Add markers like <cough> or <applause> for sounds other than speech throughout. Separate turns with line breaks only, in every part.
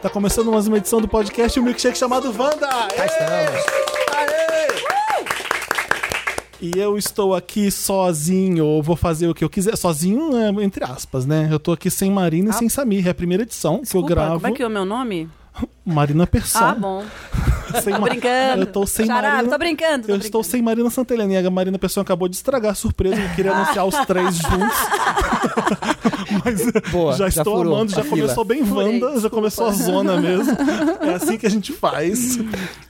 Tá começando mais uma edição do podcast Um Milkshake chamado Wanda!
Cá estamos.
E eu estou aqui sozinho, ou vou fazer o que eu quiser. Sozinho, né, entre aspas, né? Eu tô aqui sem Marina e sem Samir. É a primeira edição que eu
Ah. Desculpa,
gravo.
Como é que é o meu nome?
Marina Persson.
Ah, bom.
<laughs> Sem
Tô
Ma-
brincando.
Eu tô sem
Xará,
Marina.
tô brincando, tô
eu estou
brincando.
sem Marina Santelena. E a Marina Pessoa acabou de estragar a surpresa. Eu queria anunciar os três juntos. Mas
Boa,
já
já
estou
furou
amando. Já
a
começou
fila.
bem
Furei,
Wanda. Já começou a zona mesmo. É assim que a gente faz.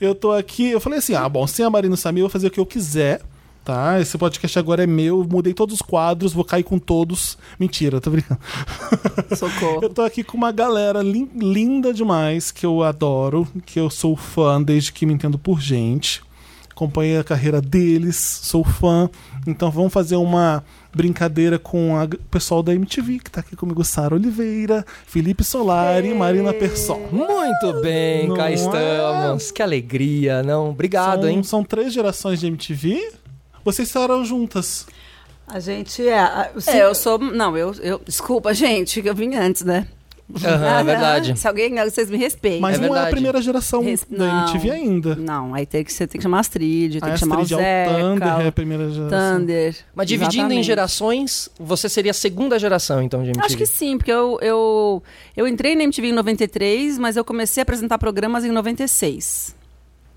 Eu tô aqui. Eu falei assim: ah, bom, sem a Marina e o Samir, eu vou fazer o que eu quiser. Tá, esse podcast agora é meu, mudei todos os quadros, vou cair com todos. Mentira, tô brincando. Eu
Socorro.
tô aqui com uma galera lin- linda demais, que eu adoro, que eu sou fã desde que me entendo por gente. Acompanhei a carreira deles, sou fã. Então vamos fazer uma brincadeira com a g- o pessoal da MTV, que tá aqui comigo, Sara Oliveira, Felipe Solari e Marina Persson.
Muito bem,
Não
cá
é?
estamos. Que alegria, não? Obrigado,
são,
hein?
são três gerações de MTV. Vocês estavam juntas.
A gente é. a- o
É,
cinco-
eu sou. Não, eu, eu. Desculpa, gente, que eu vim antes, né?
Aham, é
<laughs>
verdade.
Se alguém. Vocês me respeitem.
Mas
É
não é a
verdade.
primeira geração né?
Res-
da
não.
MTV ainda.
Não, aí tem que, você tem que chamar a Astrid, tem
A
que chamar o
Astrid é
Zeca.
o Thunder, é a
o
primeira geração.
Thunder.
Mas dividindo em
Exatamente.
gerações, você seria a segunda geração, então, de MTV.
Acho que sim, porque eu, eu, eu entrei na MTV em 93, mas eu comecei a apresentar programas em 96.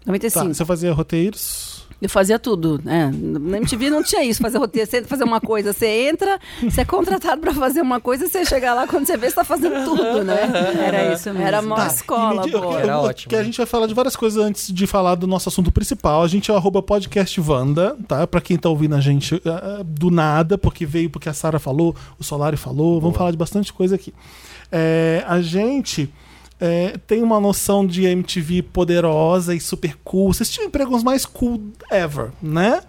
Tá,
95.
você fazia roteiros?
Eu fazia tudo, né? Na MTV não tinha isso, fazer roteiro. Você entra fazer uma coisa, você entra, você é contratado pra fazer uma coisa, você chega lá, quando você vê, você tá fazendo tudo, né?
Era isso mesmo.
Era mó
Tá, e
escola,
me diga- eu
pô.
quero-
Era
eu-
ótimo.
Que a gente vai falar de várias coisas antes de falar do nosso assunto principal. A gente é o arroba podcast Wanda, tá? Pra quem tá ouvindo a gente ah, ah, do nada, porque veio porque a Sara falou, o Solari falou. Vamos falar de bastante coisa aqui. É, a gente... é, tem uma noção de MTV poderosa e super cool. Vocês tinham empregos mais cool ever, né?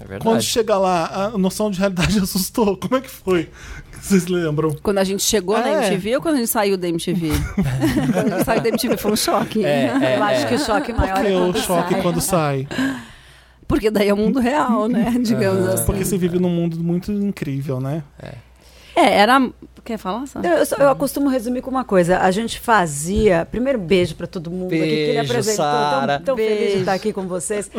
É verdade.
Quando chega lá, a noção de realidade <laughs> assustou. Como é que foi? Vocês lembram?
Quando a gente chegou na
Ah, é?
MTV ou quando a gente saiu da MTV? quando a gente saiu da MTV foi um choque.
É, é,
Eu acho
é.
que o choque maior
Porque
é
o
quando
choque
sai.
quando sai.
Porque daí é o mundo real, né? <laughs> Digamos assim.
É. Porque você vive num mundo muito incrível, né?
É, era. Quer falar, Sá?
Não, Eu, só- eu costumo resumir com uma coisa. A gente fazia. Primeiro, beijo pra todo mundo aqui que ele
Beijo,
apresentou.
Sara.
Tão, tão feliz de
Beijo.
estar aqui com vocês.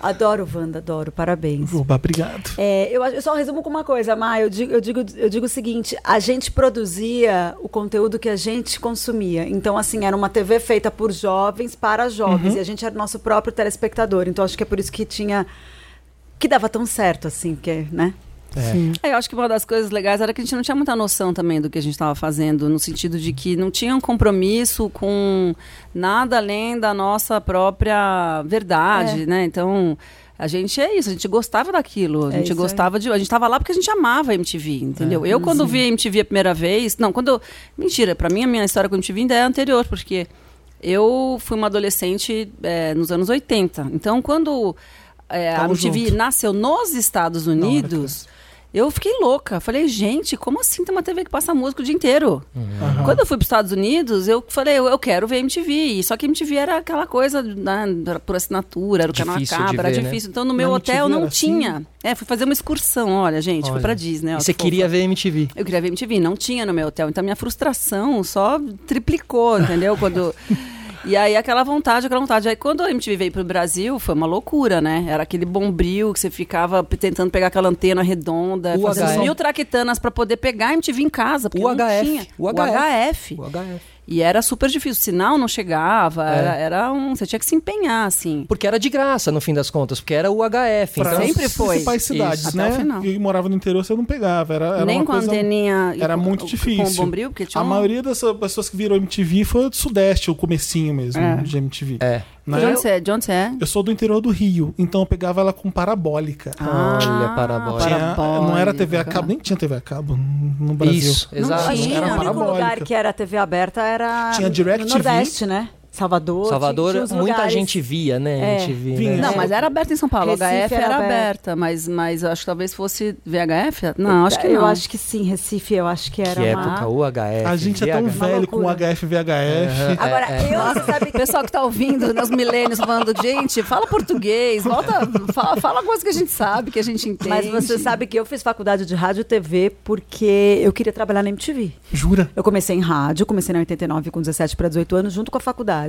Adoro, Wanda, adoro. Parabéns.
Oba, obrigado.
É, eu, acho- eu só resumo com uma coisa, Má. Eu digo, eu, digo, eu digo o seguinte: a gente produzia o conteúdo que a gente consumia. Então, assim, era uma TV feita por jovens para jovens.
Uhum.
E a gente era o nosso próprio telespectador. Então, acho que é por isso que tinha. que dava tão certo, assim, que, né?
É, eu acho que uma das coisas legais era que a gente não tinha muita noção também do que a gente estava fazendo, no sentido de que não tinha um compromisso com nada além da nossa própria verdade,
É.
né? Então, a gente é isso, a gente gostava daquilo, a
É
gente
isso aí. É,
gostava de. A gente tava lá porque a gente amava a MTV, entendeu? Eu, quando vi a MTV a primeira vez. Não, quando. eu- Mentira, pra mim a minha história com a MTV ainda é anterior, porque eu fui uma adolescente é, nos anos 80. Então, quando. é, a
Tamo
MTV
junto.
nasceu nos Estados Unidos, eu fiquei louca. Falei, gente, como assim tem uma TV que passa música o dia inteiro?
Uhum.
Aham.
Quando eu fui para os Estados Unidos, eu falei, eu, eu quero ver MTV. E Só que MTV era aquela coisa né, era por assinatura, era o canal a
Difícil
cabo,
de
era
ver, né?
difícil. Então no meu
Na
hotel
MTV
não
era
tinha. É, fui fazer uma excursão, olha, gente, fui
assim? Olha.
para Disney. ó,
E você
que
queria ver MTV.
eu queria ver MTV, não tinha no meu hotel. Então minha frustração só triplicou,
<laughs>
entendeu? Quando. E aí aquela vontade, aquela vontade. Aí quando a MTV veio pro Brasil, foi uma loucura, né? Era aquele bombril que você ficava p- tentando pegar aquela antena redonda,
UHF.
fazendo mil traquitanas pra poder pegar a MTV em casa, porque não
UHF.
tinha.
UHF.
UHF. E era super difícil, o sinal não chegava,
É.
era, era um, você tinha que se empenhar, assim.
Porque era de graça, no fim das contas, porque era o HF.
Pra
Então,
sempre
as
foi.
principais cidades,
Isso. Até o
né?
final.
E morava no interior, você não pegava. Era, era
Nem
uma
com a
coisa...
anteninha. e
Era
com-
muito
com o
difícil.
bombril, porque tinha
A
um-
maioria das pessoas que viram MTV foi do Sudeste, o comecinho mesmo
É.
de MTV.
É.
né?
De onde você é? De onde você é?
Eu sou do interior do Rio, então eu pegava ela com parabólica.
Olha,
Ah,
parabólica.
Tinha- não era TV a
parabólica.
cabo, nem tinha TV a cabo no Brasil.
Isso, exato.
Acho que
tinha.
Era
o único
parabólica.
lugar que era TV aberta era
Tinha
no-
DirecTV.
no Nordeste, né? Salvador.
Salvador,
tinha, tinha uns
muita
lugares-
gente via, né?
É.
A gente via,
Vinha.
né?
É.
Não, mas era aberta em São Paulo.
Recife
HF era,
era
aberta,
aberta.
mas, mas eu acho que talvez fosse VHF. Não, acho que não.
Eu acho que sim, Recife, eu acho que era
Que
uma...
época, o HF.
A gente é tão
VH.
velho com
loucura.
HF
é,
VHF.
Agora, eu, você sabe
O pessoal que tá ouvindo, nos milênios, falando, gente, fala português, volta, fala, fala coisa que a gente sabe, que a gente entende.
Mas você sabe que eu fiz faculdade de rádio e TV porque eu queria trabalhar na MTV.
Jura?
Eu comecei em rádio, comecei na 89 com 17 para 18 anos, junto com a faculdade.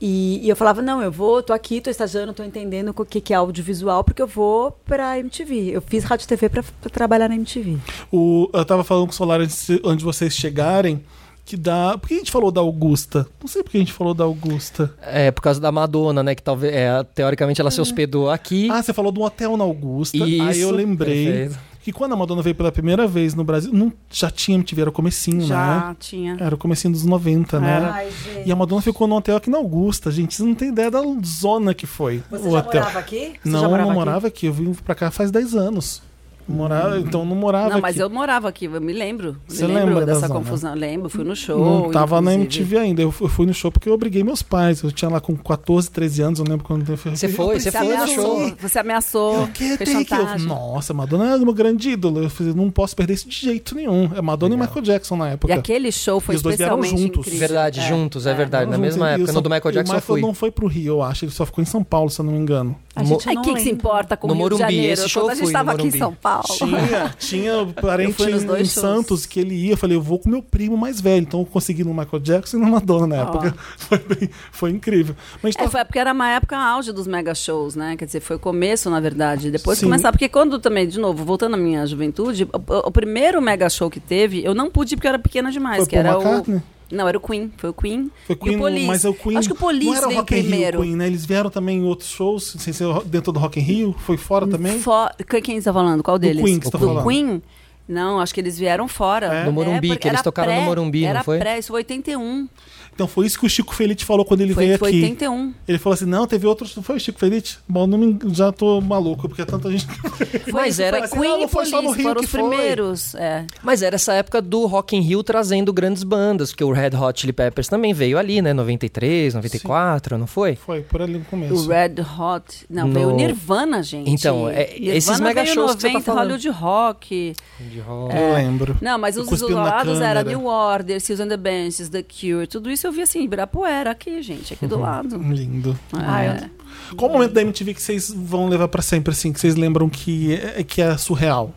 E, e eu falava, não, eu vou, tô aqui, tô estagiando, tô entendendo o que, que é audiovisual, porque eu vou pra MTV. Eu fiz rádio e TV pra, pra trabalhar na MTV.
O, eu tava falando com o Solar antes, antes de vocês chegarem. Que dá. Por que a gente falou da Augusta? Não sei por que a gente falou da Augusta.
É, por causa da Madonna, né? Que talvez, é, teoricamente,
Uhum.
ela se hospedou aqui.
Ah, você falou de um hotel na Augusta. aí eu
Isso,
lembrei
perfeito.
que quando a Madonna veio pela primeira vez no Brasil, não, já tinha MTV, era o comecinho, né?
Já tinha.
Era o comecinho dos 90, né?
gente.
E a Madonna ficou num hotel aqui na Augusta, gente. Vocês não têm ideia da zona que foi o hotel.
aqui?
não, eu não morava aqui. Eu vim pra cá faz 10 anos. Morava, Então não morava
Não, mas
aqui.
eu morava aqui, eu me lembro.
Você
me lembro
lembra da
dessa
zona?
confusão. Lembro, fui no show.
não tava na
inclusive.
MTV ainda. Eu fu- eu fui no show porque eu obriguei meus pais. Eu tinha lá com 14, 13 anos, eu lembro quando eu fui.
Você
eu
foi, você
preciso
Você
foi no
ir.
ameaçou,
show.
você ameaçou.
Eu quero
fez
ter que- eu-
chantagem.
Nossa, Madonna é meu grande ídolo. Eu fiz- não posso perder isso de jeito nenhum. É Madonna e Michael Jackson na
E
época.
aquele show foi
E os dois vieram
especialmente
juntos.
incrível.
Verdade, juntos, é verdade. Na
Não,
mesma
não tem-
época.
eu
No
só-
do Michael Jackson
o
eu
Michael
fui.
não foi pro Rio, eu acho. Ele só ficou em São Paulo, se eu não me engano.
A gente
Ai,
não
quem É que se
lembra.
importa com o
No
Rio de
Morumbi,
Janeiro?
esse show
Quando a gente
foi no
estava aqui em
Morumbi.
São Paulo. <laughs>
Tinha, tinha
Eu
parente
fui nos
em
dois shows.
Santos que ele ia. Eu falei, eu vou com meu primo mais velho. Então eu consegui no Michael Jackson e na Madonna na época. <laughs> Foi, bem- foi incrível. Mas
É,
tá-
foi porque era uma época auge dos mega shows, né? Quer dizer, foi o começo, na verdade. Depois
Sim.
começar, porque quando também, de novo, voltando à minha juventude, o, o- o primeiro mega show que teve, eu não pude ir porque eu era pequena demais,
Foi
que era
Paul McCartney?
o Não, era o Queen, foi o Queen.
foi
e
Queen,
o Police.
mas é o Queen.
Acho que o
não
Police
era
veio
Rock in
primeiro.
Rio, Queen, né? Eles vieram também em outros shows, sem ser dentro do Rock in Rio. Foi fora também.
Fo- Quem quem você tá falando? Qual deles?
Queen que você tá
Do
falando.
Queen? Não, acho que eles vieram fora.
É?
No Morumbi,
porque
que eles
era
tocaram no
pré-
Morumbi, não
era
foi?
pré, isso foi 81.
Então foi isso que o Chico Feliz falou quando ele
Foi,
veio
foi
aqui. <laughs>
81.
Ele falou assim: não, teve outros. Não foi o Chico Feliz? Bom, não me- já tô maluco, porque é tanta gente.
Foi,
Mas era-
foi
Mas assim,
Queen
não,
e
não foi só no
Police,
Rio
foram
que
os
foi.
primeiros. É.
Mas era essa época do Rock in Rio trazendo grandes bandas, porque o Red Hot Chili Peppers também veio ali, né? 93, 94, não foi?
foi por ali no começo.
O Red Hot. Não,
No-
veio o Nirvana, gente.
Então, é-
Nirvana
esses mega
veio
shows que você tá
90,
falando.
Hollywood Rock.
Eu lembro.
É. Não, mas
Eu
os
cuspindo na
isolados era
câmera.
New Order, Seals and the Benches, The Cure. Tudo isso eu vi assim, Ibirapuera, aqui, gente, aqui
<laughs> Uhum.
do lado.
Lindo.
Ah,
É.
Qual o momento da MTV que vocês vão levar pra sempre, assim, que vocês lembram que é, que é surreal?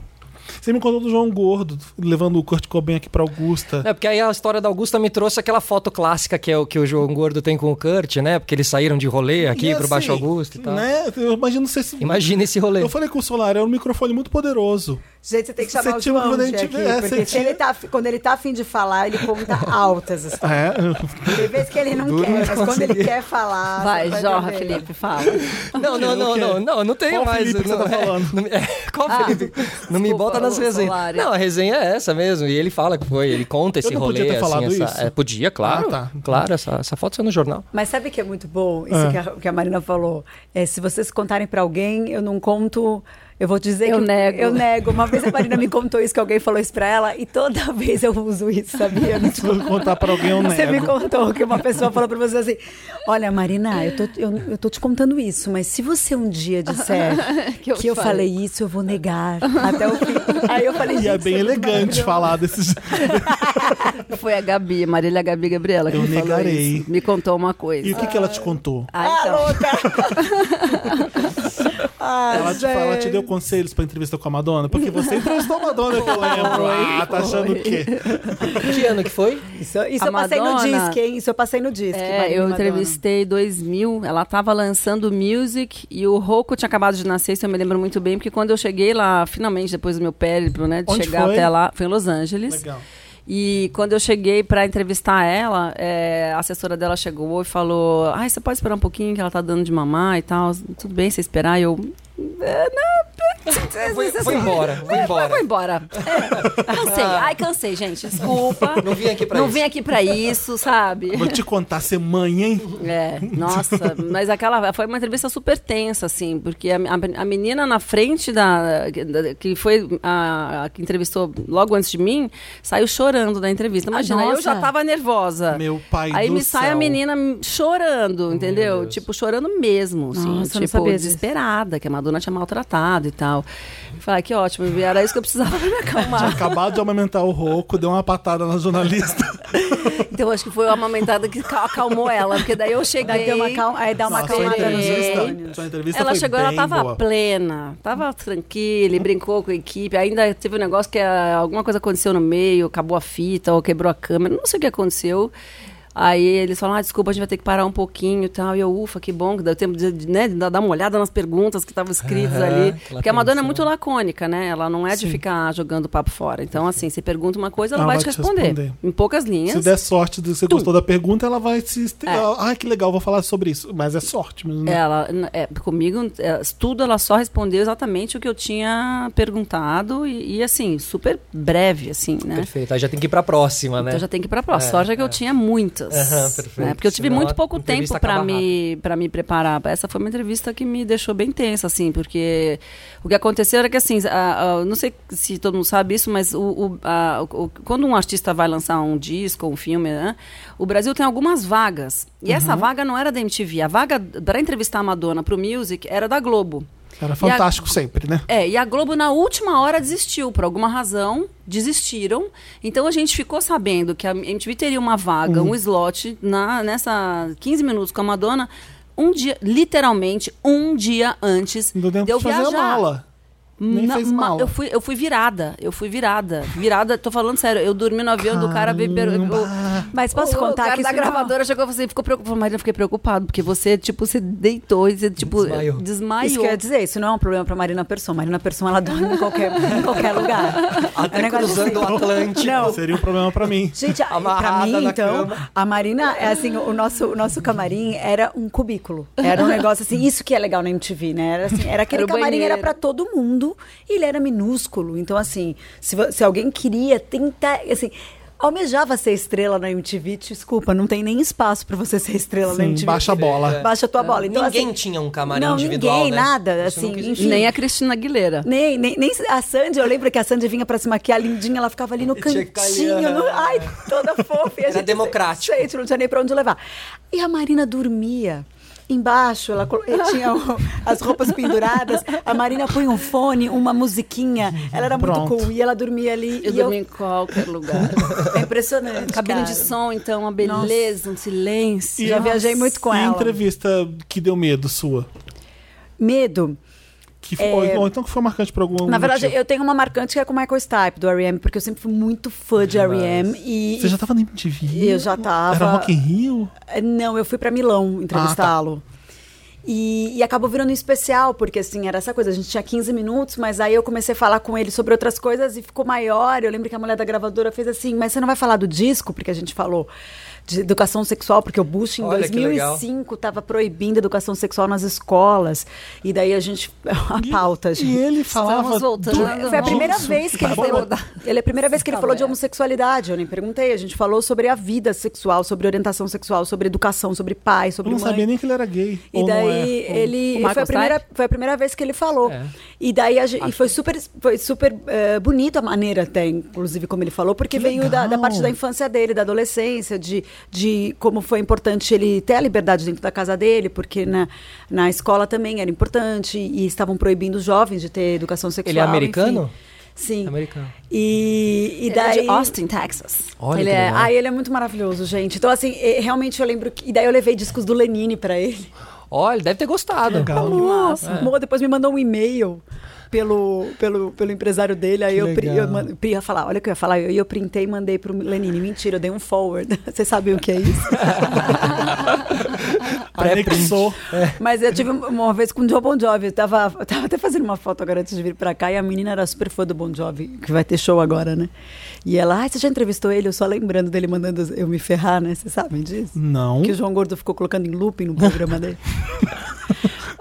Você me contou do João Gordo, levando o Kurt Cobain aqui pra Augusta.
É, porque aí a história da Augusta me trouxe aquela foto clássica que é o que o João Gordo tem com o Kurt, né? Porque eles saíram de rolê aqui
E,
pro
assim,
Baixo Augusto e tal.
Né? Eu imagino vocês.
Imagina esse rolê.
Eu falei com o Solar, é um microfone
<laughs>
muito poderoso.
Gente, você tem que
Você
chamar o
tinha uma
João
quando a
de
gente
aqui,
vê, é,
porque
você
se ele
tinha-
tá, quando ele tá afim de falar, ele conta altas histórias.
É.
Tem vezes que ele não quer, mas quando ele quer falar...
Vai,
você
jorra,
ver.
Felipe, fala.
Não, não, não,
quê?
não, não, não tenho
Qual
mais.
Felipe que você
não,
tá
é,
falando?
não me- é, qual Felipe? não me
Ah, desculpa,
bota nas
ô,
resenhas.
Solari.
Não, a
Ah,
resenha é essa mesmo. E ele fala que foi, ele conta esse
não
rolê.
podia ter
assim,
falado
essa-
isso?
é, podia, claro.
Ah, tá.
Claro, essa, essa foto saiu no jornal.
Mas sabe o que é muito bom? Isso que, a, que a Marina falou. É, se vocês contarem pra alguém, eu não conto. Eu vou dizer
Eu
que.
nego.
Eu nego. Uma vez a Marina me contou isso, que alguém falou isso pra ela, e toda <laughs> vez eu uso isso, sabia?
Se eu contar pra alguém, eu
Você me
nego.
contou que uma pessoa falou pra você assim: Olha, Marina, eu tô, eu, eu tô te contando isso, mas se você um dia disser
<laughs> Que
que eu,
eu falei.
falei isso, eu vou negar até o fim. Aí eu falei:
E é
"Gente,
bem
isso muito
elegante
maravilhoso."
falar desses.
Foi a Gabi, Marília Gabi Gabriela, que
Eu
me falou
negarei.
isso. Me contou uma coisa.
E o que, que ela te contou?
Ah, então.
<laughs>
Ah,
Ela te, ela te deu conselhos pra entrevista com a Madonna? Porque você entrevistou a Madonna, que eu lembro. Ah, tá achando o quê?
<laughs> Que ano que foi?
Isso, isso
A
eu passei no
Madonna-
disque, hein? Isso eu passei no disque.
É,
Marina
eu
Madonna.
entrevistei 2000, ela tava lançando Music e o Rocco tinha acabado de nascer, isso eu me lembro muito bem, porque quando eu cheguei lá, finalmente, depois do meu périplo, né, de
Onde
chegar
foi?
até lá, foi em Los Angeles.
Legal.
E quando eu cheguei pra entrevistar ela, é, a assessora dela chegou e falou: Ai, você pode esperar um pouquinho que ela tá dando de mamar e tal. Tudo bem você esperar? E eu. "É, <laughs> não,
Vou, vou embora, vou
Vou
embora.
embora. É, Cansei. Ai, cansei, gente. Desculpa.
Não vim aqui pra
Não
isso.
vim aqui pra isso, sabe?
Vou te contar, ser mãe, hein?
É, nossa, mas aquela foi uma entrevista super tensa, assim, porque a, a- a menina na frente da, da- que foi a, a que entrevistou logo antes de mim saiu chorando da entrevista. Imagina, eu
Ah, nossa.
já tava nervosa.
Meu pai
Aí
do
me sai a
céu.
menina chorando, entendeu? Tipo, chorando mesmo, assim,
Nossa, eu não
tipo,
sabia disso.
desesperada, que a Madonna tinha maltratado e tal. Eu Falei, "Ah, que ótimo, era isso que eu precisava pra me acalmar.
Acabado de amamentar o Roco, deu uma patada na jornalista.
<laughs> Então acho que foi a amamentada que cal- acalmou ela, porque daí eu cheguei.
Daí deu uma calma, aí dá uma
Nossa, né?
calma
acalmada
sua
nos
adorei.
entrevista,
hormônios.
sua entrevista
Ela
foi
chegou, ela
bem
tava
boa.
plena, tava tranquila, e brincou com a equipe. Ainda teve um negócio que ah, alguma coisa aconteceu no meio, acabou a fita ou quebrou a câmera, não sei o que aconteceu. Aí eles falaram, ah, desculpa, a gente vai ter que parar um pouquinho e tal. E eu, ufa, que bom, que deu tempo de, de, né, de dar uma olhada nas perguntas que estavam escritas
Aham,
ali.
aquela
Porque a Madonna é
tensão.
muito lacônica, né? Ela não é de ficar jogando papo fora. Então, assim, você pergunta uma coisa, ela, vai te responder. Em poucas linhas.
Se der sorte, se você gostou da pergunta, ela vai se. este- Ah, que legal, vou falar sobre isso. Mas é sorte mesmo, né?
É. Ela, n- é, comigo, é, tudo ela só respondeu exatamente o que eu tinha perguntado e, e, assim, super breve, assim, né?
Perfeito, aí já tem que ir pra próxima, né?
Então já tem que ir pra próxima.
É,
Sorte é que
é.
eu tinha muitas.
Aham, perfeito.
né? Porque eu tive
Senão
muito
a
pouco tempo
entrevista
pra
acaba
me, pra me preparar. Essa foi uma entrevista que me deixou bem tensa, assim, porque o que aconteceu era que, assim, a- a- não sei se todo mundo sabe isso, mas o, o- a- o- quando um artista vai lançar um disco, um filme, né, o Brasil tem algumas vagas. E
Uhum.
essa vaga não era da MTV. A vaga pra entrevistar a Madonna pro Music era da Globo.
Era fantástico sempre, né?
É, e a Globo na última hora desistiu, por alguma razão, desistiram. Então a gente ficou sabendo que a MTV teria uma vaga,
Hum.
um slot, na, nessa 15 minutos com a Madonna, um dia, literalmente, um dia antes
Não deu
de eu
tempo de fazer
viajar.
a mala. Nem
Na-
fez
ma-
mala.
Eu fui, eu fui virada, eu fui virada. Virada, tô falando sério, eu dormi no avião do cara beber. o-
Mas posso
o-
contar
o cara
que
da
isso não-
gravadora chegou e falou assim, ficou preocupado. Marina, eu fiquei preocupado, porque você, tipo, você deitou e você, tipo,
Desmaiou.
Isso que eu ia dizer, isso não é um problema pra Marina Persson. Marina Persson, ela dorme em qualquer, em qualquer lugar.
Até
É um negócio
cruzando o Atlântico.
Não.
Seria um problema pra mim.
Gente, a- pra
Amarrada
mim,
na
então,
cama.
a Marina, é assim, o nosso, o nosso camarim era um cubículo.
<laughs>
Era um negócio assim, isso que é legal na MTV, né? Era, assim, era aquele
Era o
camarim,
banheiro.
era pra todo mundo, e ele era minúsculo. Então, assim, se, vo- se alguém queria tentar, assim... Almejava ser estrela na MTV, desculpa, não tem nem espaço pra você ser estrela na
Sim,
MTV.
baixa a bola.
Baixa a tua bola. Então,
É. Ninguém
assim,
tinha um camarim
não,
individual,
ninguém,
né?
nada,
Isso
assim,
nunca
enfim.
existiu.
Nem a Cristina Aguilera.
Nem, nem, nem a Sandy, eu lembro que a Sandy vinha pra se maquiar lindinha, ela ficava ali no
Tinha que
cantinho.
ficar ali,
no-
né?
ai, toda fofa. E a
Era
gente,
democrático.
Gente, não tinha nem pra onde levar. E a Marina dormia. Embaixo, ela colo- eh, tinha o- as roupas penduradas. A Marina põe um fone, uma musiquinha. Ela era muito
Pronto.
cool. E ela dormia ali.
Eu
e
dormi em qualquer lugar.
É impressionante.
Cabine
cara.
de som, então, uma beleza, um silêncio.
Já viajei muito com
e
ela.
entrevista que deu medo sua?
Medo. É.
Que foi, ou, ou então que foi marcante pra algum
Na verdade,
motivo.
eu tenho uma marcante que é com o Michael Stipe, do R.E.M., porque eu sempre fui muito fã de R.E.M. E,
Você já tava na MTV?
Eu já tava.
Era Rock in Rio?
Não, eu fui pra Milão entrevistá-lo.
Ah, tá.
E, e acabou virando um especial, porque assim, era essa coisa, a gente tinha 15 minutos, mas aí eu comecei a falar com ele sobre outras coisas e ficou maior. Eu lembro que a mulher da gravadora fez assim, mas você não vai falar do disco, porque a gente falou de educação sexual, porque o Bush em
Olha que legal.
2005 estava proibindo educação sexual nas escolas. E daí a gente. <laughs> A pauta, gente.
E ele falava.
Estamos voltando.
do-
Foi a primeira
disso.
vez que ele
Tá bom.
falou. Ele é a primeira vez que ele falou de homossexualidade. Eu nem perguntei. A gente falou sobre a vida sexual, sobre orientação sexual, sobre educação, sobre pai,
Eu
sobre
não
mãe.
sabia nem que ele era gay.
E
ou não é,
daí
ou-
O
ele
Michael
foi a, primeira,
Stipe?
foi a primeira vez que ele falou.
É.
E daí a gente, e foi super, foi super eh, bonito a maneira até, inclusive, como ele falou, porque
Que
veio da, da
legal.
parte da infância dele, da adolescência, de, de como foi importante ele ter a liberdade dentro da casa dele, porque na, na escola também era importante, e estavam proibindo os jovens de ter educação sexual.
é americano?
enfim. Sim.
Americano.
E, e
Ele é
daí.
de Austin, Texas.
Olha
ele
que
é,
legal.
ah, ele é muito maravilhoso, gente. Então, assim, eh, realmente eu lembro que. E daí eu levei discos do Lenine pra ele.
Olha, ele deve ter gostado.
Legal.
Nossa, Mo depois me mandou um e-mail pelo, pelo, pelo empresário dele. Aí
Que
eu, pri-
legal.
eu man- pri- ia falar, olha o que eu ia falar. E eu, eu printei e mandei pro Lenine. Mentira, eu dei um forward. <laughs> Vocês sabem o que é
<laughs>
isso? Ah,
Anexou.
Mas eu tive uma vez com o Joe Bon Jovi. Eu tava, eu tava até fazendo uma foto agora antes de vir pra cá. E a menina
é
era super fã do Bon Jovi, que vai ter show agora, né? E ela, ah, você já entrevistou ele? Eu só lembrando dele mandando eu me ferrar, né? Vocês sabem disso?
Não.
Que
<laughs>
o João Gordo ficou colocando em looping no programa dele.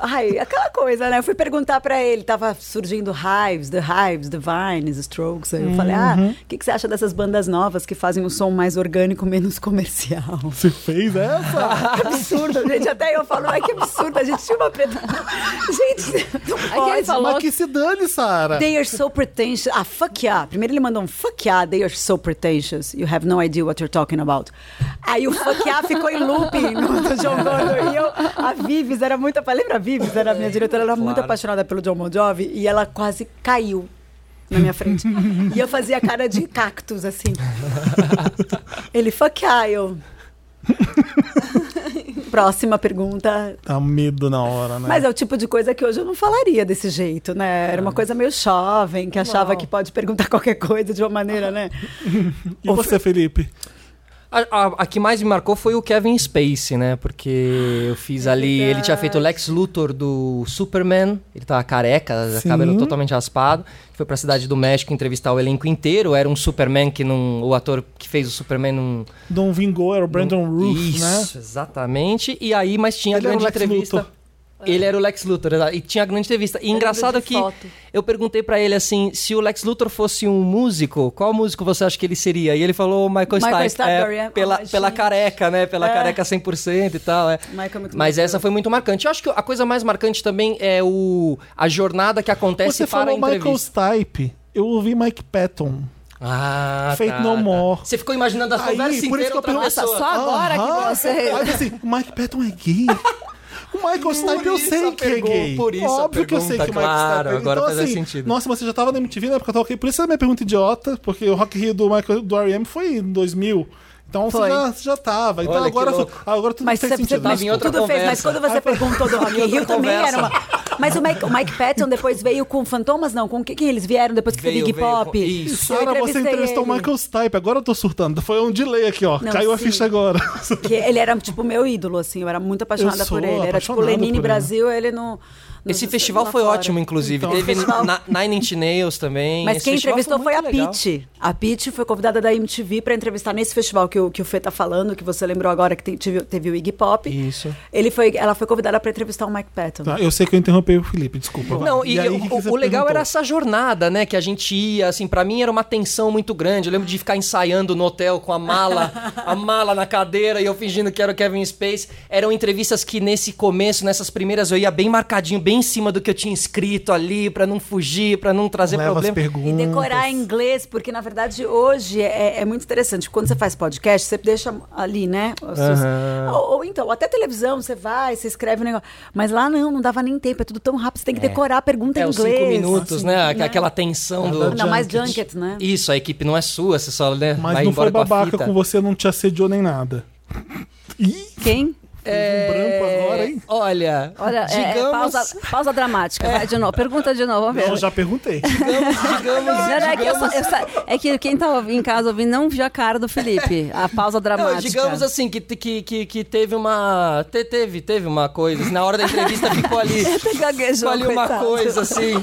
Ai, aquela coisa, né? Eu fui perguntar pra ele, tava surgindo Hives, The Hives, The Vines, Strokes. Aí eu falei, ah,
Uhum.
o que, que você acha dessas bandas novas que fazem um som mais orgânico, menos comercial?
Você fez essa?
<laughs> Que absurdo, gente. Até eu falo, ai, que absurdo. A gente tinha uma preta. <laughs> Gente, não
Aí É que ele
pode.
falou
Mas que se dane, Sara.
They are so pretentious. Ah, fuck yeah. Primeiro ele mandou um fuck yeah, they are so pretentious. You have no idea what you're talking about. Aí o fuck yeah ficou em looping <laughs> no do John Bon Jovi. E eu, a Vives era muito. Lembra a Vives? Era a minha diretora, ela era muito
claro.
apaixonada pelo John Bon Jovi e ela quase caiu na minha frente. <laughs> e eu fazia cara de cactus, assim. Ele, fuck yeah, eu. Próxima pergunta.
Dá Tá medo na hora, né? É.
Mas é o tipo de coisa que hoje eu não falaria desse jeito, né? Era uma coisa meio jovem, que achava que pode perguntar <laughs> qualquer coisa de uma maneira, né?
<laughs> <laughs> E você, Felipe?
A, a- a que mais me marcou foi o Kevin Spacey, né? Porque eu fiz
É
ali. Ele tinha feito o Lex Luthor do Superman. Ele tava careca,
Sim.
cabelo totalmente raspado. Foi pra cidade do México entrevistar o elenco inteiro. Era um Superman que não. O ator que fez o Superman não.
Dom Vingou era o Brandon Roof, né?
Isso, exatamente. E aí, mas tinha a
Ele era
grande
o Lex
entrevista.
Luthor. É.
Ele era o Lex Luthor, exato. e tinha a grande entrevista. E engraçado
de
que
foto.
eu perguntei pra ele assim, se o Lex Luthor fosse um músico, qual músico você acha que ele seria? E ele falou Michael,
Michael Stipe,
é,
é.
pela,
Ai,
pela
gente.
careca, né? Pela
É.
careca 100% e tal, é.
Michael é muito
Mas
gostoso.
essa foi muito marcante. Eu acho que a coisa mais marcante também é o a jornada que acontece
Você
para a
falou Michael
entrevista.
Stipe. Eu ouvi Mike Patton.
Ah,
Faith
tá,
No More.
Você ficou imaginando a
Aí,
conversa
por
inteira
isso que eu
outra
pergunto-
pessoa.
Nossa, só agora que
Aham.
você-
Aí eu assim, o Mike Patton é gay? O Michael Stipe eu
isso
sei
a
que é
pergunta,
gay.
por isso a
Óbvio que eu sei que o Mike
pergunta, claro,
Stipe é
agora
então,
faz
assim,
sentido.
Nossa, mas você já tava na MTV na época que eu toquei. Por isso a minha pergunta idiota, porque o Rock in Rio do Michael do R.E.M. foi em 2000. Então você
Foi.
já, você já tava. Então
Olha que
agora,
louco.
agora tudo
Mas
faz
você, você,
sentido.
Tava
mas
em outra
tudo fez, mas
conversa.
quando você perguntou do
<laughs>
Rock in Rio também
conversa.
era uma... Mas o Mike, o Mike Patton depois veio com Fantomas, não? Com o que, que eles vieram depois que
Veio,
foi Big
veio com-
Pop?
Isso.
Eu
Sara, você
entrevistei
entrevistou o
ele.
Michael Stipe. Agora eu tô surtando. Foi um delay aqui, ó.
Não,
Caiu a
sim.
ficha agora.
Que ele era, tipo, meu ídolo, assim. Eu era muito apaixonada
Eu sou
por ele. Era, tipo,
apaixonado por
Lenine
ele.
Brasil, ele não...
Esse festival foi ótimo, inclusive.
Então,
Teve
<laughs> festival-
na- Nine Inch Nails também.
Mas
Esse
quem
festival
entrevistou foi,
muito
a
legal.
Pete. A Pete foi convidada da MTV para entrevistar nesse festival que o, que o Fê tá falando, que você lembrou agora que te- teve, teve o Iggy Pop.
Isso.
Ele foi, ela foi convidada para entrevistar o Mike Patton.
Tá, eu sei que eu interrompei o Felipe, desculpa.
Não,
Vai.
e,
aí,
eu-
que que
o,
você
o legal
perguntou?
era essa jornada, né? Que a gente ia, assim, pra mim era uma tensão muito grande. Eu lembro de ficar ensaiando no hotel com a mala,
<laughs>
a mala na cadeira e eu fingindo que era o Kevin Space. Eram entrevistas que nesse começo, nessas primeiras, eu ia bem marcadinho, bem em cima do que eu tinha escrito ali, pra não fugir, pra não trazer
Leva as
problema.
perguntas.
E decorar em inglês, porque na verdade hoje é, é muito interessante. Quando você faz podcast, você deixa ali, né? as suas- Ou, ou então, até televisão, você vai, você escreve o negócio. Mas lá não, não dava nem tempo, é tudo tão rápido, você tem que decorar a pergunta
É,
em
os
inglês. Assim, Tá
cinco minutos, né? Aqu- Aquela tensão
É,
do.
Não, mais
Junket.
junket, né?
Isso, a equipe não é sua, você só né,
Mas
vai
não foi
embora com a
babaca
fita.
com, você, não te assediou nem nada. Ih,
Quem?
É,
um branco agora, hein?
Olha,
Olha, é- é
digamos,
pausa, pausa dramática. Vai de novo. Pergunta de
Tá
novo, vamos ver.
Não, eu já perguntei.
Não,
digamos,
não, é, que eu
digamos,
só- eu só- é que quem tá ouvindo em casa ouvindo não viu a cara do Felipe. A pausa
Tá
dramática.
Não, digamos assim, que, que, que, que teve uma. te- teve, teve uma coisa. assim, Na hora da entrevista
<laughs>
ficou ali.
Gaguejou,
ficou ali uma
coitado.
coisa, assim.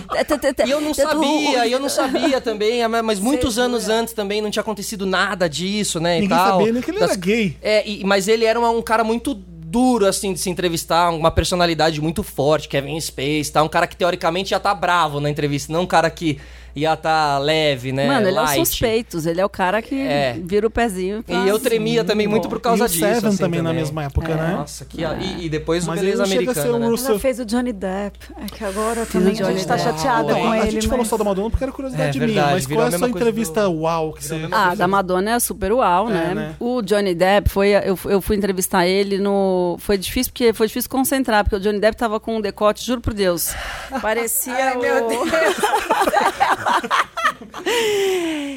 E eu não sabia, e eu
<laughs>
não sabia também, mas muitos
é.
anos antes também não tinha acontecido nada disso, né? e
Ninguém
tal.
sabia nem que ele era gay.
É, e- mas ele era uma- um cara muito duro, assim, de se entrevistar, uma personalidade muito forte, Kevin Space, tá? Um cara que teoricamente ia tá bravo na entrevista, não um cara que ia tá leve, né?
Mano, ele é
light.
o suspeitos. Ele é o cara que
É.
vira o pezinho. faz-
E eu tremia também muito por causa
e o
disso.
Seven
assim,
também, na mesma
É.
época, né?
Nossa, que. E, e depois
Mas
o Beleza
ele chega a
Americana.
ser um
né?
o Russell.
Ela fez o Johnny Depp. É que agora também a
Johnny
gente tá
Depp.
chateada
Ah, Não,
com
a
ele.
gente falou
mas-
só da Madonna porque era curiosidade
É, verdade,
minha, mas
virou
qual é
a
a sua
mesma coisa
entrevista uau que você...
Ah, da Madonna é super uau, né?
né?
O Johnny Depp foi. Eu, fu- eu fui entrevistar ele no. Foi difícil, porque foi difícil concentrar, porque o Johnny Depp tava com um decote, juro por Deus. Parecia. o... meu Deus.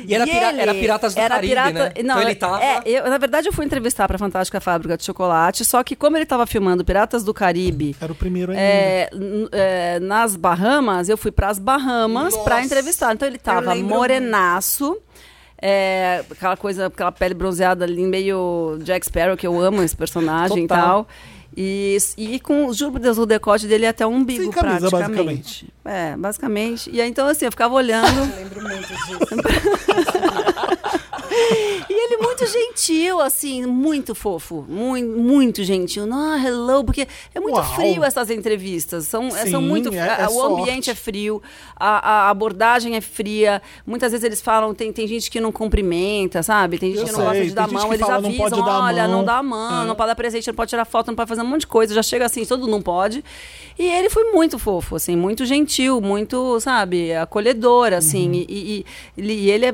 E era, pira- era Piratas do
era
Caribe,
pirata-
né?
Não,
então ele tava.
é, eu- na verdade, eu fui entrevistar pra Fantástica Fábrica de Chocolate, só que como ele tava filmando Piratas do Caribe.
Era o primeiro ainda.
é, n- é, nas Bahamas, eu fui pras Bahamas
Nossa.
pra entrevistar. Então ele tava
lembro
morenaço, é, aquela coisa, aquela pele bronzeada ali, meio Jack Sparrow, que eu amo esse personagem
Total.
e tal. E, e com, juro por Deus, o decote dele é até o umbigo,
Sem camisa,
praticamente. É, basicamente. E aí, então, assim, eu
<laughs>
ficava olhando. E ele muito gentil, assim, muito fofo. Muito, muito gentil. Não, hello, porque é muito
Uau.
frio essas entrevistas. São, é- são
Sim,
muito.
é-
a-
é
o
sorte.
ambiente é frio, a, a abordagem é fria. Muitas vezes eles falam, tem, tem gente que não cumprimenta, sabe? Tem gente
Eu
que não gosta
sei,
de dar
tem gente
mão,
que
eles
fala, não
avisam,
pode dar a
olha,
mão.
não dá a mão,
É.
não pode dar presente, não pode tirar foto, não pode fazer um monte de coisa. Já chega assim, todo mundo pode. E ele foi muito fofo, assim, muito gentil, muito, sabe, acolhedor, assim. E, e- e ele, e ele é,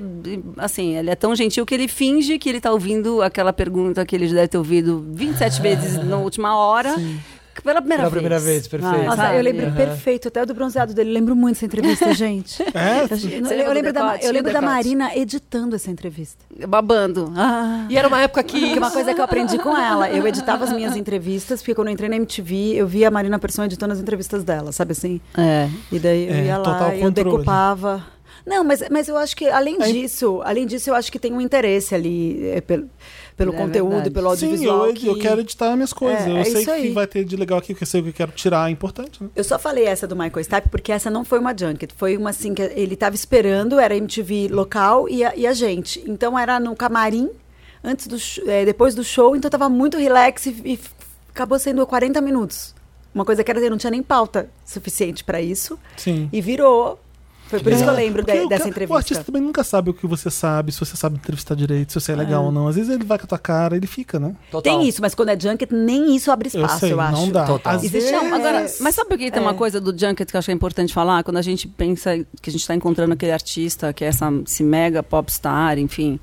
assim, ele é tão gentil que ele finge que ele tá ouvindo aquela pergunta que ele deve ter ouvido 27 vezes na última hora. que Pela primeira
Pela
vez.
primeira vez, perfeito.
Vai,
Nossa,
sabe?
eu lembro perfeito até do bronzeado dele. Lembro muito dessa entrevista, gente. <laughs>
É?
Eu- Eu,
Você lembra do
lembro, da,
decote?
eu lembro da
Decote.
Marina editando essa entrevista.
Babando. Ah.
E era uma época que.
Porque uma coisa que eu aprendi com ela, eu editava as minhas entrevistas, porque quando eu entrei na MTV, eu via a Marina Persson editando as entrevistas dela, sabe assim?
É.
E daí eu
É,
ia
total
lá e eu
controle.
decupava. Não, mas, mas eu acho que, além disso, além disso, eu acho que tem um interesse ali é, pelo, pelo
É
conteúdo,
verdade.
pelo
Sim,
audiovisual.
eu,
que-
eu quero editar minhas coisas.
É,
eu
é
sei
isso
que
aí.
vai ter de legal aqui, que eu sei que eu quero tirar, é importante, né?
Eu só falei essa do Michael Stipe porque essa não foi uma junket. Foi uma assim que ele estava esperando, era MTV local e a, e a gente. Então era no camarim, antes do sh- eh, depois do show, então tava muito relax e, e f- acabou sendo 40 minutos. Uma coisa que era, não tinha nem pauta suficiente para isso.
Sim.
E virou. Foi por isso que eu lembro
Porque
de-
o
dessa
cara-
entrevista.
O artista também nunca sabe o que você sabe, se você sabe entrevistar direito, se você é legal ou não. Às vezes ele vai com a tua cara, ele fica, né?
Total.
Tem isso, mas quando é junket, nem isso abre
Eu
espaço, eu,
sei,
acho.
não dá.
Total.
Às
Existe-
vezes-
Não,
Agora,
Mas-
mas sabe por que tem uma coisa do Junket que eu acho que é importante falar? Quando a gente pensa que a gente está encontrando aquele artista, que é essa, esse mega popstar, enfim.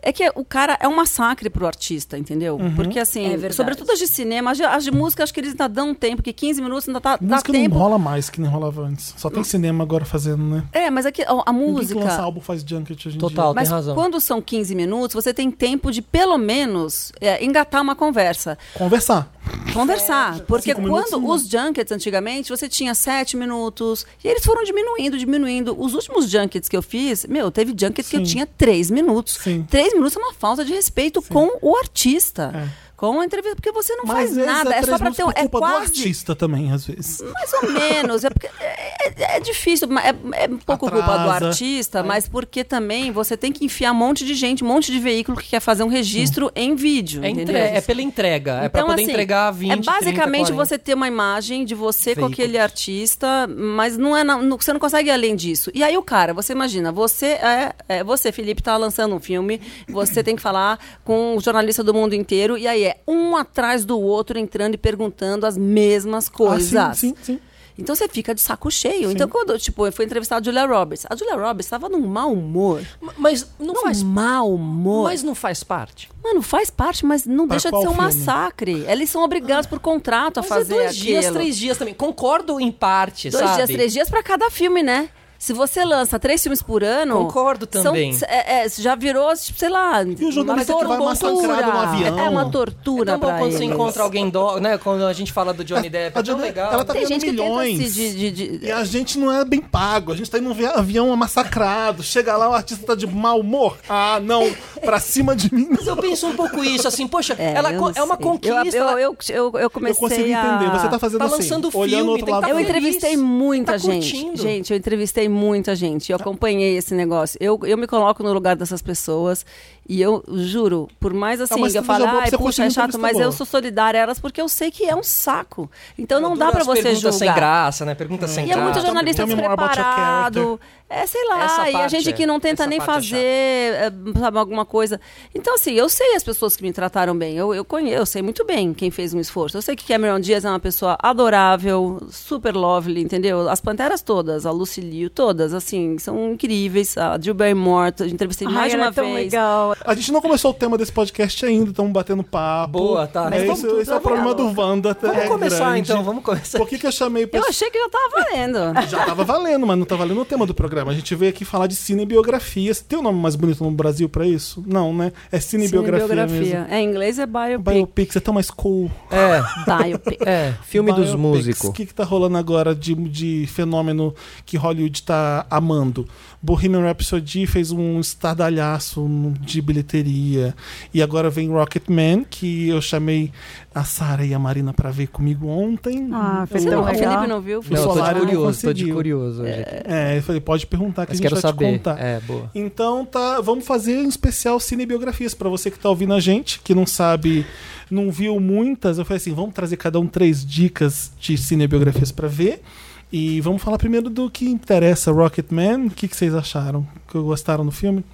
É que o cara é um massacre pro artista, entendeu?
Uhum.
Porque assim,
É verdade.
sobretudo as de cinema, as de, as de música, acho que eles ainda dão tempo, porque 15 minutos ainda tá, dá
música não
tempo.
rola mais que nem rolava antes. Só tem cinema agora fazendo, né?
É, mas é que ó, a
Ninguém que lança
música.
álbum faz junket hoje em
Total.
dia.
Mas
tem razão.
quando são 15 minutos, você tem tempo de, pelo menos, é, engatar uma conversa.
Conversar.
conversar. Porque
Cinco minutos,
quando
não.
os junkets, antigamente, você tinha sete minutos. E eles foram diminuindo, diminuindo. Os últimos junkets que eu fiz, meu, teve junket que eu tinha três minutos.
Sim.
Três minutos é uma falta de respeito com o artista.
É.
Com a entrevista, porque você não
Mas
faz nada, é
três
só pra
minutos
ter um.
por
É
culpa do
quase.
artista também, às vezes.
Mais ou menos. É, porque é, é- é difícil, mas é, é um pouco culpa do
Atrasa. É.
artista, mas porque também você tem que enfiar um monte de gente, um monte de veículo que quer fazer um registro em vídeo.
É, entre-
entendeu?
é pela entrega. é pra poder
assim,
entregar 20,
É
30,
basicamente
40.
você ter uma imagem de você com
Veículos.
aquele artista, mas não é na- não- você não consegue ir além disso. E aí o cara, você imagina, você é, é- você, Felipe, tá lançando um filme, você tem que falar com o jornalista do mundo inteiro, e aí é um atrás do outro entrando e perguntando as mesmas coisas.
Ah, sim, sim, sim.
Então você fica de saco cheio. Então, quando tipo, eu fui entrevistar a Julia Roberts, a Julia Roberts estava num mau humor.
M- Mas não
Num
faz.
mau humor.
Mas não faz parte.
Mano, faz parte, mas não
Pra
deixa de
qual
ser um
filme?
massacre. Eles são obrigados por contrato a
Mas
fazer
é dois
aquilo.
dias, três dias também. Concordo em parte,
Dois
sabe?
dias, três dias pra cada filme, né? Se você lança três filmes por ano...
Concordo
são-
também.
é, é, já virou, tipo, sei lá... E
o jornalista que vai massacrado no avião?
É uma
É
tortura
tão bom
pra
quando
eles.
você encontra alguém do, né? Quando a gente fala do Johnny Depp, é
Ah, A
tão
Johnny-
legal.
ela tá
Tem gente que
milhões.
tenta se... De, de- de-
E a gente não é bem pago, a gente tá indo num vi- avião massacrado. Chega lá, o artista tá de mau humor. Ah, não, pra cima de mim.
Mas eu penso um pouco isso, assim, poxa, ela
eu
co-
não
é uma
sei.
conquista.
Eu,
ela-
eu, eu, eu, eu
Eu
comecei
consigo
a...
entender. Você tá fazendo
Tá
assim,
lançando
olhando
filme,
o
tem
outro
que
lado.
tá
Eu
feliz,
entrevistei muita
tá
gente.
curtindo.
Gente, eu entrevistei muita gente. Eu acompanhei esse negócio. Eu, eu me coloco no lugar dessas pessoas e eu juro, por mais assim,
uma
que eu
estratégia
falo,
boa pra
ai,
Ah, você tá
puxa,
conseguir
é chato,
entrevista
mas
boa."
eu sou solidária a elas porque eu sei que é um saco. Então não
Adoro
dá pra
as
você
perguntas sem
julgar.
graça, né? Pergunta sem
E é
graça.
muito jornalista
um
Tell me more about your
despreparado. É, sei lá,
Essa
e a
parte
gente
é-
que não tenta
essa
nem
parte
fazer
é
eh, sabe, alguma coisa. Então, assim, eu sei as pessoas que me trataram bem. Eu, eu conheço, eu sei muito bem quem fez um esforço. Eu sei que Cameron Diaz é uma pessoa adorável, super lovely, entendeu? As Panteras todas, a Lucilio, todas, assim, são incríveis. A Jill Barrymore, eu entrevistei
Ai,
mais de
ela
uma
é tão
vez.
legal.
A gente não começou o tema desse podcast ainda, estamos batendo papo.
Boa, tá. Mas
É,
vamos
esse,
tudo
esse é o
avaliar,
problema do Wanda.
Vamos
é
começar
grande.
então,
<laughs>
vamos começar.
Por que, que eu chamei o
Eu
pessoal?
achei que já tava valendo.
Já <laughs> tava valendo, mas não tá valendo o tema do programa. A gente veio aqui falar de cinebiografias. Tem um nome mais bonito no Brasil pra isso? Não, né? É cinebiografia, mesmo.
É, em inglês é biopic.
Biopics é tão mais cool.
É,
<laughs>
Biopic.
é. Filme dos
Biopics.
músicos.
O que, que tá rolando agora de, de fenômeno que Hollywood tá amando? Bohemian Rhapsody fez um estardalhaço de bilheteria. E agora vem Rocketman, que eu chamei a Sara e a Marina pra ver comigo ontem. Então, é
Ah, foi
Você
tão
não, o
legal.
Felipe não viu?
Não, eu tô de
Solar
Solar,
não
curioso, tô de
curioso.
né? É, eu falei, pode perguntar que
Mas
a gente
quero
vai
saber.
te contar.
É, boa.
Então tá, vamos fazer um especial cinebiografias pra você que tá ouvindo a gente, que não sabe, não viu muitas. Eu falei assim, vamos trazer cada um três dicas de cinebiografias pra ver. E vamos falar primeiro do que interessa Rocketman. O que, que vocês acharam? Que gostaram do filme?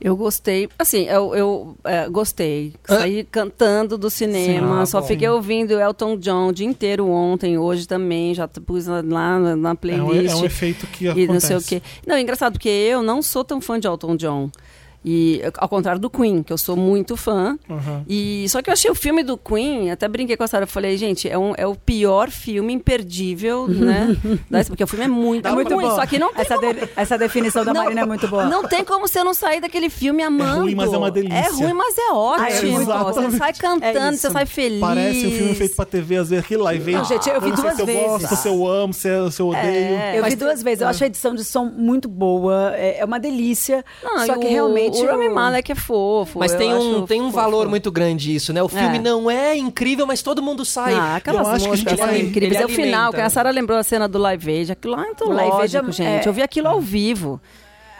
Eu gostei, assim, eu, eu, é, gostei. Saí cantando do cinema,
Sim. Ah,
só
bom.
fiquei ouvindo Elton John o dia inteiro ontem, hoje também, já t- pus lá na, na
É um,
playlist
é um efeito que
e
acontece.
não sei o quê. Não, é engraçado, porque eu não sou tão fã de Elton John. E ao contrário do Queen, que eu sou muito fã.
Uhum.
E só que eu achei o filme do Queen, até brinquei com a Sarah, eu falei, gente, é, um- é o pior filme
<laughs>
imperdível, <laughs> né? Dá- Porque o filme é muito,
É muito
ruim,
bom.
só que não tem
Essa, de- essa definição da
Não,
Marina é muito boa.
não tem como você não sair daquele filme amando.
ruim, mas é uma delícia.
É ruim, mas é ótimo.
Ah, é muito
bom.
você sai
É
cantando,
isso.
você sai feliz.
Parece um filme feito pra TV, às vezes, aquilo lá e vem.
Não, gente, eu vi
não sei
duas
se eu
vezes.
gosto, se eu amo, se eu, se eu odeio.
É,
eu
mas
vi duas vezes. Eu acho a edição de som muito boa. É, é uma delícia.
Não,
só
e
que
o-
realmente.
O Rami
o-
Malek é fofo.
Mas
eu
tem um,
acho
tem um
fofo.
valor muito grande isso, né? O filme
É.
não é incrível, mas todo mundo sai.
Ah, aquelas
Eu acho que a gente
músicas
vai-
são incríveis.
ele
É o final,
alimenta.
que a Sara lembrou a cena do Live Aid. Aquilo lá é
O Live Aid é-
antológico, gente.
é-
Eu vi aquilo ao vivo.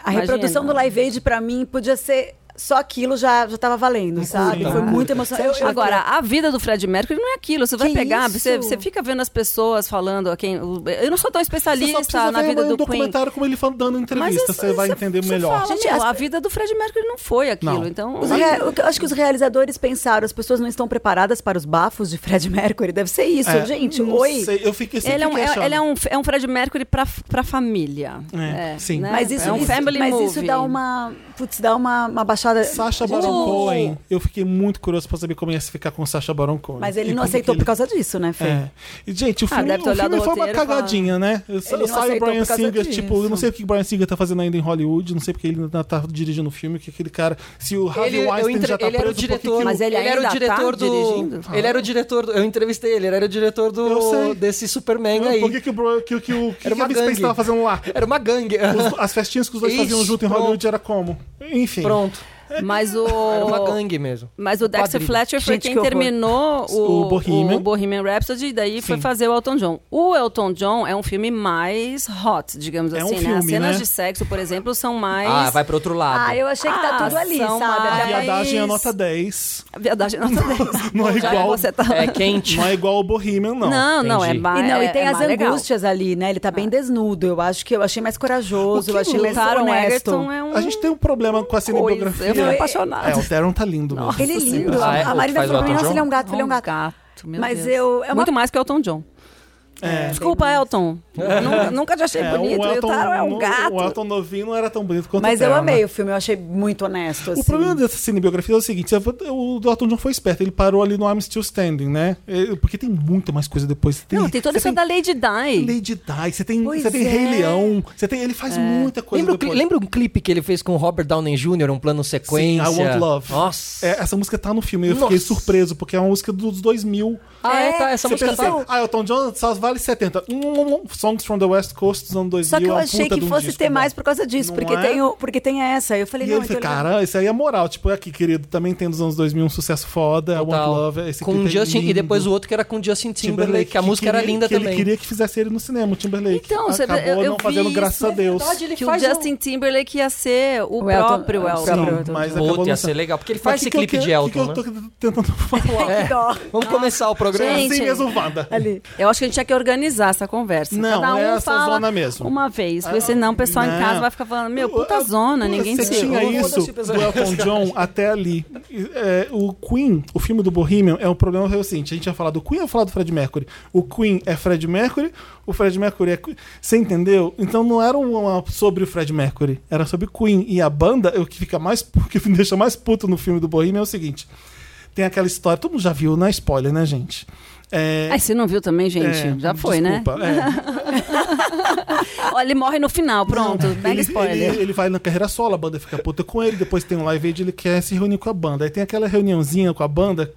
A reprodução do Live Aid, pra mim, podia ser. Só aquilo já, já tava valendo, sabe? Foi
claro.
muito emocionante. Eu- eu-
Agora, a vida do Fred Mercury não é aquilo. Você vai
Que
pegar,
isso?
você, você fica vendo as pessoas falando. a Quem, o- eu não sou tão
Você só
especialista
precisa
na
ver
vida
um
do Queen.
documentário como ele falando, dando entrevista,
Mas
você vai entender
você
melhor.
fala,
Gente,
"Meu,
as-
a vida do Fred Mercury ah, não foi aquilo,
Não.
então...
Os rea- o que- eu acho que os realizadores pensaram, as pessoas não estão preparadas para os bafos de Fred Mercury. Deve ser isso,
É,
gente.
não
Oi.
sei, eu fiquei sempre
Ele, é um,
achando.
é- ele é, um, é um Fred Mercury pra, pra família.
É, sim.
né?
Mas isso,
é um
isso-
family
mas
movie.
isso dá uma. Putz, dá uma, uma baixada.
Sacha Baron Cohen. Eu fiquei muito curioso pra saber como ia se ficar com o Sacha Baron Cohen.
Mas ele
E
não
como
aceitou
que
por
ele-
causa disso, né, Fê?
É. E, gente, o
Ah,
filme,
deve ter
o
olhado
filme
o
foi uma
roteiro e
cagadinha, né? Eu,
Ele
eu
não
saio o
aceitou
Brian
por causa
Singer,
disso.
tipo, eu não sei o que o Brian Singer tá fazendo ainda em Hollywood, não sei porque ele ainda tá dirigindo o filme, que aquele cara. Se o Harvey
Ele, eu
Weinstein
entre-
já tá
ele era o
preso, por que que
diretor,
o- Ah.
Mas ele
era o
ainda tá
diretor do.
dirigindo?
Ele era o diretor do. Eu entrevistei ele, ele era o diretor
Eu sei.
do desse Superman
Por
aí.
que, que o Bro- que, que o que,
Era
que
uma
a Vince
gangue.
tava fazendo lá?
Era uma gangue.
Os- as festinhas que os
<laughs>
dois
Ixi,
faziam junto em Hollywood
pronto.
era como? Enfim.
Pronto.
É. Mas o...
Era uma gangue mesmo.
Mas o Dexter
Quadrilha.
Fletcher foi
Gente,
quem
que horror.
terminou
O
o,
Bohemian.
o Bohemian Rhapsody e daí foi
Sim.
fazer o Elton John. O Elton John é um filme mais hot, digamos
É um
assim, né?
filme,
As cenas
né?
de sexo, por exemplo, são mais...
Ah, vai pro outro lado.
Ah, eu achei que tá
Ah,
tudo ali,
são
sabe?
A
maravilhosos.
Até
viadagem é
mais-
<laughs>
nota 10.
Viadagem nota 10.
Não é
Já que
igual.
você tá...
É quente.
Não é igual o Bohemian, não. É.
Não, não, é
Entendi.
mais.
E não, e tem
é
as
mais legal.
angústias ali, né? Ele tá bem desnudo. Eu acho que eu achei mais corajoso,
O que
eu achei
o
mais
Taron
honesto.
Egerton é um.
A gente tem um problema com a cinebiografia.
Eu fico
Não, é-
apaixonada.
É, o Teron tá lindo mesmo.
Ele é lindo.
Ah, é?
a
O que
Marina
faz
falou
o
pra mim,
Elton
nossa,
John?
ele é um gato, ele é um gato.
meu
Mas
Deus.
eu- é uma- É,
Muito mais que o Elton John. Desculpa, Elton. Nunca, nunca te achei
É,
bonito.
né?
E o Taro é um
no-
gato.
O Elton novinho não era tão bonito quanto
Mas
o
eu
Taron, né?
amei o filme, eu achei muito honesto.
<laughs> O
assim.
problema dessa cinebiografia é o seguinte: o Elton John foi esperto, ele parou ali no I'm Still Standing, né? É, Porque tem muita mais coisa depois. Tem,
Não, tem toda
você
essa da Lady
tem
Di.
Lady Di, você tem,
Pois
você tem
é.
Rei Leão, você tem, ele faz muita coisa
Lembra, o cli-
depois.
lembra um clipe que ele fez com o Robert Downey Jr., um plano
Sim,
sequência?
I Want Love.
Nossa.
É, essa música tá no filme, eu fiquei
Nossa.
surpreso, porque é uma música dos 2000.
Ah, é, tá. Essa
Você
música
pensa
tá.
assim, ah, Elton John só vale 70. Hum, hum, hum, Songs from the West Coast dos anos 2000.
Só que
é
eu
uma
achei
puta
que
de um
fosse
disco
ter
bom.
mais por causa disso,
Não
porque,
é?
tem o- porque tem essa. Eu falei,
E
não,
ele
então
falou,
ele-
cara, esse aí é moral. Tipo, aqui, querido, também tem dos anos 2000 um sucesso foda. I Want
Total.
Love. Esse
com
clipe
o
é
Justin e
lindo.
depois o outro que era com o Justin Timberlake, que a
que
música era
queria-
linda
que
também.
Ele queria que fizesse ele no cinema, o Timberlake.
Então, você-
Acabou
eu- eu
não
vi
fazendo,
isso,
graças a
é
Deus.
verdade, ele
Que
faz um
o Justin Timberlake ia ser o,
O Elton-
próprio
o
Elton.
próprio Elton.
Sim, mas
Puta,
acabou não
ia
sendo.
ser legal, porque ele
Mas
faz
que
esse
que eu
clipe
quero-
de
que que
Elton, né?
eu tô tentando falar?
Que dó.
Vamos começar o programa?
Gente.
Assim mesmo, Wanda.
Ali.
Eu acho que a gente tinha que organizar essa conversa.
Não,
Cada um
é essa
fala
zona mesmo. Ah,
Uma vez, porque senão o pessoal
Não.
em casa vai ficar falando, meu, puta
Ah,
zona,
ah,
ninguém
Você
se
tinha
ouve.
isso
Foda-se,
do
<laughs>
pessoal.
Elton John até ali. E, é, o Queen, o filme do Bohemian, é um problema é o seguinte: a gente ia falar do Queen ou falar do Fred Mercury? O Queen é Fred Mercury, o Fred Mercury é. Queen. Você entendeu? Então não era uma sobre o Fred Mercury, era sobre Queen. E a banda, o que fica mais. <laughs> O que me deixa mais puto no filme do Bohemian é o seguinte: tem aquela história, todo mundo já viu, não é spoiler, né, gente? É,
Ai, você não viu também, gente?
é,
Já foi, <laughs>
desculpa,
né?
É.
Ó, ele morre no final, pronto.
Não,
Pega
ele,
spoiler.
Ele, ele vai na carreira solo, a banda fica puta com ele, depois tem um live aid, ele quer se reunir com a banda. Aí tem aquela reuniãozinha com a banda.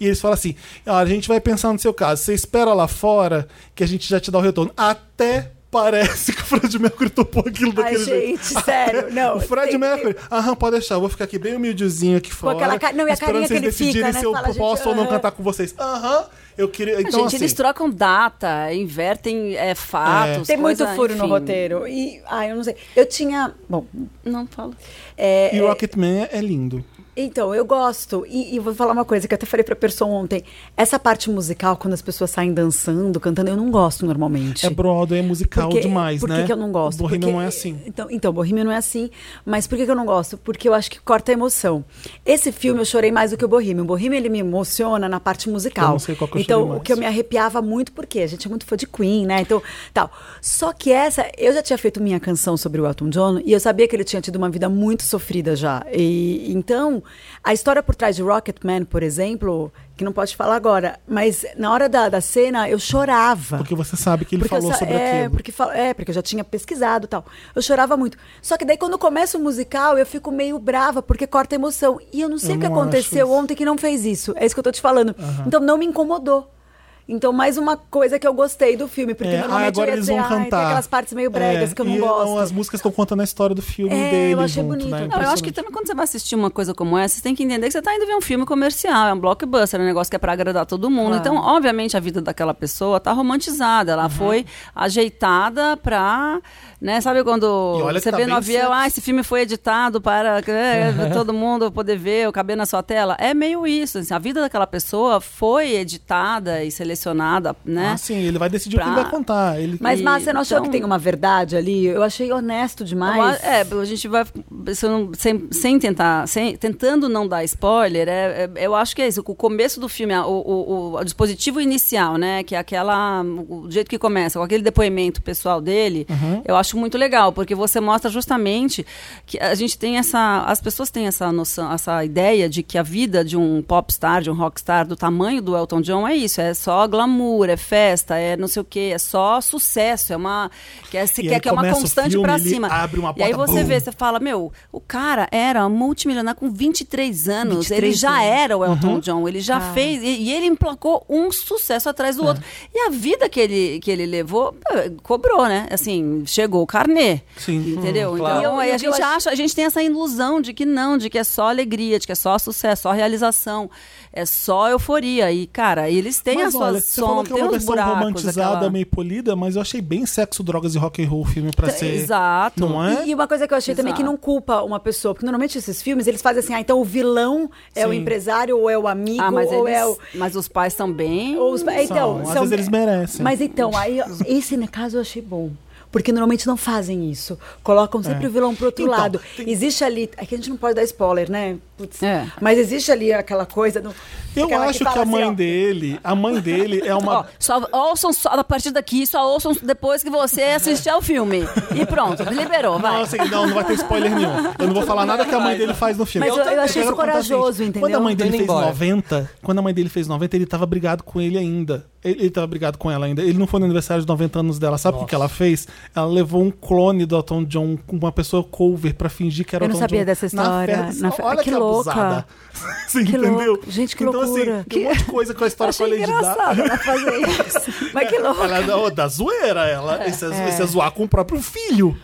E eles falam assim: "Ah, a gente vai pensar no seu caso, você espera lá fora que a gente já te dá o retorno. Até parece que o Fred Mercury topou aquilo
Ai,
daquele jeito.
gente,
<laughs>
sério. Não,
o Fred
tem-
Mercury, aham, pode deixar, eu vou ficar aqui bem humildezinho aqui fora.
aquela cara- não, e a
esperando
carinha que
vocês
ele fica,
decidirem
né?
se eu
Fala, gente,
posso ou não
aham.
cantar com vocês. Aham, Eu queria. Então,
gente,
assim,
eles trocam data, invertem é, fatos.
Tem muito
coisa,
furo no
enfim.
roteiro. E, ah, eu não sei. Eu tinha. Bom,
Não falo.
é,
E Rocketman é- é lindo.
Então, eu gosto. E, e vou falar uma coisa que eu até falei pra pessoa ontem. Essa parte musical, quando as pessoas saem dançando, cantando, eu não gosto normalmente.
É Broadway, é musical
Porque-
demais,
por que
né?
que eu não gosto?
Bohemian
Porque-
não é assim.
Então, então, Bohemian não é assim. Mas por que, que eu não gosto? Porque eu acho que corta a emoção. Esse filme eu chorei mais do que o Bohemian. O Bohemian, ele me emociona na parte musical.
Eu não sei qual que eu
Então,
chorei
o
mais.
que eu me arrepiava muito, porque a gente é muito fã de Queen, né? Então, tal. Só que essa, eu já tinha feito minha canção sobre o Elton John e eu sabia que ele tinha tido uma vida muito sofrida já. E então, a história por trás de Rocketman, por exemplo, que não pode falar agora, mas na hora da, da cena eu chorava.
Porque você sabe que ele
Porque eu
falou
sa-
sobre
é,
aquilo.
Porque fal- é, porque eu já tinha pesquisado e tal. Eu chorava muito. Só que daí, quando começa o musical, eu fico meio brava, porque corta a emoção. E eu não sei
Eu
o que
não acho
aconteceu
isso.
ontem que não fez isso. É isso que eu tô te falando. Então, não me incomodou. Então, mais uma coisa que eu gostei do filme, porque
É, ah,
normalmente
agora
eu ia
eles
dizer,
vão
"Ai,
cantar.
tem aquelas partes meio bregas
É,
que eu não
e,
gosto.
As músicas estão contando a história do filme
É,
dele.
eu achei
junto,
bonito.
Né?
Não,
Não, eu acho que também quando você vai assistir uma coisa como essa, você tem que entender que você tá indo ver um filme comercial, é um blockbuster, é um negócio que é pra agradar todo mundo. Então, obviamente, a vida daquela pessoa tá romantizada,
Uhum.
ela foi ajeitada pra, né, sabe quando
E olha que
você
tá
vê
bem
no avião,
certo.
ah, esse filme foi editado para
<laughs>
é, todo mundo poder ver, o cabelo na sua tela. É meio isso, assim, a vida daquela pessoa foi editada e selecionada, né?
Ah, sim, ele vai decidir o que
Pra-
ele vai contar. Ele...
Mas,
E-
Márcia, você não achou
então-
que tem uma verdade ali? Eu achei honesto demais.
Eu a- é, a gente vai. se eu não- sem, sem tentar. sem- tentando não dar spoiler, é- é- eu acho que é isso. O começo do filme, a- o, o- o- o dispositivo inicial, né? Que é aquela. O jeito que começa, com aquele depoimento pessoal dele, eu acho muito legal, porque você mostra justamente que a gente tem essa. As pessoas têm essa noção, essa ideia de que a vida de um popstar, de um rockstar, do tamanho do Elton John é isso. É só glamour, é festa, é não sei o quê, é só sucesso. É uma. Que é, você
E
quer
aí
que é uma
começa o
constante
filme,
pra
ele
cima.
abre uma
e aí
porta,
você
bum.
vê, você fala, meu, o cara era multimilionário com 23 anos, ele
23
já
anos.
era o Elton
Uhum.
John, ele já fez, e, e ele emplacou um sucesso atrás do
É.
outro. E a vida que ele, que ele levou, eh, cobrou, né? Assim, chegou o carnê.
Sim.
Entendeu?
claro.
Então, aí
Hum, E
a
o que eu
gente
acho-
acha, a gente tem essa ilusão de que não, de que é só alegria, de que é só sucesso, só realização, é só euforia. E, cara, eles têm
Mas
as
olha,
suas
você falou
sombras,
que é
tem
uma
os
versão
buracos,
romantizada,
aquela...
meio polida, mas eu achei bem sexo, drogas e rock and roll o filme pra ser.
Exato.
Não é?
E, e uma coisa que eu achei também que
Exato.
não culpa uma pessoa, porque normalmente esses filmes eles fazem assim, ah, então o vilão é o
Sim.
empresário ou é o amigo
Ah, mas,
ou
eles,
é o
mas os pais também.
ou os- é, então,
São, às vezes eles merecem.
Mas então,
<laughs>
aí esse no caso eu achei bom. Porque normalmente não fazem isso. Colocam sempre
É.
o vilão pro outro
Então,
lado.
tem-
Existe ali. Aqui a gente não pode dar spoiler, né? Putz,
É.
Mas existe ali aquela coisa. Do,
Eu
aquela
acho que,
fala
a
assim,
mãe
ó,
dele, a mãe dele é uma.
<laughs>
Ó, só ouçam só, a partir daqui, só ouçam depois que você assistir ao filme. E pronto, liberou, vai.
Não, assim, não, não vai ter spoiler nenhum. Eu não vou falar nada que a mãe dele faz no filme.
Mas eu- eu
também.
achei isso
quero contar o seguinte,
corajoso, entendeu?
Quando a mãe
Tô
dele
indo
fez
embora.
90, quando a mãe dele fez 90, ele tava brigado com ele ainda. Ele, ele tava brigado com ela ainda. Ele não foi no aniversário de 90 anos dela. Sabe o que que ela fez? Ela levou um clone do Elton John com uma pessoa cover pra fingir que era
Eu
o
não
Elton
sabia
John.
dessa
Na
história,
festa.
na fe-
Olha
que
que,
louca.
abusada. <laughs> Você
Que
entendeu?
louca. Gente, que
então,
loucura.
assim,
<laughs>
tem um monte de coisa com a história com a Lady Gaga.
ela fazer isso. Mas que louco.
Ela é da, da zoeira, ela. Esse é, esse é zoar com o próprio filho.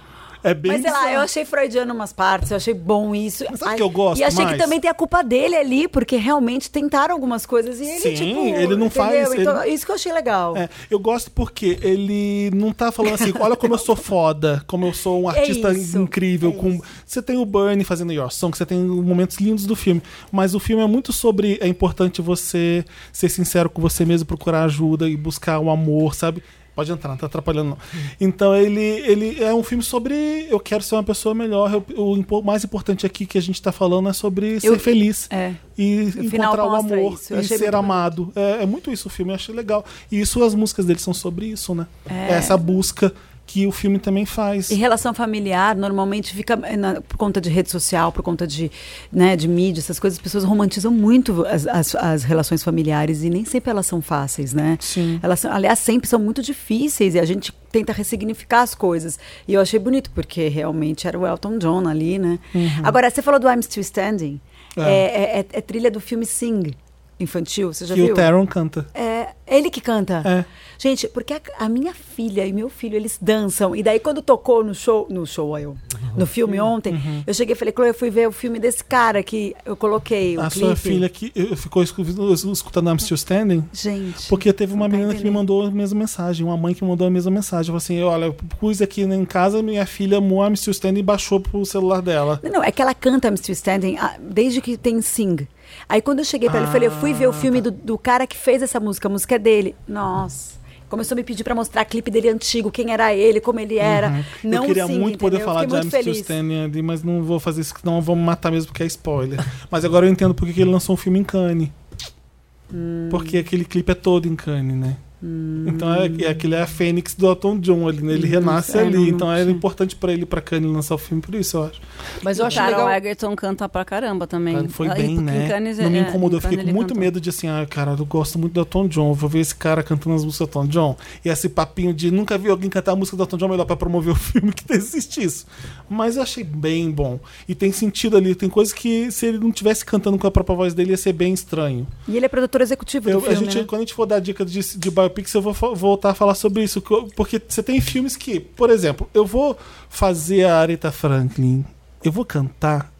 É bem
Mas sei lá,
bizarro.
eu achei freudiano umas partes, eu achei bom isso.
Mas sabe
Ai,
que eu gosto
E achei
mais?
que também tem a culpa dele ali, porque realmente tentaram algumas coisas e ele,
Sim,
tipo.
ele não faz-
entendeu? Então,
ele-
Isso que eu achei legal.
É, eu gosto porque ele não tá falando assim, olha como eu sou foda, como eu sou
<laughs>
um
É
artista
isso,
incrível. com... Você tem o Bernie fazendo Your Song, você tem momentos lindos do filme. Mas o filme é muito sobre. É importante você ser sincero com você mesmo, procurar ajuda e buscar o amor, sabe? Pode entrar, não tá atrapalhando não.
Hum.
Então ele, ele é um filme sobre eu quero ser uma pessoa melhor. eu- o impo- mais importante aqui que a gente tá falando é sobre ser feliz.
é.
E
final
encontrar o
mostra
amor
isso, eu
e
achei
ser
muito
amado. É, é muito isso o filme, eu achei legal. E isso, as músicas dele são sobre isso, né?
É.
Essa busca que o filme também faz.
E relação familiar normalmente fica eh, na- por conta de rede social, por conta de, né, de mídia, essas coisas, as pessoas romantizam muito as, as, as relações familiares e nem sempre elas são fáceis, né?
Sim.
Elas, são- aliás, sempre são muito difíceis e a gente tenta ressignificar as coisas. E eu achei bonito, porque realmente era o Elton John ali, né? Agora, você falou do I'm Still Standing. É,
Uhum. É.
é- é- é trilha do filme Sing, infantil, você já
que
viu?
o Taron canta.
É, é, Ele que canta.
É.
Gente, porque a, a minha filha e meu filho, eles dançam. E daí, quando tocou no show, no show, ó, eu, no filme
Uhum.
ontem, eu cheguei e falei, Chloe, eu fui ver o filme desse cara que eu coloquei. O
A
clipe.
sua filha que eh, ficou escu- escutando I'm Still Standing?
Gente.
Porque teve uma
não tá
menina que me
entendendo.
mandou a mesma mensagem, uma mãe que mandou a mesma mensagem. Falou assim: olha, eu pus aqui em casa, minha filha amou I'm Still Standing e baixou pro celular dela.
Não, não, é que ela canta I'm Still Standing ah, desde que tem Sing. Aí quando eu cheguei pra ele, eu falei, eu fui
Ah,
ver o filme
tá.
do, do cara que fez essa música, a música é dele. Nossa. Começou a me pedir pra mostrar clipe dele antigo, quem era ele, como ele era. Não
Uhum. eu queria
Sing,
muito poder
entendeu?
falar de
Fiquei
I'm
muito
Still
feliz.
Standing ali, mas não vou fazer isso, que não vamos matar mesmo porque é spoiler. mas agora eu entendo porque que ele lançou um filme em Cannes.
Hum.
Porque aquele clipe é todo em Cannes, né? Então é, é aquele é a Fênix do Elton John ali, né? Ele renasce
é,
ali.
não- não
então era
tinha.
importante pra ele ir pra Cannes lançar o filme por isso, eu acho.
Mas eu acho
Carol
legal.
Egerton canta pra caramba também.
Foi
Ela- e
bem,
porque em
né?
Cannes,
não me
é,
incomodou.
em
Eu fiquei com
Cannes ele
muito
cantou.
medo de assim, ah, cara, eu gosto muito do Elton John, vou ver esse cara cantando as músicas do Elton John. E esse papinho de nunca vi alguém cantar a música do Elton John melhor pra promover o <laughs> filme que existe isso. Mas eu achei bem bom. E tem sentido ali, tem coisas que se ele não tivesse cantando com a própria voz dele ia ser bem estranho.
E ele é produtor executivo do
Eu-
filme,
a gente,
né?
Quando a gente for dar dica de, de biopics, eu vou fa- voltar a falar sobre isso. que eu- Porque você tem filmes que, por exemplo, eu vou fazer a Aretha Franklin, eu vou cantar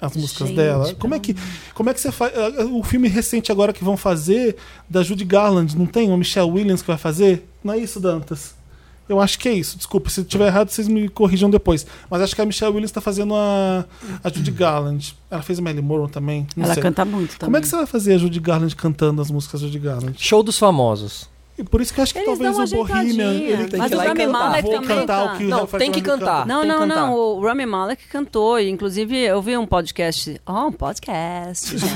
as músicas
Gente,
dela. Como é que como é que você faz o filme recente agora que vão fazer da Judy Garland, não tem? O Michelle Williams que vai fazer? Não é isso, Dantas? Eu acho que é isso. Desculpa, se tiver errado, vocês me corrijam depois. Mas acho que a Michelle Williams tá fazendo a, a Judy Garland. Ela fez a Marilyn Monroe também. Não
Ela
sei.
canta muito também.
Como é que você vai fazer a Judy Garland cantando as músicas da Judy Garland?
Show dos famosos.
E por isso que eu acho que
Eles dão
talvez o
uma
Bohemian
ajeitadinha.
ele tem
é. Mas
que ir
o
lá e
Rami
cantar.
Malek
Vou
também
cantar o
canta.
que
Não,
o Rafael
tem que
Fernando canta.
cantar.
Não,
Tem que
não,
cantar.
não. O Rami Malek cantou. e, Inclusive, eu vi um podcast. Ó, um podcast,
<laughs>
gente.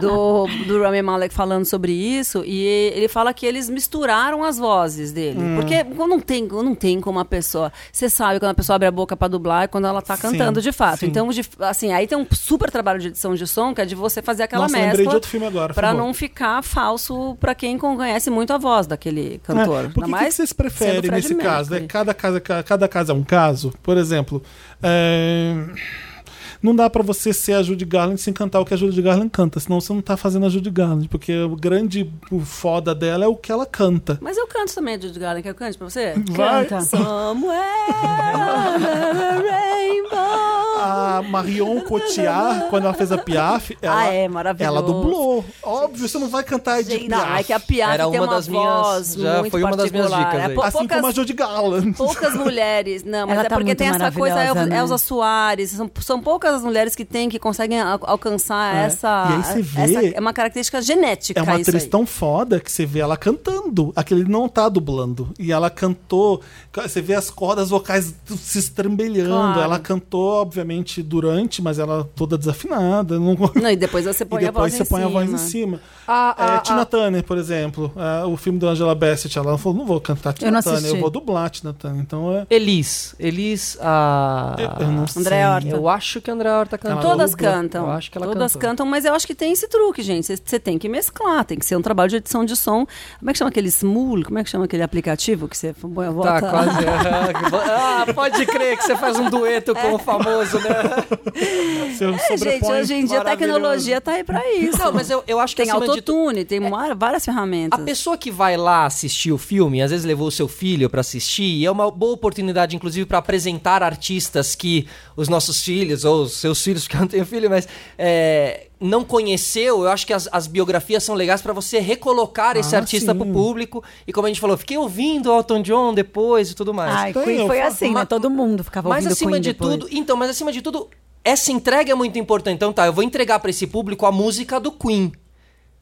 do, do Rami Malek falando sobre isso. E ele fala que eles misturaram as vozes dele.
Hum.
Porque não tem, não tem como a pessoa. Você sabe quando a pessoa abre a boca pra dublar e quando ela tá
Sim,
cantando de fato.
sim.
Então, de- assim, aí tem um super trabalho de edição de som que é de você fazer aquela
Nossa,
mescla.
lembrei de outro filme agora.
Pra
foi bom.
não ficar falso pra quem conhece muito a voz daquele cantor.
É, Por que,
Ainda
que
mais
vocês
sendo
preferem
Freddie
nesse caso? É,
Mercury.
cada, caso é- cada caso é um caso. Por exemplo, é, não dá pra você ser a Judy Garland sem cantar o que a Judy Garland canta, senão você não tá fazendo a Judy Garland, porque o grande o foda dela é o que ela canta.
Mas eu canto também, Judy Garland. Quer que eu cante pra você?
Vai.
Canta.
<laughs> Somewhere under the rainbow.
A Marion
<laughs>
Cotillard, quando ela fez a Piaf, ela,
Ah, é, maravilhoso.
ela dublou. Óbvio, você não vai cantar Edith
Gente,
Piaf.
não, é que a Piaf
Era
tem
uma
uma,
das minhas-
voz
já
muito
foi uma das minhas
particular.
dicas
É,
aí.
pou-
Assim como a
poucas,
Judy Garland. <laughs>
poucas mulheres. Não, mas
Ela
é
tá
porque
muito
tem essa coisa, a Elza,
maravilhosa, né?
Elza Soares. São, são poucas as mulheres que têm, que conseguem al- alcançar
É.
essa,
E aí você vê-
essa- É uma característica genética
É uma
isso
atriz
aí.
tão foda que você vê ela cantando. Aquele não tá dublando. E ela cantou. Você vê as cordas vocais se estrambelhando.
Claro.
Ela cantou, obviamente, durante, mas ela toda desafinada. não-
Não, e depois você põe
<laughs> e
a voz
depois você
em
põe
cima. Ah,
a voz em cima.
A-
É,
a-
Tina Turner, por exemplo. é, o filme do Angela Bassett, ela falou: não vou cantar Tina
Eu não
Turner, eu
assisti.
vou dublar Tina Turner. Então é.
Elis. Elis, a.
eu, eu não sei.
André Horta.
Eu acho que a André Horta cantou.
Ela
Todas
dubla.
cantam.
Eu acho que ela
Todas
cantou.
cantam, mas eu acho que tem esse truque, gente. Você- Você tem que mesclar, tem que ser um trabalho de edição de som. Como é que chama aquele Smule? Como é que chama aquele aplicativo que você põe a volta?
Tá, quase.
<laughs>
ah, pode crer que você faz um dueto com o famoso, né?
Você
É, gente,
sobrepõe-
hoje em dia a
Maravilhoso.
tecnologia tá aí pra isso.
Não, mas eu, eu acho que
tem
acima de É. tudo.
autotune, tem uma- várias
A
ferramentas.
pessoa que vai lá assistir o filme, às vezes levou o seu filho pra assistir, e é uma boa oportunidade, inclusive, pra apresentar artistas que os nossos filhos, ou os seus filhos, <laughs> porque eu não tenho filho, mas é, não conheceu. Eu acho que as, as biografias são legais pra você recolocar esse
Ah,
artista
sim.
pro público. E como a gente falou, fiquei ouvindo o Elton John depois e tudo mais.
Ai,
Tem, eu
Queen foi
falo-
assim, né?
Mas-
Todo mundo ficava
Mas
ouvindo
acima
Queen
de
depois.
tudo, então, mas acima de tudo, essa entrega é muito importante. Então tá, eu vou entregar pra esse público a música do Queen.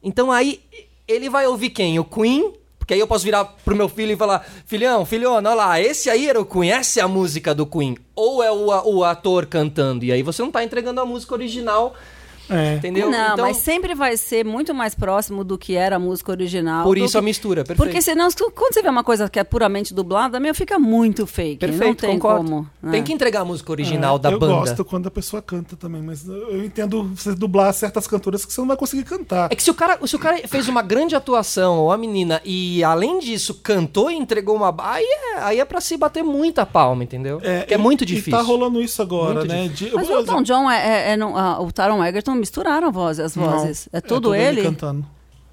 Então aí ele vai ouvir quem? O Queen? Porque aí eu posso virar pro meu filho e falar: "Filhão, filhona, olha lá, esse aí era o Queen, essa é a música do Queen". Ou é o, a- o ator cantando. E aí você não tá entregando a música original,
É.
entendeu?
Não,
então,
mas sempre vai ser muito mais próximo do que era a música original.
por
do
isso
que-
a mistura, perfeito.
Porque senão, quando você vê uma coisa que é puramente dublada, meu, fica muito fake. não
perfeito,
tem
concordo.
como. né?
Tem que entregar a música original
É,
da
eu
banda.
gosto quando a pessoa canta também, mas eu entendo você dublar certas cantoras que você não vai conseguir cantar.
É que se o cara, se o cara fez uma grande atuação, ou a menina, e além disso cantou e entregou uma. ba- Aí é, aí é pra se bater muita palma, entendeu? É, que é
e-
muito
E
difícil.
tá rolando isso agora,
Muito
né? De-
Mas o
eu-
Elton John é, é- é não- ah, o Taron Egerton misturaram a voz- as
Não,
vozes. é tudo
tudo
ele? Ah.
cantando.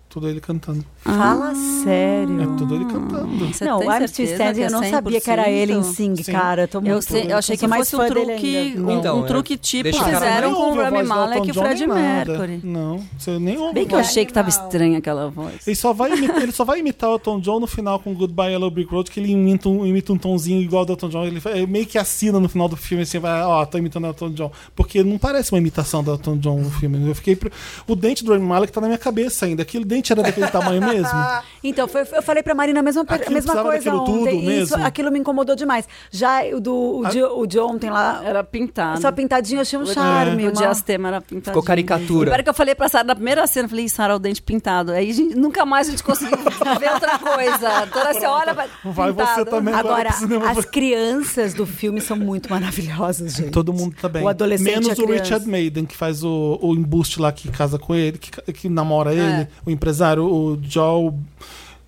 Tudo ele cantando.
Fala sério.
É tudo ele cantando.
Você
não,
tem
o I'm Still
certeza
Standing,
que é
eu não sabia que era ele em Sing,
Sim.
cara. Eu tô muito.
Eu, sei- eu achei
sou
que
mais
fosse
fã
um
dele
truque,
ainda.
um,
Então,
um
é.
truque tipo
Deixa o
que
cara-
fizeram
Nem
com o
ouve a
Rami
voz do
Malek e o
Elton John,
Fred
nem nada.
Mercury.
Não, você nem ouve.
Bem que eu
nada.
achei que tava estranha aquela voz.
Ele só, vai imitar, ele só vai imitar o Elton John no final com Goodbye Yellow Brick Road, que ele imita um, imita um tonzinho igual ao do Elton John. Ele, fa- ele meio que assina no final do filme, assim, vai, ó, tô imitando o Elton John. Porque não parece uma imitação do Elton John no filme. né? Eu fiquei. pre- O dente do Rami Malek tá na minha cabeça ainda. Aquele dente era daquele tamanho mesmo.
<laughs> Então, foi- eu falei pra Marina a mesma, per-
Aquilo
mesma
precisava
coisa
daquilo
ontem.
tudo
e Isso,
mesmo? Ah.
aquilo me incomodou demais. Já o, do, o, de, o de ontem lá,
Era pintada.
só pintadinho, eu achei um charme.
O
uma-
diastema era pintadinho.
Ficou caricatura.
Pior que eu falei pra Sara na primeira cena, eu falei, "Ih, Sara, o dente pintado. Aí a gente- nunca mais a gente conseguiu <laughs> ver outra coisa. Então, <laughs> Toda essa hora vai
Vai você
pintado.
também.
Agora,
Agora pro cinema.
as crianças do filme são muito
<laughs>
maravilhosas, gente.
Todo mundo tá bem.
O adolescente e a
Menos o
criança.
Richard Maiden, que faz o, o embuste lá que casa com ele, que, ca- que namora
É.
ele, o empresário, o Joe.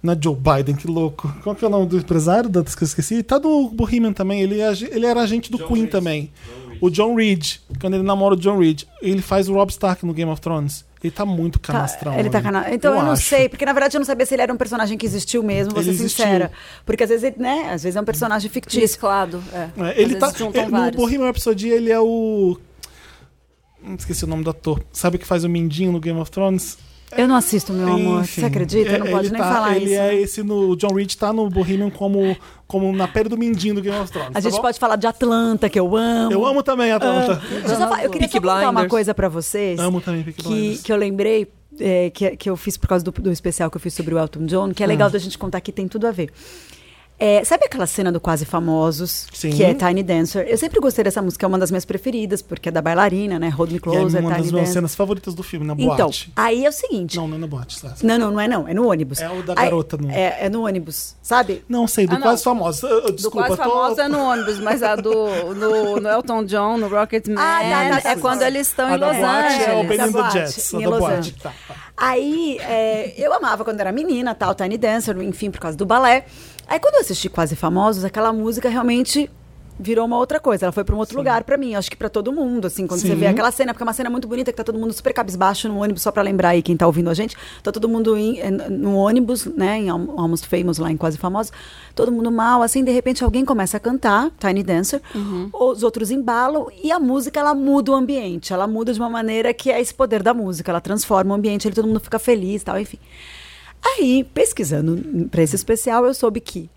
Não é Joe Biden, que louco. Qual que é o nome do empresário? Dantas que eu esqueci. Tá do Bohemian também. Ele, é ag- ele era agente do Queen também. o John Reed. Quando ele namora o John Reed, ele faz o Rob Stark no Game of Thrones. Ele tá muito
Tá,
canastrão.
ele tá
né?
cana... Então eu, não
acho.
sei, porque na verdade eu não sabia se ele era um personagem que existiu mesmo, vou
Ele
ser
existiu.
sincera. Porque às vezes, ele, né, às vezes é um personagem fictício.
Mesclado. É.
É,
Às
ele tá.
vezes juntam
ele- no
vários.
Bohemian Rhapsody, ele é o. Hum, Esqueci o nome do ator. Sabe o que faz o Mindinho no Game of Thrones?
Eu não assisto, meu amor.
Enfim,
Você acredita?
é,
não pode
ele
nem
tá-
falar
ele
isso. né?
é esse no. O John Reed tá no Bohemian como, como na pele do Mindinho do Game of Thrones.
A
tá
gente
bom?
pode falar de Atlanta, que eu amo. Ah.
Eu amo também, Atlanta.
Deixa eu, só falar- eu queria
Peaky
só contar uma
Blinders.
coisa pra vocês.
Amo também Peaky
que,
Blinders.
que eu lembrei, é, que, que eu fiz por causa do, do especial que eu fiz sobre o Elton John,
Ah.
que é legal da gente contar que tem tudo a ver. É, sabe aquela cena do Quase Famosos,
Sim.
que é Tiny Dancer? Eu sempre gostei dessa música, é uma das minhas preferidas, porque é da bailarina, né? Hold Me
Que é
Closer,
uma das
Tiny
minhas
Dancer.
cenas favoritas do filme, na
Então,
boate.
aí é o seguinte.
Não, não é na boate, sabe?
Não, não, não é não, é no ônibus.
É o da
Aí-
garota no-
É, é no ônibus, sabe?
Não sei, do
Ah, não.
Quase Famoso. Eu- eu- Desculpa,
do quase
tô-
famosa é no ônibus, mas a do no, no Elton John, no Rocketman,
Ah, tá, tá,
é
tá.
quando eles estão
A
em
da
Los
boate é o
Angeles.
Open in
Da
the
boate,
Jets. A
em
da
Los
boate.
Angeles.
Tá, tá.
Aí é, eu amava quando era menina, tal, Tiny Dancer, enfim, por causa do balé. Aí quando eu assisti Quase Famosos, aquela música realmente virou uma outra coisa. Ela foi pra um outro lugar pra mim, acho que pra todo mundo, assim, quando você
Sim.
vê aquela cena, porque é uma cena muito bonita que tá todo mundo super cabisbaixo no ônibus, só pra lembrar aí quem tá ouvindo a gente. Tá todo mundo em- eh, no ônibus, né, em Al- Almost Famous lá em Quase Famosos, todo mundo mal, assim, de repente alguém começa a cantar Tiny Dancer,
Uhum.
os outros embalam e a música ela muda o ambiente, ela muda de uma maneira que é esse poder da música, ela transforma o ambiente, ele todo mundo fica feliz, tal, enfim. Aí, pesquisando pra esse especial, eu soube que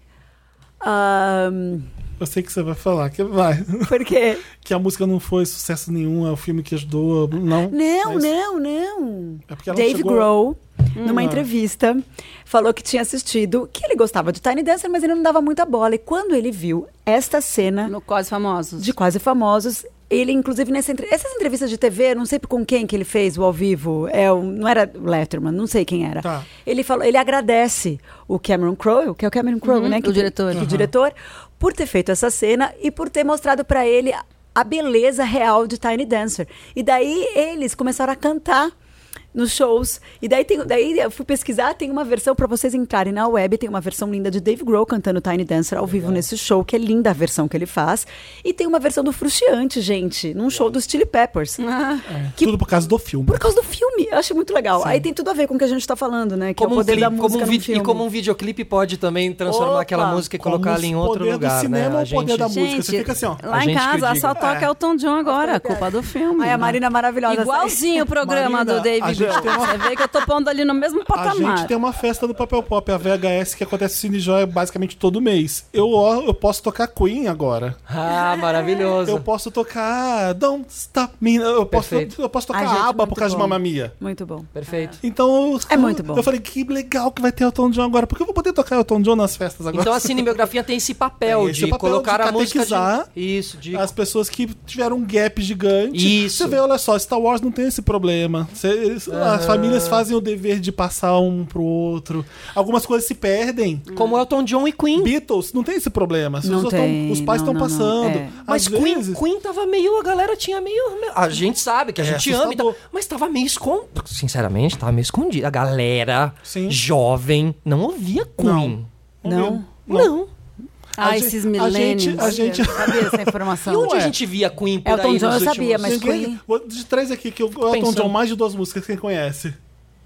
ah, ahn,
Eu sei que você vai falar, que vai.
porque
<laughs> Que a música não foi sucesso nenhum, é o filme que ajudou. Não,
Não,
É isso.
não, não.
É porque ela
Dave
chegou-
Grohl, numa
Hum.
Ah.
entrevista, falou que tinha assistido, que ele gostava de Tiny Dancer, mas ele não dava muita bola. E quando ele viu esta cena
No Quase Famosos.
de Quase Famosos, ele, inclusive, nessa entre- essas entrevistas de TV, não sei com quem que ele fez o ao vivo, é, o- não era o Letterman, não sei quem era.
Tá.
Ele falou, ele agradece o Cameron Crowe, que é o Cameron Crowe,
Uhum,
né? Que,
o diretor.
Que
Uhum.
diretor, por ter feito essa cena e por ter mostrado pra ele a- a beleza real de Tiny Dancer. E daí eles começaram a cantar nos shows. E daí, tem, daí eu fui pesquisar, tem uma versão pra vocês entrarem na web, tem uma versão linda de Dave Grohl cantando Tiny Dancer ao vivo nesse show, que é linda a versão que ele faz. E tem uma versão do Frustiante, gente, num show dos Chili Peppers.
Ah.
Que-
É, Tudo por causa do filme.
Por causa do filme, eu acho muito legal. Aí tem tudo a ver com o que a gente tá falando, né? Que é o poder da
clipe,
música
como um
num
vídeo-
filme.
E como um videoclipe pode também transformar
Opa!
aquela música e
Como
colocar ela em outro
poder do
lugar, né?
cinema ou
A
poder da
gente-
música, você fica assim, ó.
lá
A
em
gente que
casa
diga.
só
É,
toca Elton John agora, culpa do filme.
Ai, a Marina é maravilhosa.
Igualzinho o programa
Marina,
do
a
David
gente
Grohl.
tem uma-
Você vê que eu tô pondo ali no mesmo
Tá
A gente
patamar.
tem uma festa do papel pop, a VHS, que acontece no Cine Joia basicamente todo mês. Eu, ó, eu posso tocar Queen agora.
Ah, maravilhoso.
Eu posso tocar Don't Stop Me. Eu posso,
Perfeito.
eu posso tocar
é
Ai, gente,
ABBA por
muito
causa
bom.
de Mamma Mia.
Muito bom.
Perfeito.
Então,
É muito bom.
eu falei que legal que vai ter Elton John agora, porque eu vou poder tocar Elton John nas festas agora.
Então a cinebiografia tem esse papel
Tem esse
de
papel
colocar
de
a música
catequizar
de... Isso, de
As pessoas que tiveram um gap gigante.
Isso.
Você vê, olha só, Star Wars não tem esse problema. Cê- eles- ah, As famílias fazem o dever de passar um pro outro. Algumas coisas se perdem.
como Elton John e Queen.
Beatles não tem esse problema. As
Não
pessoas tão-
tem,
os pais
não,
estão
não, não.
passando.
É.
Mas
Às
Queen,
vezes-
Queen tava meio, a galera tinha meio. A gente sabe que a
É,
gente ama, e tal,
assustador.
mas tava meio escondido. Sinceramente, tava meio escondido. A galera
Sim.
jovem não ouvia Queen.
Não.
Não.
A
Ah,
gente-
esses
a
milênios.
gente- a gente-
Eu sabia essa
E
<laughs>
informação.
onde
Ué.
a gente via Queen por
Elton
aí
John
nos
eu
últimos...
sabia, mas-
Ninguém-
Queen-
Vou- De três aqui que o Elton
pensando.
John mais de duas músicas quem conhece.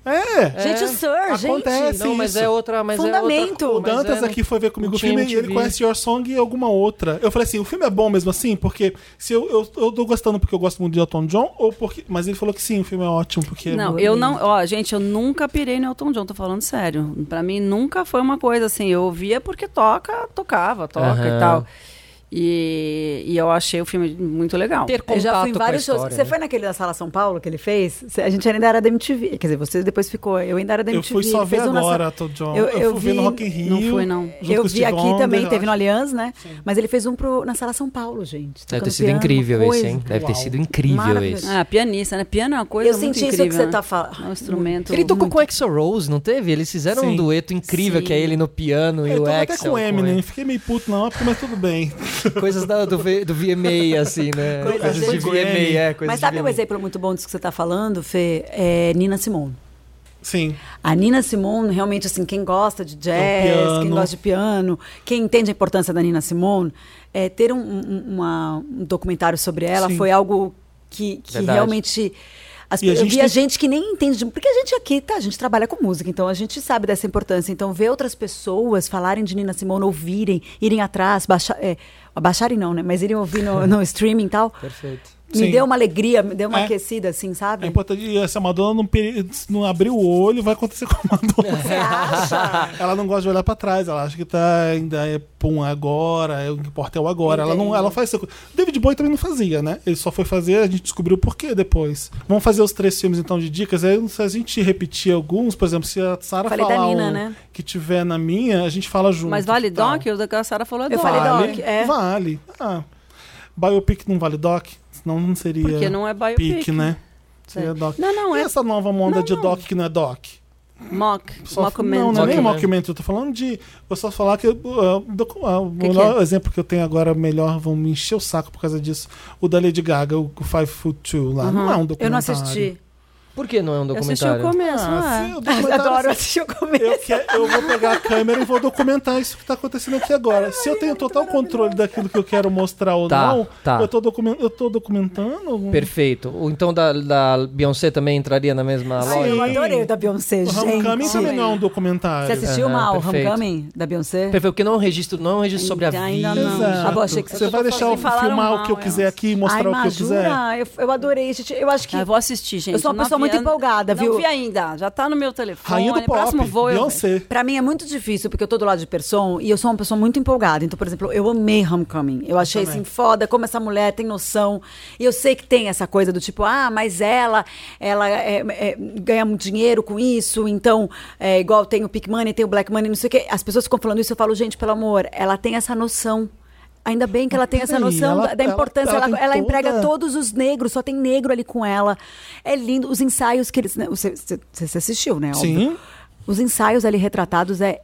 É.
Gente, o Sir,
Acontece.
gente.
Não, mas
isso.
é outra. Mas
Fundamento.
É outra,
O
O
mas
Dantas
é, não-
aqui foi ver comigo
não
o filme
tinha
e ele
MTV.
conhece Your Song e alguma outra. Eu falei assim, o filme é bom mesmo assim? Porque se eu, eu, eu tô gostando porque eu gosto muito de Elton John, ou porque. Mas ele falou que sim, o filme é ótimo, porque.
Não, eu não. Ó, gente, eu nunca pirei no Elton John, tô falando sério. Pra mim nunca foi uma coisa assim. Eu ouvia porque toca, tocava, toca
Aham.
e tal. E, e eu achei o filme muito legal.
Ter
Eu
contato
já fui em
com a
vários shows.
história,
Você
né?
foi naquele da Sala São Paulo que ele fez? Cê- A gente ainda era da MTV. Quer dizer, você depois ficou. Eu ainda era da
Eu
MTV.
fui só
ele fez
ver
um na
agora,
Sa-
Elton John. Eu, fui ver no Rock in Rio.
Não fui, não.
junto
eu
com o
vi
Steve
aqui
Wonder,
também,
eu
teve no
acho.
Allianz, né? Mas ele fez um pro, na Sala São Paulo, gente.
Deve
tocando
ter sido
piano, Tá uma
incrível esse,
coisa.
hein? Deve ter
Uau.
sido incrível
Maravilhoso.
esse.
Ah, pianista, né? Piano é uma coisa
Eu
muito
senti isso
incrível,
que você
né?
tá falando.
É um instrumento.
Ele tocou
muito-
com o Axel Rose, não teve? Eles fizeram um
Sim.
dueto incrível,
Sim.
que é ele no piano e
Eu
o
tava
Axel.
até com o
ele.
né?
Eminem, fiquei meio puto na época, mas tudo bem.
é. Coisas da- do, V- do VMA, assim, né?
Coisas
de
de
VMA, é, coisas
Mas sabe
de
um
VMA.
exemplo muito bom disso que você tá falando, Fê? É Nina Simone.
Sim.
A Nina Simone, realmente, assim, quem gosta de jazz,
piano.
quem gosta de piano, quem entende a importância da Nina Simone, é, ter um, um- uma- um documentário sobre ela
Sim.
foi algo que, que
Verdade.
realmente. As,
E a
eu
gente
vi a
tem-
gente que nem entende, de- porque a gente aqui, tá, a gente trabalha com música, então a gente sabe dessa importância. Então, ver outras pessoas falarem de Nina Simone, ouvirem, irem atrás, baixar, é, baixarem não, né? Mas irem ouvir no, <laughs> no streaming e tal,
Perfeito.
Sim.
me deu uma alegria, me deu uma
É.
aquecida, assim, sabe?
É importante. E essa Madonna não, peri- não abriu o olho, vai acontecer com a Madonna.
Você acha?
<laughs> Ela não gosta de olhar pra trás, ela acha que tá ainda é pum agora, é, o que importa é o agora. Ela não,
Entendo.
ela faz essa coisa. David Bowie também não fazia, né? Ele só foi fazer, a gente descobriu o porquê depois. Vamos fazer os três filmes então de dicas. Aí se a gente repetir alguns, por exemplo, se a Sara
Falei da
falar
Nina,
um
né?
que tiver na minha, a gente fala junto.
Mas vale
que tal?
doc? O da Sara falou é
Eu
doc.
falei
Vale,
doc, é.
Vale. Ah, biopic não vale doc? Senão não seria.
Porque não é biopic.
pic, né? Seria doc.
Não, não,
E
é
essa nova onda
Não,
de
não.
doc que não é doc?
mock.
Só-
Mockumentary.
Não, não é nem
Mockumentary.
mockumentary. Eu tô falando de. Vou só falar que. uh, docu- ah, o
Que
melhor
é?
que
exemplo que eu tenho agora, melhor, vão me encher o saco por causa disso. O da Lady Gaga, o Five Foot Two lá. Não é um documentário.
Uhum. Eu não assisti.
Por que não é um
Eu assisti o
documentário?
começo,
Ah,
ah,
sim, o
é? Eu
documentário-
adoro assistir o começo.
Eu, que- eu vou pegar a câmera e vou documentar isso que tá acontecendo aqui agora. Se eu tenho total controle daquilo que eu quero mostrar ou
Tá,
não,
tá.
Eu, tô documen- eu tô
um.
documentando.
Perfeito. Ou então da, da Beyoncé também entraria na mesma
Sim.
Ai, eu
lógica?
adorei o da Beyoncé,
O
gente.
Homecoming também não é um
Você
documentário.
assistiu
Aham,
mal o
perfeito.
Homecoming da Beyoncé?
Perfeito, porque não é um registro, não é um registro sobre a vida.
Ainda não.
Exato.
Ah, bom, achei que você
você vai
falou-
deixar eu
me falaram
filmar o que eu
mal,
quiser
Elsa.
aqui e mostrar
Ai,
o que eu
mas
quiser?
jura? Eu, eu adorei, gente. Eu acho que.
Ah, eu vou assistir, gente.
Eu sou uma
Não
pessoa muito
vi-
empolgada, viu?
Não vi ainda. Já tá no meu telefone.
Rainha do
Próximo
pop,
voo eu-
Beyoncé.
Pra mim é muito difícil, porque eu tô do lado de Person e eu sou uma pessoa muito empolgada. Então, por exemplo, eu amei Homecoming. Eu achei
também.
assim foda como essa mulher tem noção. E eu sei que tem essa coisa do tipo, ah, mas ela, ela é, é, ganha muito dinheiro com isso, então, é, igual tem o Pink Money, tem o Black Money, não sei o quê. As pessoas ficam falando isso, eu falo, gente, pelo amor, ela tem essa noção. Ainda bem que ela tem essa
Peraí,
noção
ela-
da- da
ela-
importância.
ela
Ela,
tem
ela emprega
toda-
todos os negros, só tem negro ali com ela. É lindo. Os ensaios que eles. né, Você, você- você assistiu, né? Óbvio.
Sim.
Os ensaios ali retratados é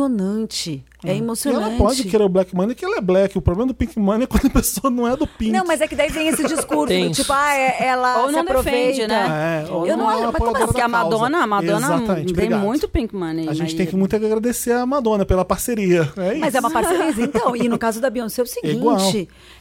emocionante. É,
Hum. E
emocionante.
ela pode querer o Black Money, que ela é black. O problema do Pink Money é quando a pessoa não é do Pink.
Não, mas é que daí vem esse discurso, do
Tenso.
tipo, ah, é- ela
Ou
se
não
aproveita.
defende, né?
É, ou
Eu não
é
acho-
uma
mas como assim?
apoiadora
Porque
da
a Madonna, a
causa.
Madonna
Exatamente,
tem
obrigado.
muito Pink Money.
A gente
mas-
tem que muito agradecer a Madonna pela parceria. É
Mas
isso.
é uma parceria, então. E no caso da Beyoncé
<laughs>
é o seguinte:
Igual.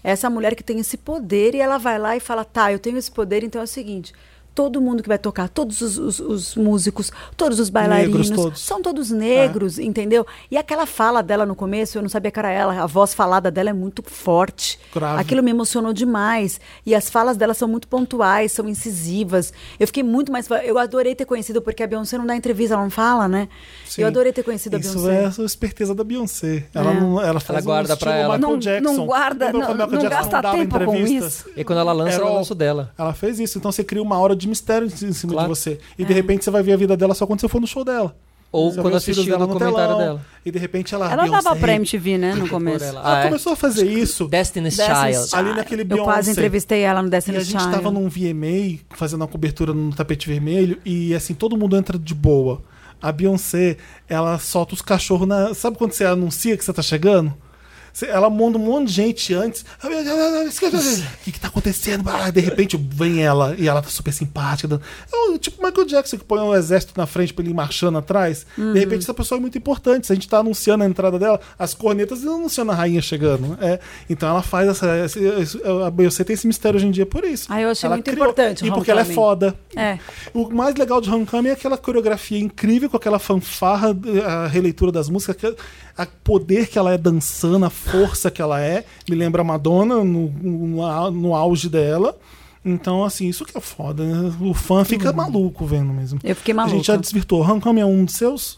essa mulher que tem esse poder e ela vai lá e fala: tá, eu tenho esse poder, então é o seguinte. Todo mundo que vai tocar, todos os, os- os músicos, todos os bailarinos,
Negros, todos. É.
são todos negros, entendeu? E aquela fala dela no começo, eu não sabia que era ela, a voz falada dela é muito forte.
Grave.
Aquilo me emocionou demais. E as falas dela são muito pontuais, são incisivas. Eu fiquei muito mais. fa- Eu adorei ter conhecido, porque a Beyoncé não dá entrevista, ela não fala, né?
Sim.
Eu adorei ter conhecido a
Isso
Beyoncé.
é a esperteza da Beyoncé. Ela, não, ela, faz um
guarda
estilo
pra ela.
Michael
É. Não-
Jackson.
não guarda,
Lembra
não-
quando o Michael
não
Jackson
gasta
dava
tempo com
entrevistas?
isso.
E quando ela lança,
Era
ela
o-
lança o dela.
Ela fez isso, então você cria uma aura de mistério em cima
Claro.
de você. E de repente você vai ver a vida dela só quando você for no show dela.
Ou
Você vai
quando
ver os filhos
assistiu o
no
documentário
telão,
dela.
E de repente ela.
Ela dava
Beyoncé.
pra MTV, né, no começo.
Ela,
Ela
ah, é.
começou a fazer isso
Destiny's
Destiny's
Child.
Child.
ali naquele
Eu
Beyoncé.
quase entrevistei ela no
E
Destiny
a gente
Child.
tava num VMA, fazendo uma cobertura no tapete vermelho, e assim, todo mundo entra de boa. A Beyoncé, ela solta os cachorros na. Sabe quando você anuncia que você tá chegando? Cê- Ela manda um monte de gente antes. "Ah, meu Deus, ah, esquece, esquece. O que, que tá acontecendo? Ah, de repente vem ela e ela tá super simpática. dando- É o tipo Michael Jackson que põe um exército na frente pra ele ir marchando atrás.
Uhum.
De repente essa pessoa é muito importante. Se a gente tá anunciando a entrada dela, as cornetas anunciando a rainha chegando. né? É, então ela faz essa. esse- esse- a Beyoncé tem esse mistério hoje em dia por isso.
Ah, eu achei
Ela
muito importante o
E porque ela é
Homecoming.
foda.
É.
O mais legal de Homecoming é aquela coreografia incrível com aquela fanfarra, eh, a releitura das músicas, que- a poder que ela é dançando, a força que ela é. Me lembra a Madonna no, no, au- no auge dela. Então, assim, isso que é foda, né? O fã fica maluco vendo mesmo.
Uhum. Eu fiquei
A gente já
maluca.
desvirtuou. Homecoming é um dos seus?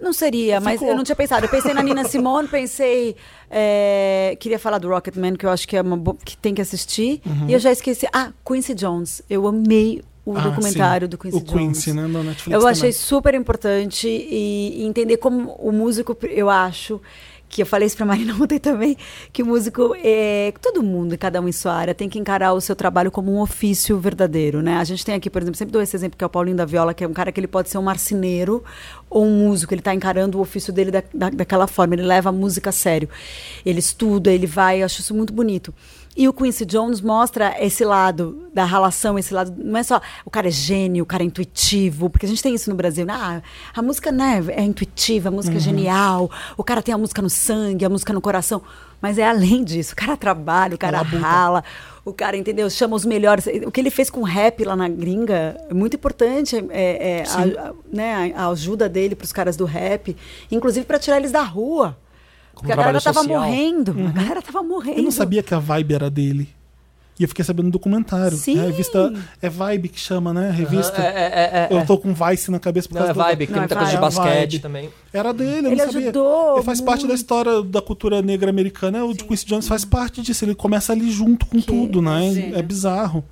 Não seria, mas
Ficou.
eu não tinha pensado. Eu pensei na Nina Simone, pensei. é, queria falar do Rocketman, que eu acho que, é uma bo- que tem que assistir. E eu já esqueci. Ah, Quincy Jones. Eu amei o
Uhum. Ah,
documentário
sim.
do Quincy
O
Jones.
Quincy, né? Da Netflix
Eu achei
também.
super importante e, e entender como o músico, eu acho, que eu falei isso pra Marina <laughs> ontem também, que o músico, é, todo mundo, cada um em sua área, tem que encarar o seu trabalho como um ofício verdadeiro, né? A gente tem aqui, por exemplo, sempre dou esse exemplo, que é o Paulinho da Viola, que é um cara que ele pode ser um marceneiro ou um músico, ele tá encarando o ofício dele da- da- daquela forma, ele leva a música a sério. Ele estuda, ele vai, eu acho isso muito bonito. E o Quincy Jones mostra esse lado da relação, esse lado. Não é só o cara é gênio, o cara é intuitivo, porque a gente tem isso no Brasil, né? Ah, a música né, é intuitiva, a
Uhum.
música é genial, o cara tem a música no sangue, a música no coração. Mas é além disso, o cara trabalha, o cara
é
rala, o cara, entendeu? Chama os melhores. O que ele fez com o rap lá na gringa é muito importante, é, é, a, a- né, a ajuda dele para os caras do rap, inclusive para tirar eles da rua. Porque a galera tava
trabalho social.
morrendo. A galera tava morrendo.
Uhum. Eu não sabia que a vibe era dele. E eu fiquei sabendo no documentário.
Sim.
É a revista. É Vibe que chama, né? A revista.
É, é, é, é.
Eu tô com Vice na cabeça por
Não, é
causa
vibe, que
do...
tem
Não, é
muita coisa de
vibe.
basquete
Vibe.
também.
Era dele, eu
Ele
não sabia.
ajudou
Ele faz parte da história da cultura negra americana. O Quincy Jones
Uhum.
faz parte disso. Ele começa ali junto com tudo, né? É bizarro.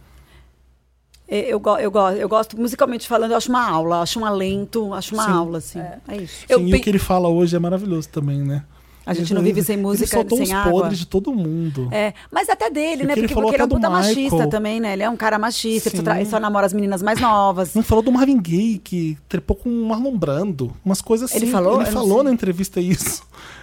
É, Eu, go- eu, go- eu gosto, musicalmente falando, eu acho uma aula, acho um alento, acho uma aula, assim. É, isso.
Eu
Sim, e
pe-
o que ele fala hoje é maravilhoso também, né?
A gente não vive sem música,
Ele soltou
sem
os
água.
podres de todo mundo.
É, mas até dele,
E
né?
que ele
Porque,
falou
porque ele é um
até do
puta machista
Michael.
também, né? Ele é um cara machista, ele só,
Sim.
tra- ele só namora as meninas mais novas.
Não falou do Marvin Gaye, que trepou com o Marlon Brando. Umas coisas assim.
Ele falou?
Ele
Eu não
falou
sei.
na entrevista isso.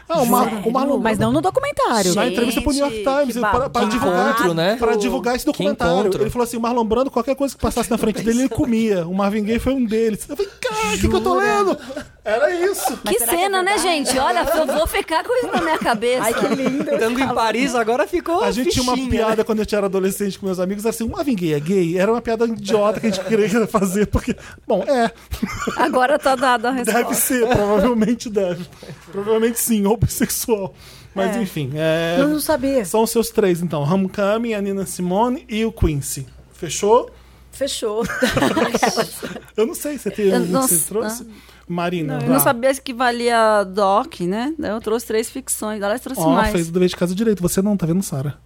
Ah, o, Mar o Marlon
Mas não no documentário.
Na entrevista pro New
que
York Times, para, para
babado.
divulgar,
encontro, né?
para divulgar esse documentário.
encontro.
Ele falou assim: o Marlon Brando, qualquer coisa que passasse na frente dele, ele comia. O Marvin Gaye foi um deles. Eu falei, cara, o que, que eu tô lendo? Era isso.
Que cena, né, gente? Olha, eu vou ficar com isso na minha cabeça. Ai, que lindo.
Tango em Paris agora ficou
A gente tinha uma
fichinha,
piada
né?
quando eu era adolescente com meus amigos, era assim, o Marvin Gaye é gay? Era uma piada idiota que a gente queria <laughs> fazer, porque, bom, é,
Agora tá dada a
deve
resposta.
ser, provavelmente deve. Provavelmente sim, ou bissexual. Mas enfim, é,
Eu não sabia.
são os seus três, então, Ramkami, a Nina Simone e o Quincy. Fechou?
Fechou.
Eu não sei, você tem
Eu
algum
não
que você
s-
trouxe? Marina.
Eu
vá.
não sabia que valia doc, né? Daí Eu trouxe três ficções, aliás, trouxe
Ó,
mais.
fez o dever de casa direito. Você não, tá vendo, Sara?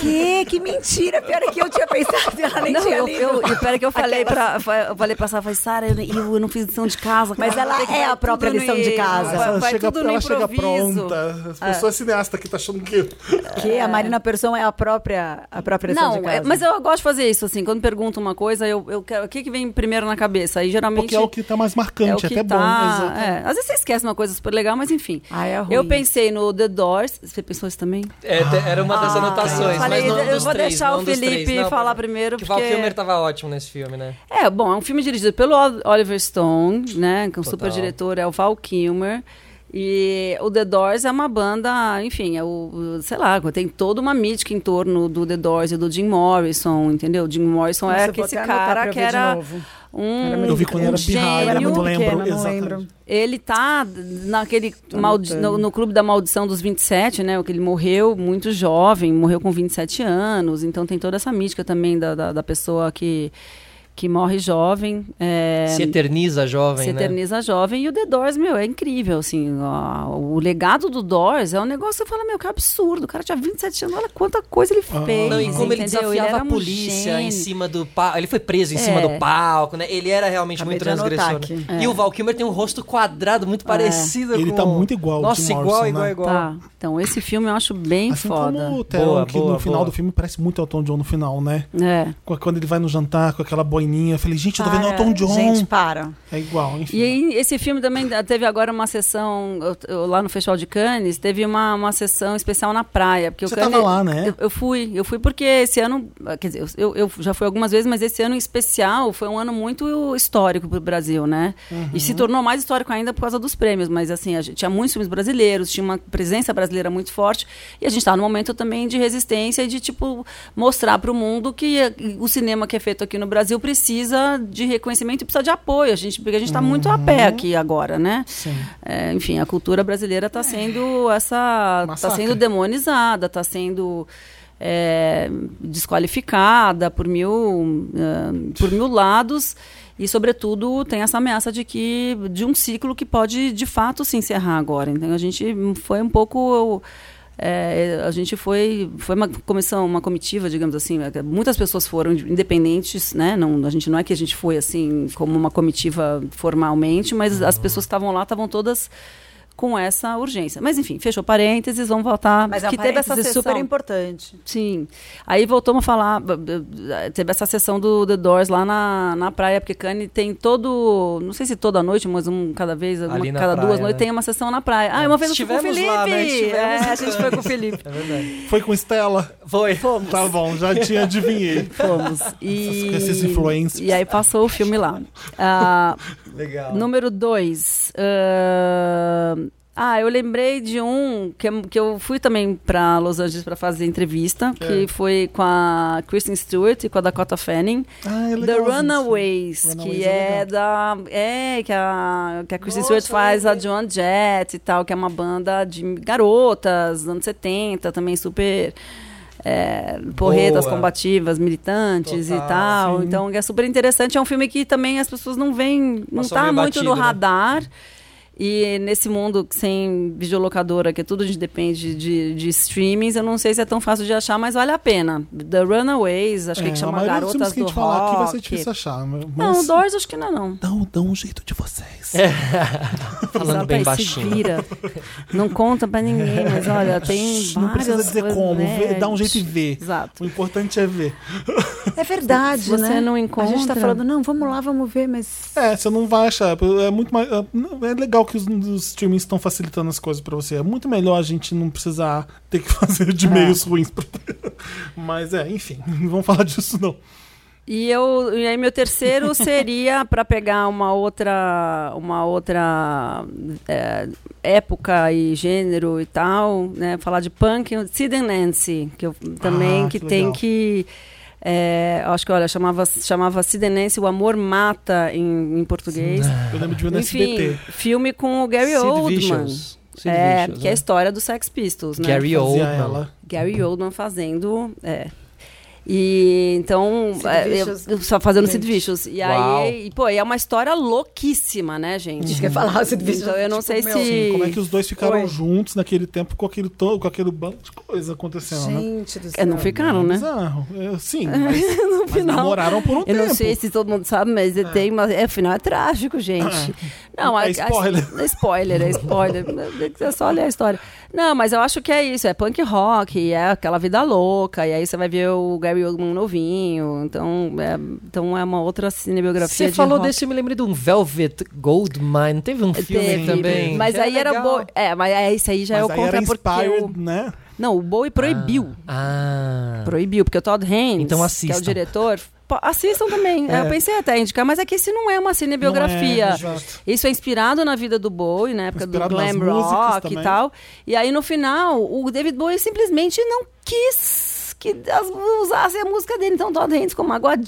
que? Que mentira. Pior é que eu tinha pensado. Ela <laughs> nem
Não,
tinha
eu,
lido.
eu, e pera que eu falei pra, fa- eu falei pra Sara, falei, Sara, eu, eu não fiz lição de casa.
<laughs> Mas
cara,
ela
tem que
é
vai
a própria
tudo
lição de casa.
Vai, vai
chega,
tudo no
ela chega
improviso. É.
pronta. As pessoas cineastas aqui tá achando que.
Que a Marina Persson é a própria, a própria lição de
Não,
casa.
é- mas eu gosto de fazer isso, assim, quando pergunto uma coisa, eu, eu quero, o que que vem primeiro na cabeça? Aí geralmente...
Porque é o que tá mais marcante,
é o que
até
tá,
bom. exato.
é. Às vezes você esquece uma coisa super legal, mas enfim.
Ah, é ruim.
eu pensei no The Doors. Você pensou isso também?
É, te- era uma das anotações,
eu Ah, tá. falei,
mas não
eu
dos
vou
três,
deixar
não
o
dos
Felipe
três, não,
falar
pera-
primeiro,
Que
porque-
Val Kilmer tava ótimo nesse filme, né?
É, bom, é um filme dirigido pelo Ol- Oliver Stone, né? Que é um
Total.
super diretor, é o Val Kilmer. E o The Doors é uma banda, enfim, é o, o- sei lá, tem toda uma mítica em torno do The Doors e do Jim Morrison, entendeu? Jim Morrison
Nossa,
é
eu vou
esse
até anotar pra
cara
eu
que
ver de
era
novo.
um
Hum,
Eu vi quando era
um
pirralho, eu
gênio.
não
pequena,
lembro.
não
exatamente.
lembro.
Ele tá naquele
Tá
maldi- no, no clube da maldição dos 27, né? Que ele morreu muito jovem, morreu com 27 anos. Então tem toda essa mística também da, da, da pessoa que, que morre jovem. é,
Se eterniza jovem,
se
né?
eterniza jovem. E o The Doors, meu, é incrível, assim. ó, o legado do Doors é um negócio que você fala, meu, que absurdo. O cara tinha 27 anos, olha quanta coisa ele
Ah.
fez.
Não, e como ele
entendeu?
desafiava
era
a
um
polícia em
gênio.
cima do palco. Ele foi preso em cima
É.
do palco, né? Ele era realmente
Acabei
muito
de anotar
transgressor.
aqui.
né? E o Val Kilmer tem um rosto quadrado
É.
muito parecido
Ele
com...
tá muito igual ao
Nossa,
Jim
igual,
Morrison,
igual,
né?
igual.
Tá, então esse filme eu acho bem
Assim
foda.
como o Theron,
Boa,
que
boa,
no final
boa.
do filme parece muito Elton John no final, né?
É.
Com- Quando ele vai no jantar com aquela boina moininha. Eu falei, gente, eu tô vendo
Para,
Elton John.
Gente, para.
É igual, enfim.
E aí, esse filme também da- teve agora uma sessão eu- eu- lá no Festival de Cannes, teve uma, uma sessão especial na praia. Porque
Você
o Cannes,
tava lá, né?
Eu, eu fui, eu fui porque esse ano, ah, quer dizer, eu, eu já fui algumas vezes, mas esse ano em especial foi um ano muito histórico para o Brasil, né? E se tornou mais histórico ainda por causa dos prêmios, mas assim, a gente, tinha muitos filmes brasileiros, tinha uma presença brasileira muito forte, e a gente tá num momento também de resistência e de, tipo, mostrar para o mundo que eh, o cinema que é feito aqui no Brasil precisa de reconhecimento e precisa de apoio, a gente, porque a gente está muito a pé aqui agora, né?
Sim.
É, enfim, a cultura brasileira está sendo essa, tá
Massacre.
sendo demonizada, está sendo é, desqualificada por mil, é, por mil lados e, sobretudo, tem essa ameaça de que de um ciclo que pode de fato se encerrar agora. Então a gente foi um pouco é, a gente foi foi uma comissão uma comitiva digamos assim muitas pessoas foram independentes né não a gente não é que a gente foi assim como uma comitiva formalmente mas
Uhum.
as pessoas que estavam lá estavam todas com essa urgência mas enfim fechou parênteses vamos voltar
Mas é um
que teve essa
parêntese
sessão.
super importante.
Sim. Aí voltamos a falar. b- b- Teve essa sessão do The Doors lá na, na praia, porque Cannes tem todo. Não sei se toda noite, mas um cada vez, uma,
Ali na
cada duas
praia,
noites,
né?
tem uma sessão na praia. Ah, uma vez eu fui com o Felipe!
Estivemos lá, né? Estivemos
É,
em
a gente foi com o Felipe.
É verdade.
Foi com Estela.
Foi.
Tá bom, já tinha adivinhei.
<laughs> Fomos.
Essas-
E,
esses influencers.
e aí passou o filme lá. Ah,
Legal.
Número 2. ah, eu lembrei de um que, que eu fui também pra Los Angeles pra fazer entrevista,
É.
que foi com a Kristen Stewart e com a Dakota Fanning.
Ah, é
The
legal, gente.
Runaways,
Runaways
que
é
é,
legal.
da. É, que a, que a Kristen
Nossa,
Stewart faz a
olha.
Joan Jett e tal, que é uma banda de garotas, dos anos 70, também super. é, porretas
Boa.
combativas, militantes
Total,
e tal.
sim.
Então é super interessante. É um filme que também as pessoas não veem, não
Passou
tá
meio
muito
batido,
no
né?
radar. E nesse mundo sem videolocadora, que é tudo de- depende de, de streamings, eu não sei se é tão fácil de achar, mas vale a pena. The Runaways, acho
É,
que
a
chama
maioria dos filmes
Garotas
que a
do
gente falar aqui vai ser
Rock.
difícil achar. Mas
Não, o Doors acho que
<laughs>
não é não.
dão, dão um jeito de vocês.
Falando
Exato,
bem
tá aí se
baixinho.
vira. Não conta pra ninguém, mas olha, tem
Não
várias
precisa dizer
coisas,
como,
né?
vê- dá um jeito e vê.
Exato.
O importante é ver.
É verdade,
Se você
né?
não
A gente tá
encontra-
falando, não, vamos lá, vamos ver, mas...
É, você não vai achar. É muito mais. é, não, É legal que os, os streamings estão facilitando as coisas pra você. É muito melhor a gente não precisar ter que <laughs> fazer
É.
de meios ruins. pra- Mas é, enfim, <laughs> não vamos falar disso não.
E eu, e aí meu
<laughs>
terceiro seria para pegar uma outra, uma outra é, época e gênero e tal, né? Falar de punk, o Sid and Nancy, que eu também
Ah,
que,
que
tem
legal.
que é, acho que olha chamava chamava Sid and Nancy, o amor mata em, em português.
Eu lembro de um ver no
Enfim,
SBT.
filme com o Gary
Sid
Oldman.
Vicious. Sid
é,
Vicious,
que é a
né?
história do Sex Pistols, né?
Gary
Fazia
Oldman.
ela.
Gary Oldman fazendo. É. E então.
Sid
é, eu-
Vicious.
eu só fazendo Sid
Gente.
Vicious. E
Uau.
aí. E, pô, e é uma história louquíssima, né, gente?
Isso que eu ia falar, o Sid Vicious,
Então, eu não
tipo,
sei
meu.
se.
Sim, como é que os dois ficaram
Oi.
juntos naquele tempo com aquele, to- com aquele bando de coisa acontecendo, né?
Gente do céu.
É, não ficaram, né?
Bizarro. É, sim, mas,
<laughs> No
mas namoraram por um
Eu
tempo.
não sei se todo mundo sabe, mas ele tem uma. É, o final é trágico, gente. Não,
É
a- a-
spoiler.
é spoiler, é spoiler. É só ler a história. Não, mas eu acho que é isso. É punk rock, é aquela vida louca. E aí você vai ver o Gary Oldman novinho. Então é, então é uma outra cinebiografia
Você
de
falou
rock.
desse, eu me lembrei de um Velvet Goldmine. Teve um filme
Teve,
também.
Mas
que
aí era
legal.
boa. É, mas é isso aí já é o
Mas aí
contra
era
porque
inspired,
o-
né?
Não, o Bowie proibiu.
Ah.
Proibiu, porque o Todd Haynes,
Então
que é
assistam.
o diretor, pô, assistam também. Eu pensei até em indicar, mas é que isso não é uma cinebiografia.
Não é, exato.
isso é inspirado na vida do Bowie, na época
Inspirado
do
nas
glam
músicas
rock
também.
e tal. E aí no final, o David Bowie simplesmente não quis que as, usassem a música dele. Então o Todd Haynes ficou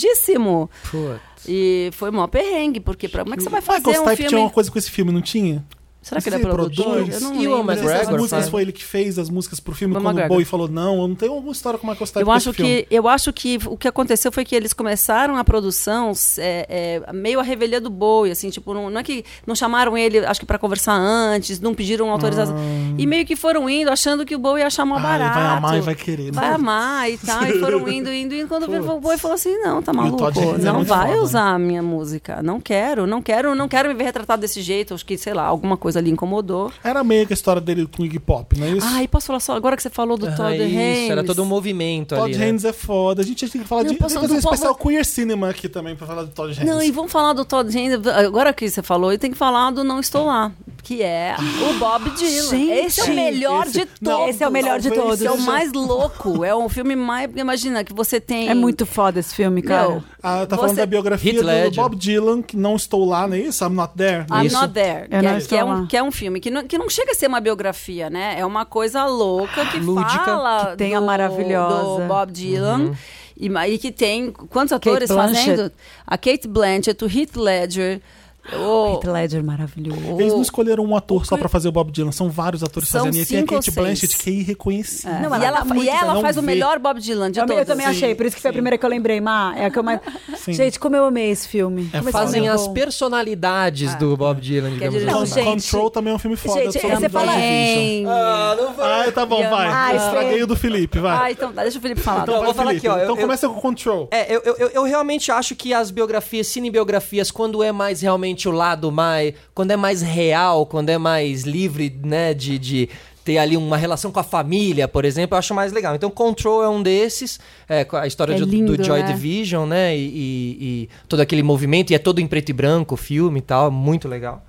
magoadíssimo.
Putz.
E foi mó perrengue, porque pra, como é que você vai
Michael
fazer um
Stipe
filme...
tinha uma coisa com esse filme, não tinha?
Será que ele é
Sim,
produtor?
produz.
Eu não
Ewan
lembro.
Mas as
McGregor,
músicas
sabe?
foi ele que fez as músicas pro filme
Foi
quando o
McGregor.
Bowie falou não, eu não tenho alguma história com o Michael Stipe
Eu
com
acho,
esse filme.
que, eu acho que o que aconteceu foi que eles começaram a produção é, é, meio a revelia do boi, assim, tipo, não, não é que não chamaram ele, acho que para conversar antes, não pediram autorização. E meio que foram indo, achando que o boi ia achar mó
Ah, ele
barato.
Ah. vai amar e vai querer.
Vai
né?
amar e tal, e foram
<laughs>
indo, indo, indo. Quando viram, o boi falou assim: não, tá maluco,
Todd Haynes é
não
muito
vai
foda,
usar a minha música. Não quero, não quero, não quero me ver retratado desse jeito. Acho que, sei lá, alguma coisa coisa ali incomodou.
Era meio que a história dele com o Iggy Pop, não é isso?
Ai, posso falar só agora que você falou do
Ah,
Todd
isso,
Haynes?
era todo um movimento
Todd
ali. né?
Haynes é foda. A gente tem que falar
Não,
de.
posso-
Vamos fazer um
não posso-
especial Queer Cinema aqui também pra falar do Todd Haynes.
Não, e vamos falar do Todd Haynes. Agora que você falou, e tem que falar do Não Estou Lá, que é o Bob Dylan.
Gente,
esse é o melhor
esse-
de todos.
não,
Esse é o melhor de todos.
talvez
Esse é o
seja-
mais louco. É um filme mais. Imagina que você tem.
É muito foda esse filme, cara.
Não,
Ah, tá
Você-
falando da biografia
Heath
do
Ledger.
Bob Dylan, que não estou lá, não é isso? I'm not there.
I'm
Isso.
Not There.
Eu
que,
não
é, que
estou
é
lá.
um, que é um filme que não, que não chega a ser uma biografia, né? É uma coisa louca que
Lúdica,
fala.
que tem a
do-
maravilhosa.
Do Bob Dylan.
Uhum.
E, ma- e que tem. Quantos atores
Blanchett.
fazendo? A Kate Blanchett, o Heath Ledger. o-
Heath Ledger maravilhoso.
é Eles não escolheram um ator só pra fazer o Bob Dylan, são vários atores
São
fazendo. E tem a
cinco ou
Kate
seis.
Blanchett, que é irreconhecível.
É.
Não,
e
ela
ela,
tá muito,
e ela
não
faz o
vê.
melhor Bob Dylan de
Eu,
todos. assim.
eu também
Sim,
achei, por isso que foi a
sim.
primeira que eu lembrei. Ma, é a que eu mais...
Sim.
Gente, como eu amei esse filme.
É
Como esse
Fazem
filme é
as
bom.
personalidades
Ah,
do Bob Dylan, digamos
dizer,
assim.
Não,
Con-
gente.
Control também é um filme foda.
Gente,
sobre
você
John
fala-
Fiction.
Também.
Ai, tá bom, vai.
Ai,
Eu Estraguei
Fê.
o do Felipe, vai.
Ah, então tá, deixa o Felipe falar.
então
não,
vai,
vou falar
Felipe.
aqui, ó, eu-
Então
eu-
começa com Control.
É, eu, eu, eu- eu realmente acho que as biografias, cinebiografias, quando é mais realmente o lado mais. Quando é mais real, quando é mais livre, né, de. de ter ali uma relação com a família, por exemplo, eu acho mais legal. Então, Control é um desses, é, com a história
É
de-
lindo,
do Joy
né?
Division, né, e, e- e todo aquele movimento, e é todo em preto e branco, o filme e tal, muito legal.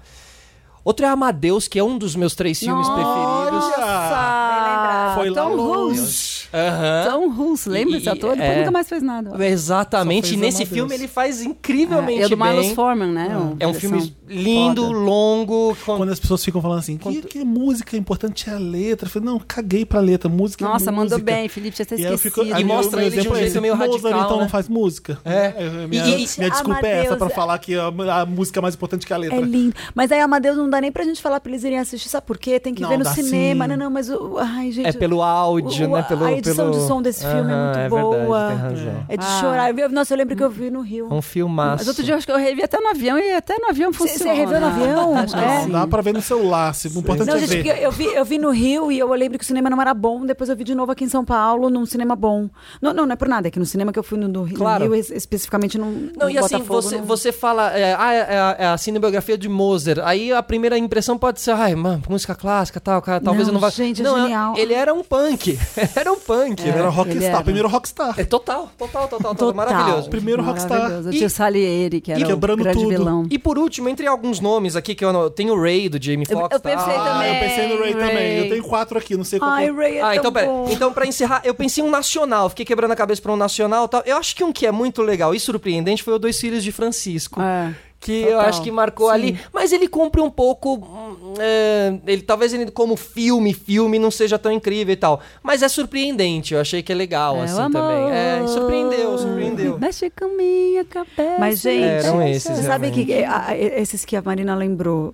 Outro é Amadeus, que é um dos meus três filmes preferidos.
Nossa!
Foi lá
Tom
longe.
Hulse.
Aham.
Tom Hulse, lembra esse
E-
ator? Depois
é.
nunca mais fez nada.
Exatamente,
Só
e
fez
nesse
Amadeus.
filme ele faz
É,
incrivelmente
é o do Milos
bem.
Forman, né? O-
É um filme
direção.
lindo,
Foda.
longo. com-
Quando as pessoas ficam falando assim, que, que música importante é a letra? Eu falei, não, caguei pra letra, música é
Nossa, mandou
música.
bem, Felipe, tinha até
E aí eu
esquecido.
fico- aí
E
meu-
mostra
meu
ele de um
exemplo é
jeito
esse.
meio
Mozart,
radical,
então
né?
não faz música.
É.
minha,
E- e-
minha desculpa é essa
Amadeus
pra
é-
falar que a, a música é mais importante que a letra.
É lindo. Mas aí Amadeus não dá nem pra gente falar pra eles irem assistir, sabe por quê? Tem que
Não,
ver no
dá
cinema.
sim.
Não, não, mas o. Ai, gente.
É pelo áudio,
o-
né? Pelo,
a edição
pelo...
de som desse filme é
Aham,
muito
é
boa.
Verdade, tem razão.
É de
Ah.
chorar. Eu- Nossa, eu lembro que eu vi no Rio.
É um filmaço.
Mas outro dia eu acho que eu revi até no avião e até no avião
Você
funciona.
você reviu no avião?
Não,
É.
dá pra ver no celular, se o importante
Não,
é
gente,
ver.
porque eu vi, eu vi no Rio e eu lembro que o cinema não era bom. Depois eu vi de novo aqui em São Paulo, num cinema bom. Não, não, não é por nada. É que no cinema que eu fui no, no Rio-
Claro.
no Rio, es- especificamente no,
Não,
no
e assim,
Botafogo,
você,
no-
você fala, é, ah, é, é a- é a cinebiografia de Moser. Aí a primeira impressão pode ser, ai, mano, música clássica, tal, cara, talvez
Não,
eu não vá.
gente, é
não,
genial. É,
Ele era um punk. <laughs> era um punk.
Ele era
né?
rockstar,
ele era.
primeiro rockstar.
É total, total, total, total,
Total.
Maravilhoso.
Primeiro rockstar.
Maravilhoso. Eu
E-
tinha o Salieri, que era o
quebrando
grande
tudo.
vilão.
E por último, entre alguns nomes aqui que eu não... Tem o Ray, do Jamie
Eu-
Foxx.
eu pensei
tal.
Ah, eu pensei no Ray,
Ray.
também. Eu tenho quatro aqui, não sei qual.
Ai,
que-
Ray, é
Ah, então
tão
pera.
bom.
Então, pra encerrar, eu pensei em um nacional. Fiquei quebrando a cabeça pra um nacional e tal. Eu acho que um que é muito legal e surpreendente foi o Dois Filhos de Francisco.
É,
Que eu
total.
acho que marcou ali. Mas ele cumpre um pouco. hum, é, ele, talvez ele, como filme, filme, não seja tão incrível e tal. Mas é surpreendente. Eu achei que é legal,
É,
assim,
o amor.
também. É, e surpreendeu, surpreendeu. É,
Mexe com minha cabeça.
Ah. Mas, gente,
Eram esses,
você sabe que que- a- a- esses que a Marina lembrou?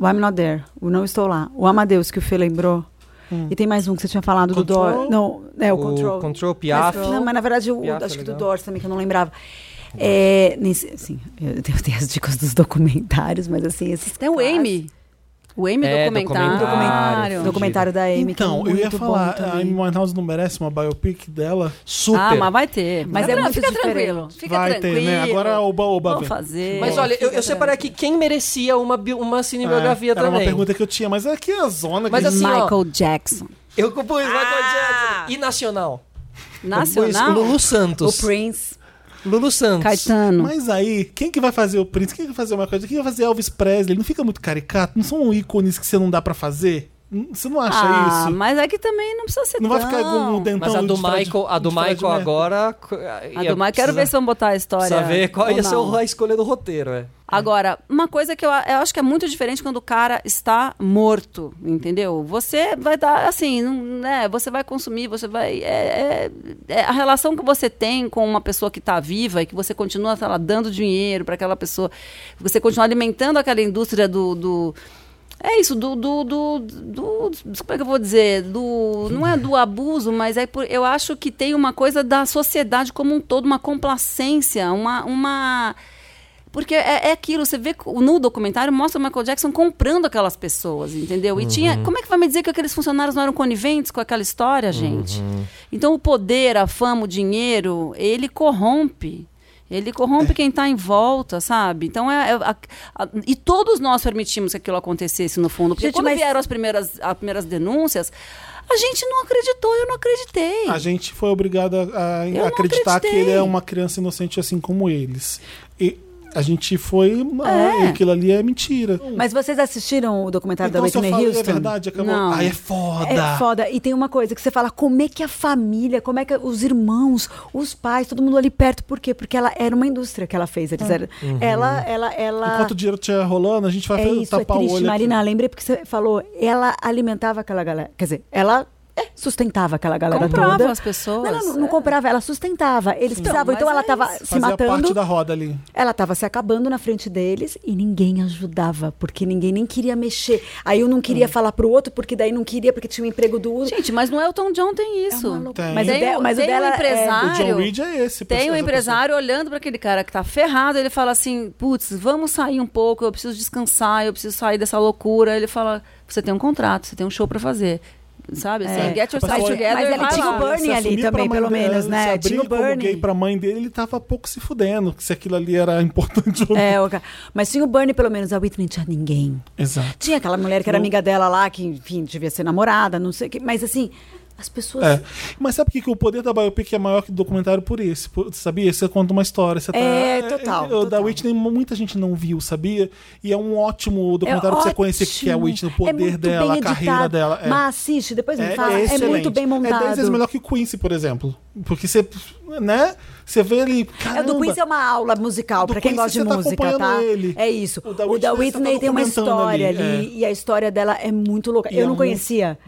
O I'm Not There, o Não Estou Lá, o Amadeus que o Fê lembrou.
Hum.
E tem mais um que você tinha falado
Control?
do Dor. Não, é o, Control.
Control Piaf.
Mas, não, mas na verdade, o,
Piaf é
acho que do
legal.
Doors também, que eu não lembrava. É, nesse, assim, eu tenho, eu tenho as dicas dos documentários, mas assim, esses.
Tem o
clássicos-
Amy. O Amy
É,
documentário. Ah,
documentário.
Documentário da Amy. que é
Então, eu ia
muito bom
falar,
também.
a Amy Winehouse não merece uma biopic dela?
Super.
Ah, mas vai ter.
Mas é
não,
muito
fica
diferente.
tranquilo. Fica
Vai ter,
tranquilo.
né? Agora oba, oba,
Vamos
vem.
fazer.
Mas olha, eu, eu separei aqui quem merecia uma, bi- uma cinebiografia
É, Era uma
também.
pergunta que eu tinha, mas aqui é a zona.
Mas
que-
assim, ó,
Michael Jackson.
Eu compus Michael Jackson. E nacional?
Nacional.
Compus Lulu
O
Santos.
Prince.
Lulu Santos.
Caetano.
Mas aí, quem que vai fazer o Prince? Quem que vai fazer uma coisa? Quem vai fazer Elvis Presley? Não fica muito caricato? Não são ícones que você não dá pra fazer? Hum, Você não acha
ah,
isso?
mas é que também não precisa ser
Não vai
tão.
ficar com o dentão
Mas a do
de Fred-
Michael, a do
de Fred
Michael
Mercury?
agora. co-
A
ia
do Mar, Ah, quero
precisar-
ver se vão botar a história.
Precisa ver qual
ou
ia ser
não.
o- a escolha do roteiro, é.
Agora, uma coisa que eu, a- eu acho que é muito diferente quando o cara está morto, entendeu? Você vai dar, assim, não- né? Você vai consumir, você vai. é- é- é a relação que você tem com uma pessoa que está viva e que você continua, sei lá, dando dinheiro para aquela pessoa, você continua alimentando aquela indústria do. do- é isso, do, do, do, do- do- Como é que eu vou dizer? Do, não é do abuso, mas é por, eu acho que tem uma coisa da sociedade como um todo, uma complacência, uma. uma porque é, é aquilo, você vê co- no documentário, mostra o Michael Jackson comprando aquelas pessoas, entendeu? E tinha. Como é que vai me dizer que aqueles funcionários não eram coniventes com aquela história, gente? Então o poder, a fama, o dinheiro, ele corrompe. Ele
É.
corrompe quem está em volta, sabe? Então é, é a- a- e todos nós permitimos que aquilo acontecesse no fundo, porque
Gente,
quando
mas-
vieram as primeiras as primeiras denúncias, a gente não acreditou, eu não acreditei.
A gente foi obrigado a, a
Eu não
acreditar que
acreditei.
ele é uma criança inocente assim como eles. E a gente foi. Ah, aquilo ali é mentira.
Hum. Mas vocês assistiram o documentário
então,
da
se eu
Whitney
falei
Houston?
a verdade, acabou.
Não.
Ai, é foda.
É foda. E tem uma coisa que você fala, como é que a família, como é que os irmãos, os pais, todo mundo ali perto, por quê? Porque ela era uma indústria que ela fez, eles eram- Ela, ela, ela...
É. Uhum. Enquanto o dinheiro estiver rolando, a gente vai
é isso, é
tapar o
triste,
olho. aqui.
Marina, lembrei porque você falou, ela alimentava aquela galera, quer dizer, ela é, sustentava aquela galera
Comprava
toda.
as pessoas,
Não, ela não, não
é.
comprava, ela sustentava, eles precisavam,
mas
então ela
é
estava
isso.
se
Fazia parte
matando,
da roda ali.
ela estava se acabando na frente deles e ninguém ajudava, porque ninguém nem queria mexer. Aí eu não queria falar pro outro, porque daí não queria, porque tinha um emprego do outro. É
É. Gente, mas no Elton John tem isso.
Tem.
Mas o
tem,
dela-
o-
mas o
tem
dela é-
um
o
empresário.
O John Reed é
Tem
esse. essa
um
pessoa.
empresário olhando para aquele cara que tá ferrado, ele fala assim: "Putz, vamos sair um pouco, eu preciso descansar, eu preciso sair dessa loucura". Ele fala: "Você tem um contrato, você tem um show para fazer". Sabe? Assim, get yourself
Mas-
together.
É. mas ele
vai
tinha
lá.
o Bernie
Se
ali
assumir
também,
pra mãe
pelo
dela,
menos, né?
Se abrir
Tinha o
como
Bernie.
gay pra mãe dele, ele tava pouco se fudendo. Se aquilo ali era importante ou não.
É, o ca- mas tinha o Bernie, pelo menos, a Whitney não tinha ninguém.
Exato.
Tinha aquela mulher que era
Não.
amiga dela lá, que, enfim, devia ser namorada, não sei o que. Mas assim, as pessoas.
É. Mas sabe por que, que o poder da biopic é maior que o documentário por esse? Por, sabia? Você conta uma história. Você tá,
É, total,
O da
total.
Whitney, muita gente não viu, sabia? E é um ótimo documentário pra você conhecer o que é a Whitney, o
É
poder
muito
dela, a
bem
carreira
editado.
dela. É.
Mas assiste, depois me
É,
fala.
é
É,
excelente.
muito bem
É 10
montado.
vezes melhor que o Quincy, por exemplo. Porque você, né? Você vê ele.
É, o do
caramba,
Quincy é uma aula musical,
Do
pra quem
Quincy
gosta de
você tá
música,
acompanhando
tá?
ele.
É isso.
O da
O da
Whitney você
Whitney
tá
tem uma
documentando
história
ali,
ali,
é.
e a história dela é muito louca.
E
eu
é
não
muito-
conhecia.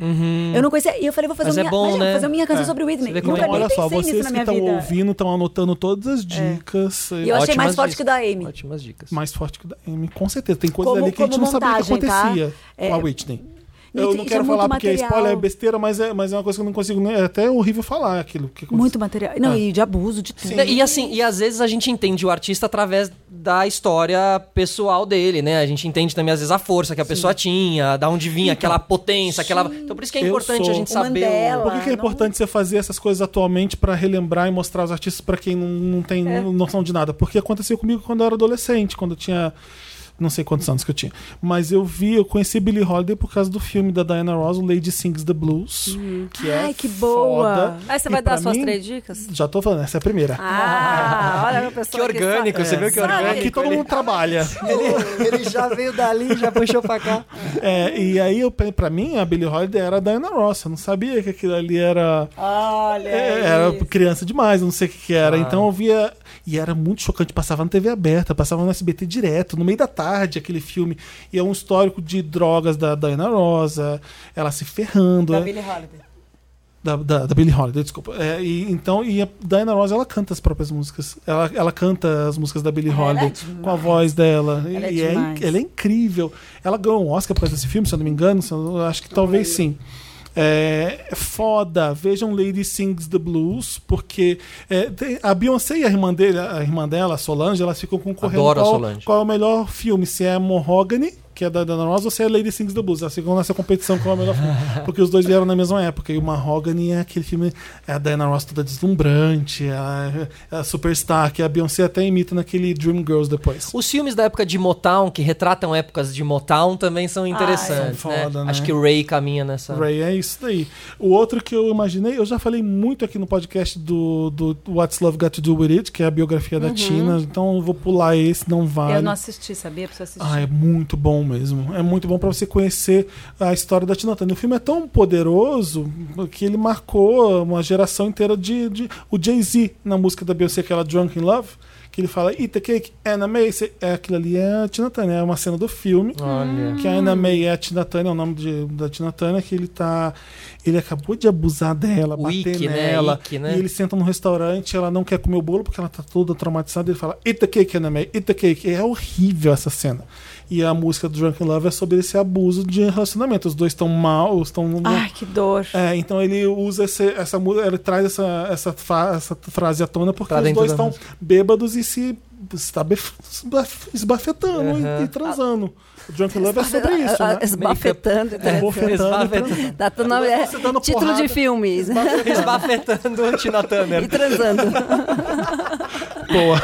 Eu não conhecia. E eu falei, vou fazer
Uhum. Mas é
minha,
bom,
imagina,
né?
vou fazer minha canção
É.
sobre Whitney.
Você vê
Nunca
como é
Então,
nem
bom.
olha só,
pensei nisso
vocês
na
que
minha
estão
vida. É.
ouvindo estão anotando todas as dicas.
E eu achei
Ótimas
mais forte que o da Amy.
Ótimas dicas.
mais forte que o da Amy, com certeza. Tem coisas
Como-
ali que a gente
como
não sabia que
montagem, tá?
acontecia
É.
com a Whitney.
E
Eu
tem-
não
e
quero
é
falar
muito
porque é
material.
spoiler é besteira, mas é, mas é uma coisa que eu não consigo nem. É até horrível falar aquilo. Que aconteceu. É.
Muito material. Não, e de abuso, de tudo.
E assim, e às vezes a gente entende o artista através da história pessoal dele, né? A gente entende também, às vezes, a força que a pessoa tinha, da onde vinha aquela potência, aquela. Então por isso que é
Então, Eu
importante
sou
a gente
o
saber.
Mandela.
Por que, que é
Não-
importante você fazer essas coisas atualmente pra relembrar e mostrar os artistas pra quem não, não tem
É.
noção de nada? Porque aconteceu comigo quando eu era adolescente, quando eu tinha. Não sei quantos anos que eu tinha. Mas eu vi, eu conheci Billie Holiday por causa do filme da Diana Ross, o Lady Sings the Blues. Que é
Uhum. Ai, que boa.
Foda.
Aí você
E
vai dar
pra
suas
mim-
três dicas?
Já tô falando, essa é a primeira.
Ah, olha
<laughs>
a
Que
pessoa
orgânico, você viu que orgânico?
Aqui todo
Ele-
mundo trabalha.
<laughs> Ele, ele já veio dali, já puxou pra cá.
É, e aí, eu, pe- pra mim, a Billie Holiday era a Diana Ross. Eu não sabia que aquilo ali era.
Olha.
É, era criança demais, eu não sei o que, que
Ah.
era. Então eu via. E era muito chocante. Passava na TV aberta, passava no SBT direto, no meio da tarde, aquele filme. E é um histórico de drogas da Diana Rosa, ela se ferrando. é- da, da, da Billie Holiday, desculpa. É, e, então, e a Diana Ross, ela canta as próprias músicas. Ela, ela canta as músicas da Billie Holiday com a voz dela.
é Ela é
e é,
demais.
inc- ela é incrível. Ela ganhou um Oscar por causa desse filme, se eu não me engano. se eu- eu acho que talvez sim. É, é foda. Vejam Lady Sings the Blues, porque é, tem- a Beyoncé e a irmã, dele, a irmã dela, a Solange, elas ficam concorrendo
Adoro a
qual,
Solange.
qual é o melhor filme, se é Mahogany, que é da Diana Ross, ou se é Lady Sings the Blues. Elas ficam nessa competição qual é o melhor
<laughs>
filme. Porque os dois vieram na mesma época. E o Mahogany é aquele filme, é a Diana Ross toda deslumbrante, é a, é a superstar, que a Beyoncé até imita naquele Dreamgirls depois.
Os filmes da época de Motown, que retratam épocas de Motown, também
Ah,
são
é.
interessantes.
são
né?
foda, né?
Acho que o Ray caminha nessa.
Ray, é isso daí. O outro que eu imaginei, eu já falei muito aqui no podcast do, do What's Love Got to Do With It, que é a biografia
Uhum.
da Tina, então eu vou pular esse, não vale.
Eu não assisti, sabia? Preciso assistir.
Ah, é muito bom mesmo. É muito bom pra você conhecer a história da Tina Turner. O filme é tão poderoso que ele marcou uma geração inteira de. de- O Jay-Z, na música da Beyoncé, aquela Drunk in Love, que ele fala Eat a Cake, Anna May. Cê- É, aquilo ali é a Tina Turner, é uma cena do filme.
Olha.
Que a Anna May é a Tina Turner, é o nome de- da Tina Turner, que ele tá. Ele acabou de abusar dela,
O
bater
Ike, né?
nela.
Ike, né?
E ele senta num restaurante, ela não quer comer o bolo porque ela tá toda traumatizada. Ele fala, Eat the cake, Anna May, eat the cake. É horrível essa cena. E a música do Drunk in Love é sobre esse abuso de relacionamento. Os dois estão mal, estão.
Ai, que dor.
É, então ele usa esse- essa música, ele traz essa, essa, fa- essa frase à tona porque
Pra
os
dentro
dois
da
estão bêbados e se estabef- esbaf- esbafetando e-
Aham.
e, transando. O Drunk in Love é sobre isso, né?
Esbafetando.
um Esbafetando. e transando.
Dá teu nome, é,
né? Tá Você dando
título
<laughs>
<laughs>
porrada.
de filmes.
Esbafetando a Tina Turner.
e transando.
Boa.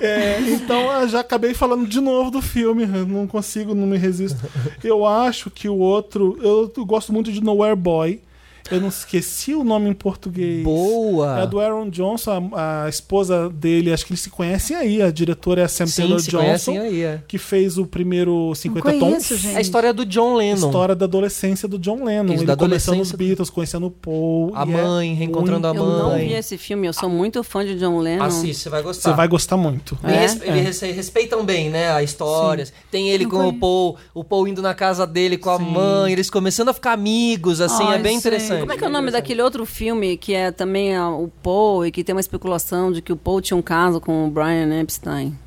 É, então eu já acabei falando de novo do filme, eu não consigo, não me resisto. Eu acho que o outro. Eu, eu gosto muito de Nowhere Boy. Eu não esqueci o nome em português.
Boa.
É do Aaron Johnson, a, a esposa dele, acho que eles se conhecem aí. A diretora é a Sam
Sim,
Taylor
se
Johnson,
conhecem aí, é.
que fez o primeiro 50
Não
Tons.
conheço, gente.
É a história do John Lennon.
História da adolescência do John Lennon.
Isso,
ele
da
começando os
adolescência do-
Beatles, conhecendo o Paul.
A
e é
mãe, reencontrando a
Eu não vi
mãe.
esse filme, eu sou muito fã de John Lennon.
Assiste, você vai gostar.
Você vai gostar muito.
Ele,
É?
res- ele res- respeitam bem, né? A história. Tem ele com o Paul, o Paul indo na casa dele com a mãe, eles começando a ficar amigos, assim,
Ai,
é bem
sim.
interessante.
Como é que é o nome daquele outro filme que é também ah, o Paul e que tem uma especulação de que o Paul tinha um caso com o Brian Epstein?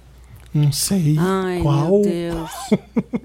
Não sei
Ai,
qual.
meu Deus.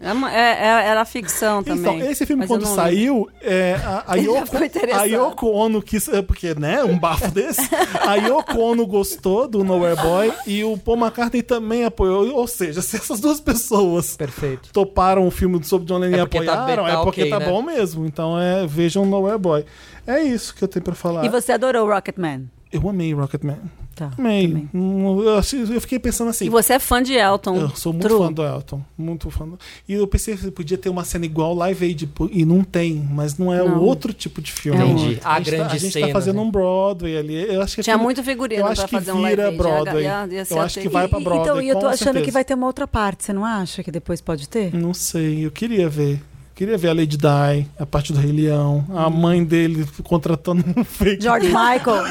É uma- é- é- era ficção também.
Então, esse filme,
mas eu
quando
não
saiu, é, a, a,
<laughs> Ele já
Yoko,
ficou interessado.
a Yoko Ono quis. é, Porque, né? Um
<laughs>
bafo desse. A Yoko Ono gostou do Nowhere Boy e o Paul McCartney também apoiou. Ou seja, se essas duas pessoas
Perfeito.
toparam o filme sobre John Lennon
É
e
porque tá
apoiaram,
bem- tá
é porque
ok,
tá
né?
bom mesmo. Então, é, vejam Nowhere Boy. É isso que eu tenho pra falar.
E você adorou Rocketman?
Eu amei Rocketman.
Tá,
Amei. Hum, Eu, achei- eu fiquei pensando assim.
E você é fã de Elton.
Eu sou muito
True.
fã do Elton, muito fã. Do... E eu pensei que podia ter uma cena igual Live Aid, pô, e não tem, mas não é
Não.
o outro tipo de filme.
Entendi. A
gente
grande
tá, a gente
cena,
tá fazendo
né?
um Broadway ali. Eu acho que
Tinha
aquilo-
muito figurino
eu acho
pra
que
fazer um live
vira
aid. Ia-
Broadway.
ia- ia ser
eu acho que
até-
vai
E-
pra Broadway.
Então, e eu tô
com
achando que
certeza.
vai ter uma outra parte, você não acha que depois pode ter?
Não sei, eu queria ver. Queria ver a Lady Di, a parte do Rei Leão, a mãe dele contratando um fake
George Michael.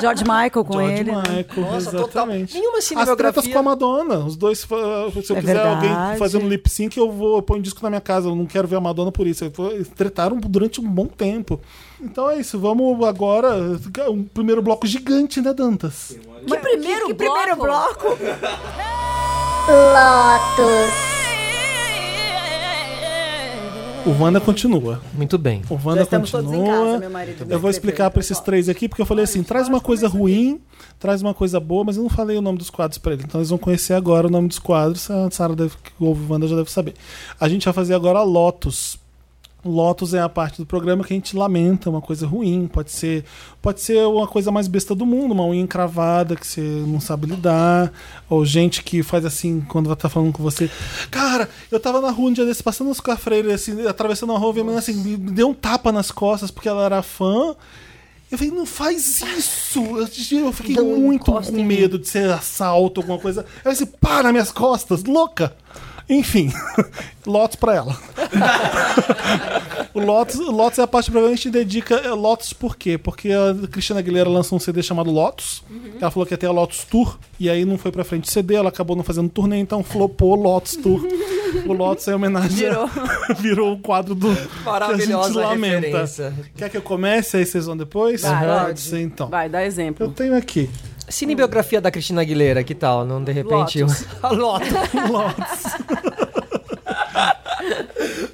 George Michael com
George
ele. né?
Michael,
Nossa, total.
exatamente.
Nenhuma
As tretas
cinebiografia.
com a Madonna. Os dois, fa- se eu
É
quiser
verdade.
alguém fazendo lip sync, eu vou eu ponho disco na minha casa. Eu não quero ver a Madonna por isso. Eles tretaram durante um bom tempo. Então é isso. Vamos agora. Um primeiro bloco gigante, né, Dantas?
Que primeiro
Que primeiro bloco.
O Wanda continua.
Muito bem.
O Wanda
estamos todos
continua.
em casa, meu marido me
eu
escreveu,
vou explicar para esses três aqui, porque eu falei assim: traz uma coisa ruim, traz uma coisa boa, mas eu não falei o nome dos quadros para eles. Então eles vão conhecer agora o nome dos quadros. A Sara deve, que ouve o Wanda já deve saber. A gente vai fazer agora a Lotus. Lotus é a parte do programa que a gente lamenta uma coisa ruim, pode ser, pode ser uma coisa mais besta do mundo, uma unha encravada que você não sabe lidar, ou gente que faz assim quando vai estar falando com você. Cara, eu tava na rua um dia desse passando os cafreiros assim, atravessando a rua, e a menina assim, me deu um tapa nas costas porque ela era fã. Eu falei, não faz isso! Eu, eu fiquei
um
muito com medo de ser assalto, alguma coisa. Ela disse, pá nas minhas costas, louca! Enfim, <laughs> lotos pra ela. <laughs> O Lotus, o Lotus é a parte do programa que a gente dedica. é, Lotus por quê? Porque a Cristina Aguilera lançou um CD chamado Lotus.
Uhum.
que Ela falou que ia ter a Lotus Tour. E aí não foi pra frente o CD, ela acabou não fazendo turnê, então flopou Lotus
<laughs>
Tour. o Lotus é em homenagem. Virou. <laughs> Virou o quadro do. que
Maravilhosa
a gente lamenta.
referência.
Quer que eu comece? Aí vocês vão depois?
Vai,
Pode
pode.
ser então.
Vai, dá
Eu
exemplo.
tenho aqui.
Cinebiografia da Cristina Aguilera, que tal? Não de repente. a Lotus.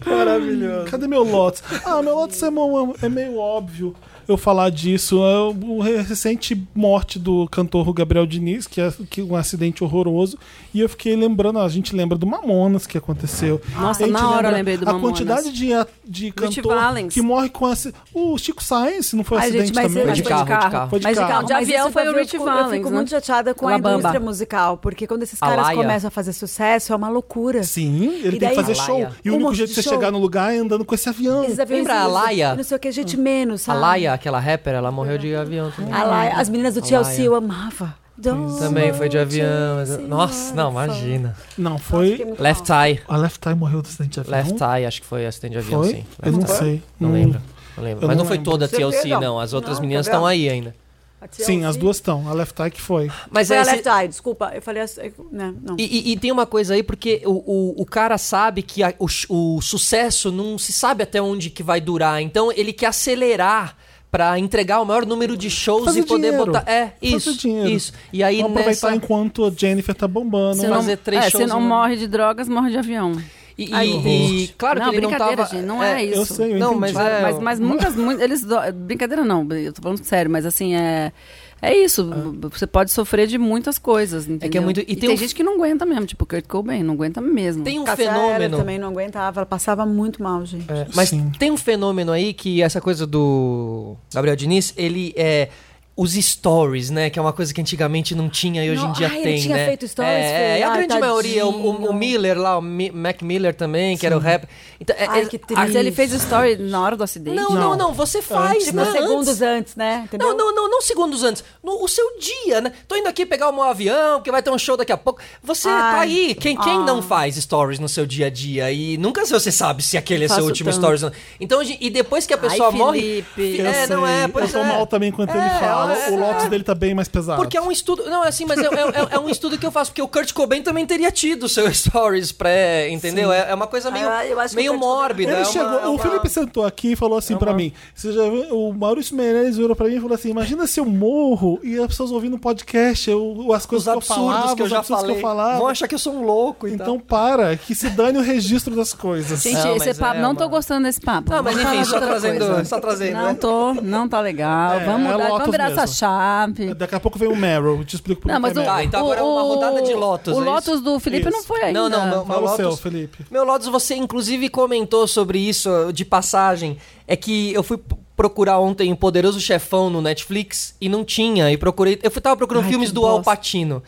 Maravilhoso. Cadê meu Lotus? Ah, meu Lotus é, mo- é meio óbvio eu falar disso. É o o recente morte do cantor Gabriel Diniz, que é que é um acidente horroroso. E eu fiquei lembrando, a gente lembra do Mamonas que aconteceu.
Nossa,
A gente
na hora eu
lembra
lembrei do
A
Mamonas.
quantidade de, a- de cantor
Valens.
que morre com acidente. O Chico Sainz não foi
Ai,
acidente
gente, mas
também?
ele- Foi
de carro, de carro.
Foi de
Mas de
carro.
carro. de
Mas
avião
isso
foi
pra
o
ver, eu
Rich
fico- Eu
Valens,
fico
né?
muito chateada com a
Labamba.
indústria musical, porque quando esses
A
caras
Laia.
começam a fazer sucesso, é uma loucura.
Sim, ele
E
tem que
daí-
fazer
Laia.
show. E o
Um
único
monte
jeito de
de
você
show.
chegar no lugar é andando com esse avião.
Esses aviões
Lembra a
lisos,
Laia?
Não sei o que, gente menos,
A
sabe?
Laia, aquela rapper, ela morreu de avião também.
A Laia. As meninas do Chelsea
Laia.
eu amava. Don't
é.
Também foi de
want
avião.
to see
Nossa, não, imagina.
Não, foi.
Left Eye.
A Left Eye morreu do acidente de avião.
Left Eye, acho que foi acidente de avião,
Foi?
sim.
Eu não
Left Eye.
sei. Hum.
Não lembro. Não lembro.
Eu
Mas
não
não foi
lembro.
toda a
Você viu,
TLC,
não?
não. As outras
Não,
meninas
tá vendo?
estão aí ainda.
a TLC.
Sim, as duas estão. A Left Eye que foi.
Mas
Foi
é
a
esse-
Left Eye, desculpa. Eu falei assim, né? Não.
E, e- e tem uma coisa aí, porque o, o, o cara sabe que a- o, ch- o sucesso não se sabe até onde que vai durar. Então ele quer acelerar pra entregar o maior número de shows
Fazer
e poder
dinheiro.
botar. É,
Fazer
isso.
dinheiro.
Isso. E aí
Vamos aproveitar
nessa.
enquanto a Jennifer tá bombando.
Você
Mas-
não,
fazer três
é,
shows
você não
em um.
morre de drogas, morre de avião.
E, e-
Ai,
e- claro
não,
que ele não
brincadeira,
tava.
gente, não é, isso.
Eu sei, eu
Não,
entendi.
mas é.
Mas, mas muitas, muitas eles do- brincadeira não, eu tô falando sério, mas assim é é isso,
Ah.
você pode sofrer de muitas coisas, entendeu?
É muito-
e
e
tem,
tem um-
gente que não aguenta mesmo, tipo Kurt Cobain, não aguenta mesmo.
Tem um
Cassia Eller
fenômeno.
também não aguentava, ela passava muito mal, gente.
É, mas
Sim.
tem um fenômeno aí que essa coisa do Gabriel Diniz, ele é. o- os stories, né? Que é uma coisa que antigamente não tinha e hoje
Não,
em dia
ai, ele
tem,
tinha
né?
feito stories,
é,
foi.
é a
Ai,
grande maioria. O, o- o
tadinho.
Miller lá, o Mi- Mac Miller também, que era o rap. Então, é-
Ai,
é-
que triste.
Mas ele fez story na hora do acidente.
Não, não,
Não.
não. Você faz,
Tipo,
né? antes.
segundos antes, né? Entendeu?
Não, não, não, não segundos antes. No, o seu dia, né? Tô indo aqui pegar o meu avião, que vai ter um show daqui a pouco. Você tá
Ai.
aí. Quem, quem não faz stories no seu dia a dia? E nunca você sabe se aquele é seu
Faço
último
tanto.
stories. ou não. Então, e depois que a pessoa morre.
Felipe.
Fi- É, não é,
eu
pois
tô
é.
mal também quando ele
É,
fala.
é.
O Lotus dele tá bem mais pesado.
Porque é um estudo. Não, é assim, mas é, é- é- é um estudo que eu faço, porque o Kurt Cobain também teria tido seu <laughs> stories pré, entendeu? É, é uma coisa meio,
Ah, eu acho que
meio
tá
o Kurt Cobain-
mórbida.
Ele
é uma-
chegou,
é
o
uma- é
Felipe sentou aqui e falou assim pra mim. Você já viu, o Maurício Meirelles virou pra mim e falou assim: imagina se eu morro e as pessoas ouvindo o podcast, eu, as coisas
Os
que eu
absurdos
falava,
que eu
os
já
absurdos
falei.
que eu falava.
Vão achar que eu sou um louco e
Então para, que se dane o registro das coisas.
Gente,
Não,
esse
mas
papo,
é
não
uma-
tô gostando desse papo.
Não, mas
Vamos
enfim,
falar de
só
outra
trazendo,
coisa.
só trazendo. né?
Não tô, não tá legal.
É,
vamos
é
mudar, vamos
Lotus
virar essa
mesmo.
chave.
Daqui a pouco vem um o Meryl, te explico por
Não, mas
que
o,
é Meryl.
Tá, então agora é uma
o-
rodada de Lotus,
O
é isso?
Lotus do Felipe
Isso.
não foi ainda.
Não, não, meu, meu
Fala o
Lotus,
seu, Felipe.
Meu Lotus, você inclusive comentou sobre isso de passagem. É que eu fui p- procurar ontem o Poderoso Chefão no Netflix e não tinha. E procurei. Eu fui, tava procurando
Ai,
filmes
que
do
bosta.
Al Pacino.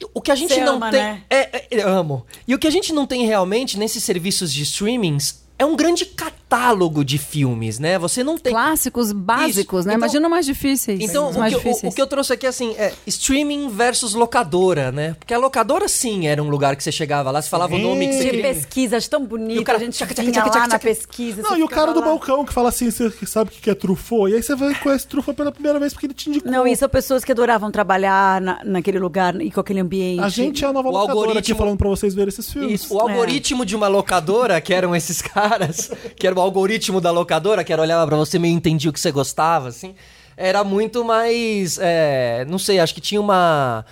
E O que a gente
Você
não
ama,
tem.
né?
É, é, eu amo. E o que a gente não tem realmente nesses serviços de streamings é um grande catálogo de filmes, né? Você não tem.
Clássicos básicos,
Isso.
né?
Então-
Imagina mais difíceis.
Então,
os
o
é mais
que, eu- o,
difíceis.
o que eu trouxe aqui é assim, é streaming versus locadora, né? Porque a locadora, sim, era um lugar que você chegava lá, você falava o nome que você
De
queria.
Tipo, é
pesquisa, acho tão bonito.
E o cara-
a gente
tchaca,
tchaca,
tchaca, tchaca,
lá
tchaca.
na pesquisa.
Não,
você
e o
ficava
cara do
lá.
balcão que fala assim, você sabe o que que é trufô? E aí você vai com esse trufô pela primeira vez porque ele te indicou.
Não, e são pessoas que adoravam trabalhar na- naquele lugar e com aquele ambiente.
A gente é a nova
O
locadora aqui
algoritmo-
falando pra vocês verem esses filmes.
Isso, o
É.
algoritmo de uma locadora, que eram esses <laughs> caras, que era o algoritmo da locadora, que era olhava pra você meio entendia o que você gostava, assim, era muito mais. é, não sei, acho que tinha uma.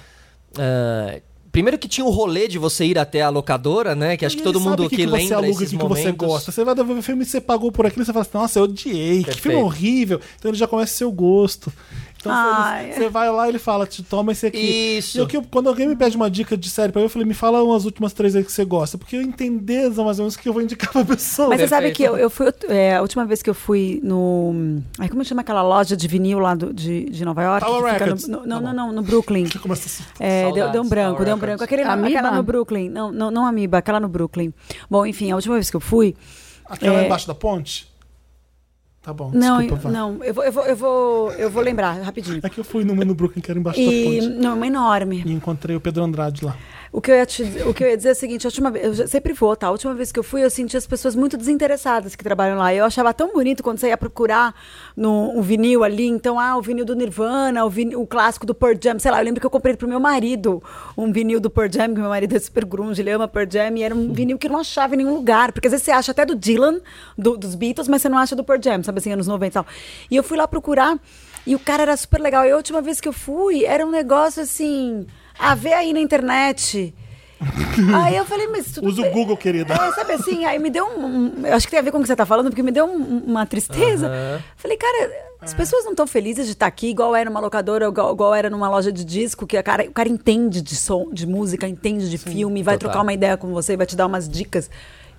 ah, Primeiro que tinha o rolê de você ir até a locadora, né? Que acho que
Ele
todo
sabe
mundo
o
que,
que
lembra
você aluga, e o
esses
que, que
momentos.
você gosta. assim. Você vai devolver filme e você pagou por aquilo, você fala assim, nossa, eu odiei, que filme
Perfeito.
horrível. Então ele já conhece seu gosto. Então
Ai.
você vai lá e ele fala, te toma esse aqui.
Isso.
E o que eu- quando alguém me pede uma dica de série pra eu, eu falei, me fala umas últimas três aí que você gosta. Porque eu entender mais ou menos o que eu vou indicar pra pessoa.
Mas você sabe
Perfeito.
que eu, eu fui. é, a última vez que eu fui no. Ai, como chama aquela loja de vinil lá do- de, de Nova York?
Tower
que fica no-
Records.
no-
Tá
não,
bom.
não, não, no Brooklyn.
Começa assim.
É, deu,
Saudades,
deu um branco,
Tower
deu um
Records.
branco. Aquele,
Amoeba?
aquela no Brooklyn. Não, não, não Amiba, aquela no Brooklyn. Bom, enfim, a última vez que eu fui.
Aquela
É.
embaixo da ponte? Tá bom,
não,
desculpa, vai.
não, eu vou, eu, vou, eu, vou, eu vou lembrar rapidinho.
É que eu fui numa no Brooklyn, que era embaixo
E
da ponte.
não, é uma enorme.
E encontrei o Pedro Andrade lá.
O que eu ia, te- o que eu ia dizer é o seguinte, a última, vez- eu já- sempre vou, tá? A última vez que eu fui, eu senti as pessoas muito desinteressadas que trabalham lá. Eu achava tão bonito quando você ia procurar no, um vinil ali. Então, ah, o vinil do Nirvana, o, vinil, o clássico do Pearl Jam. Sei lá, eu lembro que eu comprei pro meu marido um vinil do Pearl Jam, que meu marido é super grunge, ele ama Pearl Jam. E era um vinil que eu não achava em nenhum lugar. Porque às vezes você acha até do Dylan, do- dos Beatles, mas você não acha do Pearl Jam, sabe assim, anos 90 e tal. E eu fui lá procurar... E o cara era super legal. E a última vez que eu fui, era um negócio assim. A ver aí na
<laughs>
internet. aí eu falei, mas tudo
Usa o
bem.
Google, né? querida.
É, sabe assim, aí me deu um, um- eu Acho que tem a ver com o que você tá falando, porque me deu um- uma tristeza. Falei, cara, as
É.
pessoas não estão felizes de estar aqui, igual era numa locadora, igual, igual era numa loja de disco, que a cara, o cara entende de som, de música, entende de filme, vai
total.
trocar uma ideia com você, vai te dar umas dicas.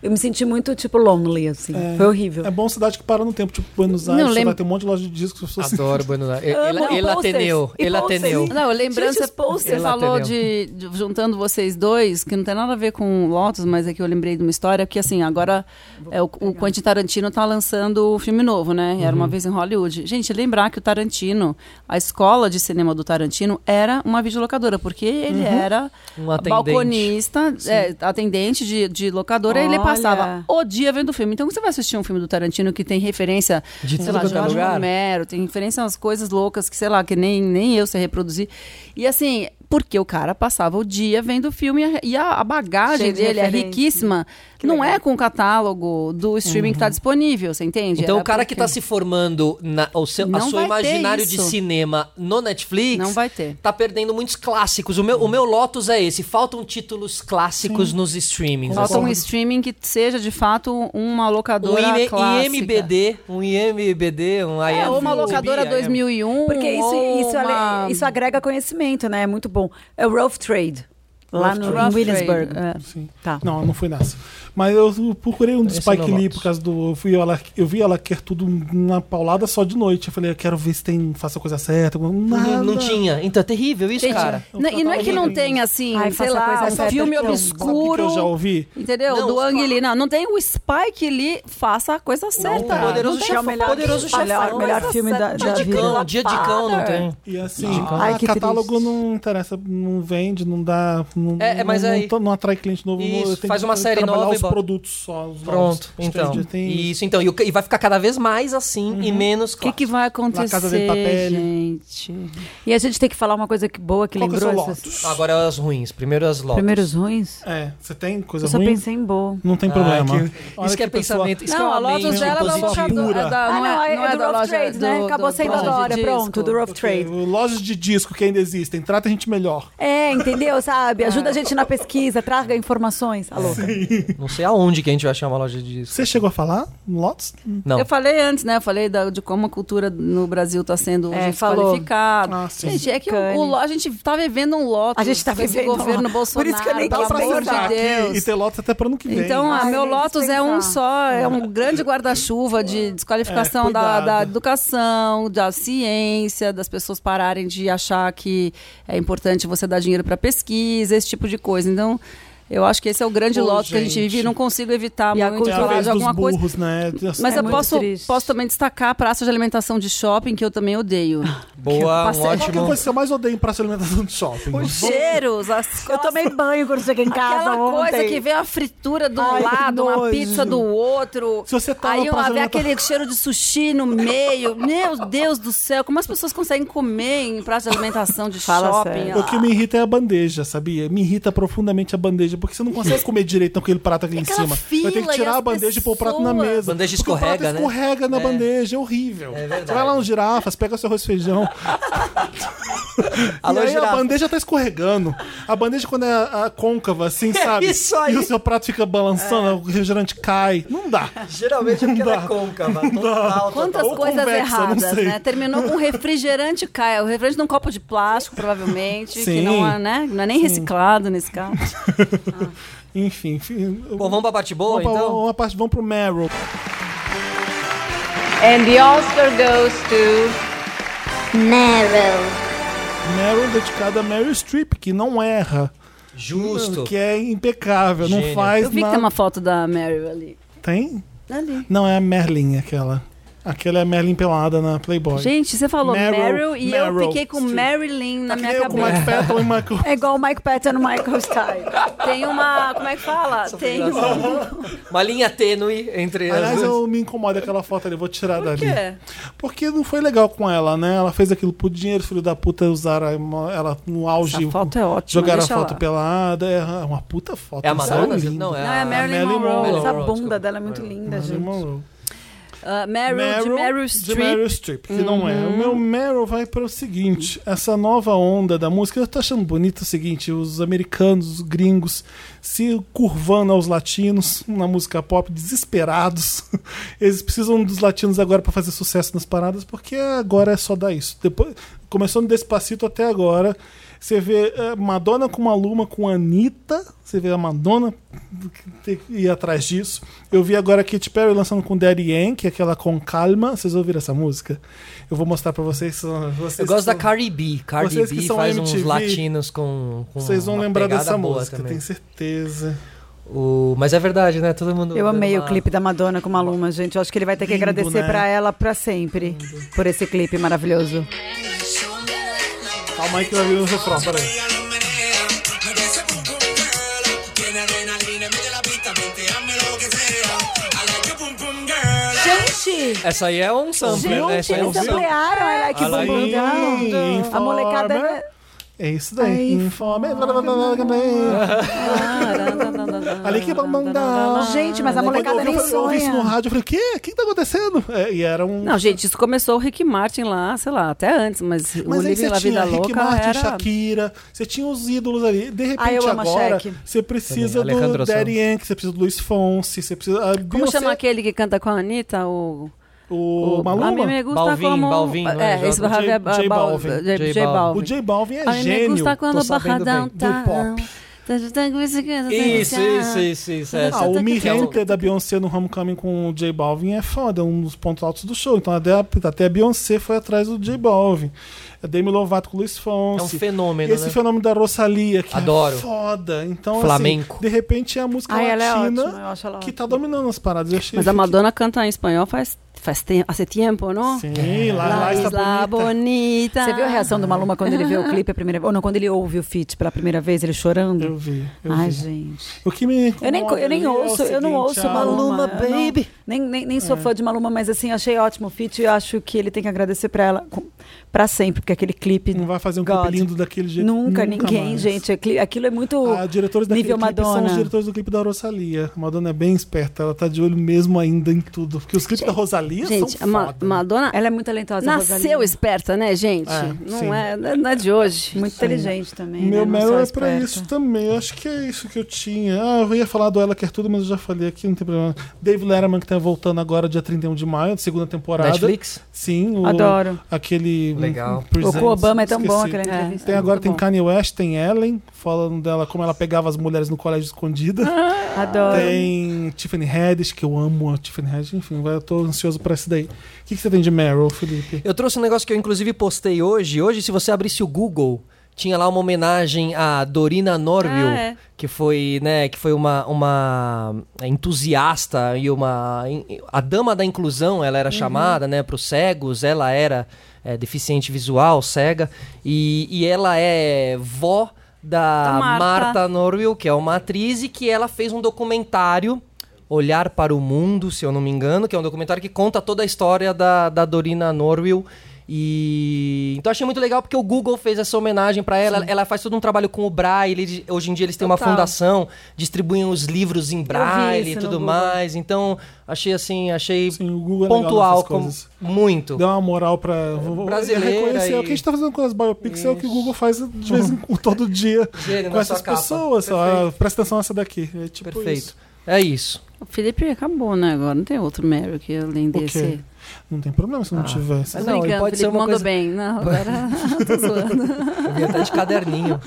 Eu me senti muito, tipo, lonely, assim. Foi horrível.
É bom cidade que para no tempo, tipo Buenos Aires,
Não,
você
lembra-
vai ter um monte de loja de discos. as
<laughs>
pessoas-
Adoro
<laughs>
Buenos Aires.
Amo
Ele- Ele
posters
ateneu.
e
Ele
posters.
ateneu.
Não, lembrando,
Gente, os
você,
posters.
você falou
Ela
de, de- juntando vocês dois, que não tem nada a ver com o Lotus, mas é que eu lembrei de uma história, porque assim, agora é, o, o Quentin Tarantino tá lançando o filme novo, né? Era
Uhum.
uma vez em Hollywood. Gente, lembrar que o Tarantino, a escola de cinema do Tarantino era uma videolocadora, porque ele era
Um atendente.
balconista, é, atendente de, de locadora, e ele
Olha.
passava o dia vendo o filme. Então, você vai assistir um filme do Tarantino que tem referência,
De
sei
tudo
lá,
quanto é
Jorge Romero,
lugar?
Romero, tem referência a umas coisas loucas que, sei lá, que nem, nem eu sei reproduzir. E assim, porque o cara passava o dia vendo o filme e a, e a- a bagagem
Cheio de
dele é
referência.
riquíssima. não é com o catálogo do streaming
Uhum.
que tá disponível, você entende?
Então
Era
o cara que
porque-
tá se formando na, o seu, a
Não
seu
vai ter
imaginário de
isso.
cinema no Netflix.
Não vai ter.
Tá perdendo muitos clássicos. O meu, o meu Lotus é esse. Faltam títulos clássicos nos streamings.
Falta um
Assim,
streaming que seja, de fato, uma
um
locadora
IM
clássica.
IMBD, um IMBD, um
É, ou uma
IMDb,
locadora
IM.
2001,
Porque isso,
ou
isso, ale-
um uma...
isso agrega conhecimento, né? É muito bom. É o É Rough Trade. lá no, em
Rough
Williamsburg.
Trade.
É.
Sim.
Tá.
Não, não foi nessa. Mas eu procurei um do
Esse
Spike
não
Lee
noto.
por causa do. Eu, fui, ela, eu vi ela quer tudo na paulada só de noite. Eu falei, eu quero ver se tem. Faça a coisa certa. Nada.
Não, não tinha. Então é terrível isso, cara.
Não, e não é que não tem, assim,
Ai,
sei
faça
lá,
coisa
um
certa,
filme
então.
Sabe o que que
obscuro.
eu já ouvi?
Entendeu?
Não,
do
os-
Ang Lee. Não, não tem o Spike Lee, faça a coisa certa.
cara. Poderoso
Não tem
Chefão, Poderoso
Olha,
Chefão,
é o melhor
coisa
filme da,
certa.
da
Dia de
vida.
cão, dia de cão não tem.
E assim,
Ai,
ah,
que
catálogo
triste.
não interessa, não vende, não dá. Não,
É, é, mas
não,
aí-
não, não atrai cliente novo.
Isso,
eu tenho
faz
que
uma série
trabalhar
nova e
os
bota.
produtos só. Os novos.
Pronto,
Os
então.
três dias tem-
Isso, então. E, o- e vai ficar cada vez mais assim e menos
O que, que
clássico.
vai
La Uhum. Casa tá
acontecer,
de Papel.
gente?
E a gente tem que falar uma coisa que boa que
Qual que é o
lembrou.
seu
essas-
Lotus?
Agora as ruins. Primeiro as lotes.
Primeiros ruins?
É, você tem coisa
Eu só
ruim?
pensei em boa.
Não tem
Ah,
problema.
que-
Olha
Isso que é
pessoa-
pensamento. Isso
não, a
que é uma
Lotus
mente
dela é da
positiva.
loja do,
Pura.
é da, não,
Ah, não,
é,
é
não é
do
da
Rough
loja
Trade, né?
do-
Acabou
do-
saindo
loja de
agora,
disco.
pronto, do Rough
Porque
Trade.
Lojas de disco que ainda existem, trata a gente melhor.
É, entendeu? Sabe? Ajuda a gente na pesquisa, traga informações. Alô.
Não sei aonde que a gente vai achar uma loja disso.
Você chegou a falar? Lotus?
Não.
Eu falei antes, né? Eu falei da- de como a cultura no Brasil está sendo
É,
é,
falou.
desqualificada.
Ah, sim.
gente, é que o,
Cane.
o lo- a gente tá vivendo um lote.
A gente tá
com esse
vivendo um
governo
lo-
Bolsonaro,
Por isso que eu nem
pelo
quis
amor
pensar
de
aqui
Deus.
E ter Lotus até pro ano que vem.
Então, a
Ai,
meu
nem
Lotus é um
dispensar.
só, é um grande guarda-chuva de
É,
desqualificação da,
cuidado.
da educação, da ciência, das pessoas pararem de achar que é importante você dar dinheiro para pesquisa, esse tipo de coisa. Então, eu acho que esse é o grande
Pô,
Lotus que a gente
gente.
vive. Não consigo evitar
E a
muito de
é a
falar
vez
de
dos
alguma coisa.
burros, né?
Mas
É
eu
muito
posso,
triste.
posso também destacar a praça de alimentação de shopping, que eu também odeio.
Boa, um
Passei-
Qual que é a
ótimo.
coisa que eu mais odeio em praça de alimentação de shopping?
Os cheiros, as
Eu tomei banho quando cheguei em casa
Aquela
ontem.
coisa que vem a fritura
um
do
Ai, que
lado, uma
nojo.
pizza do outro.
Se você tá
Aí
na praça
vem
alimenta-
aquele cheiro de sushi no meio.
<laughs>
Meu Deus do céu, como as pessoas conseguem comer em praça de alimentação de
Fala
shopping?
sério.
O que me irrita é a bandeja, sabia? Me irrita profundamente a bandeja, porque você não consegue comer direito aquele
<laughs>
prato aqui em
Aquela
cima.
fila
Vai ter que
e
tirar
as
a bandeja e pôr o prato na
pessoas.
mesa.
Bandeja
Porque o prato
escorrega, né?
escorrega na
É.
bandeja, é horrível.
verdade.
Você vai lá no girafas, pega seu arroz e feijão.
Alô,
e aí
girafa.
a bandeja tá escorregando. A bandeja quando é a, a côncava,
<laughs>
assim, sabe?
É isso aí? É.
E o seu prato fica balançando, o refrigerante cai. Não dá.
Geralmente é porque ela é côncava. Total,
Quantas
Ou
coisas
convexa, não
erradas,
sei.
né? Terminou com refrigerante cai. O refrigerante num copo de plástico, provavelmente,
Sim.
que não é, né? Não é nem reciclado
<laughs>
nesse caso.
Enfim, enfim.
Bom, vamos pra parte boa,
Vamos pra-
então?
uma parte, vamos pro Meryl.
And the Oscar goes to
Meryl.
Meryl dedicada a Meryl Streep, que não erra.
Justo.
Que é impecável, não
Gênio.
faz
Eu vi que
nada.
tem uma foto da Meryl ali.
Tem?
Ali.
Não, é a Merlin aquela. Aquela é a Merlin pelada na Playboy.
Gente, você falou
Meryl,
Meryl, e
Meryl
eu fiquei com
Streep.
Marilyn na
Que
minha
nem eu com
cabeça.
Mike Patton e Michael.
É igual o Mike Patton no Michael Stipe.
Tem uma. Como é que fala? Tem um.
Uma linha tênue entre as
Aliás,
duas.
eu me incomodo aquela foto ali, vou tirar
Por
dali.
quê?
Porque não foi legal com ela, né? Ela fez aquilo por dinheiro, filho da puta, usaram a mo- ela no auge.
Essa foto é ótima.
Jogaram a
deixa
foto
lá.
pelada. É uma puta foto.
É a
não
Madonna?
saiu
Não,
linda.
é
Não, é
a...
a Marilyn
Ah, Marilyn
Monroe.
Monroe.
Essa
Monroe,
bunda
desculpa.
dela é muito linda,
Marilyn
gente.
Monroe.
Ah, Meryl, de Meryl Streep. Uhum.
de Meryl Streep, que não é. O meu Meryl vai para o seguinte: essa nova onda da música, eu tô achando bonito o seguinte: os americanos, os gringos, se curvando aos latinos na música pop, desesperados. <laughs> Eles precisam dos latinos agora para fazer sucesso nas paradas, porque agora é só dar isso. Depois, começando Despacito até agora. Você vê eh, Madonna com Maluma, com Anitta. Você vê a Madonna ter que ir atrás disso. Eu vi agora a Katy Perry lançando com Daddy Yankee, aquela com calma. Vocês ouviram essa música? Eu vou mostrar pra vocês. vocês
Eu gosto da
que-
Cardi B. Cardi
Vocês que
B
são
faz uns
MTV,
latinos com, com
Vocês vão
uma
lembrar
pegada
dessa
boa
música,
também.
tenho certeza.
O... Mas é verdade, né? Todo mundo...
Eu
dando
amei o
uma-
clipe da Madonna com Maluma, gente. Eu acho que ele vai ter que
Lindo,
agradecer
né?
pra ela pra sempre por esse clipe maravilhoso.
Calma aí que vai vir o refrão, peraí.
Gente!
Essa aí é um sampler, né?
Gente,
Essa aí é um
eles
sampler.
ampliaram ela que
Olha aí.
bombando. A molecada
Informer.
é-
É isso daí. Informe.
<laughs>
Ali que é bom
Gente, mas a molecada
eu,
nem
eu, eu ouvi isso no
sonha.
rádio, eu falei, o quê? O que tá acontecendo? É, e era um
Não, gente, isso começou o Rick Martin lá, sei lá, até antes, mas, o
Mas aí
Living
você
La
tinha
Vida
Rick
Louca
Martin,
era... Ah,
Shakira, você tinha os ídolos ali. De repente
eu amo a
agora,
Shaq.
você precisa
Também, Alejandro
do Daddy
Sanz.
Yankee, você precisa do Luiz Fonsi, você precisa... a
Como
Beyoncé-
chama aquele que canta com a Anitta? O,
O
A mim me
Maluma?
gusta
Balvin,
como...
Balvin, não é?
é, esse
J-
Javier-
J
Bal-
Balvin.
J-
J
J Balvin.
O J Balvin é
A mim me
gênio
gusta quando
sabendo
o barradão
do
tá...
pop.
Isso, isso, isso, isso. é,
Ah, o Me
que é o-
Rente da Beyoncé no Homecoming com o J Balvin é foda, é um dos pontos altos do show. Então até a, até a Beyoncé foi atrás do J Balvin. A Demi Lovato com o Luiz Fonsi.
É um fenômeno,
Esse
né?
fenômeno da Rosalia, que
Adoro.
é foda. Então,
Flamenco.
assim, de repente é a música
Ai, ela é
latina
ótima, eu acho ela
que tá dominando as paradas. Eu achei
Mas a
que-
Madonna canta em espanhol faz, faz tempo, há tempo, não?
Sim, lá, lá está
Isla
bonita.
bonita.
Você viu a reação do Maluma quando ele vê o clipe a primeira vez? Ou não, quando ele ouve o feat pela primeira vez, ele chorando?
Eu vi, eu
Ai,
vi.
gente.
O que me
Eu nem,
incomoda
eu nem
ali é o
ouço, eu não
seguinte,
ouço
a-
Maluma,
Maluma,
eu não-
baby.
nem, nem, nem
É.
sou fã de Maluma, mas assim, achei ótimo o feat e eu acho que ele tem que agradecer pra ela com- pra sempre, porque aquele clipe.
Não vai fazer um
God.
clipe lindo daquele jeito.
Nunca, ninguém,
mais.
gente. Aquilo- Aquilo é muito.
Ah, diretores daquele
nível
clipe são
Madonna.
os diretores do clipe da Rosalia. A Madonna é bem esperta, ela tá de olho mesmo ainda em tudo. Porque os clipes da Rosalia
Gente, a
são
Ma-
foda.
Madonna
Ela é muito talentosa. a
nasceu
Rosalía.
esperta, né, gente?
É, sim.
não, é, não é de hoje.
Muito inteligente também.
Meu
né?
Meryl
Não
é
só
pra
esperta.
isso também. Eu acho que é isso que eu tinha. Ah, eu ia falar do Ela Quer Tudo, mas eu já falei aqui, não tem problema. Dave Letterman, que tá voltando agora dia 31 de maio, segunda temporada.
Netflix?
Sim. o-
Adoro.
Aquele...
Legal.
Presents,
O com Obama é tão bom
esqueci.
aquela entrevista.
Tem agora, tem
Muito bom.
Kanye West, tem Ellen, falando dela como ela pegava as mulheres no colégio escondida.
<laughs> Adoro.
Tem Tiffany Haddish, que eu amo a Tiffany Haddish. Enfim, vai- eu tô ansioso pra esse daí. O que, que você tem de Meryl, Felipe?
Eu trouxe um negócio que eu inclusive postei hoje. Hoje, se você abrisse o Google, tinha lá uma homenagem a Dorina Norville,
Ah, é.
que foi, né, que foi uma, uma entusiasta e uma a dama da inclusão, ela
Uhum.
era chamada, né, para os cegos. Ela era é, deficiente visual, cega, e, e ela é vó da
Da Martha.
Marta Martha Norville, que é uma atriz, e que ela fez um documentário, Olhar para o Mundo, se eu não me engano, que é um documentário que conta toda a história da, da Dorina Norville. E então achei muito legal porque o Google fez essa homenagem para ela. Ela faz todo um trabalho com o Braille. eles- Hoje em dia eles têm uma
Total.
fundação, distribuem os livros em Braille e
isso no
tudo
Google.
mais. Então achei assim, achei
Sim, o Google é legal
pontual
nessas
como
coisas.
muito.
Dá uma moral pra. vou- vou-
brasileira
reconhecer.
e-
O que a gente tá fazendo com as biopics é o que o Google faz de vez em quando, todo dia.
Gênio
com
na
essas
sua capa.
pessoas. Ó, presta atenção nessa daqui. É tipo
Perfeito.
isso.
É isso.
O Felipe acabou, né, agora? Não tem outro Meryl que além
O
desse.
quê? Não tem problema se não
Ah.
tiver.
<laughs> Tô brincando,
Ah. Não, e pode
pode
ser
Felipe
uma
mandou
coisa-
bem. Não,
<laughs>
agora <laughs> tô zoando.
Eu vim até de caderninho.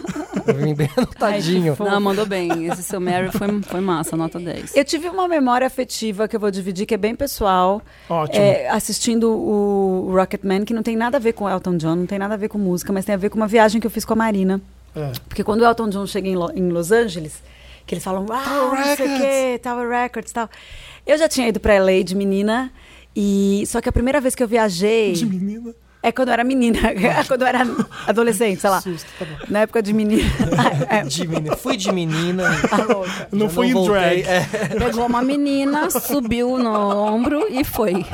Eu vim bem anotadinho.
Não, mandou bem. Esse seu Meryl foi, foi massa, nota
<laughs>
10.
Eu tive uma memória afetiva que eu vou dividir, que é bem pessoal,
Ótimo.
é, assistindo o Rocketman, que não tem nada a ver com Elton John, não tem nada a ver com música, mas tem a ver com uma viagem que eu fiz com a Marina.
É.
Porque quando o Elton John chega em, Lo- em Los Angeles, que eles falam, ah, não sei o quê, Tower Records e tal. Eu já tinha ido pra LA de menina, e só que a primeira vez que eu viajei...
De menina.
É quando eu era menina, <laughs> quando eu era adolescente, sei lá.
tá
Na época de menina. <laughs> É,
De menina. Fui de menina.
tá louca.
Não
Já
foi em
voltei.
drag.
É.
Pegou uma menina, subiu no ombro e foi.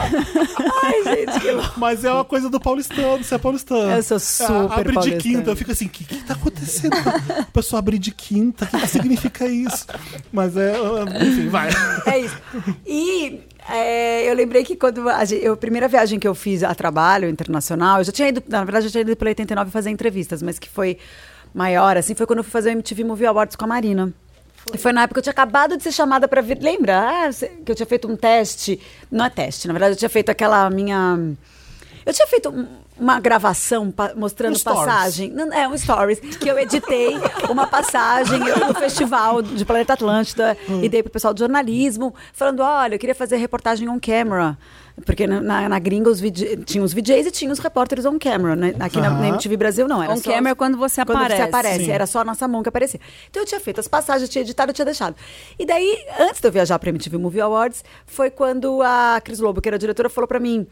Ai, gente, que louco.
Mas é uma coisa do paulistano, você é paulistano.
Eu sou
Ah,
super
Abre
paulistana.
de quinta, eu fico assim, o que, que tá acontecendo? A
<laughs>
pessoa abre de quinta, o que, que significa isso? Mas é, ah, enfim, vai.
É isso. E é, eu lembrei que quando a, gen- eu, a primeira viagem que eu fiz a trabalho internacional, eu já tinha ido, na verdade, eu já tinha ido pela 89 fazer entrevistas, mas que foi maior, assim, foi quando eu fui fazer o MTV Movie Awards com a Marina. E foi na época que eu tinha acabado de ser chamada pra vir. Lembra? Ah, você- que eu tinha feito um teste. Não é teste, na verdade, eu tinha feito aquela minha. Eu tinha feito um- uma gravação pa- mostrando
Um stories.
passagem. Não, é, um stories. Que eu editei uma passagem no
<laughs>
festival de Planeta Atlântida
Hum.
e dei pro pessoal de jornalismo, falando: olha, eu queria fazer reportagem on camera. Porque na- na, na gringa os VJ, tinha os VJs e tinha os repórteres on camera. né? Aqui na, na
Aham.
MTV Brasil não. Era
On
só-
camera é quando você aparece.
Quando você aparece.
Sim.
Era só a nossa mão que aparecia. Então eu tinha feito as passagens, eu tinha editado, eu tinha deixado. E daí, antes de eu viajar pra MTV Movie Awards, foi quando a Cris Lobo, que era a diretora, falou pra mim...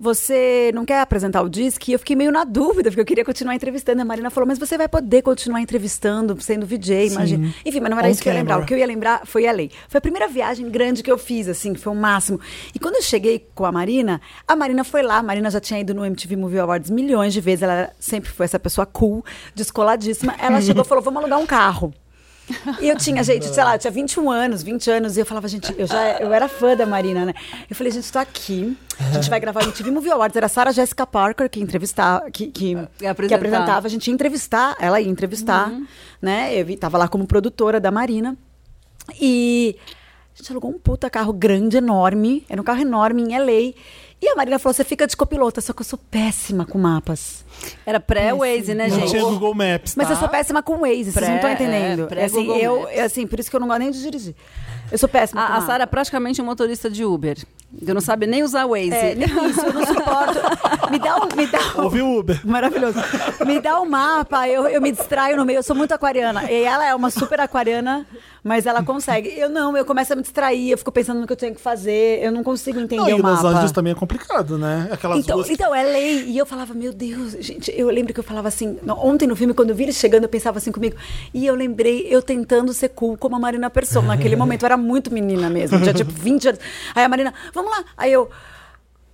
Você não quer apresentar o disque? E eu fiquei meio na dúvida, porque eu queria continuar entrevistando. A Marina falou, mas você vai poder continuar entrevistando, sendo VJ, imagina. Enfim, mas não era
On
isso que eu ia lembrar.
camera.
O que eu ia lembrar foi a lei. Foi a primeira viagem grande que eu fiz, assim, foi o máximo. E quando eu cheguei com a Marina, a Marina foi lá. A Marina já tinha ido no MTV Movie Awards milhões de vezes. Ela sempre foi essa pessoa cool, descoladíssima. Ela chegou e falou: vamos alugar um carro. E eu tinha, gente, sei lá, eu tinha 21 anos, 20 anos, e eu falava, gente, eu já eu era fã da Marina, né? Eu falei, gente, tô aqui, a gente vai gravar o MTV Movie Awards. Era a Sarah Jessica Parker que entrevistava, que, que,
Que apresentava.
que apresentava, a gente ia entrevistar, ela ia entrevistar, né? Eu vi- tava lá como produtora da Marina. E a gente alugou um puta carro grande, enorme. Era um carro enorme em LA. E a Marina falou: você fica de copilota, só que eu sou péssima com
<laughs>
mapas.
Era pré-Waze, né,
Não tinha
gente?
Google Maps.
Mas
tá?
eu sou péssima com Waze, vocês não estão
Pré- é,
entendendo.
pré-
assim,
Google
eu,
Maps.
é assim, por isso que eu não gosto nem de dirigir. Eu sou péssima com
A, a
mapa.
Sara é praticamente um motorista de Uber. Eu não sabe nem usar Waze.
É, nem
<laughs>
isso, eu não suporto. Me dá um. Me dá um...
Ouviu, Uber?
Maravilhoso. Me dá um mapa, eu, eu me distraio no meio, eu sou muito aquariana. E ela é uma super aquariana, mas ela consegue. Eu não, eu começo a me distrair, eu fico pensando no que eu tenho que fazer, eu não consigo entender
Não, e
o
Los
mapa.
Angeles também é complicado, né? Aquelas
Então,
ruas.
então, é lei. E eu falava, meu Deus, gente, eu lembro que eu falava assim, no- ontem no filme, quando eu vi ele chegando, eu pensava assim comigo. E eu lembrei, eu tentando ser cool como a Marina Persson.
<laughs>
Naquele momento, eu era muito menina mesmo, tinha tipo 20 anos. Aí a Marina, vamos lá. Aí eu,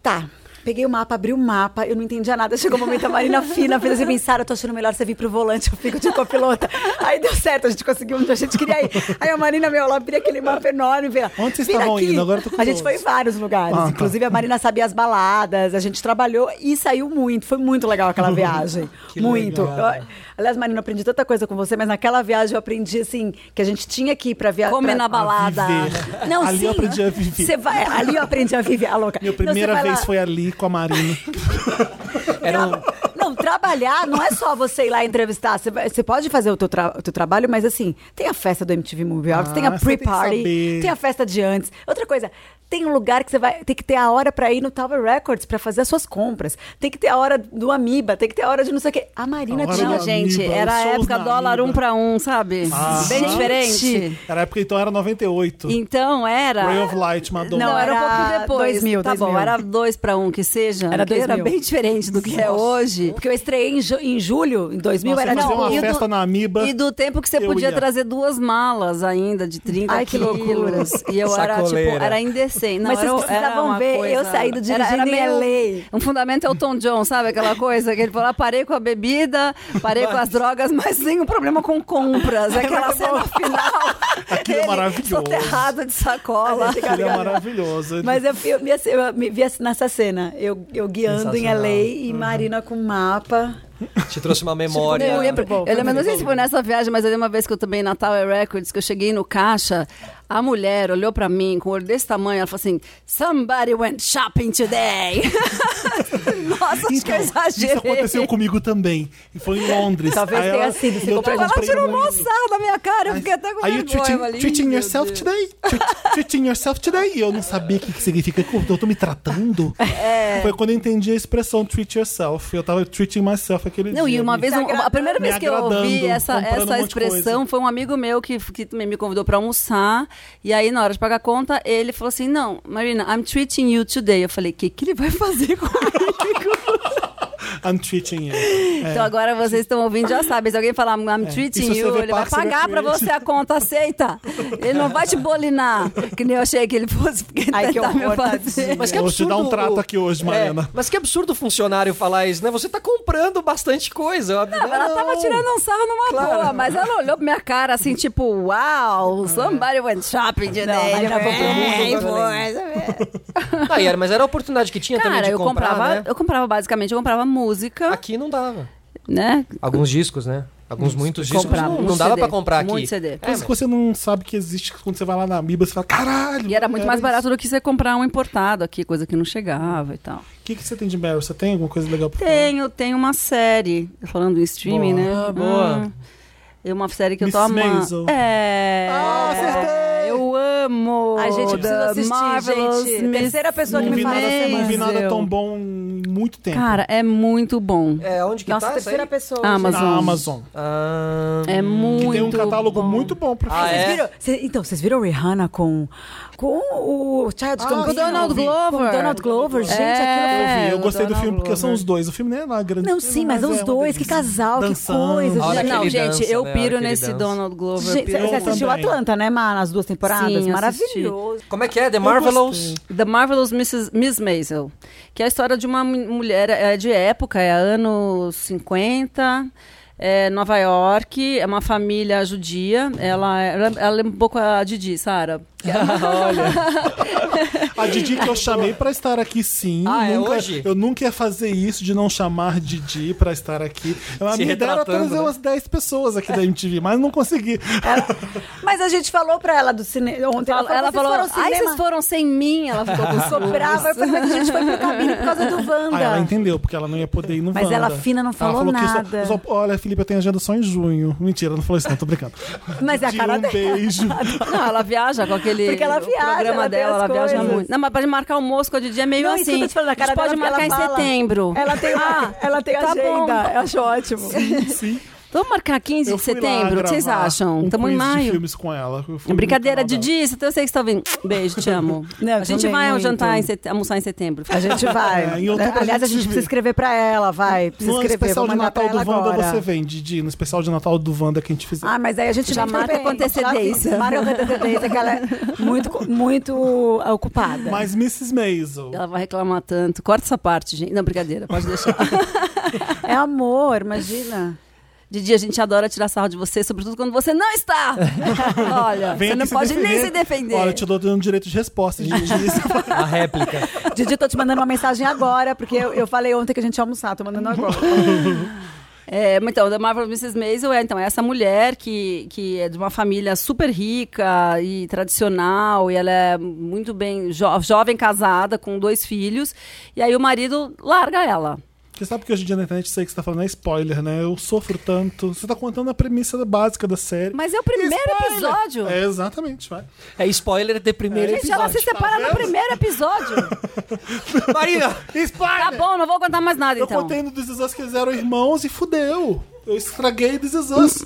tá. Peguei o mapa, abri o mapa, eu não entendia nada. Chegou o momento, a Marina fina fez assim, Sara, eu tô achando melhor você vir pro volante, eu fico de copilota. Aí deu certo, a gente conseguiu onde a gente queria ir. Aí a Marina, meu, ela abria aquele mapa enorme. Vira,
Onde vocês
"Vira
estavam
aqui."
indo? Agora eu tô com
A gente foi
todos.
em vários lugares.
Ah, tá.
Inclusive, a Marina sabia as baladas, a gente trabalhou e saiu muito. Foi muito legal aquela viagem.
<laughs> Que
muito.
legal.
Eu- aliás, Marina, eu aprendi tanta coisa com você, mas naquela viagem eu aprendi, assim, que a gente tinha que ir pra viajar.
Comer na balada.
A viver.
Não,
Ali
sim.
eu aprendi a viver.
Você vai, ali eu aprendi a viver, a louca.
Minha
Não, você
primeira
vai
vez
lá-
foi ali com
<laughs>
a Marina.
Era um-
Não, trabalhar não é só você ir lá entrevistar. Você, vai- você pode fazer o teu, tra- o teu trabalho, mas assim, tem a festa do MTV Movie Awards,
Ah,
tem a
você tem que
pre-party,
saber.
tem, a festa de antes. Outra coisa, tem um lugar que você vai tem que ter a hora pra ir no Tower Records pra fazer as suas compras. Tem que ter a hora do Amiba, tem que ter a hora de não sei o quê. A Marina
A hora
tinha.
do
Não, gente,
Amiba,
era a
shows
época
na
dólar
Amiba.
um pra um, sabe? Bem
Gente.
diferente.
Ah. Era a época, então era 98.
Então era.
Ray of Light, Madonna.
Não, era, um pouco
Era
depois.
2000,
tá bom,
2000.
era dois pra um que seja.
Era
que era
2000.
bem diferente do que é hoje.
Porque eu estreiei em, ju- em julho, em 2000,
Nossa,
era
fazer
tipo,
uma
e do-
festa na Amiba.
E do tempo que você
eu
podia
ia.
trazer duas malas ainda, de 30
Ai, que
loucura! E eu era, tipo,
Sacoleira.
era indecente. Não,
Mas
era,
vocês
era
precisavam
uma
ver
coisa-
eu saindo
Era- era
dirigindo em
meio-
LA.
Um fundamento é o Tom John, sabe? Aquela coisa que ele falou, ah, parei com a bebida, parei com as drogas, mas nenhum problema com compras. Aquela cena final.
Aquilo é
ele
maravilhoso.
Soterrado de sacola.
Ele é maravilhoso.
Mas eu, eu, me, ass- eu me vi ass- nessa cena, eu, eu guiando em LA e
Uhum.
Marina com um mapa.
Te trouxe uma
Tipo,
memória. é
Eu lembro,
é bom,
eu lembro, não sei se foi nessa viagem, mas eu lembro uma vez que eu também na Tower Records, que eu cheguei no caixa, a mulher olhou pra mim com o olho desse tamanho, ela falou assim: Somebody went shopping today. <laughs> Nossa, acho que eu exagerei.
Então, Isso aconteceu comigo também. E foi em Londres.
Talvez
Aí
tenha
ela-
sido, você
eu
comprou-
Ela
comprei
tirou um
muito.
mó sarro da minha cara, eu fiquei até com
Aí o
vergonha. eu
treating,
falei,
treating
"Meu
yourself
Deus."
today. Treat- treating yourself today. E eu não sabia o que, que significa. Eu tô me tratando?
É.
Foi quando eu entendi a expressão treat yourself. Eu tava treating myself aquele
Não,
dia.
e uma
Me-
vez, um- a primeira vez
me
que eu ouvi
agradando,
essa,
comprando um
essa
monte de
expressão foi um amigo meu que, que também me convidou pra almoçar. E aí, na hora de pagar a conta, ele falou assim: Não, Marina, I'm treating you today. Eu falei: O que, que ele vai <laughs> fazer comigo?
I'm treating you.
é. <laughs>
É.
Então agora vocês estão ouvindo já sabem. Se alguém falar I'm
E se
treating
É. você
you,
vê
ele vai
Parks and
pagar pra
Recreation?
você a conta, aceita. Ele não vai te bolinar. Que nem eu achei que ele fosse porque
Ai, que
tentar me
horror,
fazer.
tadinho.
Mas que
Vou te
absurdo.
dar um trato
o-
aqui hoje,
É,
Mariana.
mas que absurdo o funcionário falar isso, né? Você tá comprando bastante coisa. né? Não,
Ela tava tirando um sarro numa boa, mas ela olhou pra minha cara assim, tipo, uau, somebody went shopping today.
É.
É,
Não, mas acabou com o
Bem,
mundo,
foi.
Ah, e era, mas era a oportunidade que tinha também
Cara,
de
eu
comprar,
comprava,
né?
eu comprava basicamente, eu comprava música,
Aqui não dava.
né? Hum,
Alguns discos, né? Alguns muitos discos
Comprava
não,
muito
não dava
CD,
pra comprar aqui.
muito CD.
Coisa que você não sabe que existe quando você vai lá na Amiba, você fala, caralho!
E era muito mais
isso.
barato do que você comprar um importado aqui, coisa que não chegava e tal.
O que, que você tem de Meryl? Você tem alguma coisa legal pra falar?
Tenho, tenho uma série. Falando em streaming,
Boa.
né?
Ah, boa.
Hum. É uma série que eu tô
Miss
amando.
Maisel.
É.
Ah, acertei!
Eu amo.
A gente precisa
The
assistir,
Marvelous
gente.
Miss
Terceira pessoa que
Não
me
vi,
fala
nada,
essa
não vi
Maisel.
nada tão bom em muito tempo.
Cara, é muito bom.
É, onde que
Nossa,
tá isso
terceira
aí?
pessoa.
Amazon.
na Amazon.
Ah,
É muito
Que tem um catálogo
bom.
muito bom pra
Ah,
fazer.
Vocês
é?
viram? Cê- então, vocês viram Rihanna com, com o Child
Ah,
Gambino?
com o Donald
Com
Glover.
o Donald Glover, gente. aquilo-
É.
Eu vi, eu
o
gostei do
Donald
filme porque são
Glover.
os dois. O filme nem é uma grande
Não,
coisa,
sim, mas os
é uma
dois, que
delícia.
casal,
Dançando.
que
A
coisa.
hora
gente.
que
Não,
ele
gente,
dança,
eu
né? A hora que
piro
ele
nesse
dança.
Donald Glover.
Gente,
piro
você
Eu
assistiu
também.
Atlanta, né, Mar? Nas duas temporadas?
Sim, assisti.
Maravilhoso.
Como é que é? The Marvelous?
The Marvelous Mrs. Miss Maisel, que é a história de uma mu- mulher é de época, é anos 50, é Nova York, é uma família judia. Ela, é- ela, ela é um pouco a Didi, Sara.
<laughs>
Olha,
A Didi que eu chamei pra estar aqui, sim.
Ah, é
nunca,
hoje?
Eu nunca ia fazer isso de não chamar Didi pra estar aqui. A
Se
minha ideia era
retratando,
trazer
né?
umas 10 pessoas aqui da MTV, mas não consegui.
Mas a gente falou pra ela do cinema ontem.
Ela,
ela falou,
falou,
"Vocês foram ao
ai,
cinema?"
vocês foram sem mim.
<laughs>
Ela ficou com
Ficou brava, eu falei, mas a gente foi pro cabine por causa
<laughs>
do Wanda.
Aí ela entendeu, porque ela não ia poder ir no
Mas ela
Wanda.
fina não falou
que só-
nada.
só- olha, Felipe, eu tenho agenda só em junho. Mentira, ela não falou isso, não, tô brincando.
Mas é a
Didi,
cara
um
dela.
beijo.
Não, ela viaja com aquele
Porque ela
o
viaja,
programa
ela tem
dela,
as
ela viaja
coisas.
muito. Não, mas pra marcar almoço com a Didi é meio
Não, isso que eu
assim.
tô te falando, a cara
gente pode
dela, é porque
marcar
ela
em
fala.
setembro.
Ela tem,
ah,
ela tem
tá
agenda,
bom.
eu acho
<laughs>
ótimo.
Sim.
Vamos marcar 15
Eu
de
fui lá
setembro? O que vocês
gravar
acham?
Um
Estamos em
quiz de
maio.
filmes com ela. Eu fui no
Brincadeira,
canal dela.
Didi, se eu sei que você tá ouvindo. Beijo, te
<laughs>
amo.
Não,
a gente
também,
vai ao
muito.
jantar em sete- almoçar em setembro.
A gente vai.
<laughs>
É, em outubro a
Aliás, a
gente
gente
se vê.
precisa escrever pra ela, vai. Precisa
No
escrever.
especial
vou
de
mandar
Natal
pra
do
ela
Wanda
agora.
você vem, Didi. No especial de Natal do Wanda que a gente fizer.
Ah, mas aí a gente
Já
vem
marca
também.
com antecedência.
Já Marca com antecedência, que ela é muito, co- muito ocupada.
Mas Mrs. Maisel.
Ela vai reclamar tanto. Corta essa parte, gente. Não, brincadeira, pode
<laughs>
deixar.
É amor, imagina.
Didi, a gente adora tirar sarro de você, sobretudo quando você não
<laughs>
está. Olha,
Vem
você
aqui
não
se
pode nem
defender.
se defender.
Olha, eu te dou um direito de
<laughs>
resposta, Didi.
a réplica.
Didi, tô te mandando uma mensagem agora, porque eu, eu falei ontem que a gente ia almoçar, tô mandando
<laughs>
agora.
É, mas então, The Marvel Mrs. Maisel é então, essa mulher que, que é de uma família super rica e tradicional, e ela é muito bem jo- jovem, casada, com dois filhos, e aí o marido larga ela.
Você sabe que hoje em dia na internet sei que você tá falando é spoiler, né? Eu sofro tanto. Você tá contando a premissa básica da série.
Mas é o primeiro
Spoiler!
episódio.
É, exatamente, vai.
É spoiler de primeiro
É,
Gente, ela se
episódio.
separa no primeiro episódio.
Marina,
<laughs> Tá
Spoiler!
bom, não vou contar mais nada
Eu
então.
contei no This Is Us que eles eram irmãos e fudeu. Eu estraguei This Is Us.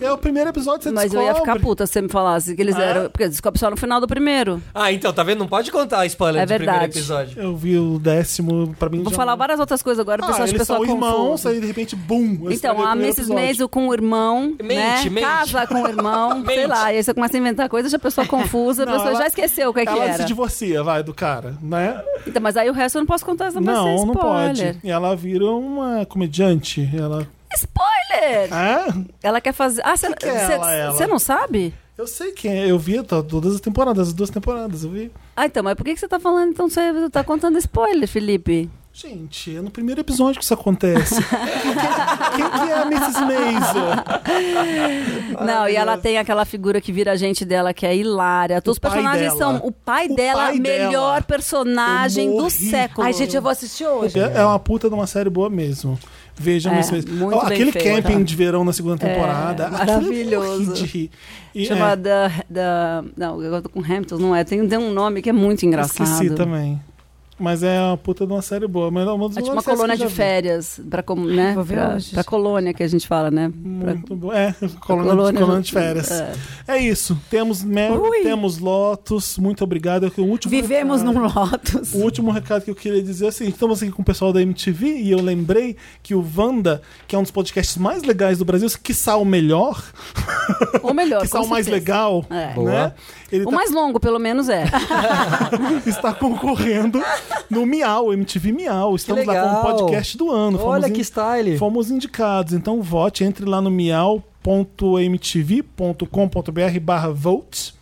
é o primeiro episódio,
<laughs>
você
Mas
descobre.
eu ia ficar puta se você me falasse que eles
Ah.
eram. Porque descobre só no final do primeiro.
Ah, então, tá vendo? Não pode contar spoiler
É
do primeiro
verdade.
episódio.
Eu vi o décimo, pra mim
Vou
já-
falar várias outras coisas agora, o
ah,
pessoal de
eles
pessoa
são irmãos,
confusa.
aí de repente, bum. eu estraguei
Então,
o
a
primeiro
Mrs.
episódio.
Maisel com o irmão,
Mente,
né?
mente.
Casa com o irmão, sei
Mente.
lá. E aí você começa a inventar coisas, a
<laughs>
pessoa confusa, a
Não,
pessoa
ela-
já esqueceu o que é que
ela
era.
se divorcia, vai, do cara, né?
Então, mas aí o resto eu não posso contar, essa vai ser
Não, não
spoiler.
pode. E ela vira uma comediante. Ela.
Spoiler!
Ah,
Ela quer fazer... Ah, você
que é ela, ela?
você não sabe?
eu sei quem é. Eu vi tá, todas as temporadas, as duas temporadas, eu vi.
Ah, então, mas por que que você tá falando, então, você tá contando spoiler, Felipe?
Gente, é no primeiro episódio que
<laughs>
isso acontece. quem, quem que é a Mrs. Maisel?
Não, e ela tem aquela figura que vira a gente dela, que é hilária. Todos os
O pai
personagens
dela.
são. O pai
O
dela,
pai
melhor
dela.
personagem
Eu
do
morri.
século.
Ai, gente, eu vou assistir hoje.
É uma puta de uma série boa mesmo. Veja
É,
Mrs. Maisel.
muito
Ó,
bem
Aquele
feita. É,
camping de verão na segunda <laughs> temporada. é Aquilo eu
maravilhoso.
morri de rir. E
Chama
é,
da, da. Não, eu tô com Hamilton, não é? Tem, tem um nome que é muito engraçado.
esqueci também. Mas é uma puta de uma série boa. Mas é uma, das
É tipo uma
melhores séries que eu
colônia
já
de
vi.
férias, pra, como, né?
Vou ver
pra,
hoje.
pra colônia que a gente fala, né? Pra-
Muito bom. É, <laughs> colônia,
colônia-
colônia de férias.
é.
É, isso. Temos Mary,
Ui.
temos Lotus. Muito obrigado. É que O último
Vivemos
recado,
num Lotus.
O último recado que eu queria dizer é o seguinte: estamos aqui com o pessoal da MTV e eu lembrei que o Wanda, que é um dos podcasts mais legais do Brasil, que o melhor,
Ou melhor,
<laughs> que
com
o mais
certeza.
legal,
É.
né? Ele
O
tá-
mais longo, pelo menos,
<laughs>
é.
está concorrendo no Miau, MTV Miau. Estamos lá com o
legal.
podcast do ano. Fomos
Olha
in-
que style.
Fomos indicados, então vote, entre lá no miau.mtv.com.br barra vote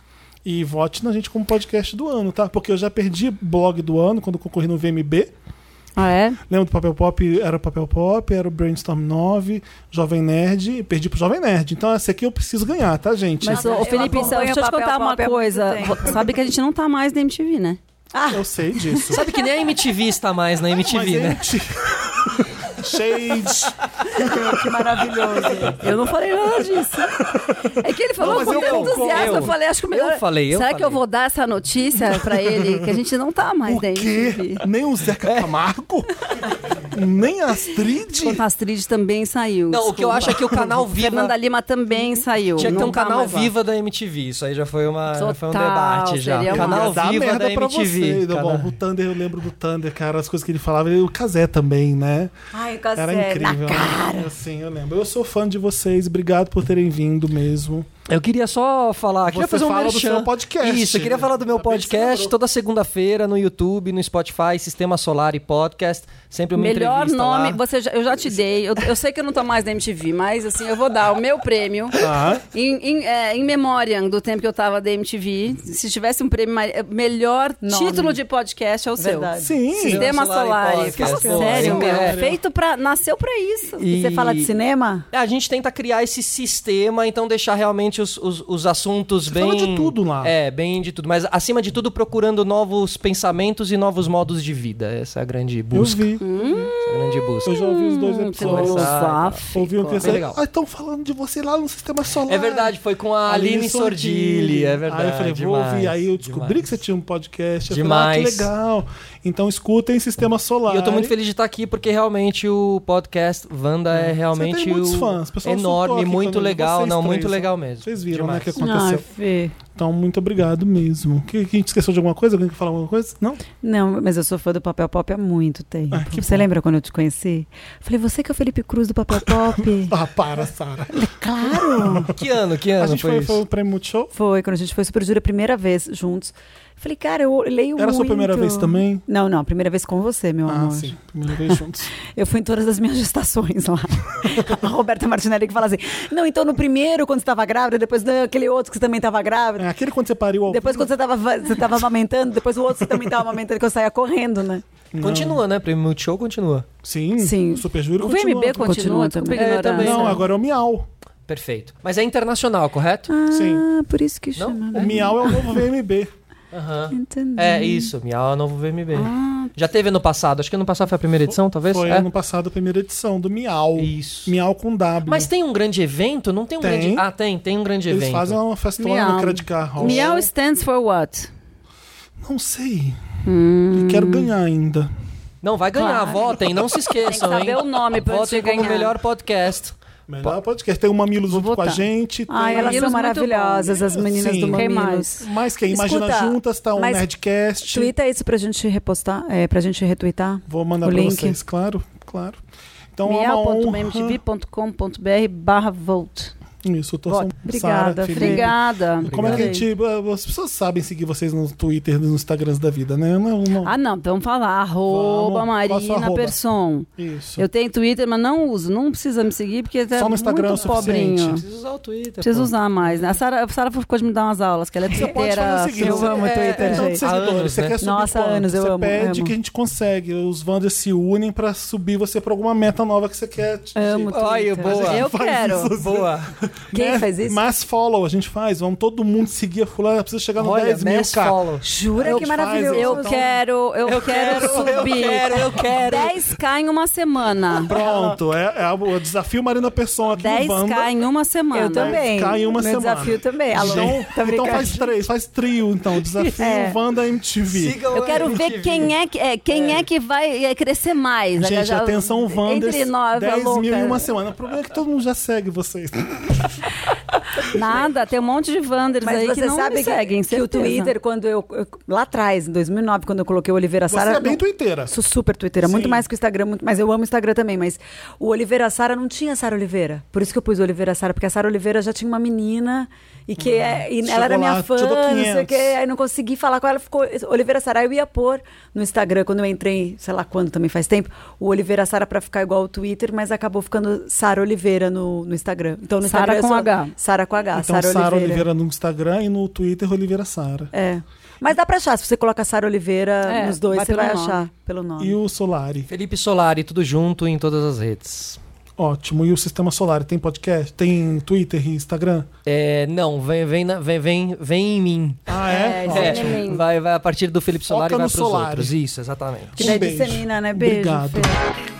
e vote na gente como podcast do ano, tá? Porque eu já perdi blog do ano quando concorri no VMB.
Ah, é?
Lembra do Papel Pop? Era o Papel Pop, era o Brainstorm 9, Jovem Nerd, e perdi pro Jovem Nerd. Então esse aqui eu preciso ganhar, tá, gente?
Mas,
eu
ô, Felipe,
acompanho
deixa eu te
papel
contar uma
pop há muito
coisa.
tempo.
Sabe que a gente não tá mais na MTV, né?
Eu sei disso.
Ah. Sabe que nem a MTV está mais na
Mas
MTV,
é
né?
MTV. <laughs> Shades.
Que maravilhoso.
Eu não falei nada disso. É que ele falou
Não, mas
com
eu
tanto
concordo.
entusiasmo. Eu,
Eu-
falei, acho que o
eu
melhor.
falei, eu
Será que eu
falei.
vou dar essa notícia pra ele? Que a gente não tá mais
O
dentro. É.
quê? Nem o Zeca Camargo? Nem a Astrid?
Quanto a Astrid também saiu.
Não, o que eu
desculpa.
acho é que
<laughs>
o canal Viva...
Fernanda Lima também saiu.
Tinha que ter
Não
um
tá
canal
mais lá.
Viva da MTV. Isso aí já foi, uma, foi um
Total,
debate já.
seria uma-
Canal
Dá
Viva
merda
da
pra
MTV.
você. Não,
Canal-
Bom, o Thunder, eu lembro do Thunder, cara, as coisas que ele falava. E o Kazé também, né?
Ai, o
Era incrível. né? Assim, eu lembro. Eu sou fã de vocês. Obrigado por terem vindo mesmo.
Eu queria só falar, queria
Você
fazer um
fala do
merchan.
seu podcast.
Isso, eu queria falar do meu
Ainda bem que
podcast
lembrou.
toda segunda-feira no YouTube, no Spotify, Sistema Solar e Podcast. Sempre uma
Melhor
entrevista
nome,
lá.
você já- eu já te dei. Eu, eu sei que eu não tô mais na MTV, mas assim, eu vou dar o meu prêmio
Tá.
em, em, é, em memoriam do tempo que eu tava da MTV. Se tivesse um prêmio, mari- melhor título de podcast é o
Verdade.
Sim.
seu. Sistema
Solar e
Solar.
Podcast.
Fala
Pô,
Sério,
legal.
meu.
É.
Feito pra. Nasceu pra isso.
E você fala de cinema?
A gente tenta criar esse sistema, então deixar realmente os, os, os assuntos bem.
fala de tudo lá.
É, bem de tudo. Mas acima de tudo, procurando novos pensamentos e novos modos de vida. Essa é a grande
Eu
busca.
vi.
Essa é a grande busca. tá.
Eu já ouvi os dois episódios.
Filosófico.
Ouvi um
Bem
terceiro.
legal.
Ah, estão falando de você lá no Sistema Solar.
É verdade, foi com a Aline, Sordilli, é verdade.
Aí eu falei, vou
demais,
ouvir. Aí eu descobri
demais.
que você tinha um podcast. Eu Falei, ah,
Demais.
que legal. Então escutem Sistema Solar.
E eu tô muito fez de estar aqui porque realmente o podcast Wanda é realmente
Você tem muitos
o-
fãs. O pessoal surtou
enorme,
aqui
muito
também.
legal,
Vocês
não,
três,
muito
ó.
legal mesmo.
Vocês viram,
Demais.
né, que aconteceu.
Fê.
Então, muito obrigado mesmo. Que, que a gente esqueceu de alguma coisa? Alguém quer falar alguma coisa? Não?
Não, mas eu sou fã do Papel Pop há muito tempo.
Ah, que
Você
bom.
lembra quando eu te conheci? Falei, você que é o Felipe Cruz do Papel Pop?
<laughs> Ah, para, Sara.
claro!
<laughs> Que ano, que
A
ano
gente
foi,
foi,
isso?
foi o prêmio Multishow.
Foi, quando a gente foi Super Júri a primeira vez juntos. Falei, cara, eu leio muito.
Era a sua primeira vez também?
Não, não, a primeira vez com você, meu
Ah,
amor.
sim. Primeira vez juntos.
<laughs> Eu fui em todas as minhas gestações
<laughs>
lá. a Roberta Martinelli que fala assim: não, então no primeiro, quando você estava grávida, depois não, aquele outro que você também estava grávida.
É, aquele quando você pariu ao
Depois, quando você estava você tava amamentando, depois o outro você também estava amamentando, que eu saía correndo, né?
Continua, né? Prêmio Multishow continua.
Sim,
Sim.
o Super Júri
O
continua.
VMB continua,
Continua
desculpa
também.
É,
ignorar.
também.
Não, agora é o Miau.
Perfeito. Mas é internacional, correto?
Ah,
Sim.
por isso que
Não?
chama.
O Miau é o novo VMB.
Aham.
Entendi.
É isso, Miau é o novo VMB. Já teve ano passado, acho que ano passado foi a primeira edição, talvez?
Foi
É.
ano passado a primeira edição do Miau.
Isso.
Miau com W.
Mas tem um grande evento? Não tem um
Tem.
grande. Ah, tem, tem um grande
Eles
evento.
fazem uma festona
Miau.
no Credit Card Hall.
Miau stands for what? Hum.
Não sei. E quero ganhar ainda.
Não, vai ganhar, votem, não se esqueçam,
Tem que
hein?
saber o nome pra você
Votem como
ganhar.
melhor podcast.
Melhor podcast. Tem o Mamilos junto com a
votar.
gente. Tem...
Ai, Ah, elas são
Mamilos muito
maravilhosas,
bom.
as meninas
Sim.
do
Quem
Mamilos.
mais?
Mas quem? Imagina
Escuta,
Juntas, tá um
mas
Nerdcast.
Twitta isso pra gente repostar, é, pra gente retweetar.
Vou mandar
O
pra
link.
vocês, claro, claro. Então é uma honra.
miau.mtv.com.br barra volt.
Isso, eu tô
Vote. Obrigada,
Felipe.
Obrigada.
Como é que a
Adorei.
gente. As pessoas sabem seguir vocês no Twitter, nos Instagrams da vida, né? Não, não.
Ah, não, vamos falar. Arroba
Vamos. Posso
Marina
arroba?
Person.
Isso.
Eu tenho Twitter, mas não uso. Não precisa me seguir, porque é
Só no Instagram é o
muito
suficiente.
pobrinho.
Precisa usar o Twitter.
Preciso usar mais, né? A Sara, a Sara ficou de me dar umas aulas, que ela é
Você pode
twitteira.
fazer o seguinte:
eu amo o Twitter,
é,
gente.
de seguidores,
Há anos,
você
né?
quer subir
Nossa, há
quanto?
anos, eu
Você
amo,
pede
amo.
que a gente consegue. Os Wanders se unem pra subir você pra alguma meta nova que você quer. atingir.
Amo Twitter.
Ai, boa.
Eu
Faz
quero.
isso. assim.
Boa.
Quem
Né?
faz isso?
Mass follow a gente faz. Vamos todo mundo seguir a fulana. Precisa chegar no
Olha,
10 mil,
mass
cara.
follow.
Jura
Eu então.
que
te
maravilhoso.
faz,
Eu quero, eu, quero, subir.
Eu quero, eu quero.
10k em uma semana.
Pronto, é, é o desafio Marina Pessoa aqui no Wanda.
10k em uma semana.
Eu também.
Cai em
Meu
uma semana.
desafio também. Alô,
Então,
tá
então
brincando?
faz três, faz trio, então. Desafio
É.
Wanda MTV.
Sigam
Eu
a
quero
MTV.
ver quem é que, é, quem é. que vai é, crescer mais.
Gente,
Já-
atenção, Wanders.
Entre nós,
10
louca.
mil em uma semana. O problema é que todo mundo já segue vocês.
Tá,
Nada, tem um monte de Wanders
Mas
aí
você
que não
sabe
me seguem,
que, que o
certeza.
Twitter, quando eu, eu- Lá atrás, em 2009, quando eu coloquei o Oliveira
Você
Sara.
é bem
não-
twitteira.
Sou super twitteira, muito mais que o Instagram, muito, mas eu amo o Instagram também. Mas o Oliveira Sara não tinha Sara Oliveira. Por isso que eu pus Oliveira Sara, porque a Sara Oliveira já tinha uma menina e que é, e
Hum. Chegou
ela era minha
lá,
fã,
te dou
não sei o
500.
quê. Aí não consegui falar com ela, ficou Oliveira Sara. Aí Eu ia pôr no Instagram, quando eu entrei, sei lá quando também faz tempo, o Oliveira Sara pra ficar igual o Twitter, mas acabou ficando Sara Oliveira no, no Instagram. Então no
Sara
Instagram. eu
com
sou
H.
Sara com H,
Então,
Sara
Sara
Oliveira.
Oliveira no Instagram e no Twitter, Oliveira Sara.
É. Mas dá pra achar, se você coloca Sara Oliveira
É,
nos dois,
vai
você
pelo
vai
nome.
achar pelo nome.
E o Solari.
Felipe Solari, tudo junto em todas as redes.
Ótimo. E o Sistema Solari tem podcast? Tem Twitter e Instagram?
É, não, vem, vem, na- vem, vem, vem em mim.
Ah, é?
É,
Ótimo.
gente,
É,
Vem em mim.
vai, vai a partir do Felipe
Foca
Solari e vai
no
pros
Solari.
outros. Isso, exatamente.
Que daí
Um beijo.
dissemina, né? Beijo.
Obrigado.
Fê.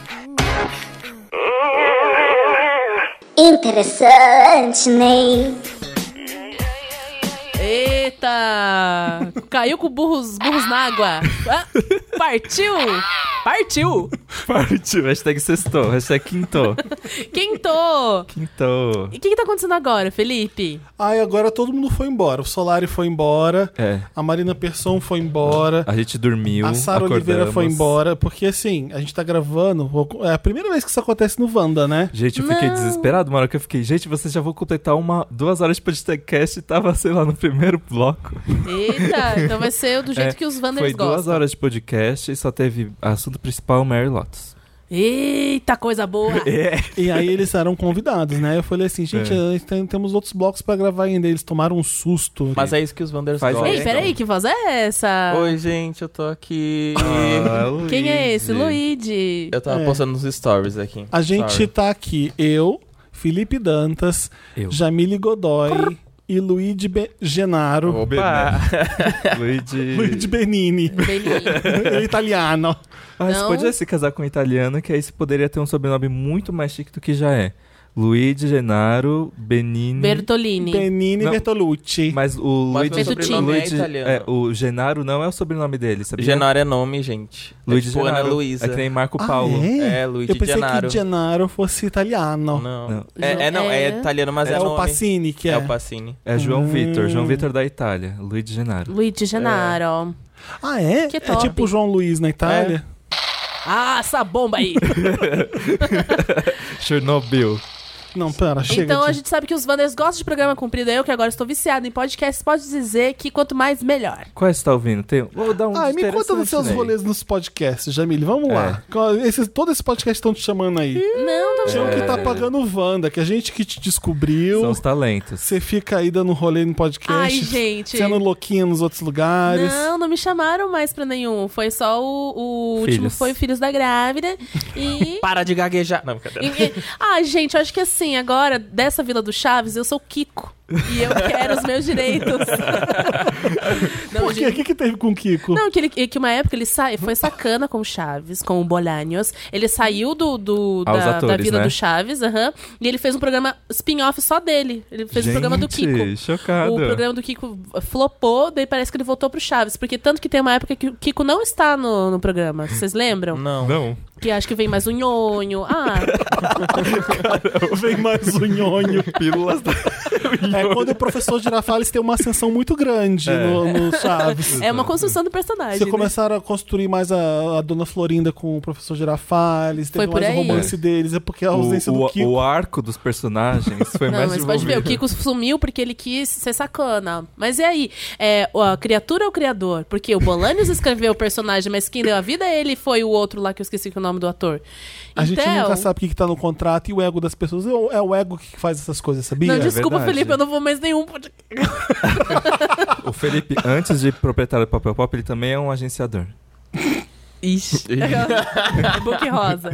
Interessante, Ney.
Eita! Caiu com burros, burros na água. Ah, partiu! Partiu!
Partiu. Hashtag sextou. Hashtag quintou.
Quintou!
Quintou.
E o que, que tá acontecendo agora, Felipe?
Aí agora todo mundo foi embora. O Solari foi embora,
É.
a Marina Persson foi embora.
A gente dormiu.
A Sara
acordamos.
Oliveira foi embora, porque assim, a gente tá gravando. É a primeira vez que isso acontece no Wanda, né?
Gente, eu fiquei <laughs>
Não.
desesperado. Uma hora que eu fiquei, gente, vocês já vão completar uma, duas horas de podcast e tava, sei lá, no primeiro bloco.
Eita, então vai ser do jeito
É,
que os
Foi
Wanders
duas
gostam.
horas de podcast e só teve assunto principal Mary Lotus.
Eita,
<laughs>
coisa boa!
E aí eles eram convidados, né? Eu falei assim, gente,
É.
eh, tem- temos outros blocos pra gravar ainda. Eles tomaram um susto.
Mas é isso que os Wanders
Faz um
gostam. Ah.
Ei, peraí, que voz é essa?
Oi, gente, eu tô aqui.
Ah,
Quem é esse?
Luiz?
Luigi.
Eu tava
É.
postando nos stories aqui.
A gente
Sorry.
tá aqui, eu, Felipe Dantas,
Eu.
Jamile Godoy e Luigi Be- Genaro.
Opa!
<laughs> Luigi
Luigi.
Benini.
Belinho.
Ele é <laughs> italiano.
Ah, você
Não.
podia se casar com um italiano, que aí você poderia ter um sobrenome muito mais chique do que já é. Luigi Genaro Benini.
Bertolini.
Benini
Não.
Bertolucci.
Mas o
Mas
Luigi,
meu sobrenome
é
Luigi-
italiano.
é, o Genaro não é o sobrenome dele, sabia?
Genaro é nome, gente.
Luigi
é tipo Ana
Genaro.
Luísa.
É que nem Marco
Ah,
Paulo.
é?
É, Luigi
Eu pensei
Gennaro.
que Genaro fosse italiano.
Não.
Não.
É, é, não, é
É.
italiano, mas é,
É, o
nome.
Pacini que é.
É o Pacini.
É João
Hum.
Vitor, João Vitor da Itália, Luigi Genaro.
Luigi Genaro.
Ah, é?
Que
É
top.
tipo o João Luiz na Itália?
Ah, essa
<laughs>
bomba aí!
Tá
É.
Chernobyl.
Não, pera, chega.
então
de-
a gente sabe que os Wanders gostam de programa comprido. Eu que agora estou viciado em podcast, pode dizer que quanto mais, melhor.
Qual é que você tá ouvindo? Tem... Vou dar um
Ah, me conta
interessante
dos seus
daí.
rolês nos podcasts, Jamile. Vamos
É.
lá. Qual- Esses, todo esse podcast estão te chamando aí.
Não, não
Tinha um que tá pagando o Wanda, que a gente que te descobriu.
É. São os talentos.
Você fica aí dando rolê no podcast.
Ai, gente.
Sendo louquinha nos outros lugares.
Não, não me chamaram mais pra nenhum. Foi só o, o último,
Filhos.
foi o Filhos da Grávida.
<laughs>
E.
Para de gaguejar. Não,
e-
brincadeira.
e- ah, gente, eu acho que assim, agora, dessa Vila do Chaves, eu sou o Kiko. E eu quero os
<laughs>
meus direitos.
<laughs>
não,
Por quê? O que, que teve com o Kiko?
Não, que, ele, que uma época ele sa... foi sacana com o Chaves, com o Bolanhos. Ele saiu do, do-
Ah, os
da, da
atores,
vida
né?
do Chaves, aham. e ele fez um programa spin-off só dele. Ele fez o programa do Kiko.
Gente, chocado.
O programa do Kiko flopou, daí parece que ele voltou pro Chaves. Porque tanto que tem uma época que o Kiko não está no, no programa. Vocês lembram?
Não.
Não.
Que acho que vem mais um nhonho.
<laughs>
Ah,
Vem mais um nhonho.
<laughs> Pílulas da... <laughs>
É quando o professor Girafales tem uma ascensão muito grande
É.
no, no Chaves.
é uma construção do personagem.
Você
né?
começaram a construir mais a, a Dona Florinda com o professor Girafales, teve
Foi por
mais o
aí.
romance deles, é porque a ausência
O,
do
o,
Kiko.
o arco dos personagens foi
<laughs> Não,
mais
mas pode ver, o
desenvolvido.
Kiko sumiu porque ele quis ser sacana. Mas e aí? É, a criatura ou o criador? Porque o Bolanes escreveu o personagem, mas quem deu a vida a ele foi o outro lá que eu esqueci que é o nome do ator.
A gente
Então-
nunca sabe o que, que tá no contrato e o ego das pessoas. É o- É o ego que faz essas coisas, sabia?
Não, desculpa,
É verdade.
Felipe, eu não vou mais nenhum. pod-
O Felipe, antes de proprietário do Papel Pop, ele também é um agenciador.
Ixi.
<laughs>
<laughs> Book rosa.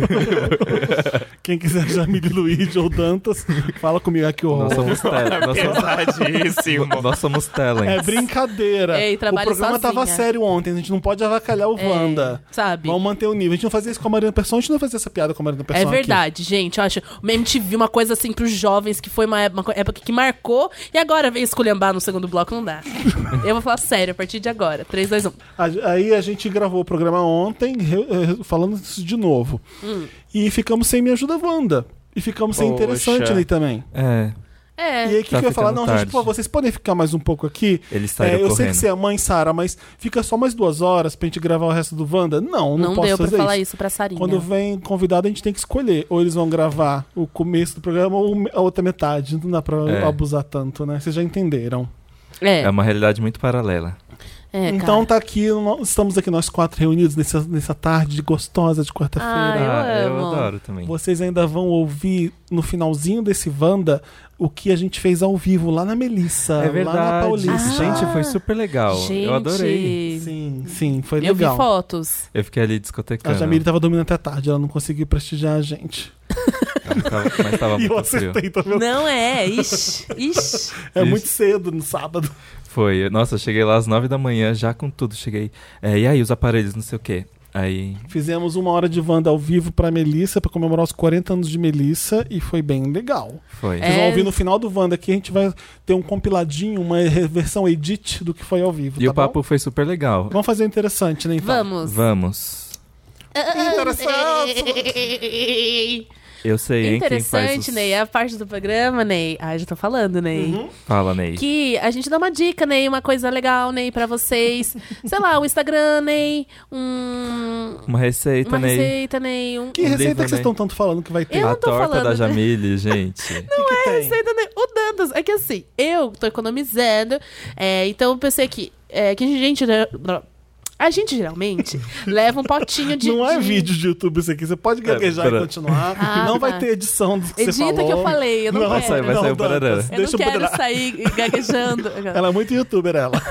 Quem quiser Jamile Luiz ou Dantas, fala comigo é aqui o
Nós somos
<laughs> É
talent. Nós somos,
Pesadíssimo.
nós somos talent.
É brincadeira.
Ei,
o
trabalhe
programa tava
sozinha.
sério ontem, a gente não pode avacalhar o
É,
Wanda.
sabe?
Vamos manter o nível. A gente não fazia isso com a Marina Persson, a gente não fazia essa piada com a Marina Persson.
É
Tá aqui.
verdade, gente. Eu acho uma MTV, uma coisa assim pros jovens, que foi uma época, uma co- época que marcou, e agora vem esculhambar no segundo bloco, não
<laughs>
dá. eu vou falar sério a partir de agora. um. 3, 2, 1.
A- Aí a gente gravou o programa ontem, re- eh, falando isso de novo.
Hum,
E ficamos sem Me Ajuda Wanda. E ficamos sem
Poxa.
interessante ali também.
É,
É.
E aí o que,
Tá
que eu ia falar?
ficando
Não, gente,
tarde.
por favor, vocês podem ficar mais um pouco aqui?
Eles saíram
eu sei
correndo.
que você é mãe, Sara, mas fica só mais duas horas pra gente gravar o resto do Wanda? Não, não,
Não,
posso
deu pra
fazer
falar
isso.
isso pra Sarinha.
Quando vem convidado, a gente tem que escolher. Ou eles vão gravar o começo do programa ou a outra metade. Não dá pra
É.
abusar tanto, né? Vocês já entenderam.
É,
é uma realidade muito paralela.
é,
então
cara.
tá aqui, nó- estamos aqui nós quatro reunidos nessa, nessa tarde gostosa de quarta-feira.
Eu
ah, eu
amo.
adoro também.
Vocês ainda vão ouvir no finalzinho desse Wanda o que a gente fez ao vivo lá na Melissa,
É verdade. Ah,
lá na Paulista.
Gente, foi super legal.
Gente,
Eu adorei.
Sim, sim, foi
Eu vi
legal.
fotos.
Eu fiquei ali
A
discotecando.
Jamile tava dormindo até tarde, ela não conseguiu prestigiar a gente.
Mas tava, mas tava
<laughs> e eu
muito frio.
acertei também.
Não é, ixi, ixi.
É
Isso.
muito cedo no sábado.
Foi. Nossa, eu cheguei lá às nove da manhã, já com tudo. Cheguei. é, e aí, os aparelhos, não sei o quê. Aí.
Fizemos uma hora de Wanda ao vivo pra Melissa, pra comemorar os 40 anos de Melissa, e foi bem legal.
Foi.
É.
Vocês vão ouvir no final do Wanda aqui, a gente vai ter um compiladinho, uma versão edit do que foi ao vivo.
E
tá
o papo
bom?
foi super legal.
Vamos fazer o interessante, né? Então?
Vamos.
Vamos.
Ah, ah,
interessante.
Eu sei, hein? Quem faz
Interessante,
os...
Ney. É a parte do programa, Ney. Ah, já tô falando, Ney.
Uhum.
Fala, Ney.
né, Que a gente dá uma dica, Ney, uma coisa legal, Ney, pra vocês. Sei lá, um Instagram, Ney, um...
Uma receita,
uma
Ney.
receita, Ney. Um...
Que receita que
Livro,
vocês
né?
estão tanto falando que vai ter?
Eu
a
não tô
torta da
falando. né?
Jamile, gente.
não que
É,
tem?
receita, Ney. O Dantas. É que assim, eu tô economizando. é, então eu pensei que... É, que a gente... A gente geralmente leva um potinho de...
não é
de-
vídeo de YouTube isso aqui. Você pode gaguejar e
pera.
continuar.
Ah,
não
tá.
vai ter edição do que você
Edita
falou.
que eu falei, eu não
Vai
quero.
sair, vai
Não,
sair o
Dantas,
barará.
Eu
Deixa
não quero
barará.
sair gaguejando.
<laughs> Ela é muito youtuber,
<laughs>
ela.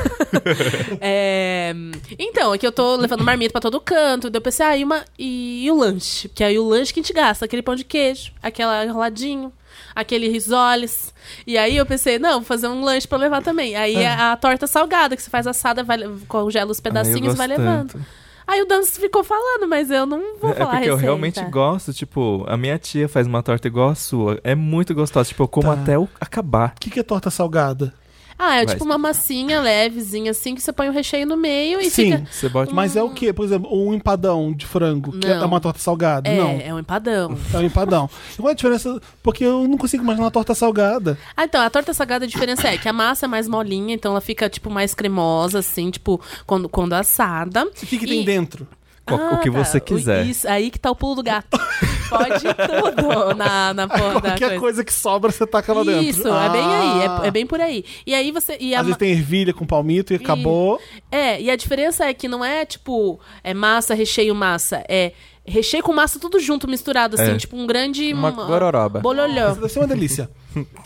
É, Então, é que eu tô levando marmita pra todo canto. Daí eu pensei, ah, e, uma... e o lanche? Porque aí o lanche que a gente gasta, aquele pão de queijo, aquela enroladinho, aquele risoles. E aí eu pensei, não, vou fazer um lanche pra eu levar também. Aí a, a torta salgada, que você faz assada, vai, congela os
Ah, É. eu
pedacinhos e vai
gosto
levando.
tanto.
Aí o Dantas ficou falando, mas eu não <laughs> vou
É
falar a
porque eu
receita.
realmente gosto, tipo, a minha tia faz uma torta igual a sua. É muito gostosa, tipo, eu como
Tá.
até o acabar.
O que, que é torta salgada?
Ah, é
Vai.
tipo uma massinha levezinha assim, que você põe o recheio no meio e
Sim.
fica...
Você bota
Mas é o quê? Por exemplo, um empadão de frango, que é
Não.
uma torta salgada?
É,
Não.
é um empadão.
É um empadão. E Qual é a diferença? Porque eu não consigo imaginar uma torta salgada.
Ah, então, a torta salgada, a diferença é que a massa é mais molinha, então ela fica, tipo, mais cremosa, assim, tipo, quando, quando assada.
O que, que
E-
tem dentro?
co- o que
Ah, tá.
você
O-
É.
quiser.
Isso, aí que tá o pulo do gato.
<laughs>
Pode tudo na, na porra da
Qualquer
coisa.
coisa. que sobra, você taca lá dentro.
Isso, é bem aí,
Ah.
é, é bem por aí. E aí você. E a
Às
ma-
vezes tem ervilha com palmito e acabou.
É, e a diferença é que não é tipo é massa, recheio, massa. É recheio com massa tudo junto, misturado, assim,
É.
tipo um grande.
Uma gororoba.
Isso
Bololhão.
deve ser uma delícia.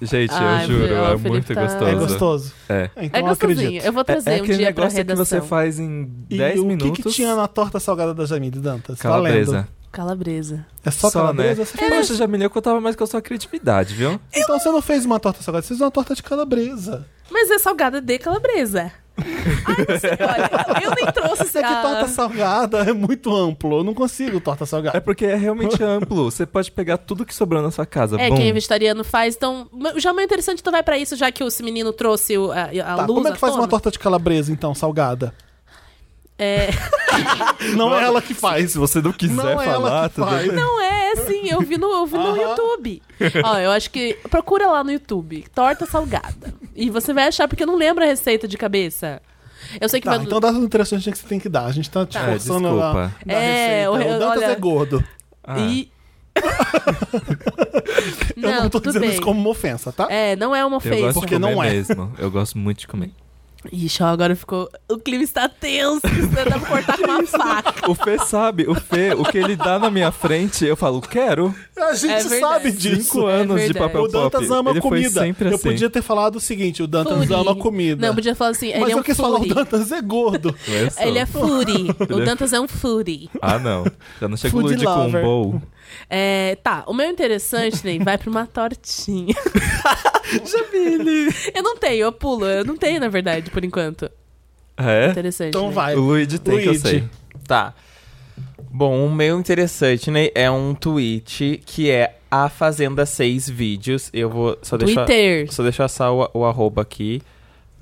Gente,
Ai,
eu juro,
meu,
é
Felipe
muito
tá-
gostoso.
É gostoso.
É.
Então
É
eu
gostosinho.
acredito.
Eu vou trazer
É
um
aquele
dia pra
negócio que
redação.
você faz em
E
10
o
minutos.
que, que tinha na torta salgada da Jamile Dantas? Tá lendo.
Calabresa. né?
Calabresa.
É só, calabresa? Você fez-
Poxa, Jamile, é eu contava mais com a sua criatividade, viu?
Então você não fez uma torta salgada, você fez uma torta de calabresa.
Mas é salgada de
<laughs>
calabresa. Ai, não sei, olha, eu nem trouxe
É que
a-
torta salgada é muito amplo. Eu não consigo torta
É
salgada.
porque
<laughs>
é realmente amplo. Você pode pegar tudo que sobrou na sua casa.
É,
Bom,
quem é vegetariano faz, então... Já é meio interessante, então vai pra isso, já que esse menino trouxe o- a, a
Tá,
luz,
como é que
à
faz uma
tona.
torta de calabresa, então, salgada?
É,
Não é ela que faz.
faz. Se você não quiser
Não é ela
falar,
que
tudo
faz.
bem.
não é, sim, eu vi no, eu vi no YouTube. <laughs> Ó, eu acho que... Procura lá no YouTube, torta salgada. E você vai achar, porque eu não lembro a receita de cabeça. Eu sei que...
Tá,
vai-
então dá as nutrições que você tem que dar. A gente tá te forçando
É,
a-
desculpa.
dar
É,
receita.
o re-
O Dantas
olha-
é gordo.
Ah,
E...
Eu não, tô
tudo
dizendo
bem.
isso como uma ofensa, tá?
É, não é uma
eu
ofensa.
gosto
Porque
de comer
não é.
mesmo. Eu gosto muito de comer.
Ixi, ó, agora ficou... O clima está tenso, você dá pra cortar com uma faca.
O Fê sabe, o Fê, o que ele dá na minha frente, eu falo, quero.
A gente
É verdade.
sabe disso.
Cinco anos de
verdade.
papel
O
pop.
Dantas ama
ele
comida.
Foi sempre
eu
assim.
podia ter falado o seguinte: o Dantas
Furi.
ama comida.
Não, podia falar assim,
Mas
ele é
eu
um
quis falar, o
furi.
Dantas é gordo.
Eu sou.
Ele
<laughs>
é furi.
Ele
O
é-
Dantas é um furi.
Ah, não. Já não chegou
Food
de com um
lover.
bowl.
É, tá, o meu interessante, Ney, vai pra
<laughs>
uma tortinha. Jamile! Eu não tenho, eu pulo. Eu não tenho, na verdade, por enquanto.
Ah,
É?
Interessante. né?
Então
Ney.
vai.
O Luigi tem, que eu
Luigi.
sei.
Tá. Bom, o meu interessante, né, é um tweet que é a Fazenda 6 Vídeos. Eu vou só deixar...
Twitter.
Só deixar só o, o arroba aqui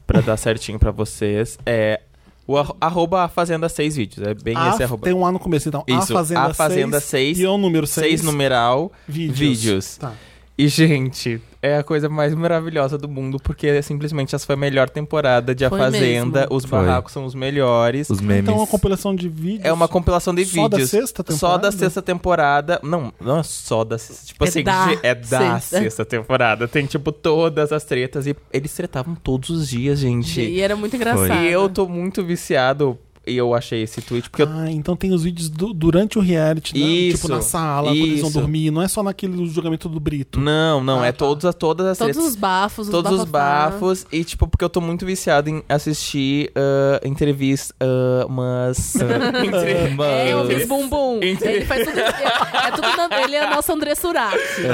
pra dar certinho pra vocês. É o arro- arroba a Fazenda 6 Vídeos. É bem
A-
esse arroba.
Tem um A no começo, então.
Isso,
a Fazenda,
A Fazenda
seis
seis,
E é o número 6.
6 numeral.
vídeos.
vídeos.
Tá.
E, gente, é a coisa mais maravilhosa do mundo, porque é simplesmente essa foi a melhor temporada de A
Foi
Fazenda.
mesmo.
Os
Foi.
barracos são os melhores.
Os memes.
Então <laughs> é uma compilação de vídeos.
É uma compilação de
Só da
vídeos.
sexta temporada?
Só da sexta temporada. Não, não é só da sexta. Tipo
É
assim,
da
ge- é da
sexta.
sexta. temporada. Tem, tipo, todas as tretas. E eles tretavam todos os dias, gente.
E era muito engraçado.
E eu tô muito viciado. E eu achei esse tweet, porque eu
Ah, então tem os vídeos do- durante o reality, né?
Isso,
tipo na sala, quando eles vão
isso.
dormir. Não é só naquele julgamento do Brito.
Não, não,
Ah,
é
tá.
todas, todas as
Todos
tretas,
os bafos, os
todos os
bafafá.
bafos e tipo porque eu tô muito viciado em assistir ah, entrevista, ah,
<laughs>
umas ah, entre-
É, eu fiz
umas-
bumbum. Ele faz tudo. É, é tudo na- ele é a nossa André Surak.
É.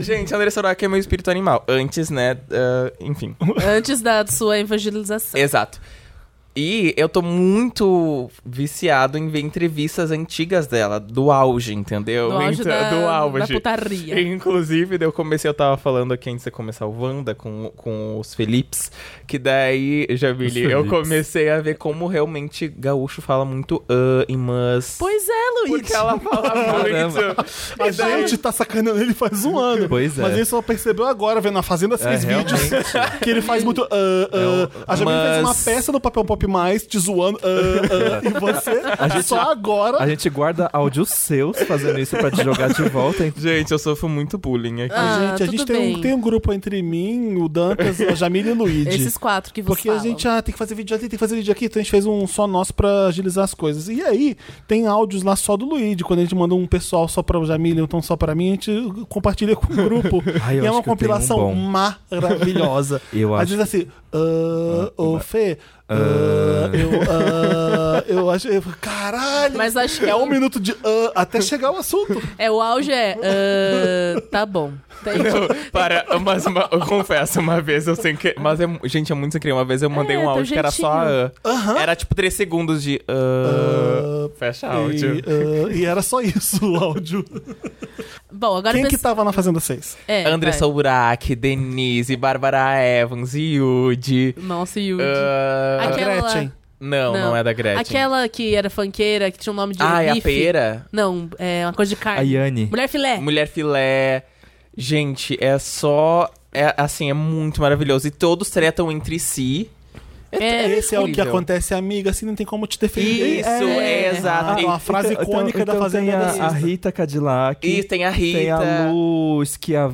Ah, Gente, André Soraka é meu espírito animal. Antes, né? ah, enfim,
Antes da sua evangelização.
exato. E eu tô muito viciado em ver entrevistas antigas dela, do auge, entendeu?
Do auge
Então,
da-
do auge.
da putaria.
Inclusive, daí eu comecei, eu tava falando aqui antes de começar o Wanda com, com os Felipes, que daí, Jamile,
Os
eu
Felipes.
comecei a ver como realmente gaúcho fala muito ã e mas.
Pois é, Luiz.
porque
<laughs>
ela fala
Caramba.
muito.
A gente tá sacaneando ele faz um ano.
Pois é.
Mas ele só percebeu agora, vendo a Fazenda Seis Vídeos, que ele faz muito. ah, ah.
É
a Jamil fez uma
mas-
peça do Papel Pop Mais te zoando. ah, ah, e você só agora.
A gente guarda áudios seus fazendo isso pra te jogar de volta, hein?
Gente, eu sofro muito bullying aqui.
Ah,
gente, a
tudo
gente tem um,
bem.
tem um grupo entre mim, o Dantas, a Jamila e o Luigi.
Esses quatro que você
Porque a gente ah, tem que fazer vídeo aqui, tem que fazer vídeo aqui, então a gente fez um só nosso pra agilizar as coisas. E aí, tem áudios lá só do Luigi, quando a gente manda um pessoal só pra Jamila, então só pra mim, a gente compartilha com o
<laughs>
grupo.
Ai, eu
e é
acho
uma
que eu tenho um
compilação
bom.
maravilhosa.
<laughs> Eu
Às
acho
vezes assim, ah, ô Fê, ah, eu, ah, eu acho,
<laughs>
eu,
Tá
caralho,
Mas acho que
é um minuto de ah, até chegar o assunto.
é, o auge é. ah, tá bom. Tem-
<laughs> Para, mas uma- eu confesso, uma vez eu sem que... Mas, é, mu- gente, é muito sem querer. Uma vez eu mandei
É,
um
teu
áudio que era só... ah. Era tipo três segundos de... ah,
Ah,
fecha
E,
áudio.
ah, e era só isso o áudio.
Bom, agora
Quem
pensa-
que tava na Fazenda 6?
é,
André
vai.
Sourac, Denise, Bárbara Evans, Yudi...
Nossa, Yudi.
ah,
Aquela-
Gretchen.
Não, não, é da Gretchen.
Aquela que era funkeira, que tinha um nome de.
Ah, é a
bife.
Pera?
Não, é uma coisa de
A
carne.
Yane.
Mulher filé.
Mulher filé. Gente, é só... É, assim, é muito maravilhoso. E todos tretam entre si.
É,
Esse é o que
discutível.
acontece, amiga, assim não tem como te defender.
Isso, é, exato.
Ah, uma frase
Então-
icônica
então
da
tem
Fazenda
a,
da
a
Sexta.
Rita Cadillac.
E tem a Rita.
Tem a Lu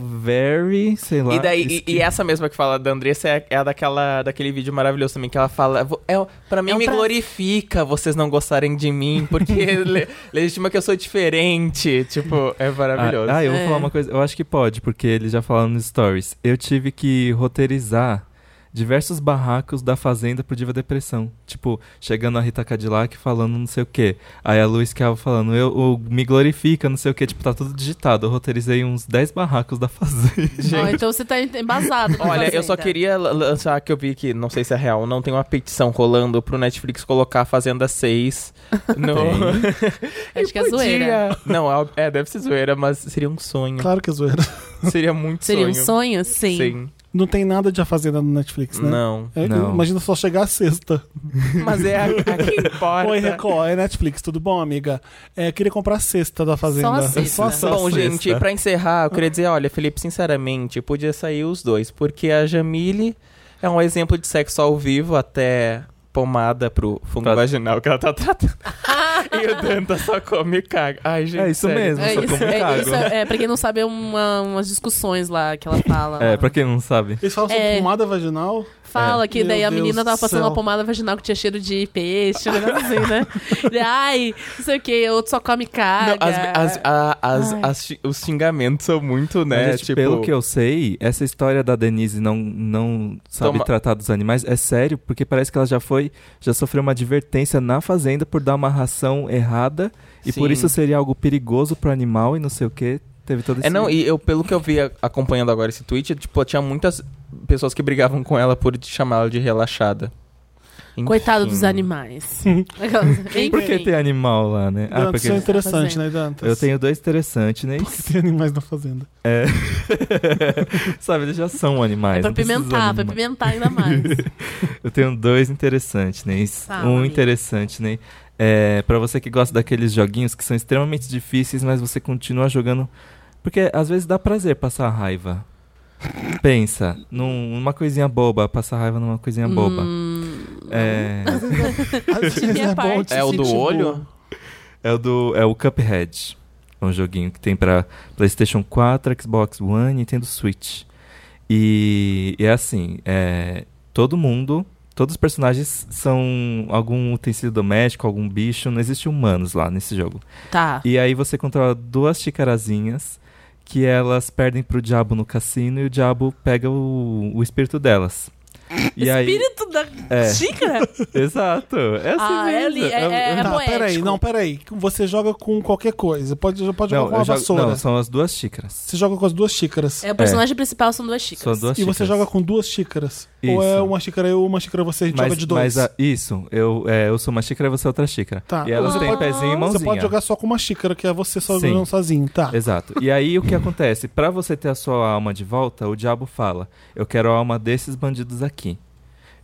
Schiaveri, sei lá.
E, daí, e- é
Schi-
e, essa mesma que fala da Andressa é, é a daquela, daquele vídeo maravilhoso também, que ela fala. "Vo- É, pra mim
É um
me
prazer."
glorifica vocês não gostarem de mim, porque le- legitima que eu sou diferente. Tipo, é maravilhoso.
Ah, ah, eu vou
É.
falar uma coisa. Eu acho que pode, porque eles já falaram nos stories. Eu tive que roteirizar diversos barracos da Fazenda pro Diva Depressão. Tipo, chegando a Rita Cadillac falando não sei o quê. Aí a Luiz Calvo falando, eu, o- me glorifica, não sei o quê. Tipo, tá tudo digitado. Eu roteirizei uns 10 barracos da Fazenda.
Ó, então você tá embasado. com
Olha, eu só
Fazenda.
queria la- lançar que eu vi que, não sei se é real ou não, tem uma petição rolando pro Netflix colocar a Fazenda 6 no. <laughs>
Acho que é zoeira.
um
Não, é, é, deve ser zoeira, mas seria um sonho.
Claro que é zoeira.
Seria muito
Seria
sonho.
um sonho? Sim.
Sim.
Não tem nada de A Fazenda no Netflix, né?
Não.
É,
Não.
Imagina só chegar a sexta.
Mas é a, a que
<laughs>
importa.
Oi, Record, é Netflix, tudo bom, amiga? É, queria comprar a sexta da Fazenda.
Só a sexta.
É Só a
Só
sexta.
a
Bom,
sexta.
gente, pra encerrar, eu queria dizer, olha, Felipe, sinceramente, podia sair os dois, porque a Jamile é um exemplo de sexo ao vivo até pomada pro fungo
Tá.
vaginal que ela tá
<laughs>
tratando. e o Danta só come e caga. Ai, gente,
É isso
sério.
mesmo,
É
só
isso,
como
é,
cago.
isso é, é, pra quem não sabe, é uma- umas discussões lá que ela fala.
Ah.
É,
lá.
pra quem não sabe.
Eles falam sobre
É.
pomada vaginal.
Fala que
Meu
daí a
Deus
menina tava
do
passando
céu.
uma pomada vaginal que tinha cheiro de peixe, um negócio assim, né?
<laughs>
Ele, Ai, não sei o que, outro só come
Não,
caga.
as- as- a- as- as chi- os xingamentos são muito, né?
Mas, gente,
tipo,
Pelo que eu sei, essa história da Denise não, não sabe
Toma-
tratar dos animais é sério, porque parece que ela já foi, já sofreu uma advertência na fazenda por dar uma ração errada e por
Sim.
isso seria algo perigoso pro animal e não sei o que. Teve todo esse.
É, não, e eu, pelo que eu vi a- acompanhando agora esse tweet, tipo, tinha muitas pessoas que brigavam com ela por chamar ela de relaxada. Enfim. <laughs>
Coitado dos animais. Aquelas-
<laughs> Por é que
Enfim.
tem animal lá, né? Ah,
Dantas,
porque
isso é interessante,
Fazenda.
né, Dantas?
eu tenho dois interessantes, né?
Porque tem animais na Fazenda.
É. <laughs> sabe, eles já são animais.
É Pra
não precisa
pimentar, pra
animar.
pimentar ainda mais.
<laughs> Eu tenho dois interessantes, Ney.
Fala,
um
amigo.
interessante, Ney. É, para você que gosta daqueles joguinhos que são extremamente difíceis, mas você continua jogando. Porque às vezes dá prazer passar raiva. Pensa, num- numa coisinha boba, passar raiva numa coisinha boba.
Hum,
É,
Às vezes
minha
é bom
parte.
te
É o do
sentir
olho?
boa.
é o do é o Cuphead. É um joguinho que tem pra PlayStation 4, Xbox One, Nintendo Switch. E e é assim, é, todo mundo, todos os personagens são algum utensílio doméstico, algum bicho, não existe humanos lá nesse jogo.
tá.
E aí você controla duas xicarazinhas
<laughs>
que elas perdem pro diabo no cassino e o diabo pega o, o espírito delas. E aí.
Espírito da
É.
xícara?
<laughs> Exato. É assim
Ah, é
mesmo.
li- é- é- é
um-
tá,
poético.
peraí, não, peraí. Você joga com qualquer coisa. Pode, pode
Não,
jogar com uma
eu jogo-
vassoura.
não, são as duas xícaras.
Você joga com as duas xícaras.
É, o personagem principal são duas
São
xícaras.
as duas
E você
xícaras.
joga com duas xícaras. Ou é
Isso.
uma xícara eu, uma xícara você
mas,
joga de dois.
Mas a- isso, eu, é, eu sou uma xícara e você é outra xícara.
Tá.
E elas têm
Ah.
pezinho e mãozinha.
Você pode jogar só com uma xícara, que é você só
Sim.
jogando sozinho. Tá.
Exato. E aí o
<laughs>
que acontece? Pra você ter a sua alma de volta, o diabo fala: Eu quero a alma desses bandidos aqui.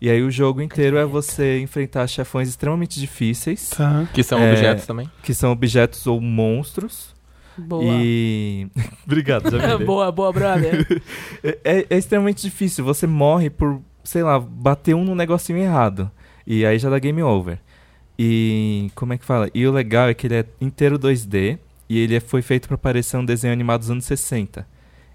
E aí o jogo inteiro é você enfrentar chefões extremamente difíceis,
Tá.
Que são
É.
objetos também.
que são objetos ou monstros.
Boa.
E. <laughs> Obrigado, já me dei.
boa, boa, brother.
<laughs> É- é, é extremamente difícil. Você morre por, sei lá, bater um no negocinho errado. E aí já dá game over. E como é que fala? E o legal é que ele é inteiro 2D e ele é- foi feito pra parecer um desenho animado dos anos 60.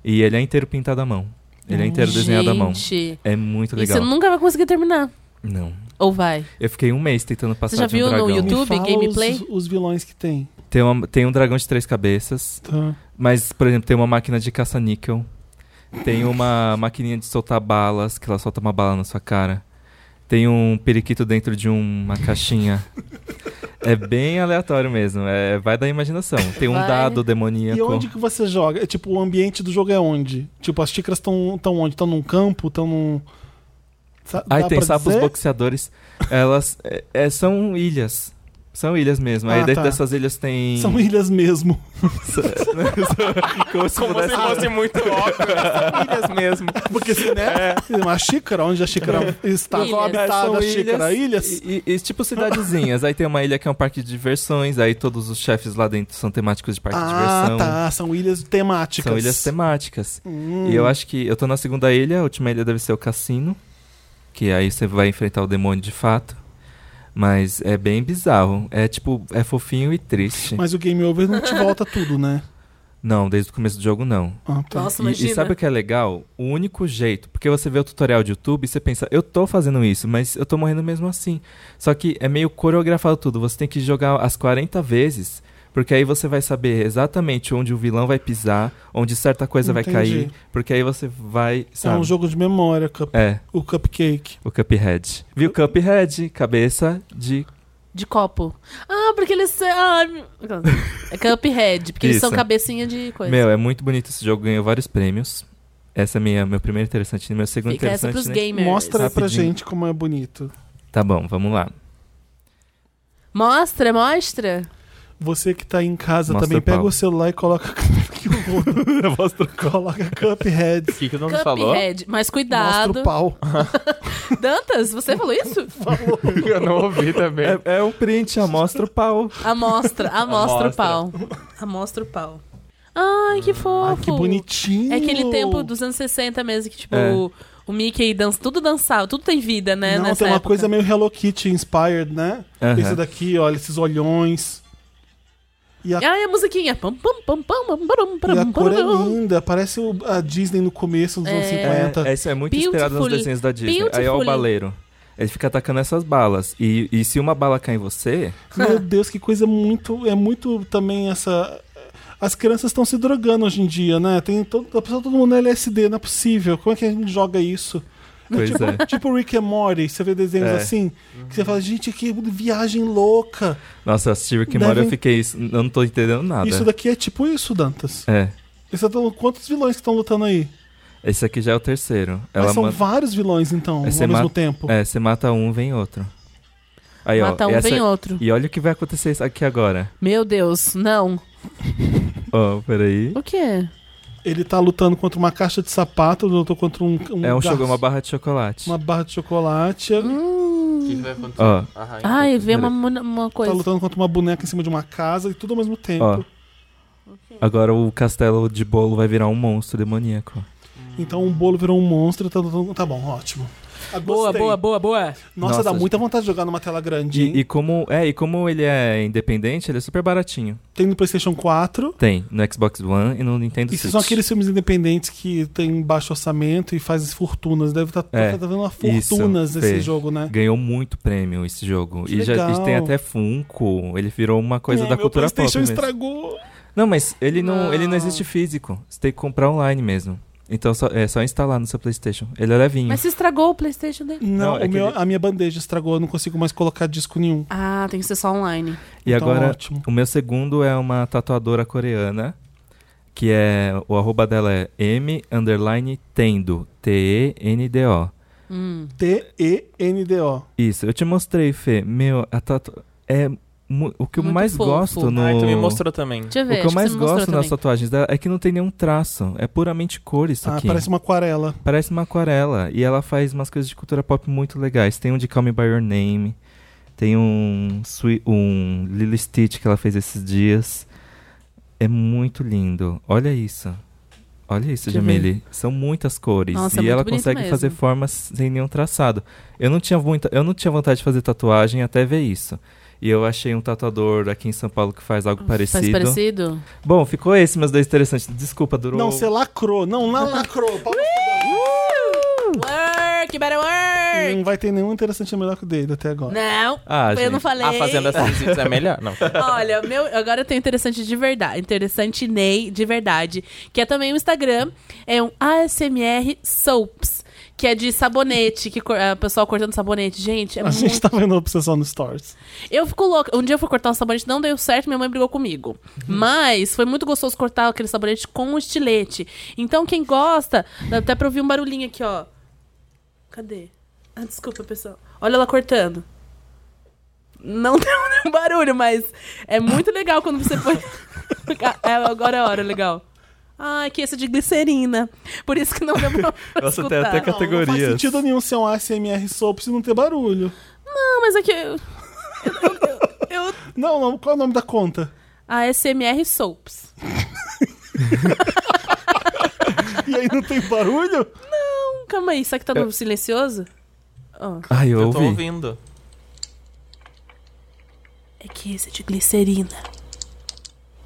E ele é inteiro pintado à mão. Ele é inteiro desenhado à mão.
Gente,
É muito
e você
legal.
nunca vai conseguir terminar.
Não.
Ou vai?
Eu fiquei um mês tentando passar
Você já
de um
viu no
dragão.
Me
YouTube?
fala
gameplay?
Os, os vilões que tem.
Tem, uma- tem um dragão de três cabeças.
Tá.
Mas, por exemplo, tem uma máquina de caça-níquel. Tem uma maquininha de soltar balas, que ela solta uma bala na sua cara. Tem um periquito dentro de uma caixinha. é bem aleatório mesmo. É, vai da imaginação. Tem um
Vai.
dado
E
demoníaco.
onde que você joga? É, Tipo, o ambiente do jogo é onde? Tipo, as xícaras estão tão onde? Estão num campo? Estão num. Sa-
Aí
dá
tem
pra
sapos
dizer?
boxeadores. Elas é- é, são ilhas. São ilhas mesmo. Aí
Ah,
dentro
tá.
dessas ilhas tem.
São ilhas
<laughs>
mesmo.
Como se pudesse-
muito óbvio. Ilhas mesmo.
Porque se, né?
É.
Uma xícara, onde a xícara está
Ilhas.
coabitada, a
São
tá xícara. Ilhas.
E, e- e tipo cidadezinhas. aí tem uma ilha que é um parque de diversões, aí todos os chefes lá dentro são temáticos de parque de
Ah,
diversão.
tá. São ilhas temáticas.
São ilhas temáticas.
Hum.
E eu acho que eu tô na segunda ilha, a última ilha deve ser o cassino, que aí você vai enfrentar o demônio de fato. Mas é bem bizarro. É tipo, é fofinho e triste.
Mas o Game Over não te volta tudo, né?
Não, desde o começo do jogo não.
Ah, tá.
Nossa,
E- E,
imagina.
sabe o que é legal? O único jeito, porque você vê o tutorial de YouTube e você pensa, eu tô fazendo isso, mas eu tô morrendo mesmo assim. Só que é meio coreografado tudo, você tem que jogar as 40 vezes, porque aí você vai saber exatamente onde o vilão vai pisar, onde certa coisa vai
Entendi.
cair, porque aí você vai, sabe?
É um jogo de memória, cup-
É,
o Cupcake.
o Cuphead. Viu Cuphead? Cabeça de
De copo. Ah, porque eles são. Ah, é Cuphead, porque eles
Isso.
são cabecinha de coisa.
Meu, é muito bonito esse jogo, ganhou vários prêmios. Essa é minha meu primeiro interessante, meu segundo
Fica essa
interessante.
pros
né?
gamers.
Mostra pra
Rapidinho.
gente como é bonito.
Tá bom, vamos lá.
Mostra, mostra.
Você que tá aí em casa
Mostra
também,
o
pega
pau.
o celular e coloca. <laughs> que horror. coloca Cuphead.
O que, que o nome falou?
Cuphead, né? mas
Mostra
cuidado.
o pau.
Dantas, você
<laughs>
falou isso?
<laughs> Eu não ouvi também.
É, é um print, amostra o pau.
<laughs> Amostra, amostra
Amostra.
o pau. Amostra o pau. Ai, que fofo.
Ah, que bonitinho.
É aquele tempo dos anos 60 mesmo, que tipo,
É.
o- o Mickey dança, tudo dançava, tudo tem vida, né?
Não,
nessa
tem uma
época.
coisa meio Hello Kitty inspired, né?
Aham.
Esse daqui, olha, esses olhões. E a,
Ah, e a musiquinha. Pam, pam, pam, pam, pam, pam,
e a
pam,
cor é
pam.
linda. Parece o- a Disney no começo dos anos
É.
É,
50.
é, isso é muito inspirado nos
Beautifully.
desenhos da Disney. Aí é o
Beautifully.
baleiro. Ele fica atacando essas balas. E, e se uma bala cai em
<laughs>
você, <laughs>
Meu Deus, que coisa muito. É muito também essa. As crianças estão se drogando hoje em dia, né? Tem todo, a pessoa, todo mundo é LSD, não é possível. Como é que a gente joga isso?
pois é.
Tipo Rick and Morty, você vê desenhos
É.
assim, que você fala, gente, que viagem louca.
Nossa, eu assisti Rick and Morty, eu
Devem-
fiquei... Eu não tô entendendo nada.
Isso daqui é tipo isso, Dantas.
É.
Isso é tão- quantos vilões que estão lutando aí?
Esse aqui já é o terceiro. Ela
Mas são
manda-
vários vilões, então,
Aí você
ao mesmo
mata-
tempo.
É, você mata um, vem outro. Aí, ó,
Mata um,
essa-
vem outro.
E olha o que vai acontecer isso aqui agora.
Meu Deus, não.
Ó, peraí.
O quê?
Ele tá lutando contra uma caixa de sapato, lutou contra um.
É um
garfo,
jogo, uma barra de chocolate.
uma barra de chocolate.
O que que vai acontecer? Ah,
Ó,
Arranha.
Ai, veio uma, mon- uma
Tá
coisa.
lutando contra uma boneca em cima de uma casa e tudo ao mesmo tempo.
ó. Agora o castelo de bolo vai virar um monstro demoníaco.
Então um bolo virou um monstro, tá, lutando- tá bom, ótimo. Ah,
Boa,
gostei.
boa, boa, boa.
Nossa,
Nossa,
dá
gente.
muita vontade de jogar numa tela grande. hein?
E, e como, é, e como ele é independente, ele é super baratinho.
Tem no PlayStation 4.
Tem, no Xbox One e no Nintendo
Isso
Switch.
são aqueles filmes independentes que tem baixo orçamento e fazem fortunas. Deve estar tá,
É,
tá vendo uma fortunas
isso,
nesse
Fê.
jogo, né?
Ganhou muito prêmio esse jogo.
Que
e, já,
legal.
e tem até Funko. Ele virou uma coisa
Ai,
da
meu
cultura pop.
PlayStation
mesmo.
estragou. Ah.
Não, mas ele não, ele não
Não.
existe físico. Você tem que comprar online mesmo. Então só- é só instalar no seu PlayStation. Ele é levinho.
Mas se estragou o PlayStation dele.
Não,
Não, é
o meu-
que-
a minha bandeja estragou, eu não consigo mais colocar disco nenhum.
Ah, tem que ser só online.
E
Então,
agora,
ótimo.
o meu segundo é uma tatuadora coreana, que é. O arroba dela é M underline Tendo. T-E-N-D-O.
Hum.
T-E-N-D-O.
Isso, eu te mostrei, Fê. Meu, a tatu... é mu- o que eu
Muito
mais
fofo.
gosto
Ah,
no.
então
Ai, tu me mostrou também.
Deixa eu
O
ver.
que
acho
eu
você
mais
me mostrou
gosto nas
também.
tatuagens dela é que não tem nenhum traço. É puramente cor isso
Ah,
aqui.
parece uma aquarela.
Parece uma aquarela. E ela faz umas coisas de cultura pop muito legais. Tem um de Call Me By Your Name. Tem um, sui- um Lily Stitch que ela fez esses dias. É muito lindo. Olha isso. Olha isso,
Deixa eu ver.
Jamile. São muitas cores.
Nossa, é
e
muito
ela
bonito
consegue
mesmo.
fazer formas sem nenhum traçado. Eu não, tinha muita, eu não tinha vontade de fazer tatuagem até ver isso. E eu achei um tatuador aqui em São Paulo que faz algo
Faz
parecido.
parecido?
Bom, ficou esse, meus dois interessantes. Desculpa, durou.
Não, você lacrou. Não, lá lacrou. Paulo
Work, better work! Né,
Não vai ter nenhum interessante melhor que o dele até agora.
Não,
Ah, assim,
eu
gente.
não falei.
A Fazenda 6 é melhor? Não.
<laughs> Olha, meu, agora eu tenho interessante de verdade. Interessante Ney de verdade. Que é também o Instagram. É um ASMR Soaps. Que é de sabonete, que cor- a pessoa cortando sabonete. Gente, é
A
muito
gente tá vendo a obsessão no Stories.
Eu fico louca. Um dia eu fui cortar um sabonete, não deu certo, minha mãe brigou comigo.
Uhum.
Mas foi muito gostoso cortar aquele sabonete com o estilete. Então, quem gosta, dá até pra ouvir um barulhinho aqui, ó. Cadê? Ah, desculpa, pessoal. Olha ela cortando. Não <laughs> deu nenhum barulho, mas é muito legal quando você põe. <laughs> É, agora é a hora, legal. Ah, que esse de glicerina. Por isso que não
<laughs>
deu pra pra
Nossa, tem
escutar.
até
Não, Não, faz
Categorias.
sentido nenhum ser um ASMR soap se não ter barulho.
Não, mas aqui. Eu, eu, eu, eu...
Não, não, qual é o nome da conta?
ASMR Soaps.
<laughs> E aí não tem barulho?
Não, calma aí. Será que tá no silencioso? Ó,
Ai, Ah, eu,
É. Eu tô
ouvi.
ouvindo.
é que esse é de glicerina.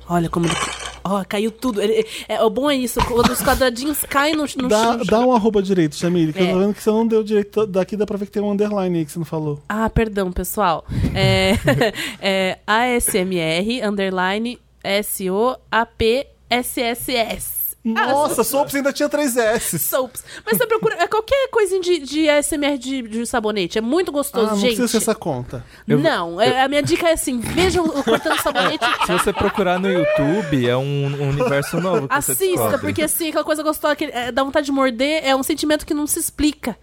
Olha como ele... Ó, caiu tudo. Ele- é, o bom é isso. Quando os quadradinhos caem no... no
Dá,
no-
dá um arroba direito, Jamile, que eu
É.
tô vendo que você não deu direito. Daqui dá pra ver que tem um underline aí que você não falou.
Ah, perdão, pessoal. É, <laughs> é ASMR, underline, S-O-A-P-S-S-S.
Nossa, soaps ainda tinha três S.
Soaps. Mas você procura... É qualquer coisinha de, de ASMR de, de sabonete. É muito
Ah,
gostoso,
não
gente.
precisa ser essa conta.
Eu-
Não, é- a minha dica é assim, vejam o cortando sabonete
Se você procurar no YouTube, é um, um universo novo que você
Assista,
descobre.
porque assim, aquela coisa gostosa que é, dá vontade de morder é um sentimento que não se explica.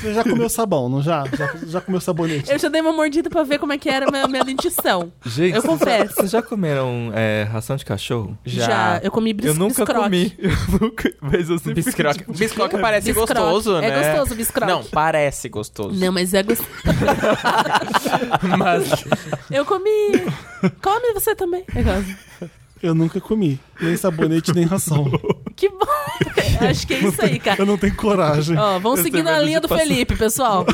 Você já comeu sabão, não já? Já, já comeu sabonete?
Eu já dei uma mordida pra ver como é que era a minha, minha dentição.
Gente,
Eu
vocês- <laughs>
confesso.
Vocês já comeram é, ração de cachorro?
Eu comi bis
eu nunca
biscroque.
comi. <laughs> Eu nunca, mas eu sempre
Biscroque. Biscroque tipo, parece
Biscroque.
gostoso,
É
né?
gostoso, biscroque.
Não, parece gostoso.
Não, mas é gostoso.
<laughs> Mas
Eu comi. Come você também. É gostoso.
Eu nunca comi. Nem sabonete, nem ração.
Que bom. <laughs> Acho que é isso aí, cara.
Eu não tenho coragem.
Ó, vão
Eu
seguindo
tenho
a
medo
linha
de
do
passar.
Felipe, pessoal.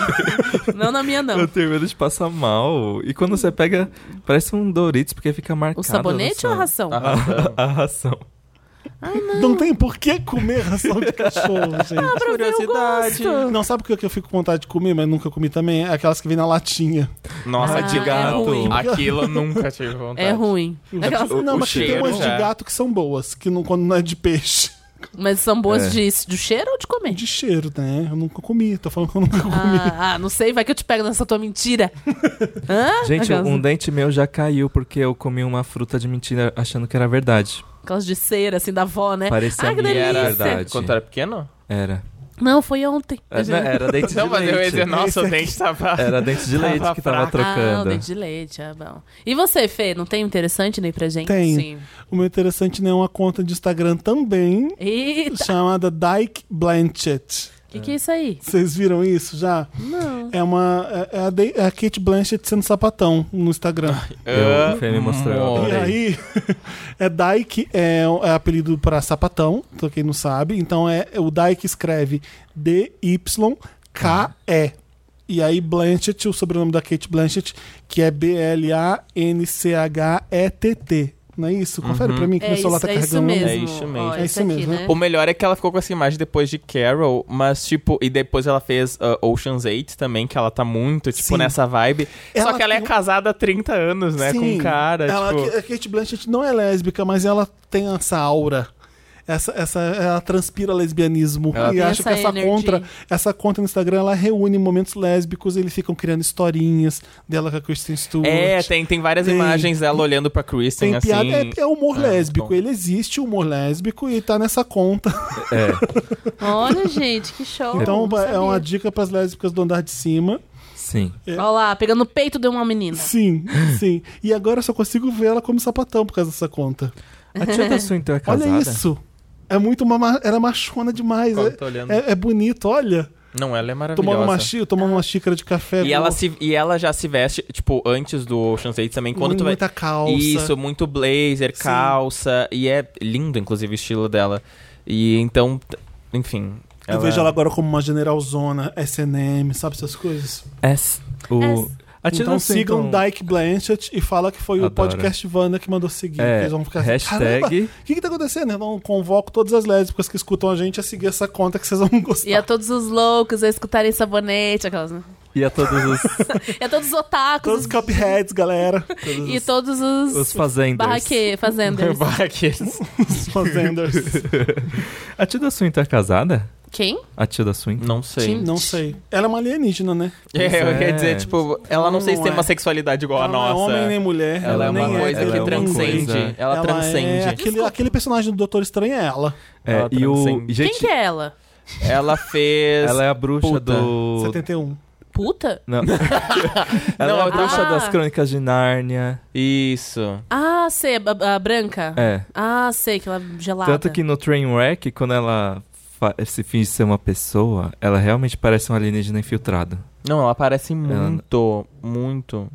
Não na minha,
Eu
não.
tenho medo de passar mal. E quando você pega, parece um Doritos, porque fica marcado. né?
O sabonete ou a
no
ração?
seu- A, a ração.
Ah, Não tem por que <laughs> comer ração de cachorro,
Ah,
gente.
Pra ver o
Curiosidade.
Ah, gosto.
Não sabe o que eu- que eu fico com vontade de comer, mas nunca comi também? É Aquelas que vem na latinha.
Nossa,
Ah,
de
é
gato.
ruim.
Aquilo eu nunca tive vontade.
É ruim. Aquelas-
não,
o
mas que tem
cheiro
umas de
já.
gato que são boas, que não, quando não é de peixe.
Mas são boas
É.
de, do cheiro ou de comer?
De cheiro, né? Eu nunca comi, tô falando que eu nunca comi.
Ah, ah, não sei, vai que eu te pego nessa tua
<laughs>
mentira. Hã?
Gente,
aquelas,
um dente meu já caiu porque eu comi uma fruta de mentira achando que era verdade.
aquelas de cera, assim, da avó, né?
Parecia
ah, que
a minha,
delícia.
era É verdade.
Quando tu era pequeno?
Era.
Não, foi ontem.
É, não, Era
<laughs>
dente
Não,
de
mas eu ia
leite.
dizer, nossa, o dente tava...
Era dente de leite que tava
fraco.
Ah, o
trocando.
dente de leite, ah, bom. E você, Fê, não tem um interessante nem pra gente?
Tem.
Sim.
O meu interessante né, é uma conta de Instagram também,
Eita,
chamada Dyke Blanchett.
o que, que é isso aí?
Vocês viram isso já?
Não.
É uma. é- É a, de, é a Kate Blanchett sendo sapatão no Instagram.
Eu- o Fê me mostrou, eu
Amor.
E
adorei.
aí, <laughs> é Dyke, é, é apelido para sapatão, pra quem não sabe. Então é é o Dyke escreve D-Y-K-E. E aí, Blanchett, o sobrenome da Kate Blanchett, que é B-L-A-N-C-H-E-T-T. Não é isso? Confere pra mim que
É
meu celular
isso,
tá
é isso
carregando.
Uhum.
mesmo.
É isso mesmo.
Ó,
É
esse
isso
aqui,
mesmo.
né?
O melhor é que ela ficou com essa imagem depois de Carol, mas tipo, e depois ela fez uh, Ocean's 8 também, que ela tá muito, tipo,
Sim.
nessa vibe.
Ela
Só que ela é
tem um-
casada há 30 anos, né? Com um cara.
Ela,
tipo...
é A Kate Blanchett não é lésbica, mas ela tem essa aura. Essa, essa, ela transpira lesbianismo.
Ela
e
tem
acho que
essa
essa
energy.
contra, essa conta no Instagram, ela reúne momentos lésbicos, eles ficam criando historinhas dela com a Kristen Stewart.
É, tem, tem várias
Tem-
imagens dela olhando pra Kristen,
Tem
assim.
piada, é, é humor
Ah,
lésbico.
bom.
Ele existe, o humor lésbico, e tá nessa
<laughs>
conta.
É.
Olha, gente, que show.
então
Não
é uma
sabia.
dica pras lésbicas do andar de cima. É.
Sim.
Olha lá, pegando o peito de um uma menina.
<laughs>
Sim, sim. E agora eu só consigo ver ela como sapatão por causa dessa conta.
A tia da sua então é casada?
Olha isso. É muito uma. ma- Era machona demais.
Olha,
É,
tô olhando.
é- é bonito, olha.
Não, ela é maravilhosa.
Tomando uma, xí- tomando uma xícara de
É
café.
E ela,
com
se, e ela já se veste, tipo, antes do Ocean's 8 também. Quando tu vai...
muita calça.
Isso, muito blazer,
Sim.
calça. E é lindo, inclusive, o estilo dela. E então, t- enfim.
Eu
é.
vejo ela agora como uma generalzona, SNM, sabe essas coisas?
S. O...
S.
A tia
Então
da sua,
sigam
então...
Dyke Blanchett e fala que foi o
Adoro.
podcast Wanda que mandou seguir.
É,
que eles vão ficar assim,
hashtag-
"Caramba, O que, que tá acontecendo? Então convoco todas as lésbicas que escutam a gente a seguir essa conta que vocês vão gostar.
E a todos os loucos a escutarem sabonete, aquelas. né?
E a todos os,
E a todos os otakus
Todos os cupheads, galera. Todos
<laughs> e todos os,
os fazenders.
barraque, fazenders.
Barraqueiros.
os fazenders.
<laughs> A tia da sua então é casada?
Quem?
A tia da sua então?
Não sei.
Não sei. Ela é uma alienígena, né?
<laughs> É, eu
É.
queria dizer, tipo, ela não,
Não
sei se tem
é.
uma sexualidade igual
ela
a
não é
nossa.
homem nem mulher.
Ela, é uma
nem
coisa
ela
que
é uma
transcende.
coisa.
Ela,
é-
transcende.
aquele, aquele personagem do Doutor Estranho é ela.
É,
Ela
e o...
transcende.
Gente,
Quem que é ela?
Ela fez.
Ela é a bruxa
Puta.
do...
71.
<laughs>
Puta?
<laughs>
Não. Ela é
Não,
a
eu tô-
bruxa
Ah.
das crônicas de Nárnia.
Isso.
Ah, sei, a, a branca?
É.
Ah, sei, que ela gelada.
Tanto que no Trainwreck, quando ela fa- se finge ser uma pessoa, ela realmente parece um alienígena infiltrado.
Não, ela parece muito, muito.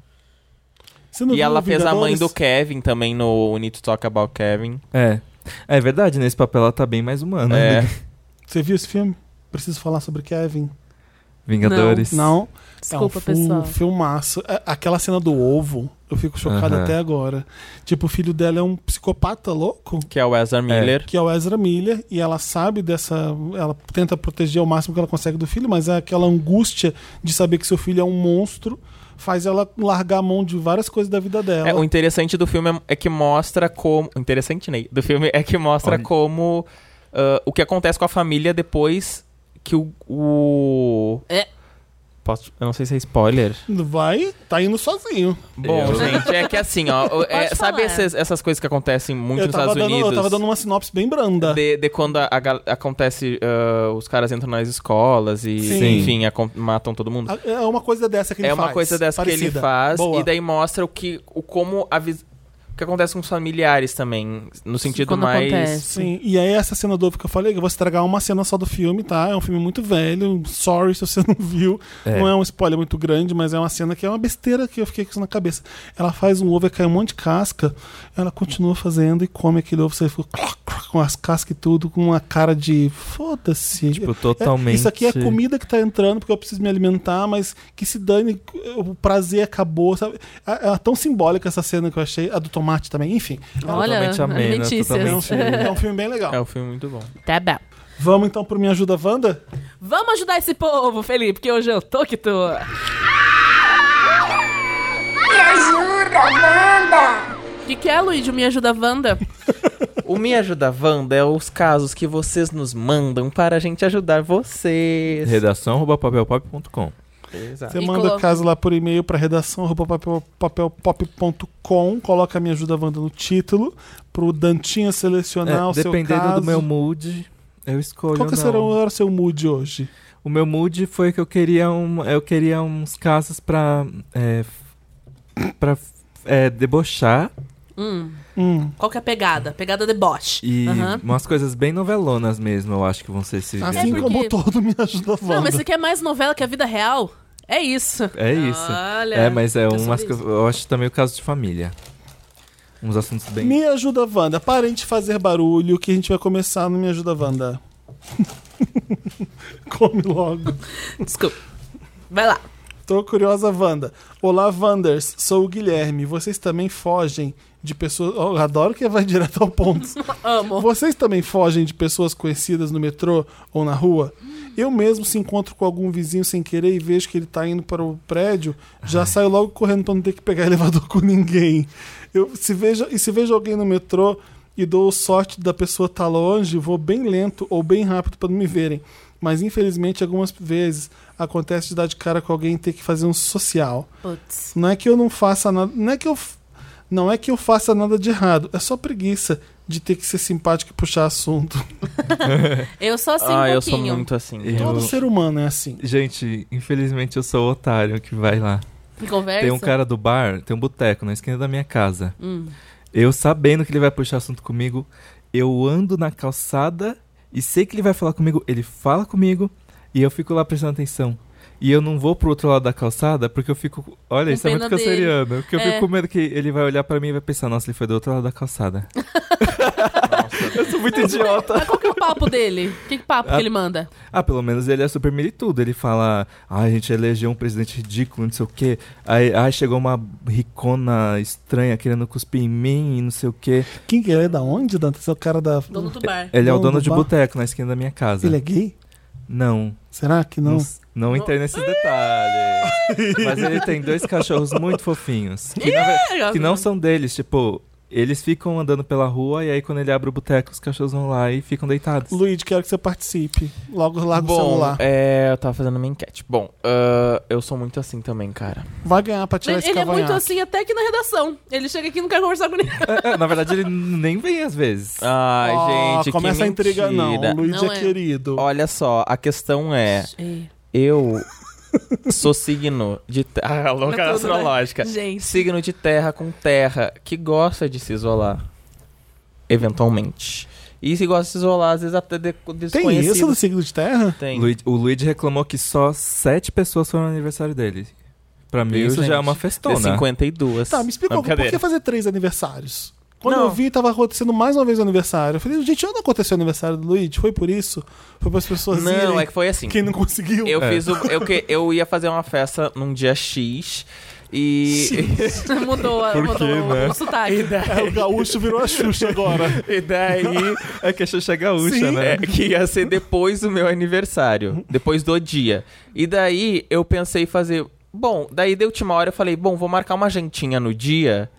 Você não
e
viu
ela
o
fez a mãe
Vingadores?
do Kevin também no We Need to Talk About Kevin.
É. É verdade, nesse papel ela tá bem mais humana.
É.
né?
<laughs>
Você viu esse filme? Preciso falar sobre Kevin.
Vingadores.
Não. é
Desculpa,
um fi-
pessoal.
filmaço. É, Aquela cena do ovo, eu fico chocado
Aham.
até agora. Tipo, o filho dela é um psicopata louco.
Que é o Ezra Miller.
Que é o Ezra Miller, e ela sabe dessa. Ela tenta proteger o máximo que ela consegue do filho, mas é aquela angústia de saber que seu filho é um monstro faz ela largar a mão de várias coisas da vida dela.
É, o interessante do filme é- é que mostra como. O interessante, Ney, do filme é que mostra
Olha.
como. ah, o que acontece com a família depois que o. o...
É.
Posso... Eu não sei se é spoiler.
Vai, tá indo sozinho.
Bom,
Eu-
gente, é que assim, ó. o-
<laughs>
é,
Pode
sabe
falar.
esses- essas coisas que acontecem muito
Eu
nos
tava,
Estados
dando,
Unidos?
eu tava dando um uma sinopse bem branda.
De, de quando a, a gal- acontece, ah, os caras entram nas escolas e,
Sim.
enfim, acon- matam todo mundo.
A- É uma coisa dessa que ele
é
faz.
uma coisa dessa que ele
parecida.
faz
Boa.
e daí mostra o que, o como a vis- o que acontece com os familiares também, no sentido
Quando
mais
acontece.
Sim, e aí essa cena do ovo que eu falei, eu vou estragar uma cena só do filme, tá? É um filme muito velho, sorry se você <laughs> não viu.
É.
Não é um spoiler muito grande, mas é uma cena que é uma besteira que eu fiquei com isso na cabeça. Ela faz um ovo e cai um monte de casca, ela continua fazendo e come aquele ovo, você fica cloc, cloc, com as cascas e tudo, com uma cara de foda-se.
Tipo,
É,
totalmente.
Isso aqui é comida que tá entrando porque eu preciso me alimentar, mas que se dane, o prazer acabou, sabe? É, é tão simbólica essa cena que eu achei, a do tomate também, enfim.
Olha,
totalmente amena,
alimentícias.
É um
totalmente-
filme, é um filme bem legal.
É um filme muito bom.
Tá bom.
Vamos então pro Me Ajuda Wanda?
Vamos ajudar esse povo, Felipe, que hoje eu tô que tô.
Me ajuda, Wanda!
O que, que é, Luigi? Me
<laughs>
ajuda, Wanda?
O Me Ajuda Wanda é os casos que vocês nos mandam para a gente ajudar vocês.
Redação arroba papelpop.com.
Exato.
Você
E
manda
colo-
o caso lá por e-mail para redação arroba papel- papelpop.com, coloca Me Ajuda Wanda no título, pro Dantinha selecionar
É,
o seu
dependendo
caso.
do meu mood, eu escolho.
Qual que
não.
será o era o seu mood hoje?
O meu mood foi que eu queria um, eu queria uns casos pra é, f- pra f- é, debochar
Hum,
Hum,
qual que é a pegada? Pegada deboche.
e
Aham.
umas coisas bem novelonas mesmo, eu acho que vão ser esses
assim
vídeos.
É porque-
como todo Me Ajuda Wanda.
Não, mas você quer mais novela que a vida real? É isso.
<laughs> É isso.
Olha.
É, mas é
sobre
umas que eu,
isso.
eu acho também o caso de família. Uns assuntos bem
Me Ajuda Wanda, parem de fazer barulho que a gente vai começar no Me Ajuda Wanda. <laughs> Come logo.
Desculpa. Vai lá.
Tô curiosa, Wanda. Olá, Wanders. Sou o Guilherme. Vocês também fogem de pessoas. Oh, eu adoro que vai direto ao ponto.
<laughs> Amo.
Vocês também fogem de pessoas conhecidas no metrô ou na rua? Eu mesmo se encontro com algum vizinho sem querer e vejo que ele tá indo para o prédio, já saio <laughs> logo correndo para não ter que pegar elevador com ninguém. Eu se vejo e se vejo alguém no metrô e dou sorte da pessoa estar tá longe, vou bem lento ou bem rápido para não me verem. Mas infelizmente, algumas vezes acontece de dar de cara com alguém e ter que fazer um social.
Putz.
Não é que eu não faça nada. Não é que eu. Não é que eu faça nada de errado, é só preguiça de ter que ser simpático e puxar assunto.
Eu sou assim um
ah,
pouquinho.
eu sou muito assim.
Eu-
Todo ser humano é assim.
Gente, infelizmente eu sou o otário que vai lá.
Em Conversa?
Tem um cara do bar, tem um boteco na esquina da minha casa. Eu sabendo que ele vai puxar assunto comigo, eu ando na calçada e sei que ele vai falar comigo, ele fala comigo e eu fico lá prestando atenção. E eu não vou pro outro lado da calçada porque eu fico. Olha,
Com
isso é muito
pena dele.
canceriano. Porque eu
É.
fico com medo que ele vai olhar pra mim e vai pensar: nossa, ele foi do outro lado da calçada. eu sou muito idiota.
Mas qual que é o papo dele? Que, que papo
Ah.
que ele manda?
Ah, pelo menos ele é super militudo. Ele fala, ah, a gente elegeu um presidente ridículo, não sei o quê. Aí, ah, chegou uma ricona estranha querendo cuspir em mim e não sei o quê.
Quem que ele é da onde, Dante? Esse é o cara da.
Dono do bar.
Ele é o
Dono
dono
do
de
bar.
boteco na esquina da minha casa.
Ele é gay?
Não,
Será que não?
não, não entrei nesses detalhes. Mas ele tem dois cachorros muito fofinhos. Que, na ve-
É, já
que
vi.
não são deles, tipo... Eles ficam andando pela rua e aí quando ele abre o boteco, os cachorros vão lá e ficam deitados.
Luigi, quero que você participe. Logo larga o
Bom,
celular.
é, eu tava fazendo minha enquete. Bom, ah, eu sou muito assim também, cara.
Vai ganhar pra tirar
Ele,
esse
ele é
cavanhaque.
muito assim até aqui na redação. Ele chega aqui e não quer conversar com ninguém.
É, é, na verdade, ele n- nem vem às vezes.
Ai,
Ó,
gente,
Começa
que
a intriga, não.
mentira.
O Luigi
Não
é,
é.
querido.
Olha só, a questão é,
Ei,
eu sou signo de terra, <laughs> ah,
Tudo, né?
louca astrológica.
Gente.
Signo de terra com terra, que gosta de se isolar, eventualmente. E se gosta de se isolar, às vezes até de,
Tem
desconhecido.
isso no signo de terra?
Tem.
Luigi- o Luigi reclamou que só sete pessoas foram no aniversário dele. Pra mim,
Viu,
isso já é
gente?
uma
De
festona.
52.
Tá, me explica
Não,
por que
brincadeira.
fazer três aniversários? Quando
Não.
eu vi, tava acontecendo mais uma vez o aniversário. Eu falei, gente, onde aconteceu o aniversário do Luigi? Foi por isso? Foi para as pessoas irem?
Não, é que foi assim.
Quem não conseguiu?
Eu
É.
fiz o, eu, que- eu ia fazer uma festa num dia X e. <laughs>
<laughs> Mudou, a-
Por
mudou
quê, né?
o sotaque.
É, o gaúcho virou a Xuxa agora.
E daí.
É que a Xuxa gaúcha, né?
É, que ia ser depois do meu aniversário. Depois do dia. E daí eu pensei fazer. Bom, daí da última hora eu falei, bom, vou marcar uma jantinha no dia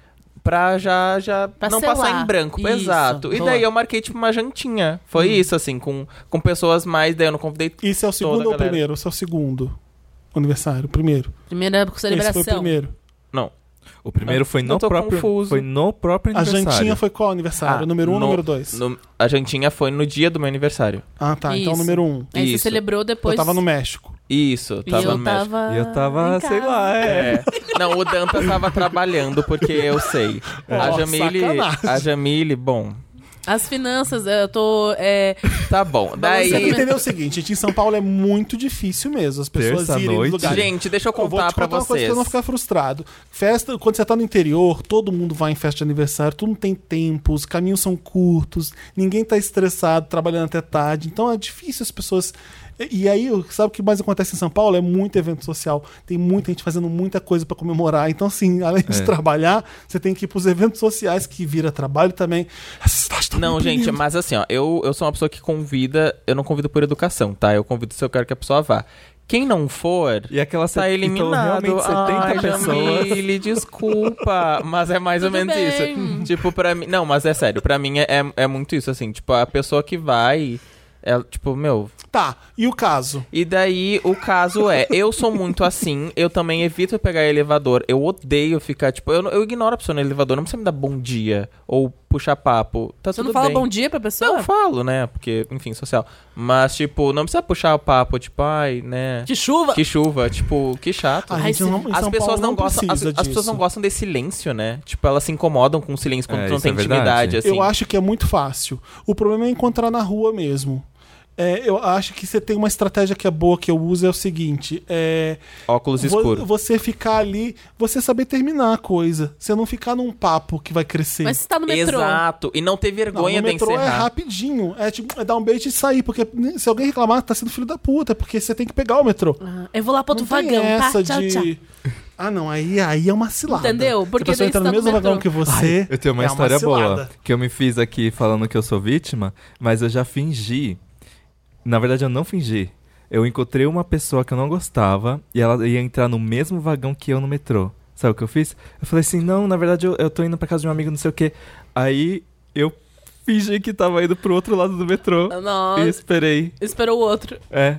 pra já, já
Pra
não
selar.
passar em branco.
Isso,
Exato. E
boa.
daí eu marquei, tipo, uma jantinha. Foi isso, assim, com, com pessoas mais, daí eu não convidei.
Hum. Isso é o segundo ou o
galera.
primeiro? Esse é o segundo aniversário. Primeiro.
Primeira
Esse foi o
celebração.
primeiro.
Não.
O primeiro foi
Eu
no
tô
próprio.
confuso.
Foi no próprio
A
aniversário.
jantinha foi qual aniversário?
Ah,
número um ou
no-
número dois?
No- a jantinha foi no dia do meu aniversário.
Ah, tá. Então
Isso.
número um.
Aí você
Isso.
celebrou depois.
Eu tava no México.
Isso,
E
tava
eu
no México.
tava.
E eu tava,
em
sei
casa.
lá, é.
É. Não, o Danta tava trabalhando, porque eu
<laughs>
sei. a
Ó,
Jamile.
É. sacanagem.
A Jamile, bom.
As finanças, eu tô. é,
Tá bom. Daí.
Você tem que entender o seguinte, gente, em São Paulo é muito difícil mesmo as pessoas
Terça
irem nos
noite.
lugares.
Gente, deixa eu
Eu vou
contar
te
tá pra
contar uma coisa
vocês.
pra não ficar frustrado. Festa, quando você tá no interior, todo mundo vai em festa de aniversário, todo mundo tem tempo, os caminhos são curtos, ninguém tá estressado, trabalhando até tarde. Então é difícil as pessoas. E e aí, sabe o que mais acontece em São Paulo? É muito evento social. Tem muita gente fazendo muita coisa pra comemorar. Então, assim, <laughs> além de
É.
trabalhar, você tem que ir pros eventos sociais, que vira trabalho também. Essa cidade tá
Não,
muito
gente,
linda.
mas assim, ó, eu, eu sou uma pessoa que convida. Eu não convido por educação, tá? Eu convido se eu quero que a pessoa vá. Quem não for.
E aquela
Tá
set- Então,
eliminado.
realmente 70
Ai,
pessoas.
Jamile, <laughs> desculpa. Mas é mais ou
Tudo
menos
bem.
isso. Tipo, pra mim. Não, mas é sério. Pra mim é, é, é muito isso, assim. Tipo, a pessoa que vai. É, tipo, meu,
Tá, e o caso?
E daí o caso é, eu sou muito assim, eu também evito pegar elevador, eu odeio ficar, tipo, eu, eu ignoro a pessoa no elevador, não precisa me dar bom dia ou puxar papo. Tá
Você
tudo
não fala
bem.
bom dia pra pessoa?
Não, eu falo, né? Porque, enfim, social. Mas, tipo, não precisa puxar o papo, tipo, ai, né?
De chuva?
Que chuva, tipo, que chato.
A
Ai,
gente não- em
As
São
pessoas
Paulo
não, gostam, as,
precisa
as pessoas
disso.
não gostam desse silêncio, né? Tipo, elas se incomodam com o silêncio quando
É,
tu não
isso
tem
é verdade.
intimidade, assim.
Eu acho que é muito fácil. O problema é encontrar na rua mesmo. É, eu acho que você tem uma estratégia que é boa, que eu uso, é o seguinte: é,
Óculos
vo-
escuros.
você ficar ali, você saber terminar a coisa. Você não ficar num papo que vai crescer.
Mas você tá no metrô.
Exato. E não ter
não, no
vergonha de
metrô é
encerrar.
rapidinho. É tipo, é dar um beijo e sair. Porque se alguém reclamar, tá sendo filho da puta, porque você tem que pegar o metrô.
Ah, eu vou lá pro outro
Não tem
vagão, tá?
essa
Tchau,
de-
tchau.
Ah, não, aí, aí é uma cilada.
Entendeu?
Se a
Porque
pessoa
daí
entra
você
no
tá no
mesmo vagão
metrô.
que você.
Eu tenho uma
é
história boa
cilada.
que eu me fiz aqui falando que eu sou vítima, mas eu já fingi. Na verdade, eu não fingi. Eu encontrei uma pessoa que eu não gostava e ela ia entrar no mesmo vagão que eu no metrô. Sabe o que eu fiz? Eu falei assim: não, na verdade eu, eu tô indo pra casa de um amigo, não sei o quê. Aí eu fingi que tava indo pro outro lado do metrô.
Nossa.
E esperei.
Esperou o outro. <laughs>
É.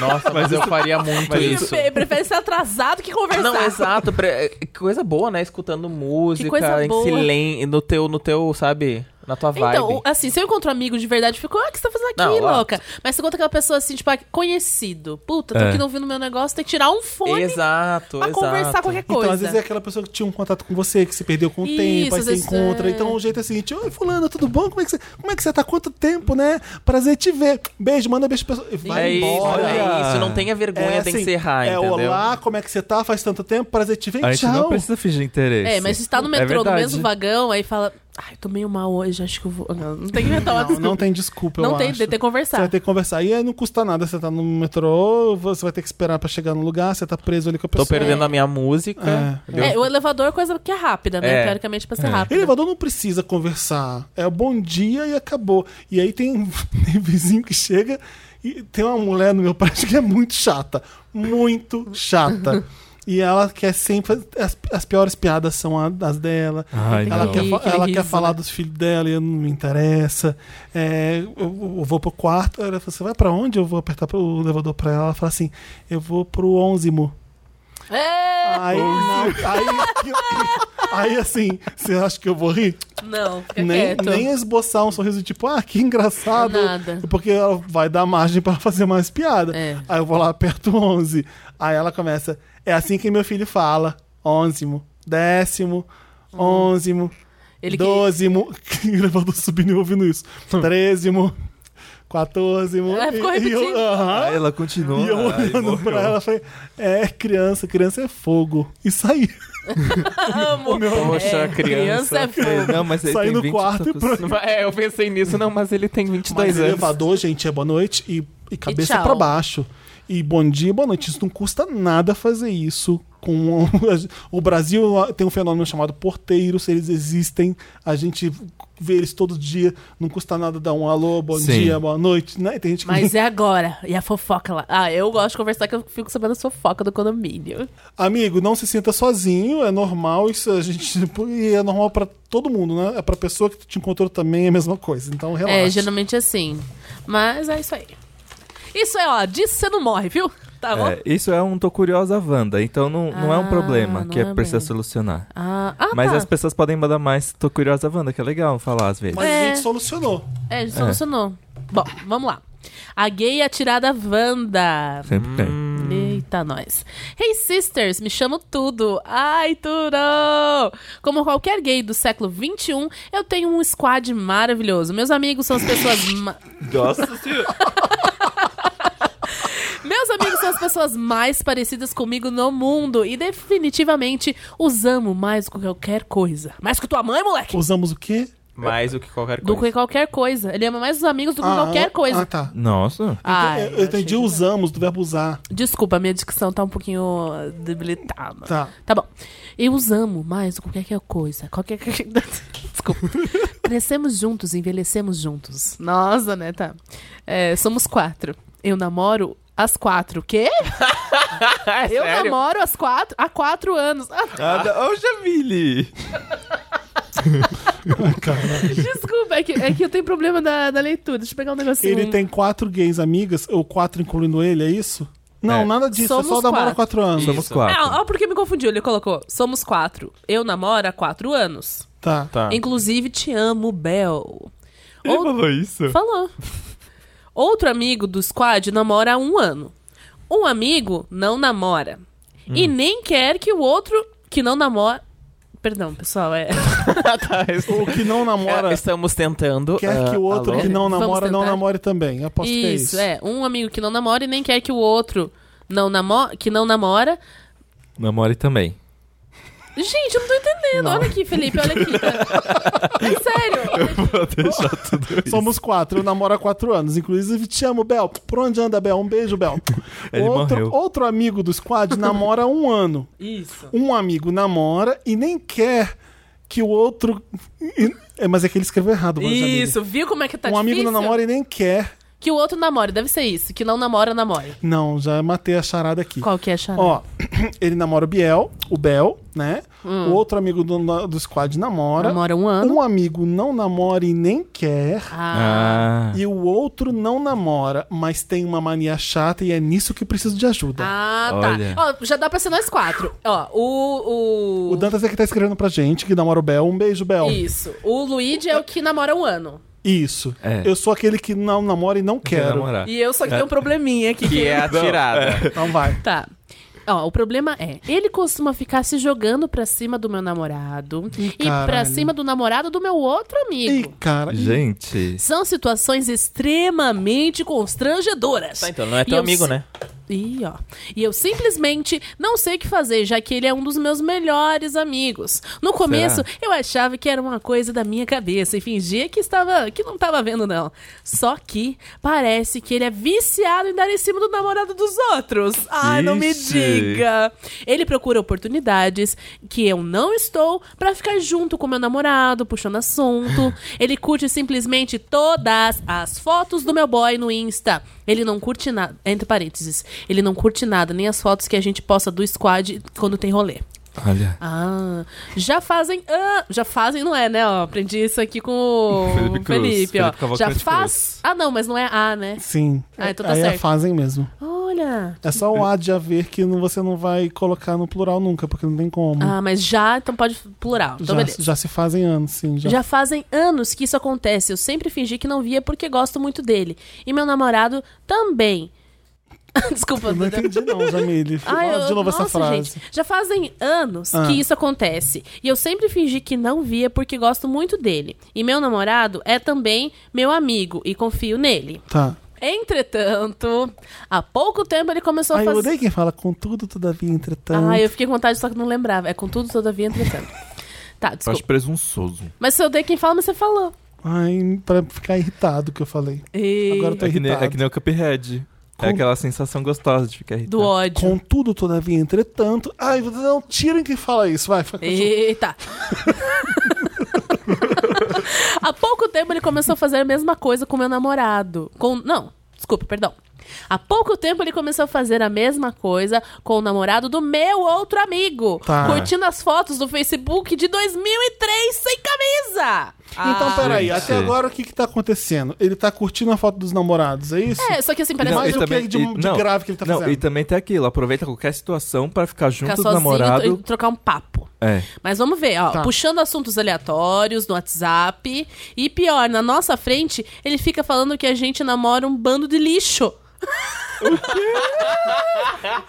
Nossa, mas eu faria muito isso.
Pre- Prefere ser atrasado que conversar.
Não, exato. pre- Que coisa boa, né? Escutando música,
coisa
em
boa.
silêncio, no teu, no teu, sabe? Na tua vibe.
Então, assim, se eu encontro um amigo de verdade, eu fico, ah, o que você tá fazendo aqui,
Não, ó.
louca? Mas você conta aquela pessoa assim, tipo, ah, conhecido. Puta, tô
É.
aqui ouvindo meu negócio, tem que tirar um fone
exato,
pra
exato.
conversar qualquer coisa.
Então, às vezes é aquela pessoa que tinha um contato com você, que se perdeu com o
Isso,
tempo, aí
às
você
vezes,
encontra.
é.
Então, o jeito é o seguinte: Oi, Fulano, tudo bom? Como é que você, como é que você tá? Quanto tempo, né? Prazer te ver. Beijo, manda beijo pra pessoa. E
É
Vai
isso,
embora.
é isso. Não tenha vergonha, tem que
assim,
ser errar,
É
entendeu?
olá, como é que você tá? Faz tanto tempo, prazer te ver.
A gente não
Tchau.
precisa fingir interesse.
É, mas se tá no
É
metrô, no
verdade.
mesmo vagão, aí fala, ai, tô meio mal hoje, acho que eu vou. Não, não tem que inventar uma
Não,
desculpa.
não tem desculpa, eu
Não tem,
acho.
tem que
Você
conversar.
vai ter que conversar. E aí não custa nada. Você tá no metrô, você vai ter que esperar pra chegar no lugar, você tá preso ali com a
Tô
pessoa.
é.
perdendo a minha música. entendeu?
É, o elevador é coisa que é rápida, né?
É.
Teoricamente pra ser rápida.
Elevador não precisa conversar. É bom dia e acabou. E aí tem, um <laughs> tem vizinho que chega e tem uma mulher no meu prédio que é muito chata. Muito chata. E ela quer sempre. As, as piores piadas são a- as dela.
Ai,
Tem
Ela
não.
quer,
ri,
fa-
aquele
ela
riso,
quer falar
né?
dos filhos dela e eu não me interessa. É, eu, eu vou pro quarto. Ela fala, você vai pra onde? Eu vou apertar pro elevador pra ela. Ela fala assim: eu vou pro onzimo.
É!
Aí, aí, aí, assim, você acha que eu vou rir?
Não, fica
Nem,
quieto.
nem esboçar um sorriso tipo, ah, que engraçado.
Nada.
Porque ela vai dar margem pra fazer mais piada.
É.
Aí eu vou lá, aperto 11. Aí ela começa, é assim que meu filho fala: onzimo, décimo, onzimo.
Hum. Ele que-
Dozimo. <laughs> Que... Elevador subindo e ouvindo isso.
Hum.
Trezimo. Quatorzimo.
Ela ficou
e, e eu,
repetindo.
aham.
Aí ela continua.
E eu
aí
olhando
morreu.
pra ela, falei: É, criança, criança é fogo. E saí.
Amo.
<laughs>
Poxa, criança.
É, criança é fogo.
Não, mas ele
Saí
tem
no
20
quarto e
tacos.
pronto.
É, eu pensei nisso, não, mas ele tem 22
Mas
anos.
elevador, gente, é boa noite e, e cabeça
tchau.
pra baixo. E bom dia, boa noite. Isso não custa nada fazer isso. Com o <laughs> Brasil tem um fenômeno chamado porteiros, eles existem, a gente vê eles todo dia, não custa nada dar um alô, bom
Sim.
dia, boa noite, né? E Tem gente que
Mas é agora. E a fofoca lá. Ah, eu gosto de conversar que eu fico sabendo a fofoca do condomínio.
Amigo, não se sinta sozinho, é normal isso, a gente <laughs> e é normal pra todo mundo, né? É pra pessoa que te encontrou também é a mesma coisa. Então relaxa.
É, geralmente é assim. Mas é isso aí. Isso é, ó, disso você não morre, viu? Tá bom?
É, isso é um Tô Curiosa Wanda, então não, não é um
Ah,
problema
não
que é,
é
precisa
mesmo.
solucionar.
Ah, ah,
Mas
tá.
as pessoas podem mandar mais Tô Curiosa Wanda, que é legal falar às vezes.
Mas a
É.
gente solucionou.
É, solucionou. Bom, vamos lá. A gay atirada Wanda.
Hum,
Sempre tem.
Eita, nós. Hey, sisters, me chamo Tudo. Ai, Tudo! Como qualquer gay do século XXI, eu tenho um squad maravilhoso. Meus amigos são as pessoas... ma-
Nossa <laughs> senhora.
Meus amigos são as pessoas mais parecidas comigo no mundo. E definitivamente os amo mais do que qualquer coisa. Mais que tua mãe, moleque!
Usamos o quê?
Mais do que qualquer coisa.
Do que qualquer coisa. Ele ama mais os amigos do que
Ah,
qualquer coisa.
Ah, tá.
Nossa.
Ai,
eu, eu entendi
Ah, é, achei-
usamos do verbo usar.
Desculpa, minha dicção tá um pouquinho debilitada.
Tá.
Tá bom. Eu os amo mais do que qualquer coisa. <laughs> Qualquer. Desculpa. Crescemos juntos, envelhecemos juntos. Nossa, né? Tá. É, somos quatro. Eu namoro às quatro. <laughs> Quê? Eu
sério?
namoro às quatro. Há quatro anos. Ah,
Ô, Jamile!
<laughs> desculpa, é que, é que eu tenho problema da, da leitura. Deixa eu pegar um negocinho.
Ele tem quatro gays amigas, ou quatro incluindo ele, é isso? Não,
É.
nada disso, é só
Somos
namora quatro anos.
Somos quatro.
Ah, ó, porque me confundiu. Ele colocou: somos quatro. Eu namoro há quatro anos.
Tá.
Tá.
Inclusive, te amo, Bel.
Ele falou isso?
Falou. Outro amigo do squad namora há um ano. Um amigo não namora. E
Hum.
nem quer que o outro que não namora. Perdão, pessoal, é.
Tá,
<laughs> O que
<laughs>
não namora
Estamos tentando.
quer que o
É,
ah,
outro
alô?
que não
Vamos
namora não
tentar?
namore também. Aposto que é
isso,
isso.
é. Um amigo que não namora e nem quer que o outro não namo... que não namora.
Namore
<laughs>
também.
Gente, eu não tô entendendo. Olha aqui, Felipe,
<laughs>
olha aqui. tá? É sério.
Somos quatro, eu namoro há quatro anos. Inclusive, te amo, Bel. Por onde anda, Bel? Um beijo, Bel.
<laughs> Ele
outro,
morreu.
outro amigo do squad namora há um ano.
Isso.
Um amigo namora e nem quer que o outro. É, mas é que ele escreveu errado, Vanessa Jamile.
Isso, viu como é que tá
um amigo
difícil?
não namora e nem quer
Que o outro namore, deve ser isso. Que não namora, namore.
Não, já matei a charada aqui.
Qual que é a charada?
Ó, <clears throat> ele namora o Biel, o Bel, né? O outro amigo do, do squad namora.
Hum. Namora um ano.
Um amigo não namora e nem quer.
Ah,
Ah.
E o outro não namora, mas tem uma mania chata e é nisso que preciso de ajuda.
ah
É.
Olha.
tá. Ó, já dá pra ser nós quatro. Ó, o. O,
O Dantas é que tá escrevendo pra gente, que namora o Bel. Um beijo, Bel.
Isso. O Luigi é o que namora um ano.
Isso.
É.
Eu sou aquele que não namora e não
Quer
quero.
namorar.
E eu só que tenho um probleminha aqui.
Que é a tirada.
Então vai.
Tá. Ó, o problema é, ele costuma ficar se jogando pra cima do meu namorado
Ih,
e pra
caralho.
cima do namorado do meu outro
Ih,
amigo.
cara. ih,
Gente,
São situações extremamente constrangedoras.
Tá, então não é
E
teu
eu
amigo,
si-
né?
Ih, ó. E eu simplesmente não sei o que fazer, já que ele é um dos meus melhores amigos. No começo, eu achava que era uma coisa da minha cabeça e fingia que estava, que não estava vendo não. Só que parece que ele é viciado em dar em cima do namorado dos outros. Ai, Ah, não me
Ixi.
diga. Ele procura oportunidades que eu não estou pra ficar junto com meu namorado,
<laughs>
puxando assunto. Ele curte simplesmente todas as fotos do meu boy no Insta. Ele não curte nada, entre parênteses, ele não curte nada, nem as fotos que a gente posta do squad quando tem rolê.
olha.
Ah, já fazem. Ah, já fazem, não é, né? Ó, aprendi isso aqui com o
Felipe
Felipe,
Cruz,
ó.
Felipe Cavalcante
já
Cruz.
faz. Ah, não, mas não é A, né?
Sim.
Ah, então tá
Aí é
certo.
fazem mesmo.
Olha.
É só o A de haver que não- você não vai colocar no plural nunca, porque não tem como.
Ah, mas já, então pode plural. Então
já,
beleza.
já se fazem anos, sim. Já.
Já fazem anos que isso acontece. Eu sempre fingi que não via porque gosto muito dele. E meu namorado também. <laughs> Desculpa,
Eu não
Duda.
entendi, não, Jamile.
<laughs> Ai,
Fala
eu-
de novo essa
nossa,
frase.
gente, já fazem anos
Ah.
que isso acontece. E eu sempre fingi que não via porque gosto muito dele. E meu namorado é também meu amigo e confio nele.
Tá.
Entretanto, há pouco tempo ele começou a
Ai, eu
fazer.
odeio quem fala com tudo, todavia, entretanto.
Ah, eu fiquei com vontade, só que não lembrava. É com tudo, todavia,
<laughs>
entretanto.
Eu
Tá,
acho
desculpa.
presunçoso.
Mas se eu dei quem fala, mas você falou.
Ai, pra ficar irritado que eu falei. Agora eu tô
É que, nem,
irritado.
é que nem o Cuphead.
Com-
É aquela sensação gostosa de ficar irritado.
Do ódio.
Com tudo, todavia, entretanto. Ai, vocês não tirem quem fala isso. Vai, fica continua.
Eita! Há pouco tempo ele começou a fazer a mesma coisa com meu namorado. Com. Não, desculpa, perdão. Há pouco tempo ele começou a fazer a mesma coisa com o namorado do meu outro amigo.
Tá.
Curtindo as fotos do Facebook de 2003 sem camisa. Ah,
Então, peraí,
Gente.
até agora o que que tá acontecendo? Ele tá curtindo a foto dos namorados, é isso?
É, só que assim, parece
Não,
que
mas o que é de- de grave que ele tá
não,
fazendo?
E também tem aquilo, aproveita qualquer situação pra ficar junto
ficar
do
sozinho
namorado.
e trocar um papo.
É.
Mas vamos ver, ó.
Tá.
Puxando assuntos aleatórios no WhatsApp. E pior, na nossa frente, ele fica falando que a gente namora um bando de lixo.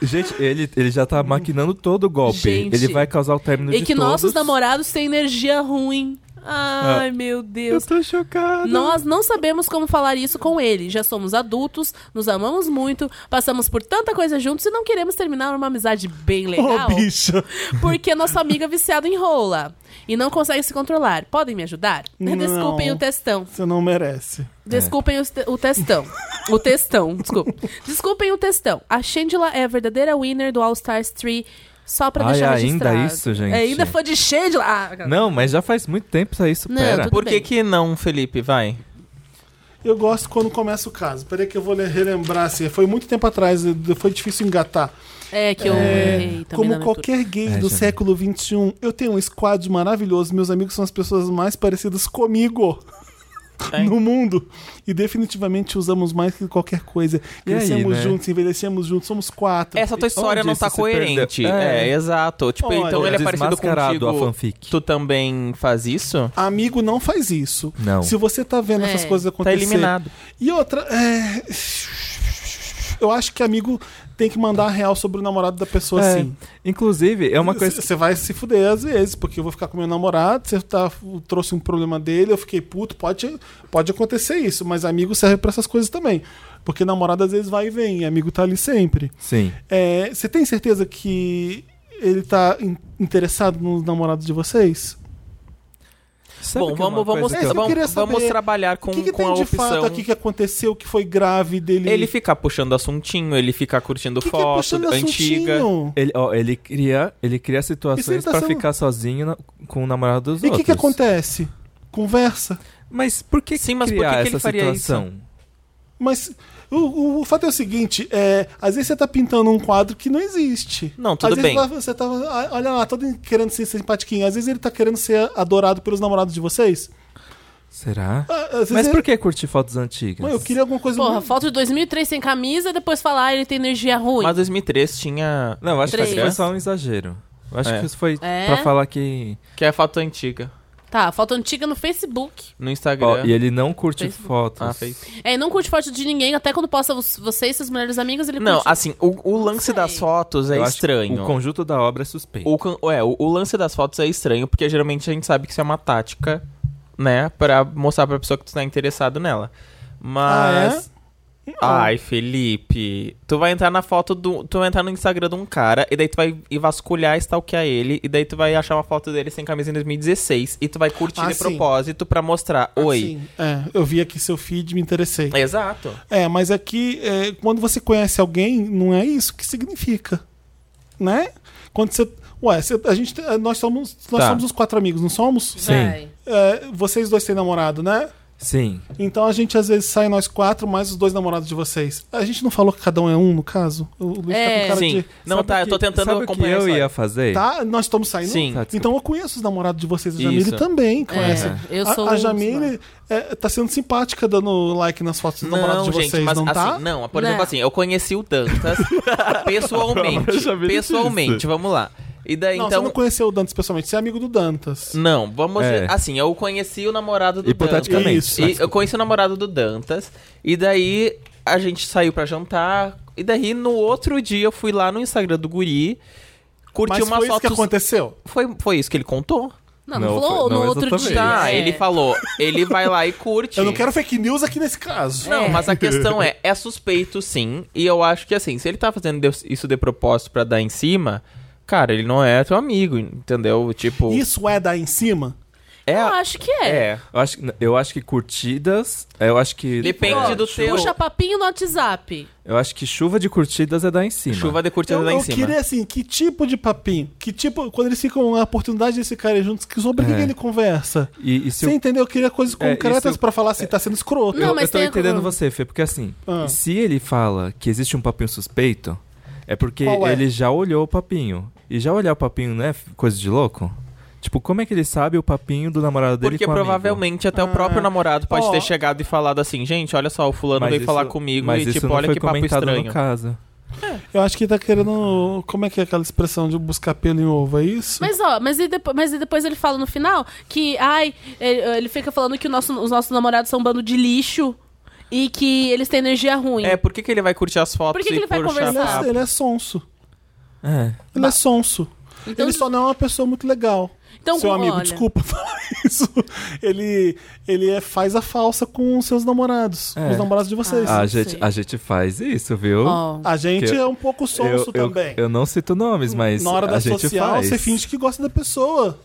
Gente, ele, ele já tá maquinando todo o golpe.
Gente.
Ele vai causar o término
e
de
que
todos. Ah,
nossos namorados têm energia ruim. Ai, meu
Eu
Deus.
tô chocado.
Nós não sabemos como falar isso com ele. Já somos adultos, nos amamos muito, passamos por tanta coisa juntos e não queremos terminar uma amizade bem legal.
Ô, bicha.
Porque nossa amiga é viciada em rola e não consegue se controlar. Podem me ajudar?
Não.
Desculpem o testão.
Você não merece.
Desculpem os te- o testão. O testão, desculpa. Desculpem o testão. A Shangela é a verdadeira winner do All Stars 3. Só pra
Ai,
deixar
ainda
registrado. É,
isso, gente?
Ainda foi de Shangela. Ah,
Não, mas já faz muito tempo isso aí, supera.
Não, tudo
Por que
bem.
que não, Felipe? Vai.
Eu gosto quando começa o caso. Peraí que eu vou le- relembrar, assim, foi muito tempo atrás, foi difícil engatar.
É que eu errei também na
Como
leitura.
qualquer gay
É,
do
já vi.
século XXI, eu tenho um squad maravilhoso. Meus amigos são as pessoas mais parecidas comigo
É,
no mundo. E definitivamente usamos mais que qualquer coisa.
E aí,
Crescemos
né?
juntos, envelhecemos juntos, somos quatro.
Essa tua história
Onde
não
isso
tá
se perdeu?
coerente.
É.
É. exato. Tipo,
Olha,
então ele é parecido
desmascarado
contigo.
a fanfic.
Tu também faz isso?
Amigo não faz isso.
Não.
Se você tá vendo essas
É.
coisas
Tá
acontecer.
eliminado.
E outra, é... eu acho que amigo tem que mandar a real sobre o namorado da pessoa,
É.
assim.
sim.
Inclusive, é uma coisa.
Você vai se fuder às vezes, porque eu vou ficar com meu namorado, você tá, trouxe um problema dele, eu fiquei puto, pode, pode acontecer isso, mas amigo serve pra essas coisas também. Porque namorado às vezes vai e vem, e amigo tá ali sempre.
Sim.
É, Você tem certeza que ele tá in- interessado nos namorados de vocês?
Sabe
Bom,
que é uma
vamos, vamos,
coisa que eu-
eu queria
vamos,
saber,
vamos trabalhar com,
o que, que
com
tem
a
de
opção.
fato aqui que aconteceu que foi grave dele?
Ele fica puxando assuntinho, ele fica curtindo
que que é
foto
puxando
antiga.
assuntinho?
Ele, ó, ele cria, ele cria situações
tá
pra
sendo-
ficar sozinho na- com o namorado dos
E o
outros.
que, que acontece? Conversa.
Mas por que
Sim, mas por
criar
que que ele
essa
faria
situação?
Mas o, o, fato é o seguinte, é, às vezes você tá pintando um quadro que não existe.
Não, tudo
às
bem.
Vezes você tá, olha lá, todo querendo ser simpatiquinho. Às vezes ele tá querendo ser adorado pelos namorados de vocês.
Será?
Ah, às vezes
Mas
ele-
por que curtir fotos antigas?
Mãe, eu queria alguma coisa...
Porra,
muito-
foto de 2003 sem camisa, depois falar, ah, ele tem energia ruim.
Mas 2003 tinha.
Não, eu acho que isso
Três.
foi só um exagero. Eu acho
É.
que isso foi
É?
pra falar que.
Que é foto antiga.
Tá, foto antiga no Facebook.
No
Ó,
Instagram.
e ele não curte
Facebook.
fotos.
Ah, fez.
É, e não curte foto de ninguém, até quando posta vo- você e seus melhores amigos, ele
Não,
curte.
assim, o, o lance
sei.
das fotos é
Eu acho que
estranho.
O conjunto da obra é suspeito.
O, con- é, o, o lance das fotos é estranho, porque geralmente a gente sabe que isso é uma tática, né? Pra mostrar pra pessoa que tu tá interessado nela. Mas.
Ah, é?
Ai, Felipe. Tu vai entrar na foto do. Tu vai entrar no Instagram de um cara, e daí tu vai ir vasculhar, stalkear ele, e daí tu vai achar uma foto dele sem camisa em 2016, e tu vai curtir
Ah,
de
sim.
propósito pra mostrar. Oi.
Assim, é, eu vi aqui seu feed, me interessei.
Exato.
É, mas aqui, é, quando você conhece alguém, não é isso que significa. Né? Quando você. Ué, você- a gente, te- nós somos, nós
Tá.
somos os quatro amigos, não somos?
Sim.
É, vocês dois têm namorado, né?
Sim.
Então a gente às vezes sai nós quatro, mais os dois namorados de vocês. A gente não falou que cada um é um, no caso? O Luiz tá
É.
com cara
Sim.
de.
Não,
Sabe
tá,
o
eu tô
que-
tentando
sabe o que
acompanhar
eu
isso,
ia
olha.
fazer.
Tá? Nós estamos saindo?
Sim.
Tá, desculpa.
Então eu conheço os namorados de vocês. A
Isso.
Jamile também conhece.
É, eu sou
a, a
um dos
Jamile é, tá sendo simpática dando like nas fotos dos namorados de vocês, não
assim,
tá?
não, por
Não.
exemplo, assim, eu conheci o
<laughs>
Dantas pessoalmente.
Já vi
pessoalmente,
disso.
vamos lá. E daí,
Não,
então.
você não conheceu o Dantas pessoalmente, você é amigo do Dantas.
Não, vamos.
É.
Assim, eu conheci o namorado do
Hipoteticamente.
Dantas.
Isso.
E eu conheci o namorado do Dantas. E daí a gente saiu pra jantar. E daí no outro dia eu fui lá no Instagram do Guri. Curti
Mas
umas
foi isso que
fotos.
aconteceu.
foi, foi isso que ele contou?
Não, não,
Não,
falou
foi-
no
não,
outro
exatamente.
dia.
Tá,
É.
ele falou. Ele vai lá e curte.
Eu não quero fake news aqui nesse caso. <laughs>
Não, mas a questão é, é suspeito sim, e eu acho que assim, se ele tá fazendo de- isso de propósito pra dar em cima, cara, ele não é teu amigo, entendeu? Tipo,
Isso é dar em cima?
é,
Eu acho que é.
é.
Eu acho, que- eu acho que curtidas. é, Eu acho que.
Depende do teu
Puxa papinho no WhatsApp.
Eu acho que chuva de curtidas é dar em cima.
chuva de curtida
Eu,
lá em
eu
cima.
queria assim, que tipo de papinho? Que tipo, quando eles ficam a oportunidade desse cara juntos, que sobre
É.
quem ele conversa?
E, e se
Você
eu
entendeu? Eu queria coisas
É,
concretas
isso-
pra falar assim, tá sendo escroto.
Não,
eu,
mas
eu tô
tem a-
entendendo você, Fê, porque assim,
Ah.
se ele fala que existe um papinho suspeito, é porque
Qual é?
ele já olhou o papinho. E já olhar o papinho não é f- coisa de louco? Tipo, como é que ele sabe o papinho do namorado dele
Porque
com o amigo?
provavelmente até o próprio namorado pode
Ó.
ter chegado e falado assim, gente, olha só, o fulano
Mas
veio
isso-
falar comigo
mas
e
isso
tipo,
não
olha
foi
que papo
comentado
estranho.
No caso.
Eu acho que ele tá querendo. Como é que é aquela expressão de buscar pelo em ovo? É isso?
Mas ó, mas e, depo- mas e depois ele fala no final que, ai, ele, ele fica falando que o nosso- os nossos namorados são um bando de lixo e que eles têm energia ruim.
É, por que, que ele vai curtir as fotos
Por que
e
que ele vai
puxar
ele,
conversar?
papo?
é, ele é sonso.
É.
Ele é sonso.
Então-
ele só não é uma pessoa muito legal.
Então,
Seu amigo,
olha,
desculpa <laughs> falar isso. Ele, ele é- faz a falsa com os seus namorados.
É.
com Os namorados de vocês.
Ah,
A,
não
gente,
sei.
a gente faz isso, viu?
ó,
a gente
que eu-
é um pouco
eu,
sonso
eu-
também. Hum.
eu não cito nomes, mas
Na hora
a
da
gente
social,
faz.
você finge que gosta da pessoa.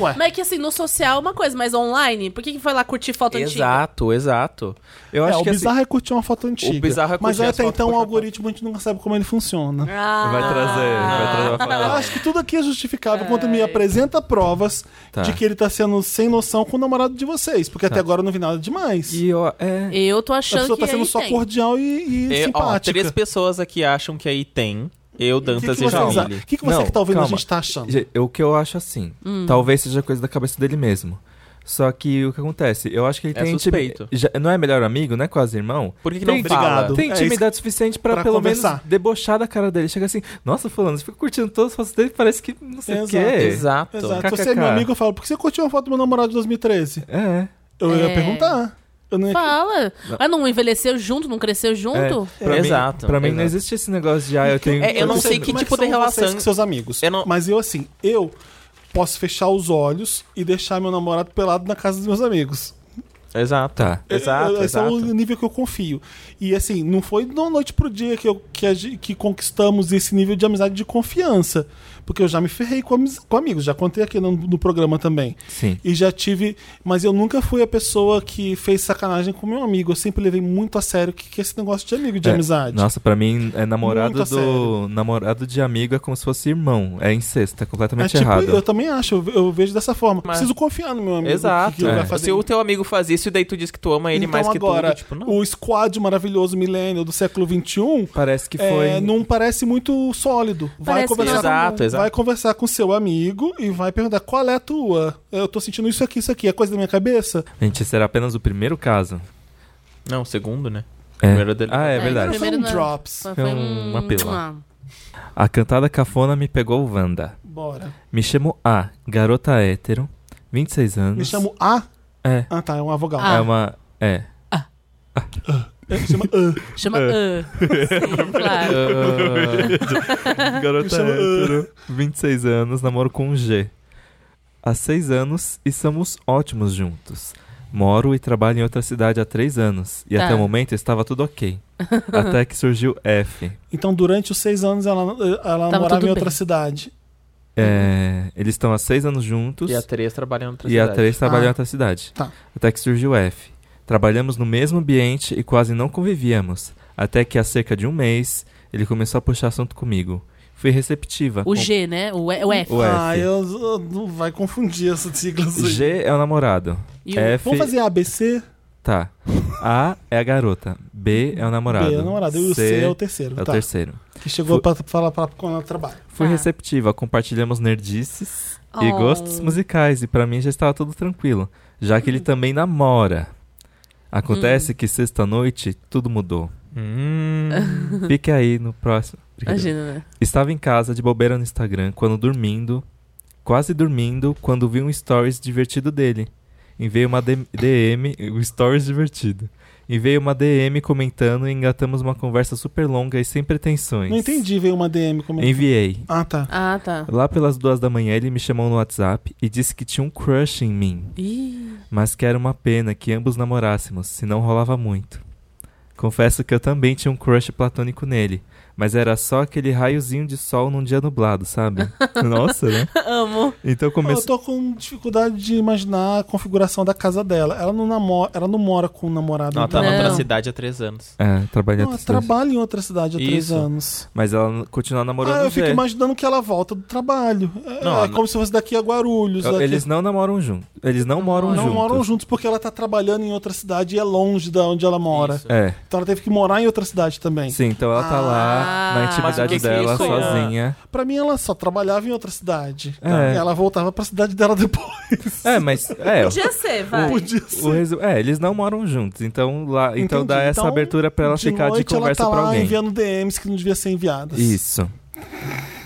Ué.
Mas é que assim, no social é uma coisa, mas online, por que, que foi lá curtir foto antiga?
<laughs> Exato, exato.
Eu
É,
acho
o
que assim,
bizarro é curtir uma foto antiga.
bizarro é
Mas
curtir
aí
as
até
fotos
então o
puxadas.
algoritmo a gente nunca sabe como ele funciona.
vai trazer, vai trazer uma
Eu
fala.
acho que tudo aqui é justificável quando me apresenta provas
Tá.
de que ele tá sendo sem noção com o namorado de vocês. Porque até agora eu não vi nada demais.
E ó, é,
Eu tô
a
achando
pessoa
que
tá sendo
aí
só
tem.
cordial e, e
E, é, ó,
simpática.
três pessoas aqui acham que aí tem. Eu,
O que,
Dantas
que
e
vocês
Jamile.
acham? O que, que você
Não,
que tá ouvindo a
calma.
gente tá achando?
Ge- O que eu acho assim, talvez seja coisa da cabeça dele mesmo. Só que o que acontece? Eu acho que ele
É
tem
suspeito.
já- não é melhor amigo, não é quase irmão.
Por que, que
Tem-
não fala?
Obrigado.
Tem
É
intimidade suficiente pra,
pra
pelo
conversar.
menos debochar da cara dele. Chega assim, nossa, fulano, você fica curtindo todas as fotos dele, parece que não sei o
Exato.
quê.
Exato.
Exato. Se
KKK.
você é meu amigo, eu falo, por que você curtiu uma foto do meu namorado de 2013?
É.
Eu ia
É.
perguntar. Eu não ia...
Fala. Ah, não envelheceu junto, não cresceu junto?
É, pra mim-
Exato,
Pra mim não
exato.
existe esse negócio de, ah, eu tenho...
É, eu não
Como
sei
é
que tipo
são vocês
de relação-
com seus amigos.
Eu não-
Mas eu, assim, eu posso fechar os olhos e deixar meu namorado pelado na casa dos meus amigos.
Exato.
Tá.
Exato,
Eu- eu- Esse
exato.
é o nível que eu confio. E assim, não foi de uma noite pro dia que, eu- que, a gen- que conquistamos esse nível de amizade de confiança. Porque eu já me ferrei com, amiz- com amigos, já contei aqui no, no programa também.
Sim.
E já tive. Mas eu nunca fui a pessoa que fez sacanagem com meu amigo. Eu sempre levei muito a sério o que, que é esse negócio de amigo, de
É,
amizade.
Nossa, pra mim, é namorado
Muito a sério.
do... Namorado de amigo é como se fosse irmão. É incesto, é
É
completamente
tipo,
errado.
eu também acho, eu, eu vejo dessa forma.
Mas-
Preciso confiar no meu um amigo.
Exato. Assim,
Que, que ele
É.
vai
Se
fazer.
o teu amigo faz isso isso e daí tu diz que tu ama ele
então
mais que
agora,
tudo. Tipo, não.
o squad maravilhoso milênio do século XXI
Parece que
é,
foi.
não parece muito sólido. Vai
Parece
conversar,
não. Exato,
com,
exato.
vai conversar com seu amigo e vai perguntar qual é a tua. Eu tô sentindo isso aqui, isso aqui. É coisa da minha cabeça?
Gente, será apenas o primeiro caso?
Não, segundo, né?
É.
Primeiro dele.
Ah, é
É,
verdade.
primeiro
São
não é-
drops.
Foi,
É um apelo. A cantada cafona me pegou Wanda.
Bora.
Me chamo A, garota hétero, 26 anos.
Me chamo A.
É.
Ah, tá. É uma vogal. Ah.
Ah.
É uma. É.
Me chama A.
Chama
É.
ah. Sim, claro.
Garota
Me chama-
hétero, 26 anos, namoro com um G. Há 6 anos e somos ótimos juntos. Moro e trabalho em outra cidade há 3 anos. E
Tá.
até o momento estava tudo
<laughs>
ok. até que surgiu F.
Então, durante os seis anos, ela, ela
Tava
morava
tudo
em outra
bem.
cidade.
É, eles estão há 6 anos juntos.
Uhum. E a três trabalhando outra
E a
cidade.
três trabalhou
Ah.
em outra cidade.
Tá.
Até que surgiu o F. Trabalhamos no mesmo ambiente e quase não convivíamos. Até que há cerca de um mês, ele começou a puxar assunto comigo. Fui receptiva.
O G, né? O, E- o F.
O F.
Ah, eu, eu- não vai confundir essas siglas aí.
G é o namorado.
E o-
F.
Vamos fazer ABC?
Tá. A é a garota. B é o namorado.
B é o namorado. E o C, é o terceiro.
é o
tá.
terceiro.
Que chegou
Fu-
pra falar pra quando ela trabalha.
Fui
Tá.
receptiva, compartilhamos nerdices e
Oh.
gostos musicais, e pra mim já estava tudo tranquilo, já
Hum.
que ele também namora. Acontece que sexta-noite tudo mudou.
Hum.
<laughs> Fique aí no próximo. Brincadeira.
Imagina, né?
Estava em casa de bobeira no Instagram quando dormindo, quase dormindo, quando vi um stories divertido dele. Enviei uma D- DM, um stories divertido. Enviei uma DM comentando e engatamos uma conversa super longa e sem pretensões.
Não entendi, veio uma DM como
Enviei.
Ah, tá.
Ah, tá.
Lá pelas duas da manhã ele me chamou no WhatsApp e disse que tinha um crush em mim,
Ih,
mas que era uma pena que ambos namorássemos, senão rolava muito. Confesso que eu também tinha um crush platônico nele, mas era só aquele raiozinho de sol num dia nublado,
<laughs>
sabe? Nossa, né?
amo.
Então
Eu tô
começou.
com dificuldade de imaginar a configuração da casa dela. Ela não, namora, ela não mora com o namorado.
Ah,
Ela tá
dela.
na outra
Não.
cidade há três anos.
É, trabalhar
Não, ela trabalha em outra cidade há três
Isso.
anos.
Mas ela n- continua namorando
Ah, eu
o Zé.
fico imaginando que ela volta do trabalho. É,
Não,
é
ela-
como se fosse daqui a Guarulhos.
Eu-
daqui-
Eles não namoram juntos. Eles não moram
não
juntos.
moram juntos porque ela tá trabalhando em outra cidade e é longe da onde ela mora.
Isso.
É,
Então ela teve que morar em outra cidade também.
sim, então ela tá lá na
Ah.
Mas o
intimidade
que que
dela,
isso é?
sozinha.
Pra mim, ela só trabalhava em outra cidade.
É.
E ela voltava pra cidade dela depois.
É, mas. É,
Podia ser, vai.
Podia
O
ser.
resu- É, eles não moram juntos, então lá, então
Entendi.
dá essa
Então,
abertura pra ela ficar de
noite,
conversa
ela tá
pra
lá
alguém.
enviando DMs que não devia ser enviadas.
Isso.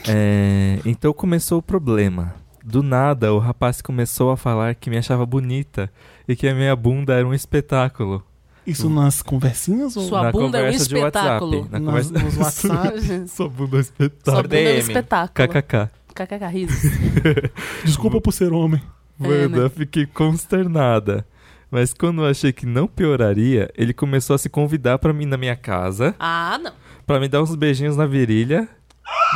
É, então começou o problema. Do nada, o rapaz começou a falar que me achava bonita e que a minha bunda era um espetáculo.
Isso nas conversinhas ou
Sua
Hum. na
bunda é um
conversa de
espetáculo.
WhatsApp. Na
nas,
conversa... <laughs>
nos WhatsApp?
Sua bunda é um
Sua
espetáculo.
bunda é um
DM.
espetáculo.
KKK.
KKK, risos.
<laughs> Desculpa por ser homem.
É,
Mano,
né?
eu fiquei consternada. Mas quando eu achei que não pioraria, ele começou a se convidar pra mim na minha casa.
Ah, não.
Pra me dar uns beijinhos na virilha,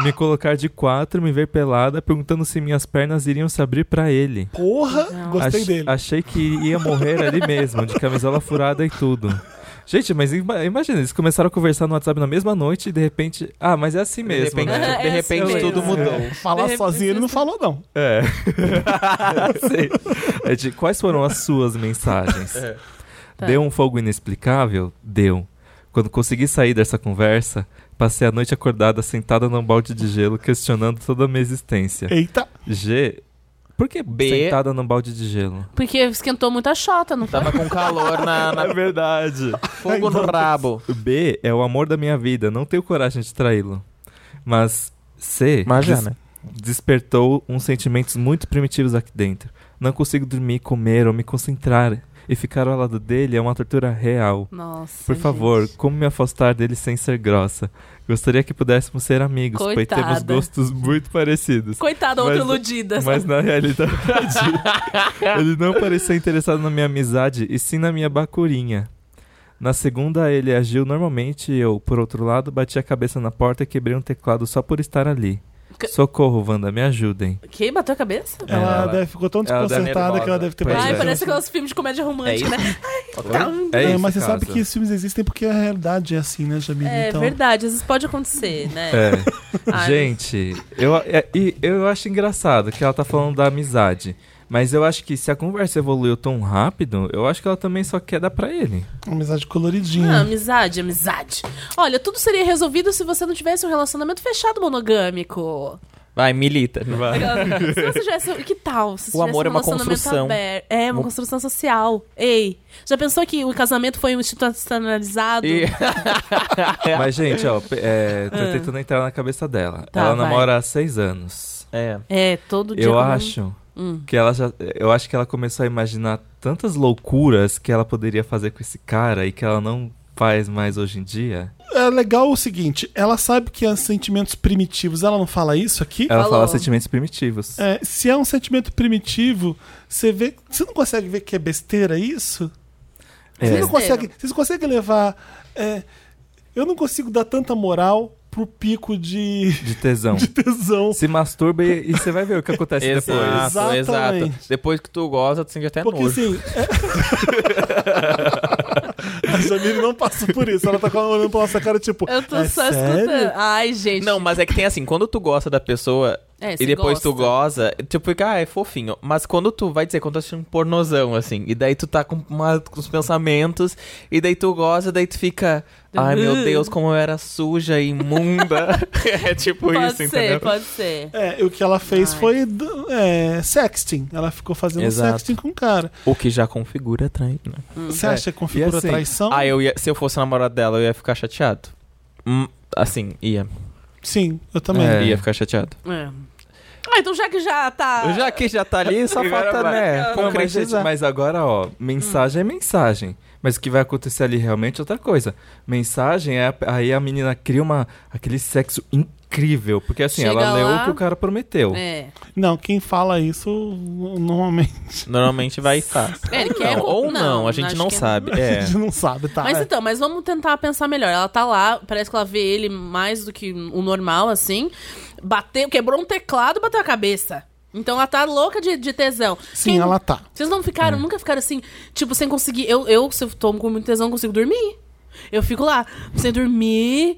me colocar de quatro, me ver pelada, perguntando se minhas pernas iriam se abrir pra ele.
Porra, gostei
Ach-
dele.
Achei que ia morrer ali mesmo, de camisola furada e tudo. Gente, mas ima- imagina, eles começaram a conversar no WhatsApp na mesma noite e de repente. Ah, mas é assim
De
mesmo.
repente,
né?
de
É assim
repente
mesmo.
tudo mudou.
<laughs> Falar
De repente-
sozinho ele não falou, não.
<laughs> É. Sei. É de, quais foram as suas mensagens?
É.
Tá.
Deu um fogo inexplicável? Deu. Quando consegui sair dessa conversa, passei a noite acordada sentada num balde de gelo, questionando toda a minha existência.
Eita.
G. <laughs> Por que
B.
sentada num balde de gelo?
Porque esquentou muito a chota, não foi?
Tava com calor na,
<laughs> É
na
verdade.
fogo no rabo.
O Então, B é o amor da minha vida, não tenho coragem de traí-lo. Mas C
Mas já,
des-
né?
despertou uns sentimentos muito primitivos aqui dentro. Não consigo dormir, comer ou me concentrar. E ficar ao lado dele é uma tortura real.
Nossa.
Por favor,
gente.
como me afastar dele sem ser grossa? Gostaria que pudéssemos ser amigos, pois
Coitada.
temos gostos muito parecidos.
Coitada, outra
Mas-
iludida.
Mas na realidade,
<laughs>
ele não parecia interessado na minha amizade e sim na minha bacurinha. Na segunda, ele agiu normalmente e eu, por outro lado, bati a cabeça na porta e quebrei um teclado só por estar ali.
Que-
Socorro, Wanda, me ajudem.
Quem bateu a cabeça?
Ela,
ela-
deve- ficou tão
ela deve-
desconcertada que ela deve ter
Pois
Ai,
é.
parece aqueles filmes de comédia romântica, né?
É,
É,
isso,
mas você
caso.
sabe que esses filmes existem porque a realidade é assim, né, Jamil?
É
então,
verdade, às vezes pode acontecer, né?
É.
<laughs> Ai,
Gente, eu, é- e eu acho engraçado que ela tá falando da amizade. Mas eu acho que se a conversa evoluiu tão rápido, eu acho que ela também só quer dar pra ele.
Amizade
Ah,
coloridinha.
amizade, amizade. Olha, tudo seria resolvido se você não tivesse um relacionamento fechado monogâmico.
Vai, milita. Vai.
se você tivesse. Que tal? Se
O amor
tivesse
é uma
relacionamento
construção.
aberto? É, uma
Mo-
construção social. Ei, já pensou que o casamento foi um institucionalizado? Ah.
E-
<laughs>
Mas, gente, ó, pe- é,
tá
tô tentando entrar na cabeça dela.
Tá,
ela
vai.
namora há seis anos.
É.
É, todo dia.
Eu
quando-
acho
Hum.
que ela já. Eu acho que ela começou a imaginar tantas loucuras que ela poderia fazer com esse cara e que ela não faz mais hoje em dia.
É legal o seguinte, ela sabe que é sentimentos primitivos, ela não fala isso aqui?
Ela
Falou.
fala sentimentos primitivos.
É, se é um sentimento primitivo, você vê. Você não consegue ver que é besteira isso?
É.
Você não
Besteira.
consegue. Vocês conseguem levar. é, eu não consigo dar tanta moral pro pico de, <laughs>
De tesão.
de tesão.
Se masturba e e você vai ver o que acontece depois.
Exato, exato.
Exatamente.
Depois que tu goza, tu sente até
Porque
nojo.
assim. é- a Jamile não passa por isso. Ela tá com- olhando pra nossa cara, tipo.
Eu tô
"É
só
sério?
tá escutando. Ai, gente.
Não, mas é que tem assim, quando tu gosta da pessoa
É,
e
você
depois tu
gosta.
goza, tu fica, ah, é fofinho. Mas quando tu vai dizer, quando tu assiste um pornozão, assim, e daí tu tá com, uma- com os pensamentos, e daí tu goza, daí tu fica, ai
<laughs>
meu Deus, como eu era suja e imunda. <laughs> é tipo
Pode
isso,
ser,
entendeu?
pode ser.
É, e o que ela fez
Ai.
foi d- é, sexting. Ela ficou fazendo
Exato.
sexting com o cara.
O que já configura trai. né?
Hum.
Você
É.
acha que configura
E assim,
traição?
Ah, eu ia, se eu fosse namorado dela, eu ia ficar chateado. Hum, assim, ia.
Sim, eu também.
É.
Ia ficar chateado.
É. Ah, então já que já tá.
Já que já
<laughs>
tá ali, só
Agora
falta,
vai.
né?
Não, mas, gente,
Concretizar.
mas agora, ó, mensagem é mensagem. Mas o que vai acontecer ali realmente é outra coisa. Mensagem é. a- Aí a menina cria uma, aquele sexo incrível. Porque assim,
Chega
é
ela leu
Tá lá-
o que o cara prometeu.
É.
Não, quem fala isso normalmente
Normalmente vai estar.
É, ele quer-
Não, ou não, a gente
acho
não
que-
sabe.
<laughs> a
É.
gente não sabe, tá?
Mas
É.
então, mas vamos tentar pensar melhor. Ela tá lá, parece que ela vê ele mais do que o normal, assim. Bateu, quebrou um teclado, bateu a cabeça. Então ela tá louca de, de tesão.
Sim,
Quem-
ela tá.
Vocês não ficaram, nunca ficaram assim, tipo, sem conseguir. Eu, eu se eu tô com muito tesão, não consigo dormir. Eu fico lá, sem dormir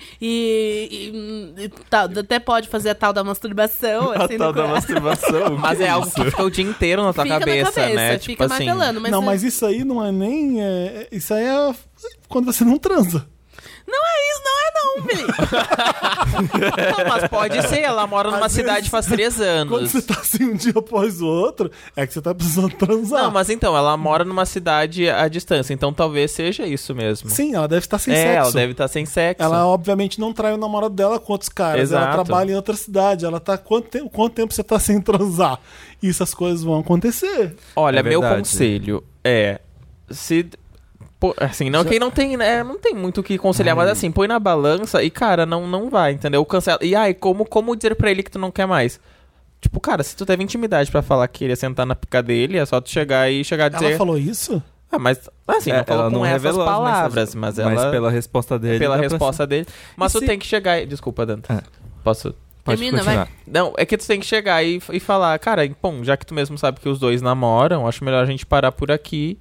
e. e- e tal. até pode fazer a tal
<laughs>
da masturbação. assim, no cor-
masturbação.
é né? Mas é algo que fica o dia inteiro na tua
Fica
cabeça,
na cabeça,
né?
fica
tipo assim.
martelando. Mas
não, mas isso aí não é nem. é, isso aí é quando você não transa.
Não é isso, não é não, Felipe.
<laughs>
Não, mas pode ser, ela mora numa
Às
cidade
vezes-
faz
<laughs>
três
Quando
anos.
você tá assim um dia após o outro, é que você tá precisando transar.
Não, mas então, ela mora numa cidade à distância, então talvez seja isso mesmo.
Sim, ela deve estar sem
é,
sexo.
ela deve estar sem sexo.
Ela, obviamente, não trai o namorado dela com outros caras. Ela
Exato.
trabalha em outra cidade. Ela tá. Quanto, te... Quanto tempo você tá sem transar? E essas coisas vão acontecer.
Olha,
É
meu
verdade.
conselho é. Se. pô, assim, não, quem não tem, né? Não tem muito o que conselhar, mas assim, põe na balança e, cara, não, não vai, entendeu? Cancela. E ai, como, como dizer pra ele que tu não quer mais? Tipo, cara, se tu teve intimidade pra falar que ele ia sentar na pica dele, é só tu chegar e chegar a dizer.
Ela falou isso?
Ah, mas assim, não
É,
falou
ela
com
não
essas
revelou as
palavras,
mensagens,
mas
Mas
ela
pela resposta dele.
pela
dá pra-
resposta dele. Mas
E
tu
se-
tem que chegar e... Desculpa, Danta.
Ah.
Posso...
Pode
Termina,
continuar.
Não, é que tu tem que chegar e, e falar, cara, bom, já que tu mesmo sabe que os dois namoram, acho melhor a gente parar por aqui.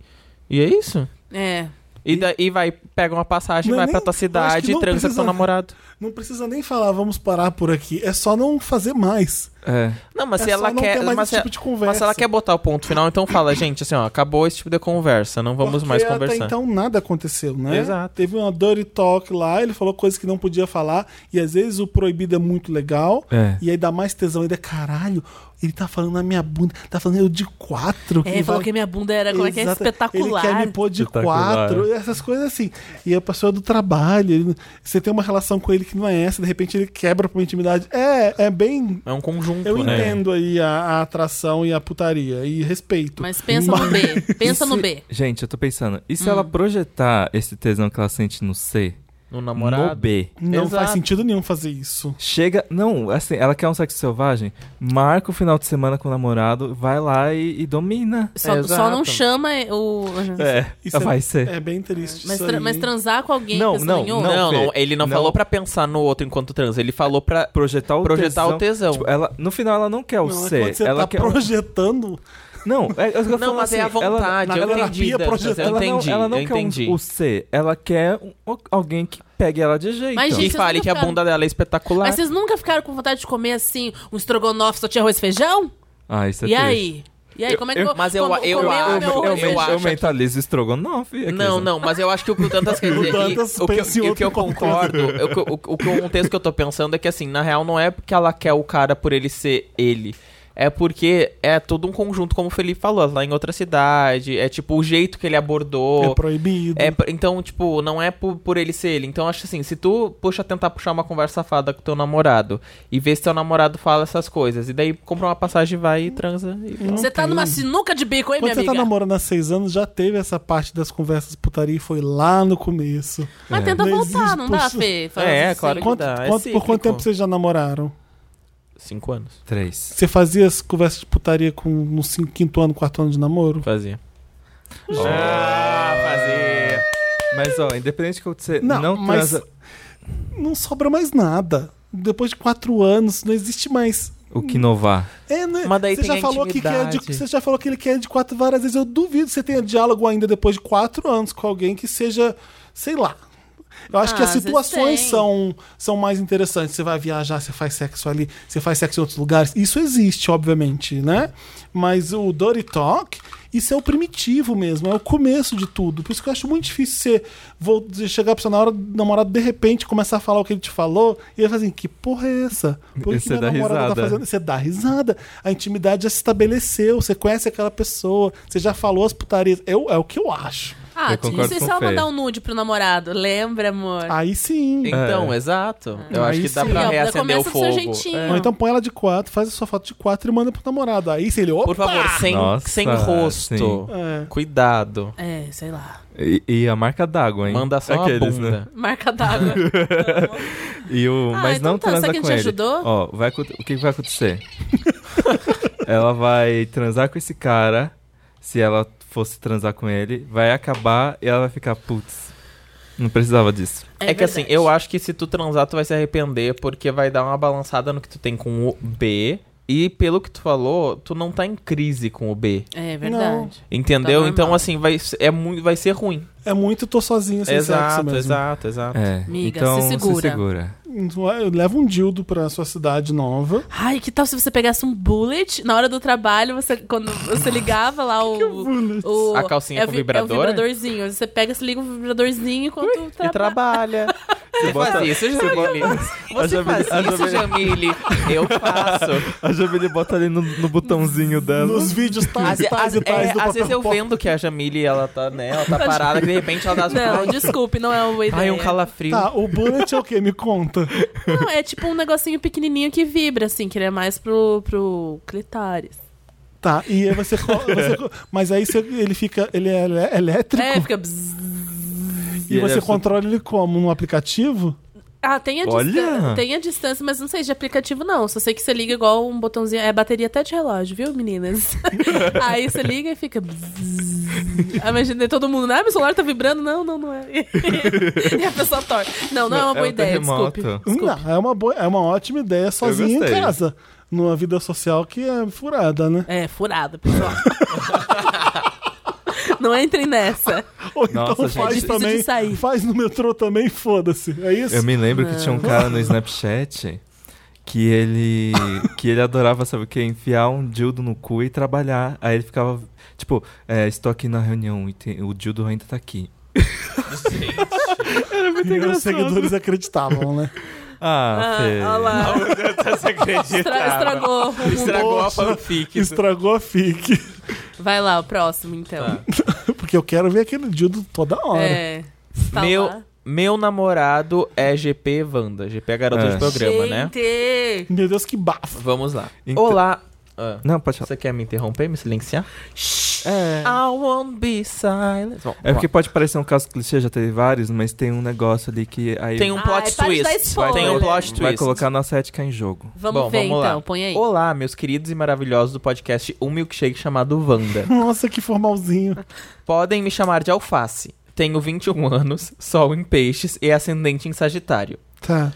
E é isso.
É.
E, daí vai, pega uma passagem,
Não é
vai
nem-
pra tua
eu acho
cidade
que
e
não
transa com
precisa-
teu namorado.
Não precisa nem falar, vamos parar por aqui. É só não fazer mais.
É.
Não, mas
É
se
só
ela
não
quer.
ter mais
mas,
esse tipo
se-
de
mas se ela
conversa.
quer botar o ponto final, então fala, gente, assim, ó, acabou esse tipo de conversa, não vamos mais
Porque
conversar.
Até então nada aconteceu, né?
Exato.
Teve uma dirty talk lá, ele falou coisas que não podia falar, e às vezes o proibido é muito legal,
É.
e aí dá mais tesão ainda. Caralho, ele tá falando na minha bunda, tá falando eu de quatro.
É, falou que minha bunda era como é que é
né? Exato.
espetacular.
Ele quer me pôr de
Espetacular.
é.
quatro, essas coisas assim. E a pessoa é do trabalho, ele- você tem uma relação com ele que não é essa, de repente ele quebra pra uma intimidade. É, é bem.
É um conjunto,
Eu
né?
entendo aí a, a atração e a putaria, e respeito.
Mas pensa no B. Pensa no
E se-
B.
Gente, eu tô pensando, e
Hum.
se ela projetar esse tesão que ela sente no C,
No namorado.
no B?
Não faz
Exato.
sentido nenhum fazer isso.
Chega, não, assim, ela quer um sexo selvagem, marca o final de semana com o namorado, vai lá e, e domina.
Só,
Exato.
só não chama o.
É,
Ah,
Isso
vai
é,
ser.
É bem triste.
Mas,
isso
tra-
aí,
mas
hein?
transar com alguém
Não,
pensando
não,
em outro?
Não,
Fê,
não, ele não,
não.
falou pra pensar no outro enquanto transa, ele falou pra
Projetar o
projetar
tesão.
o tesão.
Tipo, ela, no final ela não quer o
Não, é
C,
quando você
ela
tá
quer
projetando.
Não, é, eu tô
Não,
falando
mas é
assim,
a vontade,
na
eu
terapia
entendi. Dantas,
projeta-
eu
Ela, ela
entendi,
não, ela não
eu
quer um-
entendi.
o C, ela quer um- alguém que pegue ela de jeito.
Mas,
E
gente, Vocês
fale
nunca
que a
ficaram-
bunda dela é espetacular.
Mas vocês nunca ficaram com vontade de comer assim, um estrogonofe só tinha arroz e feijão?
Ah, isso é
e
triste.
aí? E aí, como é que
eu-
vou-
mas eu-
como-
eu-
como
eu-
o meu-
eu-
eu,
eu acho que-
mentalizo estrogonofe. aqui,
Não,
né?
não, mas eu acho que o que o Dantas
<laughs>
quer
O
dizer. e
Dantas
o que, eu-
pensa em
e o
outro
que eu concordo, eu- o, o- o que o contexto que eu tô pensando é que, assim, na real, não é porque ela quer o cara por ele ser ele. É porque é todo um conjunto, como o Felipe falou, lá em outra cidade. É tipo o jeito que ele abordou.
É proibido.
É, pr- então, tipo, não é por, por ele ser ele. Então, acho assim, se tu puxa tentar puxar uma conversa safada com teu namorado e ver se teu namorado fala essas coisas, e daí compra uma passagem, vai e transa. E
Hum.
fala.
Você tá numa sinuca de bico, hein,
Quando você
minha
tá
amiga?
namorando há seis anos, já teve essa parte das conversas putaria e foi lá no começo.
Mas tenta
é, Não
voltar,
existe
não dá,
possi-
Fê? Fala
É,
assim.
claro que
Quanto-
dá, é
quanto- por
cíclico.
quanto tempo vocês já namoraram?
Cinco anos.
Três.
Você fazia as conversas de putaria com no cinco- quinto ano, quarto ano de namoro?
Fazia. Ah, fazia.
Mas, ó, independente que você
Não,
não,
mas-
transa...
Não sobra mais nada. Depois de quatro anos, não existe mais.
O que inovar?
É, né?
Mas daí
você
tem
já
a
falou que quer de,
intimidade.
Você já falou que ele quer de quatro várias vezes. Eu duvido que você tenha diálogo ainda depois de quatro anos com alguém que seja, sei lá. Eu acho
Ah,
que as
às vezes
situações
tem.
são, são mais interessantes. Você vai viajar, você faz sexo ali, você faz sexo em outros lugares. Isso existe, obviamente, né? Mas o Dory Talk, isso é o primitivo mesmo, é o começo de tudo. Por isso que eu acho muito difícil você vou dizer, chegar pra você na hora do namorado, de repente, começar a falar o que ele te falou, e ele fala assim, que porra é essa? Por
E
que
você
minha
dá
namorada tá
risada.
fazendo você dá risada. A intimidade já se estabeleceu. Você conhece aquela pessoa. Você já falou as putarias. Eu, é o que eu acho.
Ah,
Eu concordo
não sei
com
se
o
ela
Fê.
mandar um nude pro namorado. Lembra, amor?
Aí sim.
Então,
É.
exato. Eu
Aí
acho que dá
sim.
pra
Não,
reacender o
começa do seu
fogo. É.
jeitinho.
Ou então põe ela de quatro, faz a sua foto de quatro e manda pro namorado. Aí se ele. Opa!
Por favor, sem,
Nossa,
sem rosto.
É.
Cuidado.
É, sei lá.
E, e a marca d'água, hein?
Manda só a
Aqueles, né?
bunda.
Marca d'água.
<laughs> E o,
Ah,
mas
então
não
tá,
transa
será que a
com
gente
ele.
ajudou?
Ó, vai, acon- o que vai acontecer? <laughs> ela vai transar com esse cara. Se ela fosse transar com ele, vai acabar e ela vai ficar, putz, não precisava disso.
É, que assim,
verdade.
eu acho que se tu transar, tu vai se arrepender, porque vai dar uma balançada no que tu tem com o B. E pelo que tu falou, tu não tá em crise com o B.
É verdade.
Entendeu?
Tá normal.
então, assim, vai, se- é muito, vai ser ruim.
É muito tô sozinho sem sexo
Exato,
mesmo.
exato, exato.
É,
Miga,
então
se segura.
segura.
Leva um dildo pra sua cidade nova.
Ai, que tal se você pegasse um bullet na hora do trabalho, você quando você
<laughs>
ligava lá o, o-
A calcinha
é
com
vi-
vibrador?
É um vibradorzinho. Você pega, você liga o vibradorzinho enquanto
E <laughs> trabalha. Você
bota-
faz isso, Jamile. Você
A
faz
Jamile- a
isso, Jamile. Eu faço.
A Jamile bota ali no, no botãozinho dela.
Nos vídeos tais,
Às, ve-
tais e
às-
tais
é,
do
às
papel
vezes eu
pop.
vendo que a Jamile, ela tá, né, ela tá parada, que de repente ela dá as
Não, desculpe, não é uma boa ideia.
Ai, um calafrio.
Tá, o bullet é o quê? Me conta.
Não, é tipo um negocinho pequenininho que vibra, assim, que ele é mais pro, pro clitóris.
Tá, e aí você.
<laughs>
co- você co- mas aí você- ele fica. Ele é ele- elétrico.
É, fica... bzzz.
e,
E ele
você
é-
controla ele como? No aplicativo?
Ah, tem a,
Olha!
distan- tem a distância, mas não sei de aplicativo, não. Só sei que você liga igual um botãozinho... É bateria até de relógio, viu, meninas? Aí você liga e fica... bzzz. Aí Imagina todo mundo... Ah, meu celular tá vibrando. Não, não, não é. <laughs> e a pessoa torce. Não, não é uma boa
um
ideia,
terremoto.
desculpe. Desculpe.
Não, é uma, boa, é uma ótima ideia sozinho em
gostei.
casa. Numa vida social que é furada, né?
É, furada, pessoal. não entrem nessa.
Ou
Nossa,
então
gente.
faz
É
difícil de
também.
sair.
Faz no metrô também, foda-se. É isso?
Eu me lembro que tinha um
<laughs>
cara no Snapchat que
<laughs>
ele que ele adorava, sabe o quê? Enfiar um dildo no cu e trabalhar. Aí ele ficava, tipo, é, estou aqui na reunião e tem- o dildo ainda tá aqui.
e os seguidores acreditavam, né?
Ah,
Ah,
Fê.
<laughs>
olha
<laughs>
lá.
tá
Você acredita?
Estra- estragou. o mundo.
Estragou a fanfic.
Estragou a fic.
Vai lá, o próximo, então.
Porque eu quero ver aquele dildo toda hora.
É. Tá
Meu,
lá.
meu namorado é GP Wanda. GP é a garota
É.
de programa, né?
Gente!
Meu Deus, que bafo.
Vamos lá.
Então-
Olá. Ah,
Não, pode falar.
você quer me interromper, me silenciar?
É.
I won't be silent. Bom,
É
vamos
porque
lá.
pode parecer um caso clichê, já teve vários, mas tem um negócio ali que aí
tem um
Ai,
plot
para de dar
twist.
spoiler.
Tem um plot twist.
vai colocar nossa ética em jogo.
Vamos
Bom,
ver
vamos lá.
então, põe aí.
Olá, meus queridos e maravilhosos do podcast Um Milkshake chamado Wanda.
É.
Nossa, que formalzinho.
Podem me chamar de Alface. Tenho 21 anos, sol em peixes e ascendente em Sagitário.
Tá.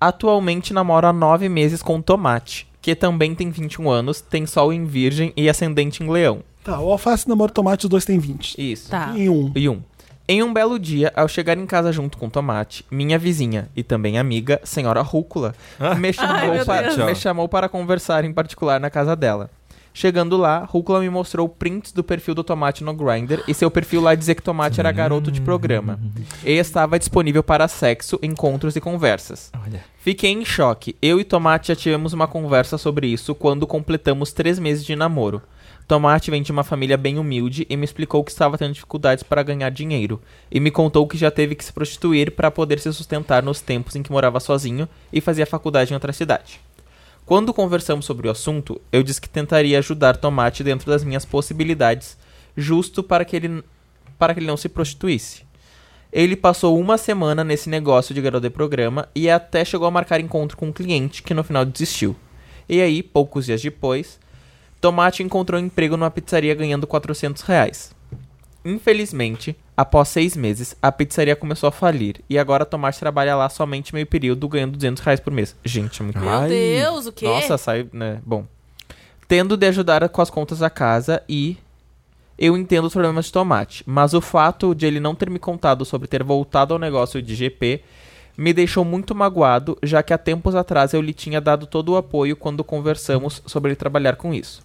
Atualmente namoro há 9 meses com Tomate, que também tem 21 anos, tem sol em Virgem e ascendente em Leão.
Tá, o alface, namoro, tomate, os dois têm 20.
Isso.
Tá.
Em um.
E um. Em um belo dia, ao chegar em casa junto com Tomate, minha vizinha e também amiga, senhora Rúcula, me chamou,
meu
para,
Deus.
me chamou para conversar em particular na casa dela. Chegando lá, Rukla me mostrou prints do perfil do Tomate no Grindr e seu perfil lá dizia que Tomate era garoto de programa.
Hum.
E estava disponível para sexo, encontros e conversas.
Olha.
Fiquei em choque. Eu e Tomate já tivemos uma conversa sobre isso quando completamos três meses de namoro. Tomate vem de uma família bem humilde e me explicou que estava tendo dificuldades para ganhar dinheiro. E me contou que já teve que se prostituir para poder se sustentar nos tempos em que morava sozinho e fazia faculdade em outra cidade. Quando conversamos sobre o assunto, eu disse que tentaria ajudar Tomate dentro das minhas possibilidades, justo para que ele, para que ele não se prostituísse. Ele passou uma semana nesse negócio de garoto de programa e até chegou a marcar encontro com um cliente que no final desistiu. E aí, poucos dias depois, Tomate encontrou um emprego numa pizzaria ganhando 400 reais. Infelizmente, após seis meses, a pizzaria começou a falir e agora Tomate trabalha lá somente meio período ganhando 200 reais por mês. Gente, é muito
Meu Deus, o quê?
nossa, sai, né? Bom. Tendo de ajudar com as contas da casa e. Eu entendo os problemas de tomate, mas o fato de ele não ter me contado sobre ter voltado ao negócio de GP me deixou muito magoado, já que há tempos atrás eu lhe tinha dado todo o apoio quando conversamos sobre ele trabalhar com isso.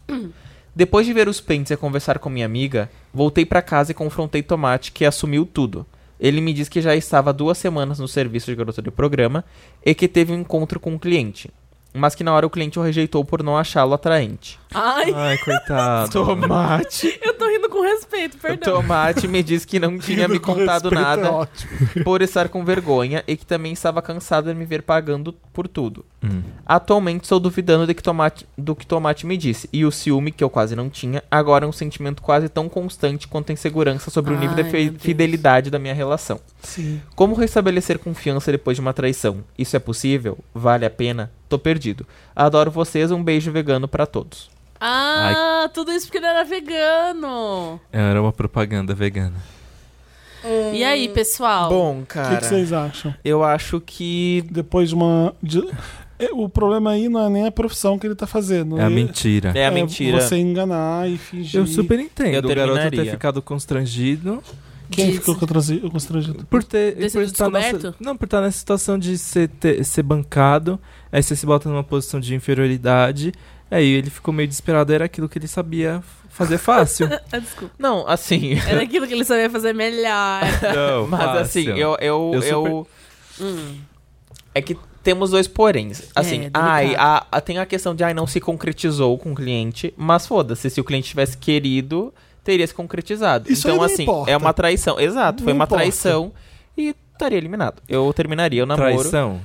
Depois de ver os prints e conversar com minha amiga, voltei pra casa e confrontei Tomate, que assumiu tudo. Ele me disse que já estava duas semanas no serviço de garota de programa e que teve um encontro com um cliente, mas que na hora o cliente o rejeitou por não achá-lo atraente.
Ai,
Ai, coitado.
Tomate!
eu tô rindo com respeito, perdão.
Tomate me disse que não tinha me
Com
contado
respeito, é
nada
ótimo.
por estar com vergonha e que também estava cansado de me ver pagando por tudo.
Hum.
Atualmente estou duvidando de que tomate, do que Tomate me disse, e o ciúme, que eu quase não tinha, agora é um sentimento quase tão constante quanto a insegurança sobre o nível
Ai,
de fi-
meu Deus.
fidelidade da minha relação.
Sim.
Como restabelecer confiança depois de uma traição? Isso é possível? Vale a pena? Tô perdido. Adoro vocês, um beijo vegano pra todos.
Ah, tudo isso porque ele era vegano.
Era uma propaganda vegana.
E aí, pessoal?
Bom,
O
cara,
que que vocês acham?
eu acho que
Depois de uma. de- é, O problema aí não é nem a profissão que ele tá fazendo.
É a
E-
mentira.
é a mentira.
Você enganar e fingir.
Eu super
Eu
entendo o garoto ter
terminaria.
ficado constrangido
Quem
Diz.
ficou constrangi- constrangido?
por ter
Ter
por
sido
estar nessa,
descoberto?
não por estar nessa situação de ser, ter- ser bancado, aí você se bota numa posição de inferioridade, aí ele ficou meio desesperado, era aquilo que ele sabia f- fazer fácil.
<laughs> Ah, desculpa.
Não, assim.
Era aquilo que ele sabia fazer melhor.
não,
<laughs> Mas assim, eu. eu,
Eu
eu,
super-
Hum.
É que temos dois poréns. Assim,
É, delicado.
ai, a, a- tem a questão de ai, não se concretizou com o cliente, mas foda-se, se o cliente tivesse querido, teria se concretizado.
Isso aí
então,
não
assim,
importa.
é uma traição. Exato, foi
Não
uma
importa.
traição e estaria eliminado. Eu terminaria o namoro.
Traição.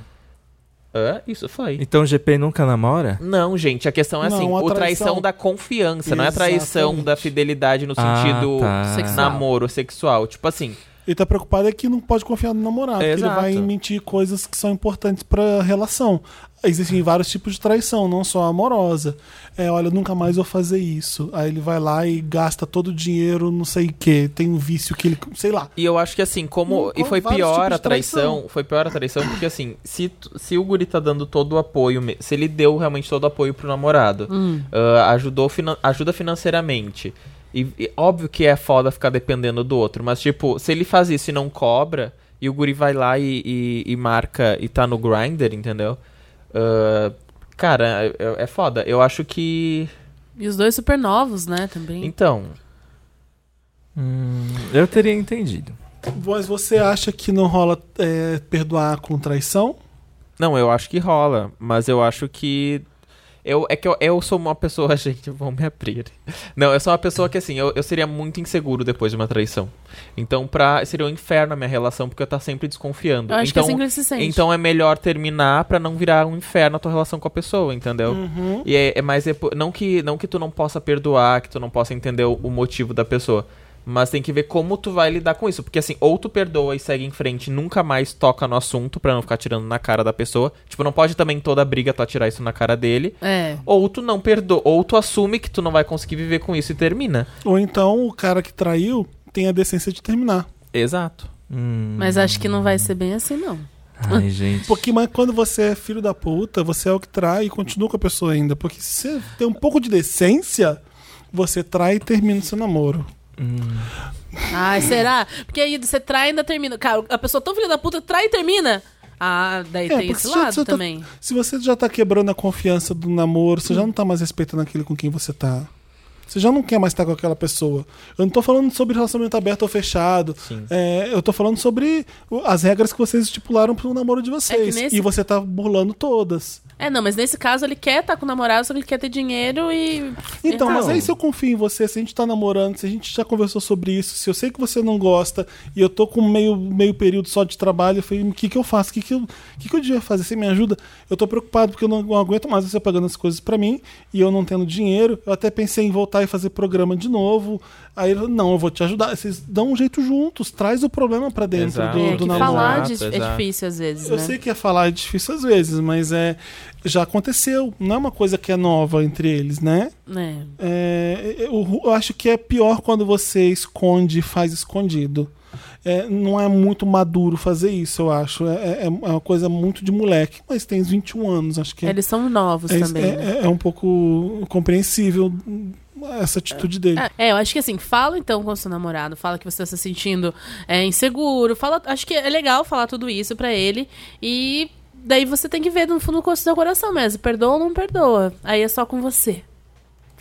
Hã? isso foi.
Então o GP nunca namora?
Não, gente, a questão é
Não,
assim,
a
o traição,
traição-
da confiança, não é a traição
Exatamente.
da fidelidade no
Ah,
sentido
tá.
sexual.
namoro sexual. Tipo assim,
Ele tá preocupado é que não pode confiar no namorado,
É,
porque ele
exato.
vai mentir coisas que são importantes pra relação. Existem vários tipos de traição, não só a amorosa. É, olha, nunca mais vou fazer isso. Aí ele vai lá e gasta todo o dinheiro, não sei o quê. Tem um vício que ele. sei lá.
E eu acho que assim, como.
Hum,
e
com
foi
vários
pior
tipos
a
de
traição,
traição.
Foi pior a traição, porque assim, se, tu- se o Guri tá dando todo o apoio. me- Se ele deu realmente todo o apoio pro namorado, ah, ajudou finan- ajuda financeiramente. E, e óbvio que é foda ficar dependendo do outro, mas tipo, se ele faz isso e não cobra, e o Guri vai lá e, e- e marca e tá no grinder, entendeu? Ah, cara, é, é foda. Eu acho que.
E os dois super novos, né, também.
Então.
Hum, Eu teria entendido.
Mas você acha que não rola é, perdoar com traição?
Não, eu acho que rola, mas eu acho que. Eu, é que eu, eu sou uma pessoa, <laughs> gente, vão me abrir. Não, eu sou uma pessoa que, assim, eu, eu seria muito inseguro depois de uma traição. Então, pra, seria um inferno a minha relação, porque eu tá sempre desconfiando.
Eu acho
então,
que é assim que ele se sente.
então é melhor terminar pra não virar um inferno a tua relação com a pessoa, entendeu? E é, é mais. é po- não, que, não que tu não possa perdoar, que tu não possa entender o, o motivo da pessoa. Mas tem que ver como tu vai lidar com isso. Porque assim, ou tu perdoa e segue em frente, nunca mais toca no assunto pra não ficar tirando na cara da pessoa. Tipo, não pode também toda briga tu atirar isso na cara dele.
É.
Ou tu não perdoa, ou tu assume que tu não vai conseguir viver com isso e termina.
Ou então o cara que traiu tem a decência de terminar.
Exato.
Hum,
Mas acho que não vai ser bem assim, não.
Ai, gente.
Porque mas quando você é filho da puta, você é o que trai e continua com a pessoa ainda. Porque se você tem um pouco de decência, você trai e termina o seu namoro.
Ai, será? Porque aí você trai e ainda termina. Cara, a pessoa tão filha da puta trai e termina. Ah,
É,
daí tem esse
já-
lado
já tá-
também.
se você já tá quebrando a confiança do namoro, você já não tá mais respeitando aquele com quem você tá. Você já não quer mais estar com aquela pessoa. Eu não tô falando sobre relacionamento aberto ou fechado. É, eu tô falando sobre o- as regras que vocês estipularam pro namoro de vocês.
nesse-
E você tá burlando todas.
É, não, mas nesse caso ele quer estar com o namorado, só que ele quer ter dinheiro e.
Então, mas
Errado.
aí se eu confio em você, se a gente tá namorando, se a gente já conversou sobre isso, se eu sei que você não gosta e eu tô com meio, meio período só de trabalho, eu falei, o que que eu faço? O que que eu, o que que eu devia fazer? Você me ajuda? Eu tô preocupado porque eu não aguento mais você pagando as coisas pra mim e eu não tendo dinheiro. Eu até pensei em voltar e fazer programa de novo. Aí, eu, não, eu vou te ajudar. Vocês dão um jeito juntos, traz o problema pra dentro
Exato.
do,
É,
do
que
namoro.
falar de-
Exato,
é
exato.
difícil às vezes,
Eu
né?
sei que é falar é difícil às vezes, mas é já aconteceu. Não é uma coisa que é nova entre eles, né?
É.
É, eu, eu acho que é pior quando você esconde e faz escondido. É, não é muito maduro fazer isso, eu acho. É, é- é uma coisa muito de moleque, mas tem uns 21 anos, acho que é,
Eles são novos
é,
também.
é-
né?
é um pouco compreensível essa atitude dele.
É, eu acho que assim, fala então com seu namorado, fala que você tá se sentindo é, inseguro, fala, acho que é legal falar tudo isso pra ele e daí você tem que ver no fundo do seu coração mesmo, perdoa ou não perdoa. Aí é só com você.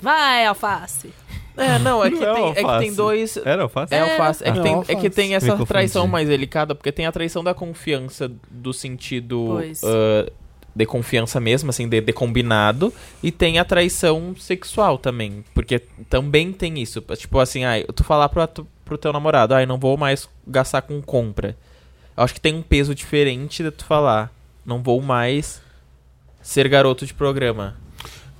Vai, alface. <laughs>
É, não, é que,
Não é
tem, é que
alface.
tem dois.
Era alface?
É, alface. É que,
Ah.
tem,
É
é que
alface.
tem
Me
essa
confundi.
traição mais delicada, porque tem a traição da confiança do sentido
Pois.
ah, de confiança mesmo, assim, de, de combinado, e tem a traição sexual também, porque também tem isso. Tipo assim, ai, tu falar pro, tu- pro teu namorado, ai, não vou mais gastar com compra. Eu acho que tem um peso diferente de tu falar, não vou mais ser garoto de programa.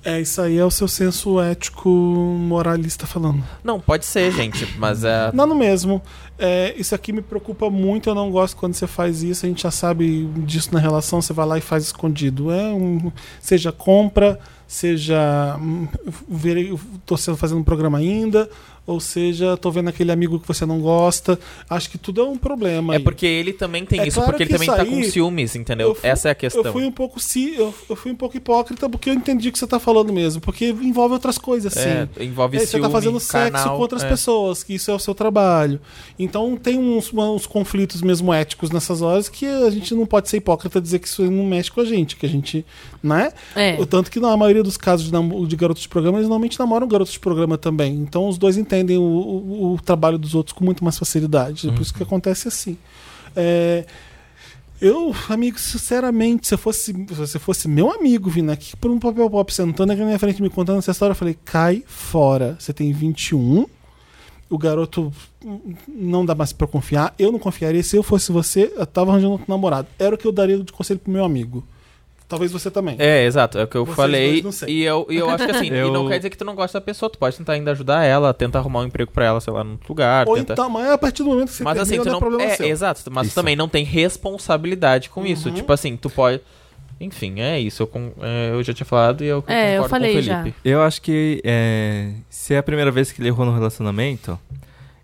É, isso aí é o seu senso ético moralista falando.
Não, pode ser, gente, mas
<laughs>
é.
Não, no mesmo. É, isso aqui me preocupa muito, eu não gosto quando você faz isso, a gente já sabe disso na relação, você vai lá e faz escondido. É um, seja compra, seja hum, ver, tô sendo- fazendo um programa ainda, ou seja, tô vendo aquele amigo que você não gosta. Acho que tudo é um problema.
É
aí.
porque ele também tem
É
isso,
claro
porque ele
que
também
isso
tá
aí-
com ciúmes, entendeu?
eu fui-
Essa é a questão.
Eu fui um pouco si, eu, eu fui um pouco hipócrita porque eu entendi o que você tá falando mesmo, porque envolve outras coisas, sim.
É, envolve
É,
ciúme,
você tá fazendo sexo
carnal,
com outras
é.
pessoas, que isso é o seu trabalho. Então tem uns, uns conflitos mesmo éticos nessas horas que a gente não pode ser hipócrita e dizer que isso não mexe com a gente, que a gente, né?
É.
O tanto que na maioria dos casos de, namo- de garotos de programa, eles normalmente namoram garotos de programa também. Então os dois entendem o, o- o trabalho dos outros com muito mais facilidade. É por isso que acontece assim. É, eu, amigo, sinceramente, se eu fosse, se você fosse meu amigo vindo aqui por um papel pop sentando aqui na minha frente me contando essa história, eu falei: cai fora. Você tem 21, o garoto hum, não dá mais pra confiar. Eu não confiaria. Se eu fosse você, eu tava arranjando outro namorado. Era o que eu daria de conselho pro meu amigo. <laughs> Talvez você também.
É, exato, é o que eu
Vocês
falei.
dois, não sei.
E eu, e eu
<laughs>
acho que assim, e não
Eu-
quer dizer que tu não gosta da pessoa, tu pode tentar ainda ajudar ela, tentar arrumar um emprego pra ela, sei lá, num outro lugar.
Ou
Ah, tenta-
então, mas a partir do momento que você
mas assim,
termina,
tu
não é
não.
problema
É,
seu. Uhum.
exato,
<laughs>
mas tu
Isso.
também não tem responsabilidade com isso. Tipo assim, tu pode. Enfim, é isso. Eu, con- é, eu já tinha falado e eu,
É, eu
concordo
falei
com o
já.
Felipe.
Eu acho que é, se é a primeira vez que ele errou no relacionamento,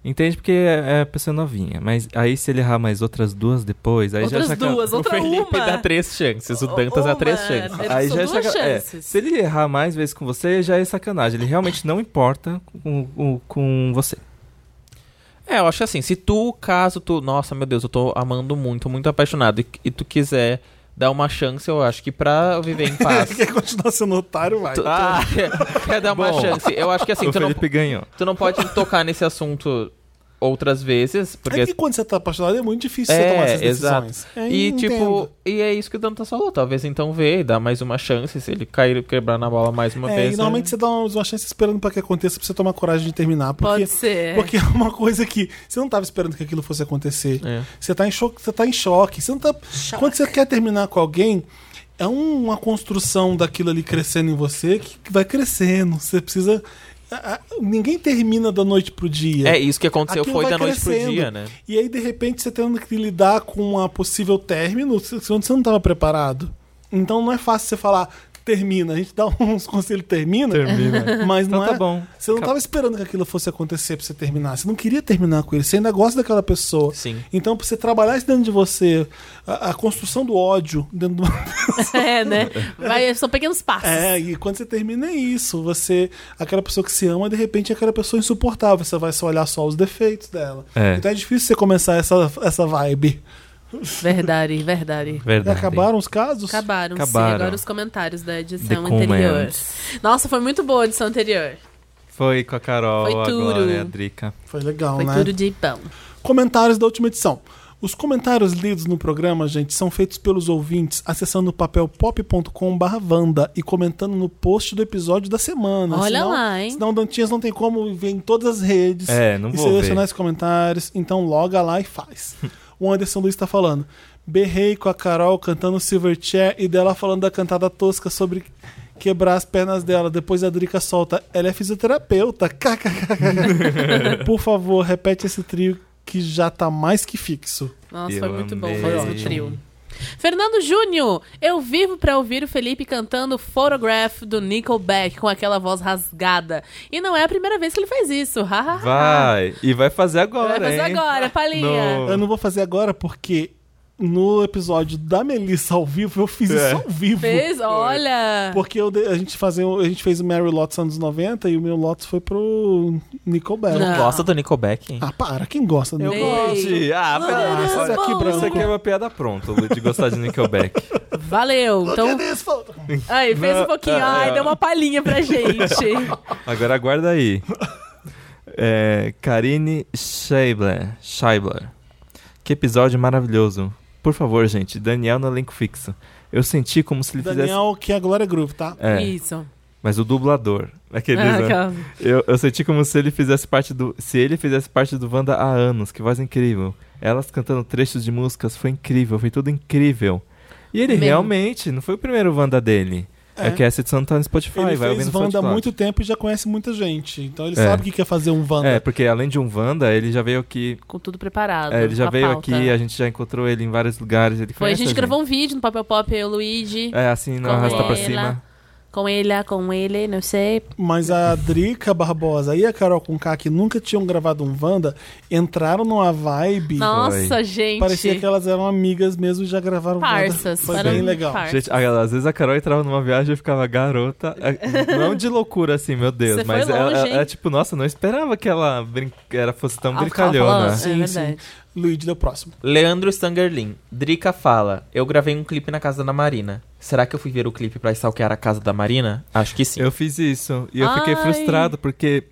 entende porque é, é a pessoa novinha. Mas aí se ele errar mais outras duas depois, aí
Outras
já é já
duas,
O
outra
Felipe
uma.
dá três chances, o Dantas dá três
uma.
chances.
Ele
Aí
são
já é
duas
saca- é,
chances.
se ele errar mais vezes com você, já é sacanagem. Ele realmente não importa com, com, com você.
É, eu acho que assim, se tu, caso tu, nossa, meu Deus, eu tô amando muito, muito apaixonado, e, e tu quiser dar uma chance, eu acho que pra viver em paz.
Quer continuar sendo otário, vai. É
tu, ah, quer, <laughs> quer dar uma
Bom,
chance. Eu acho que assim,
<laughs> o
tu não,
Felipe é ganhou.
tu não pode tocar nesse assunto outras vezes, porque.
É que quando você tá apaixonado é muito difícil
É,
você tomar essas
exato.
decisões. É,
E
entendo.
tipo, e é isso que o Dantas falou, talvez então vê e dá mais uma chance, se ele cair quebrar na bola mais uma
É,
vez.
e normalmente
né?
você dá uma, uma chance esperando pra que aconteça pra você tomar coragem de terminar. Porque,
Pode ser.
porque é uma coisa que você não tava esperando que aquilo fosse acontecer.
É.
Você tá em choque, você tá em choque. Você não tá... Quando você quer terminar com alguém, é um- uma construção daquilo ali crescendo em você que vai crescendo. Você precisa. a- a- Ninguém termina da noite pro dia.
É, isso que aconteceu
Aquilo
foi
vai
da noite pro
crescendo.
dia, né?
E aí, de repente, você tendo que lidar com a possível término, se se você não estava preparado. Então não é fácil você falar, termina. A gente dá <laughs> uns conselhos, termina.
Termina.
<laughs> Mas
Então
não
tá
é-
bom.
Você não
Acabou.
estava esperando que aquilo fosse acontecer pra você terminar. Você não queria terminar com ele. Você ainda gosta daquela pessoa.
Sim.
Então, pra você trabalhar isso dentro de você, a, a construção do ódio dentro do.
É, né? Vai, são pequenos passos.
É, e quando você termina é isso. Você. Aquela pessoa que se ama, de repente, é aquela pessoa insuportável. Você vai só olhar só os defeitos dela.
É.
Então é difícil você começar essa, essa vibe.
Verdade, verdade.
E
Verdade.
acabaram os casos?
Acabaram, sim.
Acabaram.
Agora os comentários da edição
The
anterior.
comments.
Nossa, foi muito boa a edição anterior.
Foi com a Carol,
Foi
a
tudo.
Glória, a Drica.
Foi legal,
Foi
né?
tudo de bom.
Comentários da última edição. Os comentários lidos no programa, gente, são feitos pelos ouvintes acessando o papel pop.com/vanda e comentando no post do episódio da semana.
Olha
Senão-
lá, hein?
Senão o Dantinhas não tem como ver em todas as redes
É, não
e
vou
selecionar os
ver.
comentários, então loga lá e
<laughs>
faz. o Anderson Luiz tá falando. Berrei com a Carol cantando Silverchair e dela falando da cantada tosca sobre quebrar as pernas dela. Depois a Drica solta. Ela é fisioterapeuta. <laughs> KKKK. Por favor, repete esse trio que já tá mais que fixo.
Nossa,
Eu
foi muito bom
amei.
foi
Foi
mesmo
ótimo.
trio. Fernando Júnior, eu vivo pra ouvir o Felipe cantando Photograph do Nickelback com aquela voz rasgada. E não é a primeira vez que ele faz isso.
<laughs>
Ha, ha, ha.
Vai. E vai fazer agora,
Vai fazer
hein?
agora, palhinha.
No-
Eu não vou fazer agora porque no episódio da Melissa ao vivo eu fiz
É.
isso ao vivo.
Fez? Olha.
Porque eu dei- a, gente fazia, o- a gente fez o Mary Lotus anos 90 e o meu Lotus foi pro Nickelback.
Não.
Gosta do Nickelback?
Ah, para, quem gosta do
Eu
Nickelback?
gosto. de- Ah, pera-
isso
olha,
aqui, branco.
Isso aqui é uma piada pronta, Lu, de gostar de Nickelback. <laughs>
Valeu. Então, aí, fez um
é,
pouquinho.
é.
Ai, deu uma palhinha pra
<laughs>
gente.
Agora aguarda aí. É, Karine Scheibler. Scheibler. Que episódio maravilhoso. Por favor, gente, Daniel no elenco fixo. Eu senti como se ele
Daniel, que é a Glória Groove, tá?
fizesse. É,
Isso.
mas o dublador. Aqueles,
Ah,
né?
aquela-
Eu, eu senti como se ele fizesse parte do. Se ele fizesse parte do Wanda há anos, que voz incrível. Elas cantando trechos de músicas, foi incrível, foi tudo incrível. E ele
Mesmo.
realmente não foi o primeiro Wanda dele. É, que essa edição tá no Spotify,
Ele
vai
fez
ouvindo
Wanda há
Spotify.
muito tempo e já conhece muita gente. Então ele
É.
sabe o que quer fazer um Wanda.
É, porque além de um Wanda, ele já veio aqui.
Com tudo preparado.
é, ele já
a
veio
pauta.
aqui, a gente já encontrou ele em vários lugares. Ele
Foi, a
conhece
gente gravou um vídeo no Papel Pop, eu, Luigi.
É, assim, não
com
arrasta pra
ela.
cima.
Com ele, ah, com ele, não sei.
Mas a Drica Barbosa e a Carol Conká, que nunca tinham gravado um Wanda, entraram numa vibe.
Nossa, gente.
Parecia que elas eram amigas mesmo e já gravaram
Parças.
Wanda. Foi
eram
bem legal.
parças.
Então, Gente, a- às vezes a Carol entrava numa viagem e ficava garota. É, Não de loucura, assim, meu Deus.
Você foi
mas ela-
longe,
ela- ela,
hein?
tipo, nossa, não esperava que ela, brin... ela fosse tão
Ah,
brincalhona.
falando, é verdade.
Luigi deu próximo.
Leandro Stangerlin. Drica fala: Eu gravei um clipe na casa da Marina. Será que eu fui ver o clipe pra stalkear a casa da Marina? Acho que sim.
Eu fiz isso. E eu fiquei
Ai.
frustrado porque.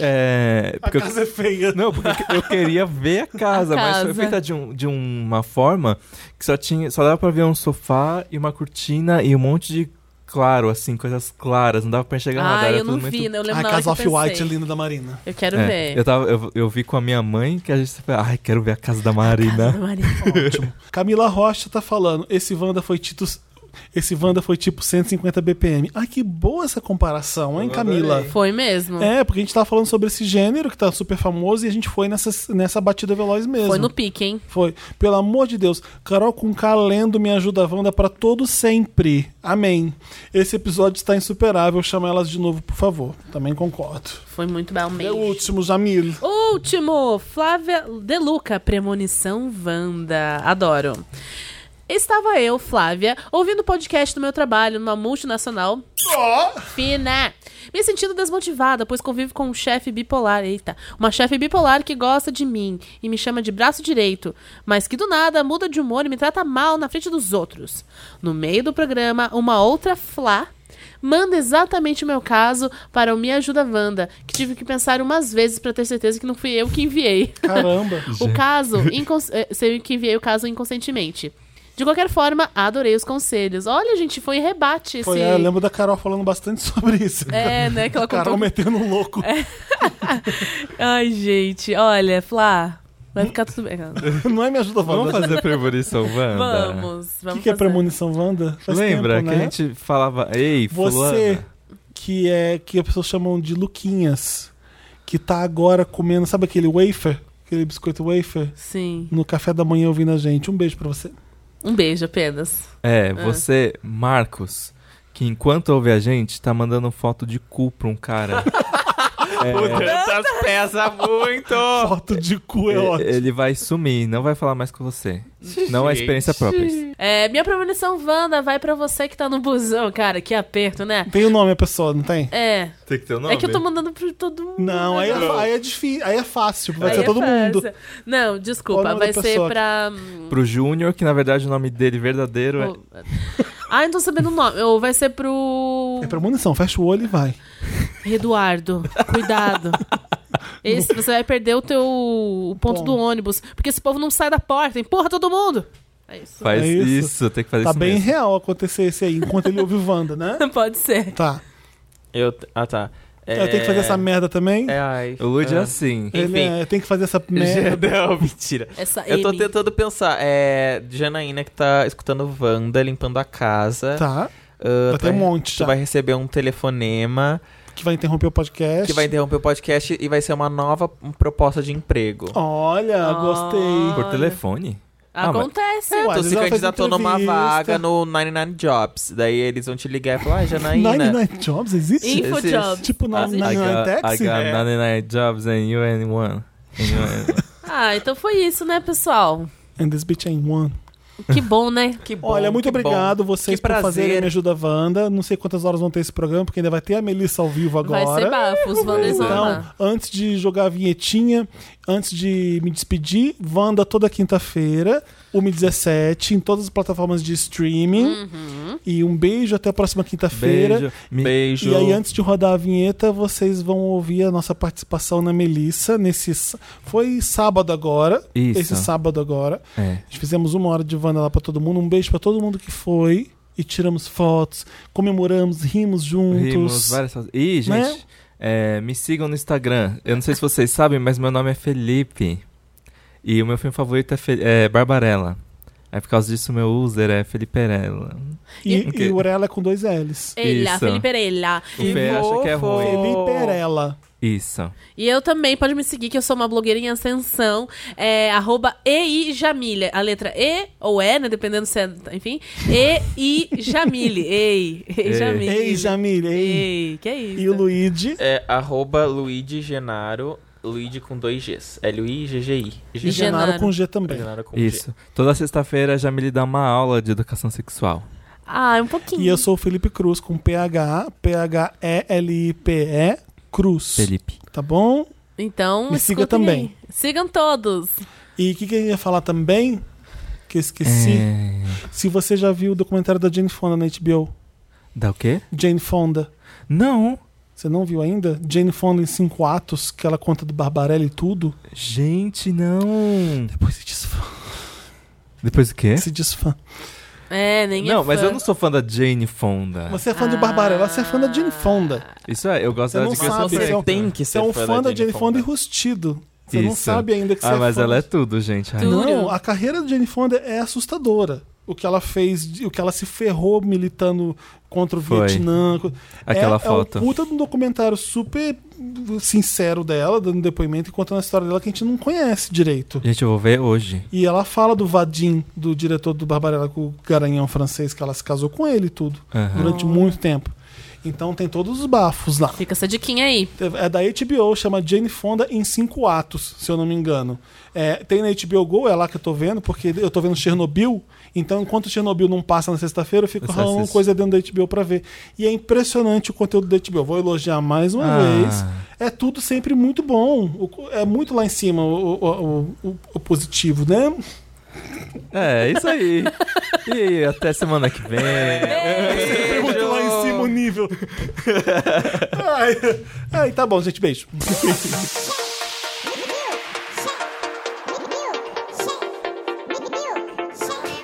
É, porque
a casa é feia.
Não, porque eu queria ver a casa,
A
mas
casa.
foi feita de, um- de uma forma que só tinha, só dava pra ver um sofá e uma cortina e um monte de claro, assim, coisas claras, não dava pra enxergar nada.
Ah,
era
eu não
tudo muito-
vi, né? Eu lembro
a
na hora
casa
que eu
off-white
pensei.
linda da Marina.
Eu quero
É,
ver.
eu, tava, eu, eu vi com a minha mãe que a gente foi, ai, quero ver a casa da Marina.
<laughs> Ótimo. Camila Rocha tá falando. Esse Wanda foi Titus. Esse Wanda foi tipo 150 BPM. Ai, que boa essa comparação, hein, Camila?
Foi mesmo.
É, porque a gente tava falando sobre esse gênero que tá super famoso e a gente foi nessa, nessa batida veloz mesmo.
Foi no pique, hein?
Foi. Pelo amor de Deus, Carol com K lendo Me Ajuda Wanda pra todo sempre. Amém. Esse episódio está insuperável. Chama elas de novo, por favor. Também concordo.
Foi muito bom
É o
mesmo.
último, Jamil.
Último, Flávia De Luca, Premonição Wanda. Adoro. Estava eu, Flávia, ouvindo o podcast do meu trabalho numa multinacional. Fina! Me sentindo desmotivada, pois convivo com um chefe bipolar. Eita, uma chefe bipolar que gosta de mim e me chama de braço direito, mas que do nada muda de humor e me trata mal na frente dos outros. No meio do programa, uma outra Flá manda exatamente o meu caso para o Me Ajuda Wanda, que tive que pensar umas vezes para ter certeza que não fui eu que enviei.
Caramba.
<laughs> O caso, incons... eh, sei que enviei o caso inconscientemente. De qualquer forma, adorei os conselhos. Olha, gente, foi em rebate
Foi,
esse...
é, eu lembro da Carol falando bastante <laughs> sobre isso.
É, né, que ela
Carol
contou.
metendo um louco.
<laughs> Ai, gente, olha, Flá, vai ficar tudo bem.
<laughs> Não é Me Ajuda
<laughs> Vamos
Wanda.
fazer premonição, Wanda?
Vamos, vamos.
O que, que é
fazer.
premonição Wanda? Faz
Lembra
tempo,
que a
né?
gente falava, ei,
Você
fulana.
que é que as pessoas chamam de Luquinhas, que tá agora comendo, sabe aquele wafer, aquele biscoito wafer
Sim.
no café da manhã ouvindo a gente. Um beijo pra você.
Um beijo apenas. Ah.
É, você,
<laughs>
Marcos, que enquanto ouve a gente, tá mandando foto de cu pra um cara.
O Dantas pesa muito.
Foto de cu é
E-
ótimo.
Ele vai sumir, não vai falar mais com você. Não é experiência própria. isso.
É, minha premonição Wanda vai pra você que tá no busão, cara. Que aperto, né?
Tem o nome a pessoa, não tem?
É.
Tem que ter o nome.
É que eu tô mandando pra todo mundo.
Não, aí é,
agora.
fa- aí é difícil, aí é fácil, vai
Aí
ser
é
todo mundo.
fácil. Não,
Qual é
desculpa.
o nome
Vai
da
ser
pessoa?
pra.
Pro Júnior, que na verdade o nome dele verdadeiro é.
Ah, eu não tô sabendo o nome. Ou vai ser pro.
É premonição, fecha o olho e vai.
Eduardo, cuidado. Esse, você vai perder o teu o ponto do ônibus. Porque esse povo não sai da porta, empurra todo mundo. É isso.
Faz
É
isso.
isso.
tem que fazer
Tá
isso
bem
mesmo.
real acontecer esse aí, enquanto ele ouve Wanda, né?
<laughs> Pode ser.
Tá.
Eu, ah, tá. É...
Eu tenho que fazer essa merda também?
É, ai.
O Luigi é
ah.
assim.
Ele
Enfim.
é, tem que fazer
<laughs>
essa merda.
Não, mentira.
Essa
Eu tô
M.
tentando pensar. É. Janaína que tá escutando Wanda, limpando a casa.
Tá.
Ah,
Vai ter um monte
Tu
já.
vai receber um telefonema
Que vai interromper o podcast.
que vai interromper o podcast e vai ser uma nova proposta de emprego.
Olha, gostei.
Por telefone? Ah, mas-
Acontece.
Ué, É, às
tu
vezes
se
ela faz
candidatou numa
entrevista.
vaga no 99 Jobs. Daí eles vão te ligar e falar, ah, Janaína.
99 Jobs existe?
Infojob.
Tipo na, na, É.
I
na
got, I
Taxi?
got 99 jobs and you ain't one. And you ain't one.
Ah, então foi isso, né, pessoal?
And this bitch ain't one.
<laughs> Que bom, né?
Que bom,
Olha, muito
que bom.
obrigado vocês
Que
por
prazer.
fazerem Me Ajuda Wanda. Não sei quantas horas vão ter esse programa, porque ainda vai ter a Melissa ao vivo agora.
Vai ser bafo, os Wanders vão
Então,
amar.
antes de jogar a vinhetinha, antes de me despedir, Wanda toda quinta-feira, 1h17, em todas as plataformas de streaming.
Uhum.
E um beijo, até a próxima quinta-feira.
Beijo. Me-
Beijo.
E aí, antes de rodar a vinheta, vocês vão ouvir a nossa participação na Melissa. Nesse... s- Foi sábado agora.
Isso.
Esse sábado agora.
É.
Nós fizemos uma hora de Wanda lá pra todo mundo. Um beijo pra todo mundo que foi. E tiramos fotos, comemoramos, rimos juntos. né?
Rimos, várias coisas. Ih, gente, é, me sigam no Instagram. Eu não sei se vocês sabem, mas meu nome é Felipe. E o meu filme favorito é, Fe- é Barbarella. Aí por causa disso, meu user é Feliperella.
E,
Ok.
e o Orelha com dois L's.
Ela,
Isso.
Felipe Ela.
O Fê acha que é
fofo.
ruim.
Felipe Erela.
Isso.
E eu também, pode me seguir, que eu sou uma blogueira em ascensão. É arroba EI Jamilha. A letra E ou E, né? Dependendo se é. Enfim. EI Jamile. Ei. Ei, Jamile.
Ei, Jamile, ei.
Ei, que é isso?
E o Luigi.
É arroba Luigi Genaro, Luigi com dois Gs. L-U-I-G-G-I.
E Genaro
Genaro.
com G também.
Genaro com G.
Isso. Toda sexta-feira já me dá uma aula de educação sexual.
Ah, um pouquinho.
E eu sou o Felipe Cruz com PH, P-H-E-L-I-P-E, Cruz.
Felipe.
Tá bom?
Então,
Me siga
escutem
também.
aí. Sigam todos.
E o que, que eu ia falar também? Que eu esqueci.
É...
Se você já viu o documentário da Jane Fonda na HBO.
Dá o quê?
Jane Fonda.
Não.
Você não viu ainda? Jane Fonda em cinco atos, que ela conta do Barbarella e tudo.
Gente, não.
Depois se desfã.
Depois o quê?
Se desfã.
É, nem
Não,
é
mas
fã.
eu não sou fã da Jane Fonda.
Você é fã do Barbarella, você é fã da Jane Fonda.
Isso é, eu gosto
Você
da
não
educação
sabe, você é
sexual.
um-
Tem que
Você
ser
é um fã da Jane Fonda e rustido. Você não
Isso.
sabe ainda que você
Ah,
é
mas
fã
ela é tudo, gente. Ai,
Tudo.
Não, a carreira da Jane Fonda é assustadora. O que ela fez, o que ela se ferrou militando contra o
Foi.
Vietnã.
Aquela
é,
foto.
É um puta de um documentário super sincero dela, dando depoimento e contando a história dela que a gente não conhece direito.
Gente, eu vou ver hoje.
E ela fala do Vadim, do diretor do Barbarella, com o garanhão francês, que ela se casou com ele e tudo,
Aham.
durante muito tempo. Então tem todos os bafos lá.
Fica essa diquinha aí.
É da HBO, chama Jane Fonda em cinco atos, se eu não me engano. É, tem na HBO Go, é lá que eu tô vendo, porque eu tô vendo Chernobyl, então enquanto Chernobyl não passa na sexta-feira, eu fico
Você
ralando
assiste.
coisa dentro da HBO pra ver. E é impressionante o conteúdo da HBO. Vou elogiar mais uma
Ah.
vez. É tudo sempre muito bom. O- É muito lá em cima o, o- o- o positivo, né?
É, isso aí. e até semana que vem.
É muito lá em cima o nível. <laughs> Ai, ai, tá bom, gente. Beijo.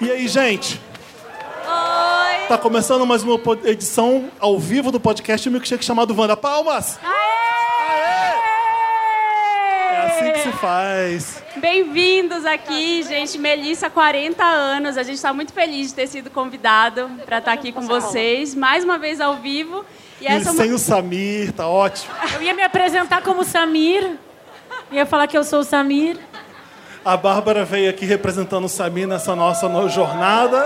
E aí, gente? Oi! Tá começando mais uma po- edição ao vivo do podcast Milkshake chamado Wanda Palmas! É assim que se faz.
Bem-vindos aqui, gente. Melissa, 40 anos. A gente está muito feliz de ter sido convidado para estar aqui com vocês, mais uma vez ao vivo. E
E
essa é uma-
sem o Samir, tá ótimo.
Eu ia me apresentar como Samir. Ia falar que eu sou o Samir.
A Bárbara veio aqui representando o Samir nessa nossa no- jornada.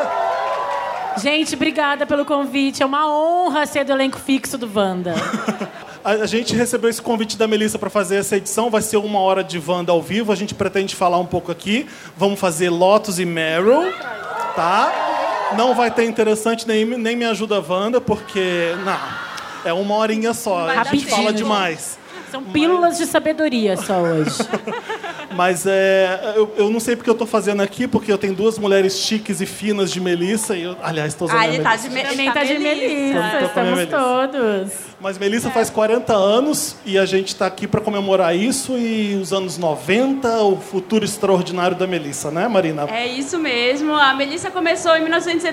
Gente, obrigada pelo convite. É uma honra ser do elenco fixo do Wanda.
A, a gente recebeu esse convite da Melissa para fazer essa edição. Vai ser uma hora de Wanda ao vivo. A gente pretende falar um pouco aqui. Vamos fazer Lotus e Meryl, tá? Não vai ter interessante nem, nem me ajuda Wanda, porque. Não. É uma horinha só. A gente
Rapidinho.
fala demais. <laughs>
São pílulas de sabedoria só hoje.
Mas é, eu, eu não sei porque eu tô fazendo aqui, porque eu tenho duas mulheres chiques e finas de Melissa. E eu, aliás, tô usando
Ah,
a
ele
né, Melissa.
tá de, me
Também tá de
Então, é
Melissa,
Tô com a minha
estamos
Melissa.
todos.
Mas Melissa faz 40 anos e a gente está aqui para comemorar isso e os anos 90, o futuro extraordinário da Melissa, né, Marina?
É isso mesmo. A Melissa começou em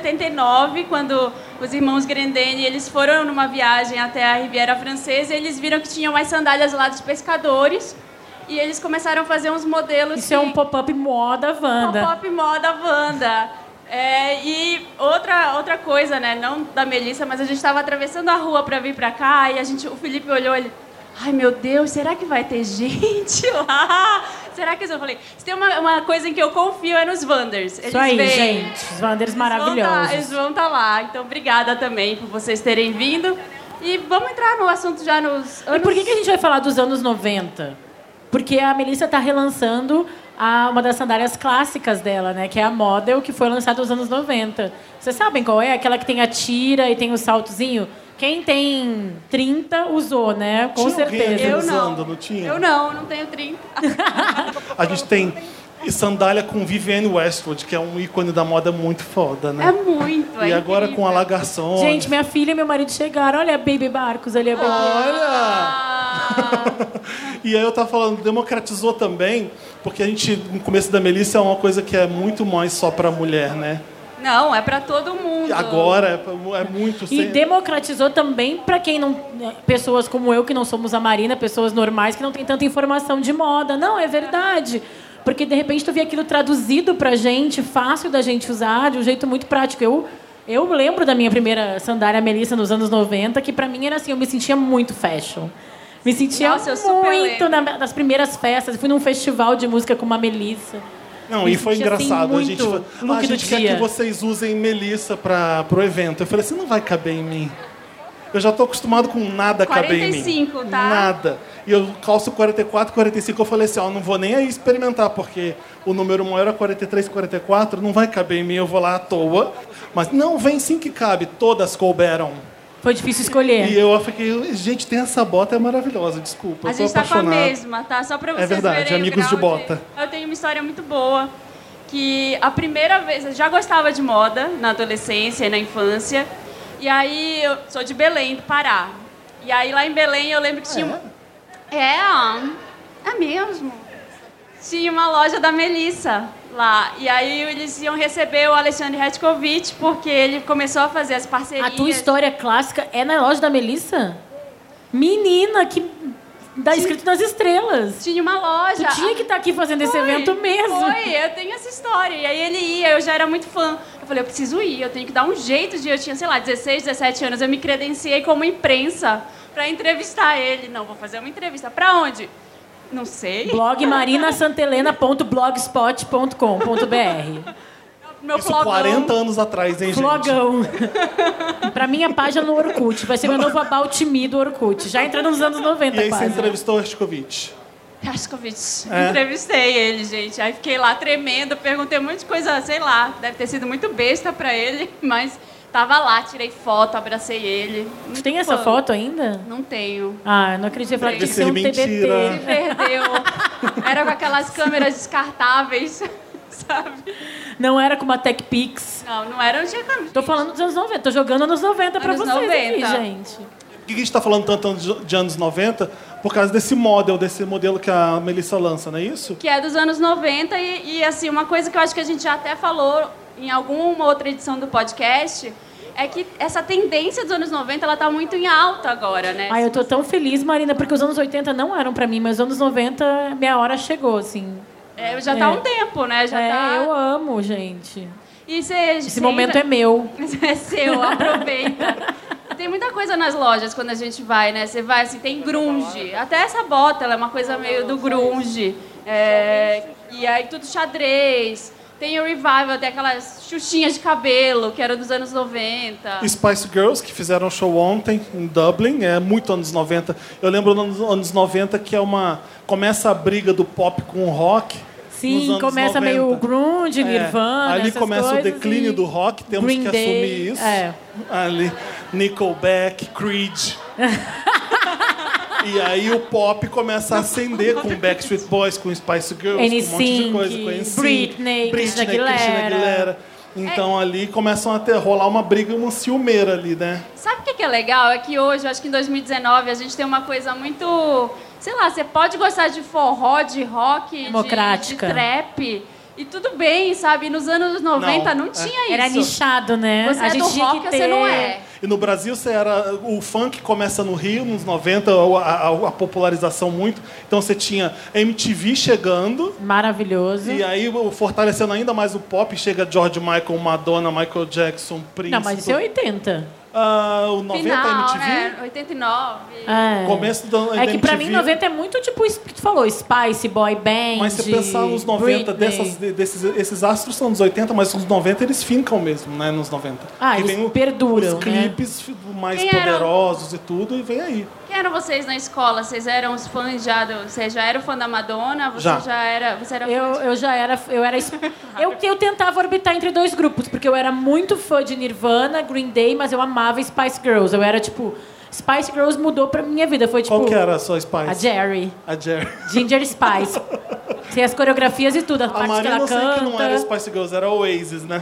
1979, quando os irmãos Grendene eles foram numa viagem até a Riviera Francesa e eles viram que tinham mais sandálias lá dos pescadores. E eles começaram a fazer uns modelos.
Isso é um
que-
pop-up moda, Wanda.
Pop moda Wanda. É, e outra, outra coisa, né? Não da Melissa, mas a gente estava atravessando a rua para vir para cá e a gente, o Felipe olhou ele. Ai meu Deus, será que vai ter <laughs> gente lá? Será que eles vão-" eu falei? Se tem uma, uma coisa em que eu confio é nos Wanders. Eles
Isso aí,
vêm.
gente. Os Wanders
Eles
maravilhosos.
vão estar lá. Então, obrigada também por vocês terem vindo. E vamos entrar no assunto já nos anos...
E por que, que a gente vai falar dos anos 90? Porque a Melissa tá relançando a- uma das sandálias clássicas dela, né? Que é a Model, que foi lançada nos anos 90. Vocês sabem qual é? Aquela que tem a tira e tem o saltozinho? Quem tem 30 usou, né?
Tinha
Com
um alguém
certeza.
aqui
Eu não.
usando, não, tinha?
Eu não, não tenho 30.
A gente tem sandália com Vivienne Westwood, que é um ícone da moda muito foda,
É
né?
muito, é
e agora
incrível.
com a Lagarçon.
Gente, minha filha e meu marido chegaram. Olha a Baby Barcos ali, a Baby.
Olha!
Ah,
E aí eu tava falando, democratizou também, porque a gente, no começo da Melissa, é uma coisa que é muito mais só pra mulher, né?
Não, é pra todo mundo.
E agora é, é muito...
E
sem-
democratizou também para quem não. né, Pessoas como eu, que não somos a Marina, pessoas normais que não têm tanta informação de moda. Não, é verdade. Porque de repente tu vê aquilo traduzido pra gente, fácil da gente usar, de um jeito muito prático. Eu, eu lembro da minha primeira sandália Melissa nos anos 90, que pra mim era assim, eu me sentia muito fashion. Me sentia
Nossa, eu super
muito
lembro.
na, nas primeiras festas. Eu fui num festival de música com uma Melissa.
Não,
Me
e foi
senti, assim,
engraçado. a gente,
muito
fa- ah,
look
a
do
gente quer
dia.
que vocês usem Melissa para pro evento. Eu falei assim, não vai caber em mim. Eu já tô acostumado com nada caber em mim.
45, tá?
Nada. E eu calço 44, 45. Eu falei assim, ó, não vou nem aí experimentar, porque o número maior é 43, 44. Não vai caber em mim, eu vou lá à toa. Mas não, vem sim que cabe. Todas couberam.
Foi difícil escolher.
E eu fiquei, gente, tem essa bota, é maravilhosa. Desculpa,
A
eu tô
gente tá com a
apaixonado. É
mesma, tá? Só pra vocês
verdade,
verem o
amigos de
grau
bota.
Eu tenho uma história muito boa. Que a primeira vez... Eu já gostava de moda na adolescência e na infância. E aí, eu sou de Belém, do Pará. E aí, lá em Belém, eu
Ah,
lembro que tinha... um- É, ó, é mesmo. Tinha uma loja da Melissa lá. E aí, eles iam receber o Alexandre Retkovich, porque ele começou a fazer as parcerias.
A tua história clássica é na loja da Melissa? Menina, que dá escrito nas estrelas.
Tinha uma loja.
Tu tinha que estar aqui fazendo esse evento mesmo.
ah, Foi, eu tenho essa história. E aí ele ia, eu já era muito fã. Eu falei, eu preciso ir, eu tenho que dar um jeito de. Eu tinha, sei lá, 16, 17 anos, eu me credenciei como imprensa pra entrevistar ele. Não, vou fazer uma entrevista. Pra onde? Não sei. <laughs>
Blog marinasantelena.blogspot.com.br
Meu
Isso
blogão.
40 anos atrás, hein, gente?
Flogão. pra minha página no Orkut. Vai ser meu novo About Me do Orkut. Já entrando nos anos
E
90
aí você
quase.
entrevistou o Hershkovich.
Raskovic.
É?
Entrevistei ele, gente. Aí fiquei lá tremendo, perguntei um monte de coisa, sei lá. Deve ter sido muito besta pra ele, mas tava lá, tirei foto, abracei ele.
Tu
Muito
tem essa
fã.
foto ainda?
Não tenho.
Ah, não acredito. Eu falei que
Deve
isso é um
ser mentira.
TBT.
Ele perdeu. Era com aquelas câmeras descartáveis, sabe?
Não era com uma Tech Pix.
Não, não era um dia
Tô falando dos anos 90. Tô jogando anos 90 pra
Anos
vocês aqui,
90.
gente.
Por que a gente está falando tanto de- de anos 90? Por causa desse model, desse modelo que a Melissa lança, não é isso?
Que é dos anos 90 e, e, assim, uma coisa que eu acho que a gente já até falou em alguma outra edição do podcast é que essa tendência dos anos 90, ela tá muito em alta agora, né?
Ai, eu tô tão feliz, Marina, porque os anos 80 não eram pra mim, mas os anos 90, minha hora chegou, assim.
É, já tá
É.
há um tempo, né? Já
é,
tá...
eu amo, gente.
E cê-
Esse
cê
momento
entra-
é meu.
É seu, <laughs> aproveita. Tem muita coisa nas lojas quando a gente vai, né? Você vai assim, tem grunge. Até essa
Ah,
bota, ela é uma coisa meio do grunge. É, e aí tudo xadrez. Tem o revival, tem aquelas xuxinhas de cabelo, que era dos anos
Ah.
90.
Spice Girls, que fizeram show ontem em Dublin, é muito anos 90. Eu lembro nos anos 90 que é uma. Começa a briga do pop com o rock.
Sim, começa 90. meio grunge, é, Nirvana.
Ali começa o
coisas
declínio
e-
do rock, temos
Green
que
Day,
assumir isso.
é.
Ali, Nickelback,
<laughs>
Creed. e aí o pop começa a acender com Backstreet Boys, com Spice Girls, com um monte de coisa. Com
NSYNC,
NSYNC,
Britney, Christina
Christina
Aguilera. É.
Aguilera. Então ali começam a ter, rolar uma briga, uma ciumeira ali, né?
Sabe o que que é legal? É que hoje, eu acho que em 2019, a gente tem uma coisa muito. Sei lá, você pode gostar de forró, de rock, de-
Democrática.
De, trap. E tudo bem, sabe? Nos anos 90 não,
Não, é.
tinha isso.
Era nichado, né?
Você é do rock, você não é.
E no Brasil você era. O funk começa no Rio, nos 90, a, a- a popularização muito. Então você tinha MTV chegando.
Maravilhoso.
E aí, o- fortalecendo ainda mais o pop, chega George Michael, Madonna, Michael Jackson, Prince.
Não, mas isso é 80.
Ah, o 90
Final,
MTV?
né? 89.
É.
Começo da da
É que pra
MTV.
mim 90 é muito tipo isso que tu falou, Spice, Boy Band.
Mas se pensar nos 90,
Britney.
dessas, de- desses, esses astros são dos 80, mas os 90 eles fincam mesmo, né? Nos 90.
Ah,
Que
eles
vem o-
perduram,
Os
né?
clipes fi- mais
Quem era?
poderosos e tudo, e vem aí.
Quem eram vocês na escola? Vocês eram os fãs já do. Você já era fã da Madonna? Você
Já.
já, era. Você era
Eu,
fã de...
eu já era. Eu,
<laughs>
era eu, eu tentava orbitar entre dois grupos, porque eu era muito fã de Nirvana, Green Day, mas eu amava Spice Girls. Eu era tipo. Spice Girls mudou pra minha vida. Foi tipo.
Qual que era a sua Spice?
A Jerry.
A Jerry. <laughs>
Ginger Spice. Tem as coreografias e tudo, a
A
parte que
Marina
ela
eu sei
canta.
que não era Spice Girls, era Oasis, né?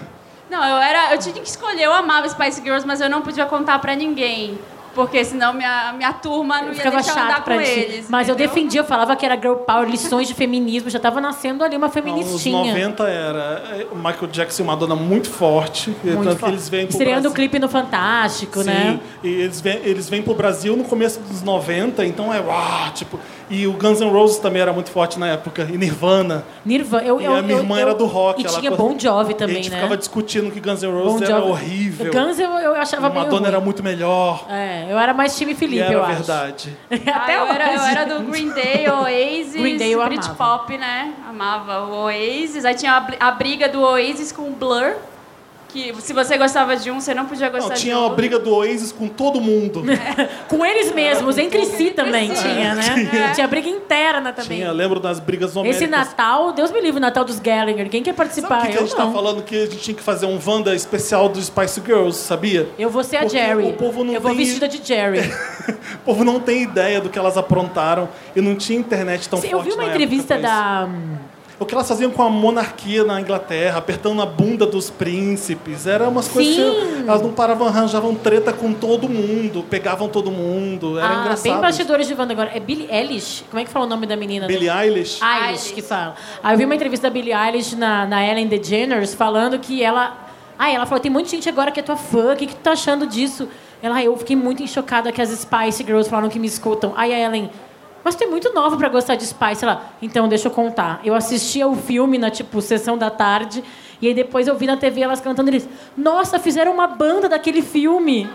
Não, eu era. Eu tinha que escolher. Eu amava Spice Girls, mas eu não podia contar pra ninguém. Porque senão minha, minha turma não ia
Ficava
deixar eu andar
chato pra
com
ti.
eles.
Mas eu
entendeu?
defendia, eu falava que era girl power, lições de feminismo. Já tava nascendo ali
Não,
uma
Os
feministinha.
90 era é, o Michael Jackson e Madonna muito forte. tanto que eles vêm pro
Estreando o
Brasil.
clipe no Fantástico,
Sim,
né?
e eles vêm, eles vêm pro Brasil no começo dos 90, então é uau, tipo... E o Guns N' Roses também era muito forte na época, e Nirvana.
Nirvana. Eu,
E
eu-
a minha
eu-
irmã
eu-
era do rock.
E
ela
tinha
gosta-
Bon Jovi
E a
também,
gente
né?
ficava discutindo que Guns N'
Bon
Roses
Jovi.
era horrível.
Guns eu, eu achava meio
Madonna era
ruim.
muito melhor.
É, eu era mais time
E
Felipe,
era
eu acho.
verdade.
Até
ah, eu, era, eu
hoje.
era do Green Day, Oasis,
Green Day eu amava.
Britpop, né? Amava o Oasis. Aí tinha a, br- a briga do Oasis com o Blur. Que se você gostava de um, você não podia gostar
Não,
de
tinha
outro.
uma briga do Oasis com todo mundo.
Com eles mesmos, entre si também tinha, né?
É.
Tinha briga interna <laughs> também.
tinha, lembro das brigas homéricas.
Esse Natal, Deus me livre, o Natal dos Gallagher. Quem quer
Sabe o
participar?
que, que a
Ah, eu
gente tá
não.
falando? Que a gente tinha que fazer um Wanda especial do Spice Girls, sabia?
eu vou ser a
Porque
Jerry.
o povo não
eu vou
tem-
vestida de Jerry.
O povo não tem ideia do que elas aprontaram e não tinha internet tão forte
eu vi uma
na época pra
entrevista
isso.
da.
O que elas faziam com a monarquia na Inglaterra, apertando a bunda dos príncipes. Era umas coisas
Sim.
que elas não paravam, arranjavam treta com todo mundo, pegavam todo mundo. Era
ah,
engraçado.
bem bastidores de Wanda agora. É Billie Eilish? Como é que fala o nome da menina?
Billie Eilish.
Eilish que fala. Aí eu vi uma entrevista da Billie Eilish na, na Ellen DeGeneres falando que ela. Ah, ela falou: tem muita gente agora que é tua fã, o que, que tu tá achando disso? Ela, "Ah, eu fiquei muito chocada que as Spice Girls falaram que me escutam. Aí a Ellen, mas tu é muito nova pra gostar de Spice. Ela, então deixa eu contar. Eu assistia o filme na, tipo, sessão da tarde. E aí depois eu vi na TV elas cantando eles. Nossa, fizeram uma banda daquele filme.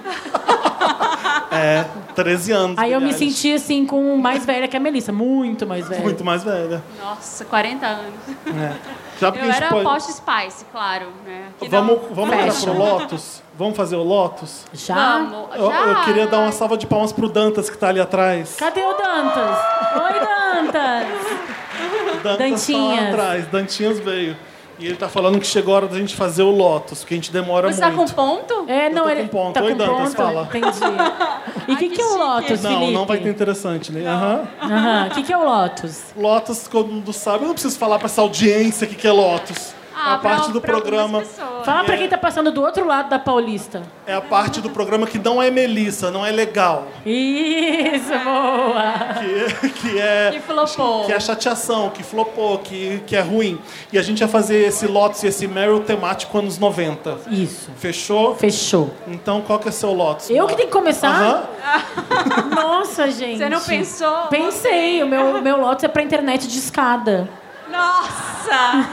É, 13 anos.
Aí eu me
Billie Eilish.
senti assim com mais velha que a Melissa, muito mais velha.
Muito mais velha.
Nossa, 40 anos.
É. Já porque
Eu
a gente
era
pode-
post Spice, claro. Né? Que não-
Vamos, vamos entrar
Fashion.
pro Lotus? Vamos fazer o Lotus?
Já?
Vamos.
Eu, eu
Já.
queria dar uma salva de palmas pro Dantas que tá ali atrás.
Cadê o Dantas? Oi, Dantas!
O Dantas tá lá
Dantinhas.
atrás. Dantinhas veio. E ele tá falando que chegou a hora da gente fazer o Lotus, porque a gente demora
Você tá com
muito.
ponto?
É, não,
tô
ele
com ponto.
tá
Oi,
com
Dantas,
ponto.
fala.
<laughs>
Entendi. E o que, que é o
chique.
Lotus,
Não,
Felipe?
não vai ter interessante, né? Aham.
Aham, O que, que é o Lotus?
Lotus, todo mundo sabe. Eu não preciso falar pra essa audiência o que que é Lotus.
Ah,
a parte
pra-
do
pra algumas
programa.
pessoas.
Fala pra
É.
quem tá passando do outro lado
<laughs>
da Paulista.
É a parte do programa que não é Melissa, não é legal.
Isso, boa!
Que, que é.
Que flopou.
que é chateação, que flopou, que, que é ruim. E a gente ia fazer esse Lotus e esse Meryl temático anos 90.
Isso.
Fechou?
Fechou.
Então qual que é seu Lotus?
Eu que tenho que começar?
Aham.
Nossa, gente.
Você não pensou?
Pensei. O meu, o meu Lotus é pra internet de escada.
Nossa!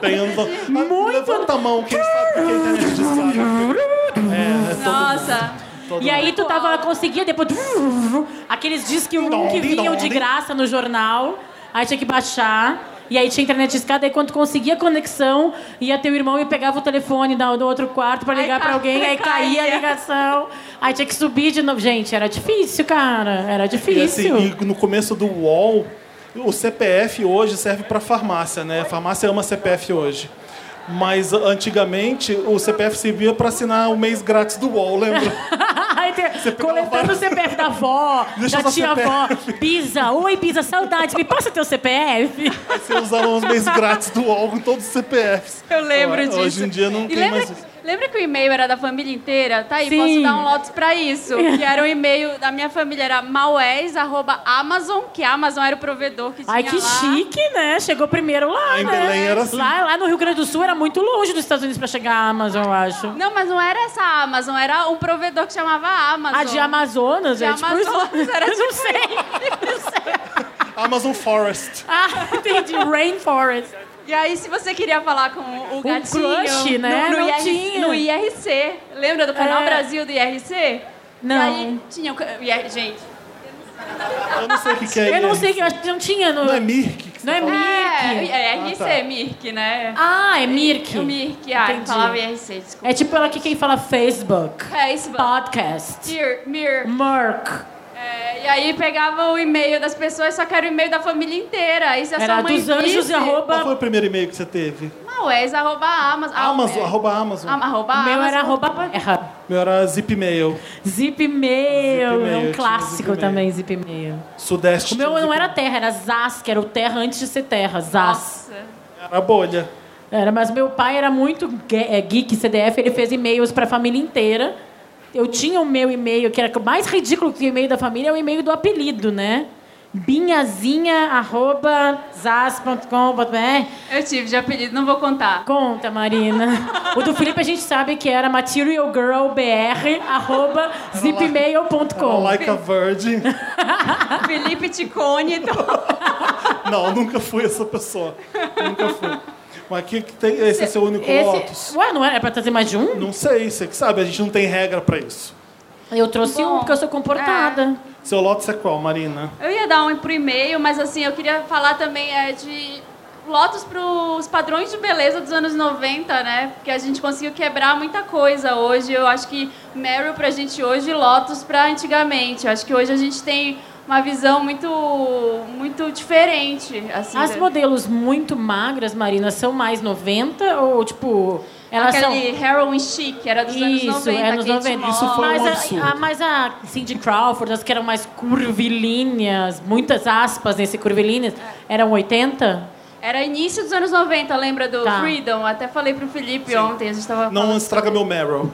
Tem anos... Muito... Levanta a mão, quem sabe quem tem internet de sabe. É, é todo
Nossa!
mundo, todo
E aí tu tava, conseguia depois... um Aqueles discos que vinham de graça no jornal. Aí tinha que baixar. E aí tinha internet de escada, aí quando conseguia conexão, ia teu irmão e pegava o telefone da- do outro quarto pra ligar pra alguém, aí caía a ligação, aí tinha que subir de novo. Gente, era difícil, cara. Era
E,
difícil.
assim, e no começo do UOL, o CPF hoje serve para farmácia, né? Farmácia ama CPF hoje. Mas antigamente o CPF servia para assinar o mês grátis do UOL, lembra?
<laughs>
<laughs> Aí tem- coletando o CPF da avó,
<laughs> Deixa eu
da
usar
tia
CPF.
avó. Pisa, oi, Pisa, saudade. Me passa teu CPF.
Você usava os meses grátis do UOL com todos os CPFs.
Eu lembro
Hoje
disso.
em dia não
E
tem
lembra,
mais isso.
lembra que o e-mail era da família inteira? Tá aí,
Sim.
posso dar um lotus pra
<laughs>
isso. Que era o e-mail da minha família, era maués.amazon, que a Amazon era o provedor que tinha
Ai, que
lá.
chique, né? Chegou primeiro lá,
Em
né?
Belém era assim.
Lá, lá no Rio Grande do Sul era muito longe dos Estados Unidos pra chegar a Amazon, eu acho.
Não, mas não era essa Amazon, era um provedor que chamava Amazon.
A Ah, de Amazonas,
De
é tipo
Amazonas,
isso. <laughs>
era
não
tipo
sei.
Amazon Forest.
<laughs> Ah, entendi. Rainforest.
E aí, se você queria falar com o gatinho...
crush, né?
No, no,
Não
IR
tinha.
no IRC. Lembra do Canal
É.
Brasil do IRC?
Não.
E aí, tinha... o ca- IR Gente...
Eu não sei o que, que é.
Eu não
isso.
sei, eu acho que não tinha no...
Não é Mirk?
Não é Mirk.
É, IRC,
Ah, tá.
Mirk, né?
Ah, é Mirk.
O Mirk, ah, eu
Entendi.
falava IRC, desculpa.
É tipo ela que quem fala Facebook.
É, isso,
Podcast.
Mir, Mir.
Merc.
É, e aí pegava o e-mail das pessoas, só que era o e-mail da família inteira. Aí se a
Era
sua mãe
dos anjos
visse,
e
Qual foi
arroba...
o primeiro e-mail que você teve?
Maués, arroba Amazon.
Amazon,
é,
arroba Amazon.
am- arroba
O meu era
Amazon.
arroba... Erra.
Meu era Zipmail.
Zipmail,
Zipmail,
é
eu
um
tinha
clássico
Zipmail.
também, Zipmail.
tipo Sudeste.
O meu
tinha
não era
Zipmail.
Terra, era Zaz, que era o Terra antes de ser Terra, Zaz.
Nossa.
Era bolha.
Era, mas meu pai era muito ge- é, geek, CDF, ele fez e-mails pra família inteira. Eu tinha o meu e-mail, que era o mais ridículo que o e-mail da família, é o e-mail do apelido, né? Binhazinha, arroba, zaz.com.br.
Eu tive de apelido, não vou contar.
Conta, Marina. O do Felipe a gente sabe que era materialgirlbr, arroba,
Era
zipmail.com.
like a virgin.
Felipe Ticone, então.
Não, nunca fui essa pessoa. Nunca fui. Mas que, que tem, esse é seu único Lotus?
Esse... Ué, não era pra trazer mais de um?
Não sei, você que sabe, a gente não tem regra pra isso.
Eu trouxe
Bom,
um porque eu sou comportada.
Seu Lotus é qual, Marina?
Eu ia dar um pro e-mail, mas assim, eu queria falar também é, de lotos pros padrões de beleza dos anos 90, né? Porque a gente conseguiu quebrar muita coisa hoje. Eu acho que Meryl pra gente hoje e Lotus pra antigamente. Eu acho que hoje a gente tem uma visão muito muito diferente, assim.
As
da-
modelos muito magras, Marina, são mais 90 ou tipo. Elas
Aquele
são.
heroin chic, era dos anos 90.
Isso, é nos
Kate
90.
Moss.
foi um
mas,
absurdo.
a, a, mas a Cindy Crawford, as que eram mais curvilíneas, muitas aspas nesse curvilíneas,
É.
eram 80?
Era início dos anos 90, lembra do
Tá.
Freedom? Até falei pro Felipe ontem, a gente tava
Não
falando
estraga
assim.
meu Meryl.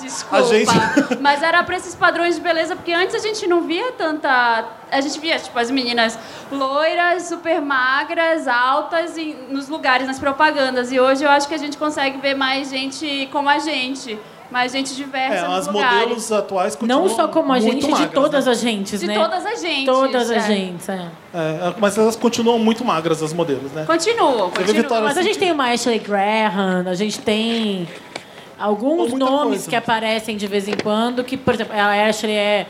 Desculpa.
A gente-
<laughs> Mas era pra esses padrões de beleza, porque antes a gente não via tanta. A gente via, tipo, as meninas loiras, super magras, altas, e nos lugares, nas propagandas. E hoje eu acho que a gente consegue ver mais gente como a gente. Mais gente diversa
É,
nos
as
lugares.
modelos atuais continuam
Não só como a
muito
gente,
magras,
de todas
né?
as gentes,
De
né?
todas as gentes.
Todas
é.
as gentes, é.
É, mas elas continuam muito magras, as modelos, né?
Continuam,
Você vê
continuam.
Vitória-
Mas a gente tem uma Ashley Graham, a gente tem
Pô,
alguns
muita
nomes
coisa.
que aparecem de vez em quando, que, por exemplo, a Ashley é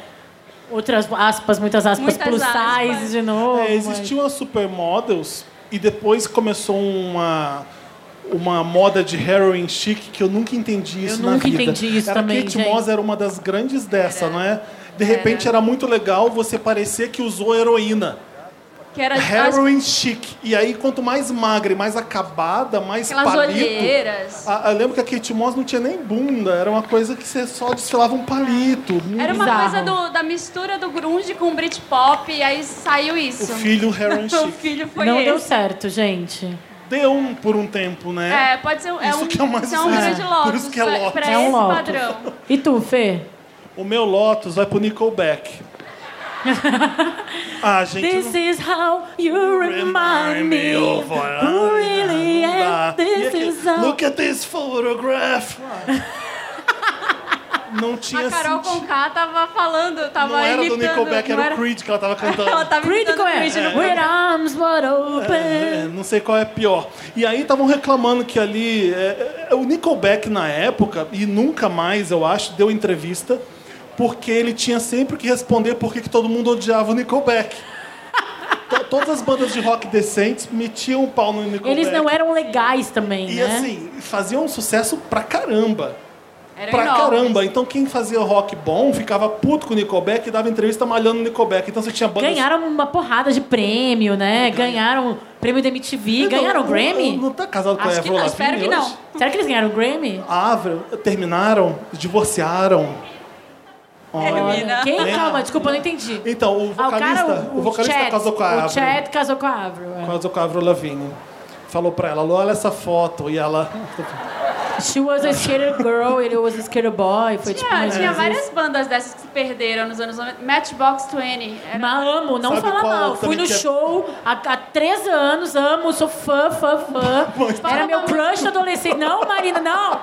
outras aspas, muitas aspas,
Muitas
plus
aspas.
size de novo.
É,
mas-
existiam as supermodels e depois começou uma uma moda de heroin chic que eu nunca entendi isso na
nunca
vida.
entendi isso
era
também,
Kate
gente.
Moss era uma das grandes dessa, não é? De repente era. muito legal você parecer que usou heroína.
Que era as,
Heroin chic. E aí, quanto mais magra e mais acabada, mais
aquelas
palito...
olheiras.
Ah, eu lembro que a Kate Moss não tinha nem bunda. Era uma coisa que você só desfilava um palito. Muito
Era uma
Bizarro.
coisa do- da mistura do grunge com o Britpop, e aí saiu
O
isso.
filho
<laughs>
heroin
o
chic.
filho foi
Não
esse.
deu certo, gente.
Deu um por um tempo, né?
É, pode ser um- é
Isso
um,
que é o mais
isso é um grande
bizarro.
lotus.
Por isso que é
pra-
lotus.
Pra
É um
esse
lotus.
padrão.
E tu, Fê?
O meu Lotus vai pro
<laughs>
Nickelback. ah, gente. eu
This is how you remind me
of what
who really
não dá.
am. This
E-
is how...
Look at this photograph. não tinha
A Carol
sentido.
Conká tava falando, tava
Não era do
imitando,
Nickelback,
não
era o Creed que ela
<laughs>
tava cantando.
Ela tava imitando
Critical
o Creed
é.
no
With arms wide open.
É, não sei qual é pior. E aí estavam reclamando que ali. é, é, o Nickelback na época, e nunca mais, eu acho, deu entrevista,
<laughs>
porque ele tinha sempre que responder por que que todo mundo odiava o Nickelback. to- todas as bandas de rock decentes metiam o pau no Nickelback.
Eles não eram legais também,
é? E
né?
assim, faziam um sucesso pra caramba.
Era
pra
enorme.
caramba. Então quem fazia rock bom ficava puto com o Nickelback e dava entrevista malhando o Nickelback. Então você tinha bandas...
Ganharam uma porrada de prêmio, né? Ganharam prêmio da MTV,
Então,
ganharam o
não-
Grammy.
Não tá casado com a
Acho que
Avril
não,
Lavigne
espero que
hoje?
não.
Será que eles ganharam o Grammy?
A Avril, Ah, terminaram, divorciaram.
É, Termina.
Quem?
Lembra?
Calma, desculpa, eu não entendi.
Então, o
Ah,
vocalista, o, vocalista
Chad-
casou com a
O
Avril.
Chad casou com a Avril. é.
Casou com a Avril Lavigne. Falou pra ela, olha essa foto. E ela...
She was a skater girl, ele was a skater boy. Foi tipo.
Tinha,
mais
Ah,
ou
tinha
menos
várias
isso.
bandas dessas que se perderam nos anos 90. Matchbox 20. Era...
Mas amo, não
Sabe
fala
qual
mal. Fui
também
no
que é-
show há, há 13 anos, amo, sou fã, fã, fã. Era meu crush da adolescente. Não, Marina, não!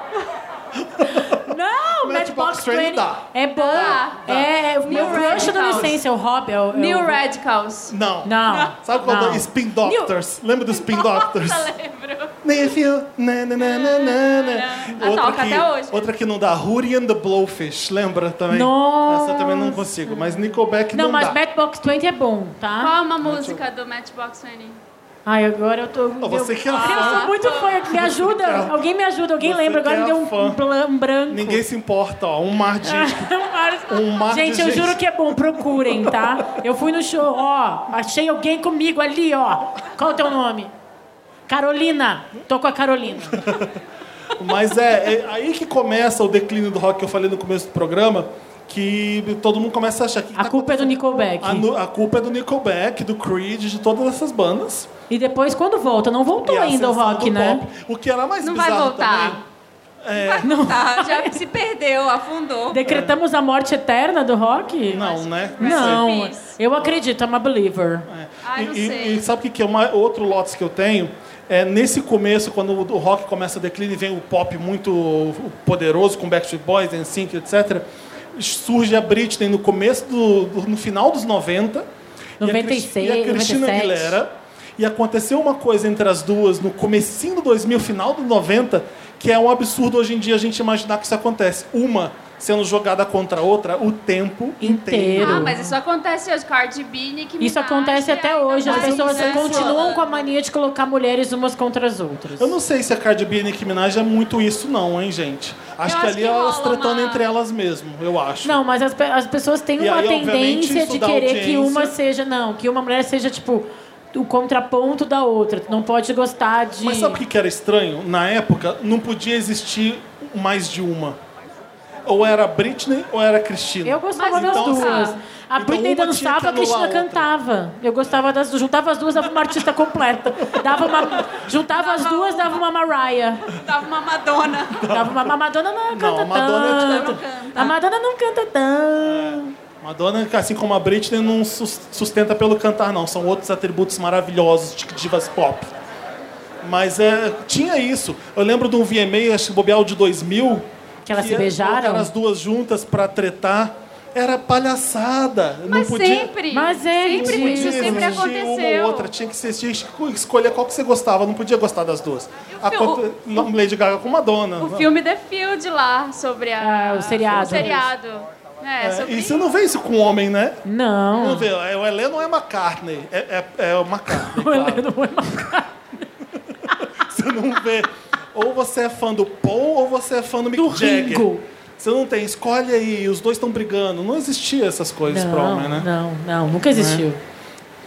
Não,
Matchbox
Matchbox
20
20
dá.
é bom.
Dá, dá.
Tá.
É, o meu
Tá, New
crush da
Radicals.
adolescência, o Rob. É o, é o-
New Radicals.
Não.
Não.
Sabe qual é
não.
banda? Spin Doctors. Lembra do Spin Doctors?
Nossa, lembro.
If you... Na, na, na, na, na, na.
Ah, toca
que,
até hoje.
outra que não dá. Hootie and the Blowfish. Lembra também?
Nossa.
Essa eu também não consigo. Mas Nickelback não,
Não, mas
dá.
Matchbox 20 é bom, tá?
Qual é uma música do Matchbox 20?
Ai, agora eu tô.
Ó, você que é
Eu
fã. é
sou muito fã. Me ajuda. Alguém me ajuda. Alguém
Você
lembra. Agora
que
me
é
deu um,
fã.
blan- um branco.
Ninguém se importa, ó. Um mar
<laughs>
de gente. Um mar de
gente, eu
gente.
juro que é bom. Procurem, tá? Eu fui no show. Ó, achei alguém comigo ali, ó. Qual é o teu nome? Carolina. Tô com a Carolina.
Mas é, é aí que começa o declínio do rock que eu falei no começo do programa, que todo mundo começa a achar que
A
tá
culpa é do Nickelback.
A, nu- a culpa é do Nickelback, do Creed, de todas essas bandas.
E depois, quando volta? Não voltou
E É a
ainda o
ascensão
rock,
do
né?
pop. É. O que era mais
Não vai
bizarro
voltar.
também.
<laughs>
Tá, já se perdeu, afundou.
Decretamos a morte eterna do rock?
Não, né?
Não.
in peace.
Eu acredito. I'm a believer.
sei.
Ah,
É. E-
não
e,
sei.
e sabe o que, que é uma, outro lotes que eu tenho? É, nesse começo, quando o, o rock começa a declínio e vem o pop muito poderoso com Backstreet Boys, NSYNC, etc., surge a Britney no começo do, do- no final dos 90. e a Cris-
96,
e a, Cristina
97.
Aguilera. E aconteceu uma coisa entre as duas no comecinho do 2000, final do 90, que é um absurdo hoje em dia a gente imaginar que isso acontece. Uma sendo jogada contra a outra o tempo
Inteiro.
inteiro.
Ah, mas isso acontece hoje. Cardi B, Nicki Minaj.
Isso acontece até
ainda
hoje. As
mais
pessoas
isso.
continuam com a mania de colocar mulheres umas contra as outras.
Eu não sei se a Cardi B e a Nicki Minaj é muito isso não, hein, gente. Acho
Eu
que
acho
ali
que
elas
rola
tratando
uma-
entre elas mesmo, eu acho.
Não, mas as, pe- as pessoas têm
E
uma
aí, obviamente,
tendência
isso
de
dá
querer que
audiência.
uma seja. Não, que uma mulher seja, tipo, o contraponto da outra. Tu não pode gostar de.
Mas sabe o que que era estranho? Na época, não podia existir mais de uma. Ou era a Britney ou era a Cristina.
Eu gostava
Mas
das
então,
duas.
assim,
A
então
Britney
uma tinha que
dançava, a
anular
Cristina
a outra.
cantava. Eu gostava das duas. Juntava as duas, dava uma artista completa. Dava uma, juntava as duas, dava uma Mariah.
Tava uma Madonna.
Dava uma, a Madonna não canta
a Madonna é-
tanto. A Madonna não canta tanto.
Madonna, assim como a Britney, não sus- sustenta pelo cantar, não. São outros atributos maravilhosos de divas pop. Mas é, tinha isso. Eu lembro de um VMA, acho que bobear o de 2000.
Que elas se beijaram?
colocaram as duas juntas pra tretar. Era palhaçada.
Mas
não podia...
sempre.
Mas é
sempre,
ridículo.
isso sempre
existir Uma
aconteceu.
ou outra. Tinha que ser, tinha que escolher qual que você gostava. Não podia gostar das duas.
o fi-
Aconte- não, Lady Gaga com Madonna.
O filme The Field lá, sobre a...
Ah, o seriado.
O seriado. É,
É,
sobre
e você não vê isso com homem, né?
Não.
Vamos ver, é, o Heleno é McCartney. É, é, é o McCartney,
<laughs> O é
claro.
Heleno foi uma-
<laughs> Você não vê. Ou você é fã do Paul ou você é fã do Mick
Do
Jagger.
Ringo.
Você não tem, escolhe aí, os dois estão brigando. Não existia essas coisas pra
Não,
homem, né?
não, não, nunca existiu.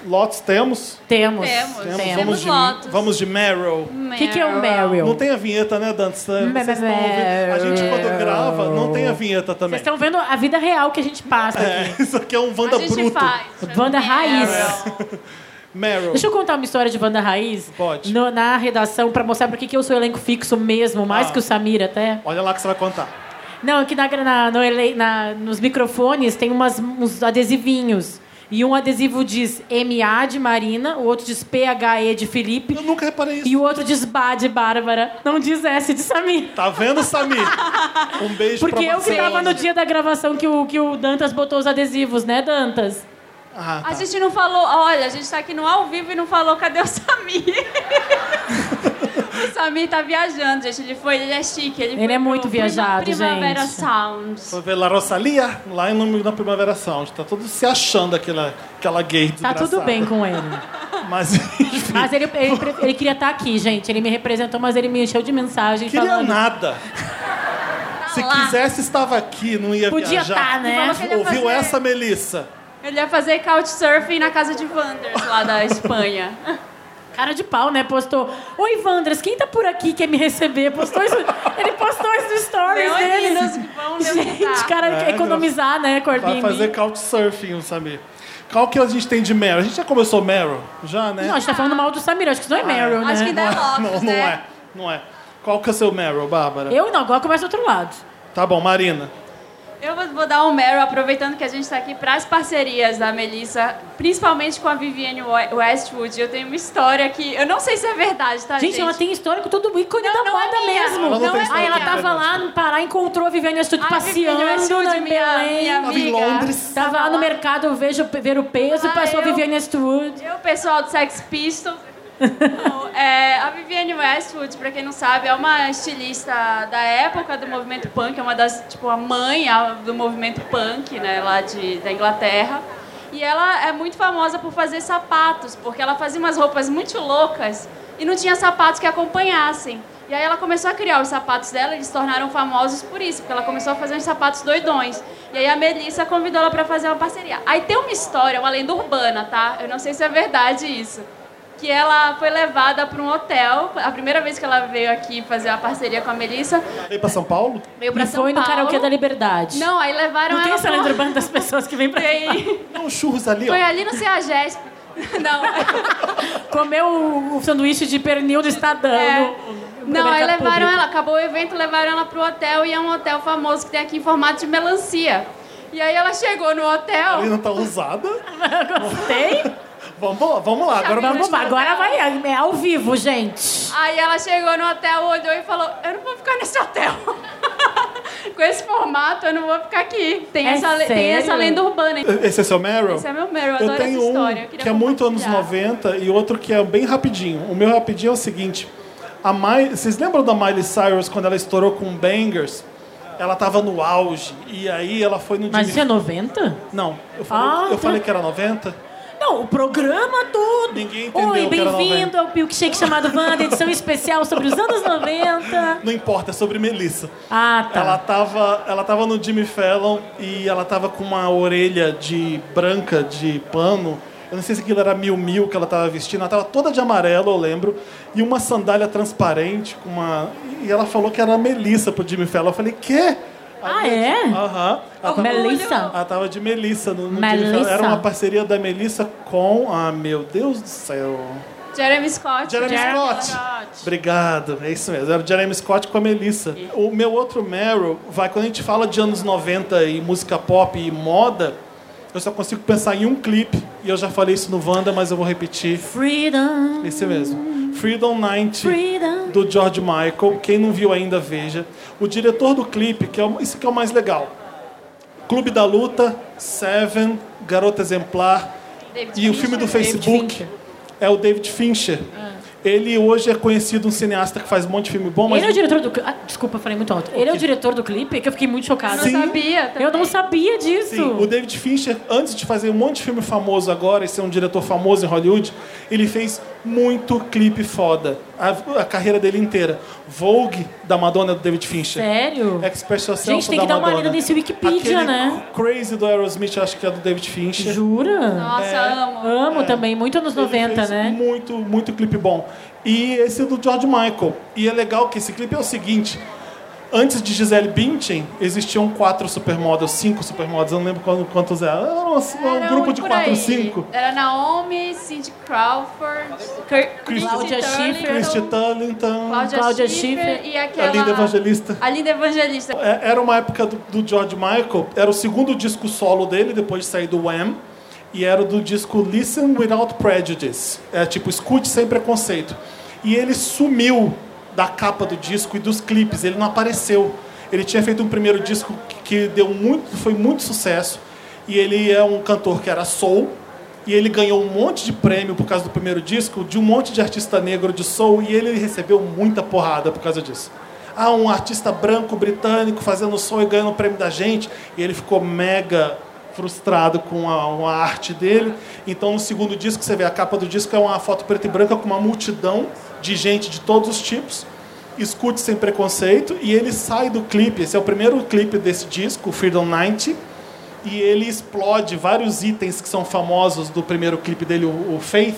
Lotes temos?
Temos.
Temos.
Temos.
Vamos
Temos
de,
lotes.
vamos de Meryl.
O que, que é o Meryl?
Não tem a vinheta, né, Dan? Vocês
Meryl.
estão ouvindo. A gente, quando grava, não tem a vinheta também.
Vocês estão vendo a vida real que a gente passa
É,
aqui.
isso aqui é um Wanda
a gente
Bruto.
faz. é,
Banda raiz.
Meryl.
Deixa eu contar uma história de banda raiz
Pode.
no- na redação pra mostrar por que que eu sou elenco fixo mesmo, mais
Ah.
que o Samir até.
Olha lá que você vai contar.
Não, aqui na, na- no ele- na- nos microfones tem umas, uns adesivinhos. E um adesivo diz MA de Marina, o outro diz PHE de Felipe,
Eu nunca reparei isso.
e o outro diz BA de Bárbara. Não diz S de Samir.
Tá vendo,
<laughs>
Samir? Um beijo
Porque
pra
eu
você.
que tava no dia da gravação que o, que o Dantas botou os adesivos, né, Dantas?
Ah, tá.
A gente não
<laughs>
falou, olha, a gente tá aqui no ao vivo e não falou cadê o Samir. o Samir tá viajando, gente. Ele foi, ele é chique. Ele,
Ele
foi
é muito
pro
viajado,
Primavera
gente.
Sounds.
Foi ver La Rosalia, lá no, na Primavera Sound. Tá todo se achando aquela, aquela gay
Tá tudo
desgraçada.
bem com ele.
<laughs> Mas, enfim,
Mas ele, ele, pre- ele queria estar aqui, gente. Ele me representou, mas ele me encheu de mensagem
queria
falando. Tá
nada. Se quisesse, estava aqui, não ia
Podia
viajar.
tá, né?
Falou que ele ia
Ouviu
fazer-
essa, Melissa?
Ele ia fazer couchsurfing na casa de Wanders, lá da Espanha.
<laughs> Cara de pau, né? Postou. Oi, Vandras, quem tá por aqui quer me receber? Postou isso. Ele postou isso no stories
Leoninas é
dele.
que vão
Gente,
levantar.
cara, ele quer
É,
economizar, né, com
Vai
Airbnb.
fazer couchsurfing, Samir. Qual que a gente tem de Meryl? A gente já começou Meryl? Já, né?
Não, a gente tá falando mal do Samir, acho que isso não é Meryl, né?
Ah, Acho que ainda é Lopes,
não, não
né?
é. Não é. Qual que é o seu Meryl, Bárbara?
Eu não, agora começa do outro lado.
Tá bom, Marina.
Eu vou vou dar um Meryl, aproveitando que a gente está aqui, para as parcerias da Melissa, principalmente com a Vivienne We- Westwood. Eu tenho uma história que. Eu não sei se é verdade, tá?
Gente,
Gente,
ela tem histórico todo ícone
Não,
da
não é
moda
minha.
mesmo.
Ela não tem
Aí
histórico,
ela
é
tava
verdade.
lá no Pará, encontrou a Viviane Estudo
A Viviane
passeando
Westwood,
em
minha-
Belém.
minha
Tava em
Amiga.
Londres.
Tava lá no mercado eu vejo, ver o peso e
Ah,
passou a
eu-
Viviane Estudo.
Eu, pessoal do Sex Pistols. Bom, é, a Vivienne Westwood, pra quem não sabe, é uma estilista da época do movimento punk, é uma das, tipo, a mãe a- do movimento punk, né, lá de, da Inglaterra. E ela é muito famosa por fazer sapatos, porque ela fazia umas roupas muito loucas e não tinha sapatos que acompanhassem. E aí ela começou a criar os sapatos dela, eles se tornaram famosos por isso, porque ela começou a fazer uns sapatos doidões. E aí a Melissa convidou ela pra fazer uma parceria. Aí tem uma história, uma lenda urbana, tá? Eu não sei se é verdade isso que ela foi levada para um hotel. A primeira vez que ela veio aqui fazer uma parceria com a Melissa,
Veio pra São Paulo?
veio para
E
São
foi no
Paulo.
karaokê da Liberdade.
Não, aí levaram
Não tem
ela
essa
pra-
lenda urbana das pessoas que vêm pra
Tem.
Tem uns churros ali, ó.
Foi ali no CEAGESP. Não.
Comeu o, o sanduíche de pernil do Estadão.
É.
no- no
Não, aí
mercado
levaram
público.
ela, acabou o evento, levaram ela pro hotel e é um hotel famoso que tem aqui em formato de melancia. E aí ela chegou no hotel.
Marina tá usada.
Tem?
Vamos lá, vamos lá. Agora
Chave
Vamos
vamos
lá, agora vai. É ao vivo, gente.
Aí ela chegou no hotel, olhou e falou: Eu não vou ficar nesse hotel. <laughs> Com esse formato, eu não vou ficar aqui. Tem,
É
essa, le- tem
sério?
essa lenda urbana.
Esse é seu Meryl?
Esse é meu Meryl, eu
Eu
adoro
tenho
essa
um
história. eu queria
que é muito anos
compartilhar.
90 e outro que é bem rapidinho. O meu rapidinho é o seguinte. A Miley, vocês lembram da Miley Cyrus quando ela estourou com Bangers? Ela tava no auge. E aí ela foi no
Mas isso
Jimmy...
é 90?
Não, eu falei,
Ah,
eu
tá.
falei que era 90.
Não, o programa todo.
Ninguém entendeu
Oi,
que era
bem-vindo
90.
ao Milkshake chamado Wanda, edição especial sobre os anos 90.
Não importa, é sobre Melissa.
Ah, tá.
Ela tava, ela tava no Jimmy Fallon e ela tava com uma orelha de branca de pano. Eu não sei se aquilo era mil mil que ela tava vestindo. Ela tava toda de amarelo, eu lembro, e uma sandália transparente com uma e ela falou que era a Melissa pro Jimmy Fallon. Eu falei: "Quê?"
Ah, é?
Aham. Ela tava-
Melissa?
Ela tava de Melissa no, no Jimmy
Melissa.
Fallon. Era uma parceria da Melissa com ah, meu Deus do céu.
Jeremy Scott.
Jeremy, Scott. Obrigado, é isso mesmo. Era o Jeremy Scott com a Melissa. O meu outro Meryl vai quando a gente fala de anos 90 e música pop e moda, eu só consigo pensar em um clipe e eu já falei isso no Wanda, mas eu vou repetir.
Freedom.
Esse mesmo. Freedom 90
Freedom.
do George Michael. Quem não viu ainda, veja. O diretor do clipe, que é o, isso que é o mais legal. Clube da Luta, Seven, Garota Exemplar.
David
e o filme do Facebook
David
é o David Fincher. Ele hoje é conhecido um cineasta que faz um monte de filme bom, mas
Ele é o diretor do. cli- Ah, desculpa, falei muito alto. Ele é o diretor do clipe, que eu fiquei muito chocada.
Eu não sabia.
Eu não sabia disso.
Sim, o David Fincher, antes de fazer um monte de filme famoso agora e ser um diretor famoso em Hollywood, ele fez muito clipe foda. A, a carreira dele inteira. Vogue, da Madonna, do David Fincher.
Sério?
Express Yourself,
Gente, tem
da
que dar uma
Madonna.
lida nesse Wikipedia,
Aquele
né?
Crazy do Aerosmith, acho que é do David Fincher.
Jura?
Nossa, amo.
Amo também, muito anos
É. Ele
90,
fez um
né?
Muito, muito clipe bom. E esse é do George Michael. E é legal que esse clipe é o seguinte. Antes de Gisele Bündchen, existiam quatro supermodels, cinco supermodels, eu não lembro quando- quantos eram. Era um, um
Era
grupo de
por
quatro,
aí.
cinco.
Era Naomi, Cindy Crawford, Cur- Christy
Claudia
Turlington,
Schiffer.
Ah, Christy Turlington,
Cláudia
Claudia
Schiffer
Schiffer.
e
a
aquela...
Linda Evangelista.
A Linda Evangelista.
É, Era uma época do, do George Michael, era o segundo disco solo dele, depois de sair do Wham, e era do disco Listen Without Prejudice. É tipo, escute sem preconceito. E ele sumiu da capa do disco e dos clipes, ele não apareceu. Ele tinha feito um primeiro disco que, que deu muito, foi muito sucesso, e ele é um cantor que era soul, E ele ganhou um monte de prêmio por causa do primeiro disco de um monte de artista negro de soul e ele recebeu muita porrada por causa disso. Ah, um artista branco britânico fazendo soul e ganhando o prêmio da gente. E ele ficou mega frustrado com a, a, arte dele. Então, no segundo disco, você vê a capa do disco é uma foto preta e branca com uma multidão de gente de todos os tipos. Escute sem preconceito e ele sai do clipe. Esse é o primeiro clipe desse disco, Freedom 90. E ele explode vários itens que são famosos do primeiro clipe dele, o, o Faith,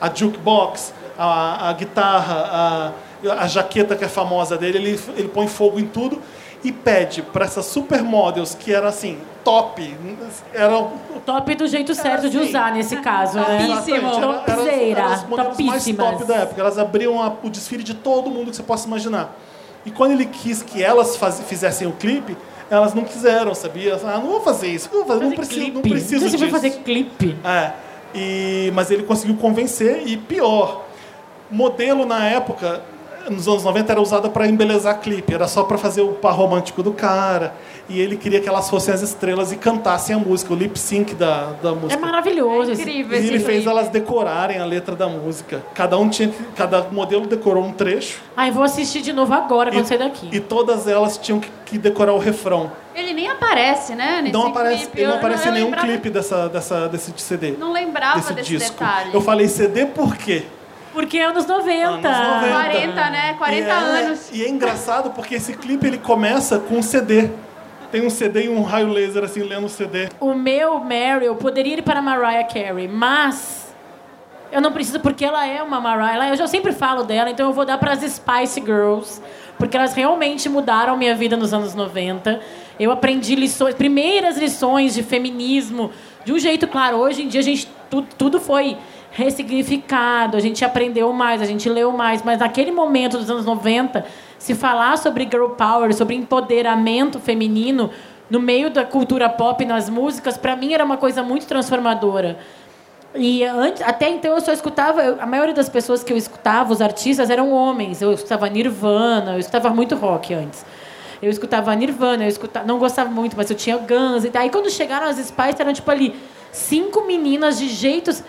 a jukebox, a, a guitarra, a, a, jaqueta que é famosa dele. Ele, ele põe fogo em tudo e pede para essas supermodels que eram assim, top. Era um o
top do jeito certo assim, de usar nesse caso, né?
Topíssimo.
Topzeira.
um mais top da época. Elas abriam a, o desfile de todo mundo que você possa imaginar. E quando ele quis que elas faz, fizessem o clipe, elas não quiseram, sabia? Ah, não vou fazer isso, não, vou fazer, não preciso,
clipe.
não preciso
você
disso. Você
vai fazer clipe?
É. E, mas ele conseguiu convencer e pior, modelo na época nos anos 90 era usada para embelezar clipe, era só para fazer o par romântico do cara. E ele queria que elas fossem as estrelas e cantassem a música, o lip sync da, da música. É
maravilhoso, é
incrível. E ele clipe. fez elas decorarem a letra da música. Cada um tinha, cada modelo decorou um trecho.
Ai, vou assistir de novo agora quando sair daqui.
E todas elas tinham que, que, decorar o refrão.
Ele nem aparece, né? Nesse
não aparece,
clipe.
Ele não aparece
eu
em nenhum
lembrava...
clipe dessa, dessa, desse CD.
Não lembrava desse,
desse disco.
detalhe.
Eu falei CD por quê?
Porque é anos 90.
Anos 90.
40, né? 40
e
anos.
É, e é engraçado porque esse clipe ele começa com um CD. Tem um CD e um raio laser assim lendo o CD.
O meu Meryl poderia ir para Mariah Carey, mas eu não preciso porque ela é uma Mariah. Eu já sempre falo dela, então eu vou dar para as Spice Girls, porque elas realmente mudaram minha vida nos anos 90. Eu aprendi lições, primeiras lições de feminismo, de um jeito claro. Hoje em dia a gente tudo, tudo foi ressignificado, a gente aprendeu mais, a gente leu mais, mas naquele momento dos anos 90, se falar sobre girl power, sobre empoderamento feminino no meio da cultura pop, nas músicas, para mim era uma coisa muito transformadora. E antes, até então eu só escutava, eu, a maioria das pessoas que eu escutava, os artistas, eram homens. Eu escutava Nirvana, eu escutava muito rock antes. Eu escutava Nirvana, eu escutava, não gostava muito, mas eu tinha Guns. E aí quando chegaram as Spice, eram tipo ali cinco meninas de jeitos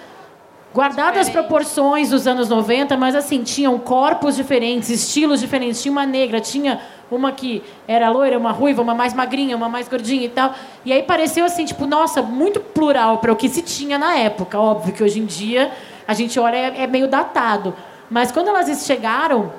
Guardadas as proporções dos anos 90, mas assim, tinham corpos diferentes, estilos diferentes. Tinha uma negra, tinha uma que era loira, uma ruiva, uma mais magrinha, uma mais gordinha e tal. E aí pareceu assim, tipo, nossa, muito plural para o que se tinha na época. Óbvio que hoje em dia a gente olha é, é meio datado. Mas quando elas chegaram,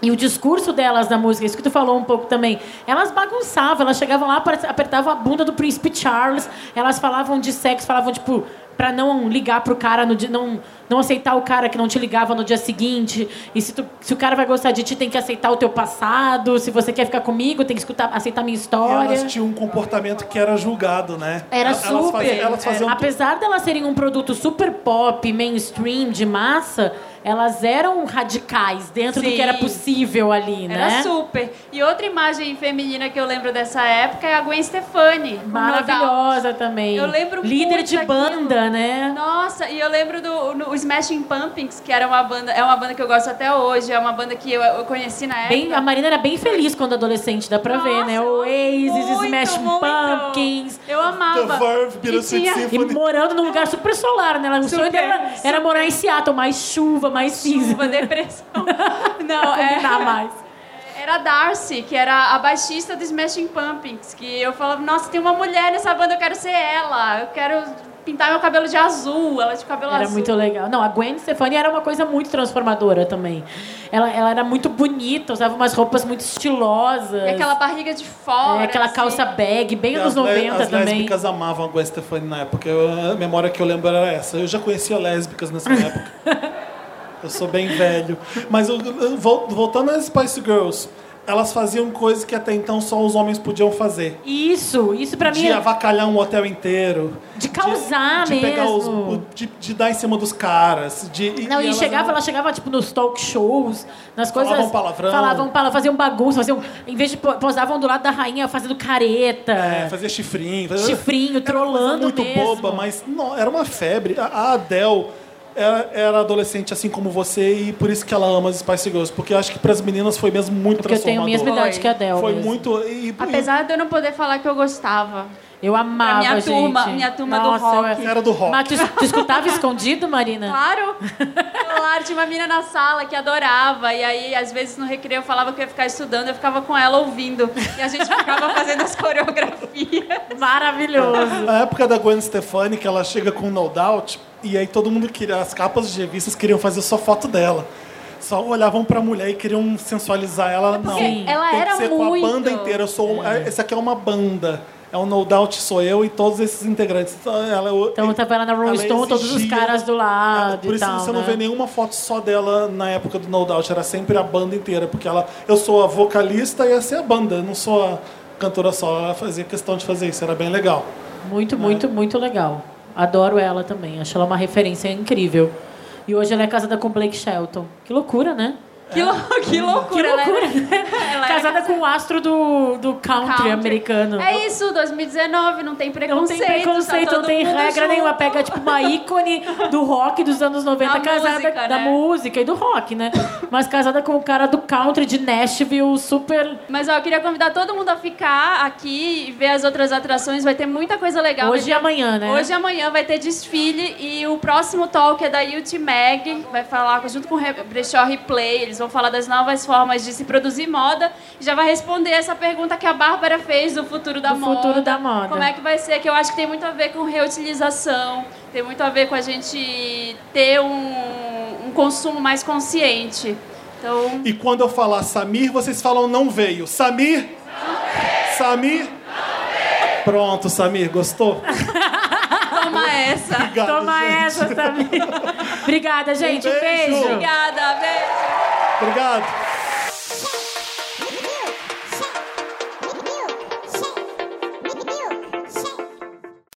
e o discurso delas na música, isso que tu falou um pouco também, elas bagunçavam, elas chegavam lá, apertavam a bunda do príncipe Charles, elas falavam de sexo, falavam, tipo, pra não ligar pro cara no dia. Não, não aceitar o cara que não te ligava no dia seguinte. E se, tu, se o cara vai gostar de ti, tem que aceitar o teu passado. Se você quer ficar comigo, tem que escutar, aceitar minha história.
E elas tinham um comportamento que era julgado, né?
Era
elas
super. É,
Faziam, elas faziam
era, apesar delas serem um produto super pop, mainstream, de massa elas eram radicais dentro
Sim.
do que era possível ali, né?
Era super. E outra imagem feminina que eu lembro dessa época é a Gwen Stefani. com No
Maravilhosa
Doubt.
também.
Eu lembro
Líder
muito
de
daquilo.
banda, né?
Nossa, e eu lembro do no- o Smashing Pumpkins, que era uma banda, é uma banda que eu gosto até hoje, é uma banda que eu, eu conheci na época.
Bem, a Marina era bem feliz quando adolescente, dá pra ver, né?
É. Nossa,
Oasis,
muito,
Smash
muito.
Pumpkins.
Eu amava.
The Verve,
e
Beatles,
tinha,
E morando num lugar super solar, né? O sonho
Super,
dela era-
super.
era morar em Seattle, mais chuva, mais cinza.
Chuva, <laughs> depressão. Não, <laughs> é.
Combinar mais.
Era a Darcy, que era a baixista do Smashing Pumpkins, que eu falava, nossa, tem uma mulher nessa banda, eu quero ser ela, eu quero pintar meu cabelo de azul, ela de cabelo
Era
azul.
muito legal. Não, a Gwen Stefani era uma coisa muito transformadora também. Ela, ela era muito bonita, usava umas roupas muito estilosas.
E É aquela barriga de fora.
É, aquela
assim.
calça bag, bem
E
anos
as le-
90
as
também.
lésbicas amavam a Gwen Stefani na época. Eu- a memória que eu lembro era essa. Eu já conhecia lésbicas nessa
<laughs>
época. eu sou bem velho. Mas eu- eu- vol- voltando às Spice Girls, elas faziam coisas que até então só os homens podiam fazer.
Isso, isso pra mim
de
é
avacalhar um hotel inteiro.
de causar
de, de pegar os-
mesmo.
o- de, de dar em cima dos caras. De,
Não, e,
elas
chegava,
eram-
ela chegava, tipo, nos talk shows, nas coisas...
Falavam palavrão.
Falavam palavrão, faziam bagunça, faziam... Em vez de po- posavam do lado da rainha, fazendo careta,
É, fazia chifrinho. Fazia...
chifrinho, trolando
muito
mesmo.
boba, mas não, era uma febre. A- A Adele era, era adolescente assim como você e por isso que ela ama as Spice Girls, porque eu acho que para as meninas foi mesmo muito
Porque eu tenho a
transformador.
mesma idade que a Adele.
Foi
mesmo.
muito e, e-
Apesar de eu não poder falar que eu gostava. É
Eu amava,
minha
gente.
turma- minha turma do
Nossa, eu-
rock.
Era do rock.
Mas tu, tu escutava escondido, Marina?
Claro! Claro, tinha uma menina na sala que adorava. E aí, às vezes, no recreio eu falava que eu ia ficar estudando, eu ficava com ela ouvindo. E a gente ficava fazendo as coreografias.
Maravilhoso.
Na época da Gwen Stefani, que ela chega com No Doubt, e aí todo mundo queria, as capas de revistas queriam fazer só foto dela. Só olhavam pra mulher e queriam sensualizar ela. não,
É Porque ela
tem
era
que ser
muito.
com a banda inteira. Eu sou, um- Essa aqui é uma banda. É o No Doubt sou eu e todos esses integrantes. Então, ela,
Então eu tava lá na Rolling
Ela
Stone, todos os
exigia-
caras do lado
Por
e
isso
tal,
você não
né?
vê nenhuma foto só dela na época do No Doubt. Era sempre a banda inteira, porque ela, eu sou a vocalista e essa é a banda. Eu não sou a cantora só. Ela fazia questão de fazer isso. Era bem legal. É.
Muito, muito, muito legal. Adoro ela também. Acho ela uma referência incrível. E hoje ela é casada com Blake Shelton. Que loucura, né?
Que, lou- que loucura,
Que loucura, né?
Ela era- ela era
casada com o astro do, do country,
country.
americano.
É isso, 2019, não tem
Não
preconceito.
tem preconceito,
tá
não
todo
tem
mundo
regra
junto.
nenhuma. Pega, tipo, uma ícone do rock dos anos 90,
Da
casada
música,
da
né?
música e do rock, né? Mas casada com o cara do country de Nashville, super.
Mas ó, eu queria convidar todo mundo a ficar aqui e ver as outras atrações. Vai ter muita coisa legal.
Hoje e
Vai ter-
amanhã, né?
Hoje e amanhã vai ter desfile e o próximo talk é da UT Mag. Vai falar junto com o Re- Brechó Replay. Eles vão falar das novas formas de se produzir moda. E já vai responder essa pergunta que a Bárbara fez do futuro da
Do
moda.
futuro da moda.
Como é que vai ser? Que eu acho que tem muito a ver com reutilização. Tem muito a ver com a gente ter um, um consumo mais consciente. Então,
E quando eu falar Samir, vocês falam não veio. Samir? Samir? Pronto, Samir, gostou?
toma essa.
Obrigado,
Toma
gente.
essa, Samir. Obrigada, gente. Um
beijo.
beijo.
Obrigada, beijo.
Obrigado.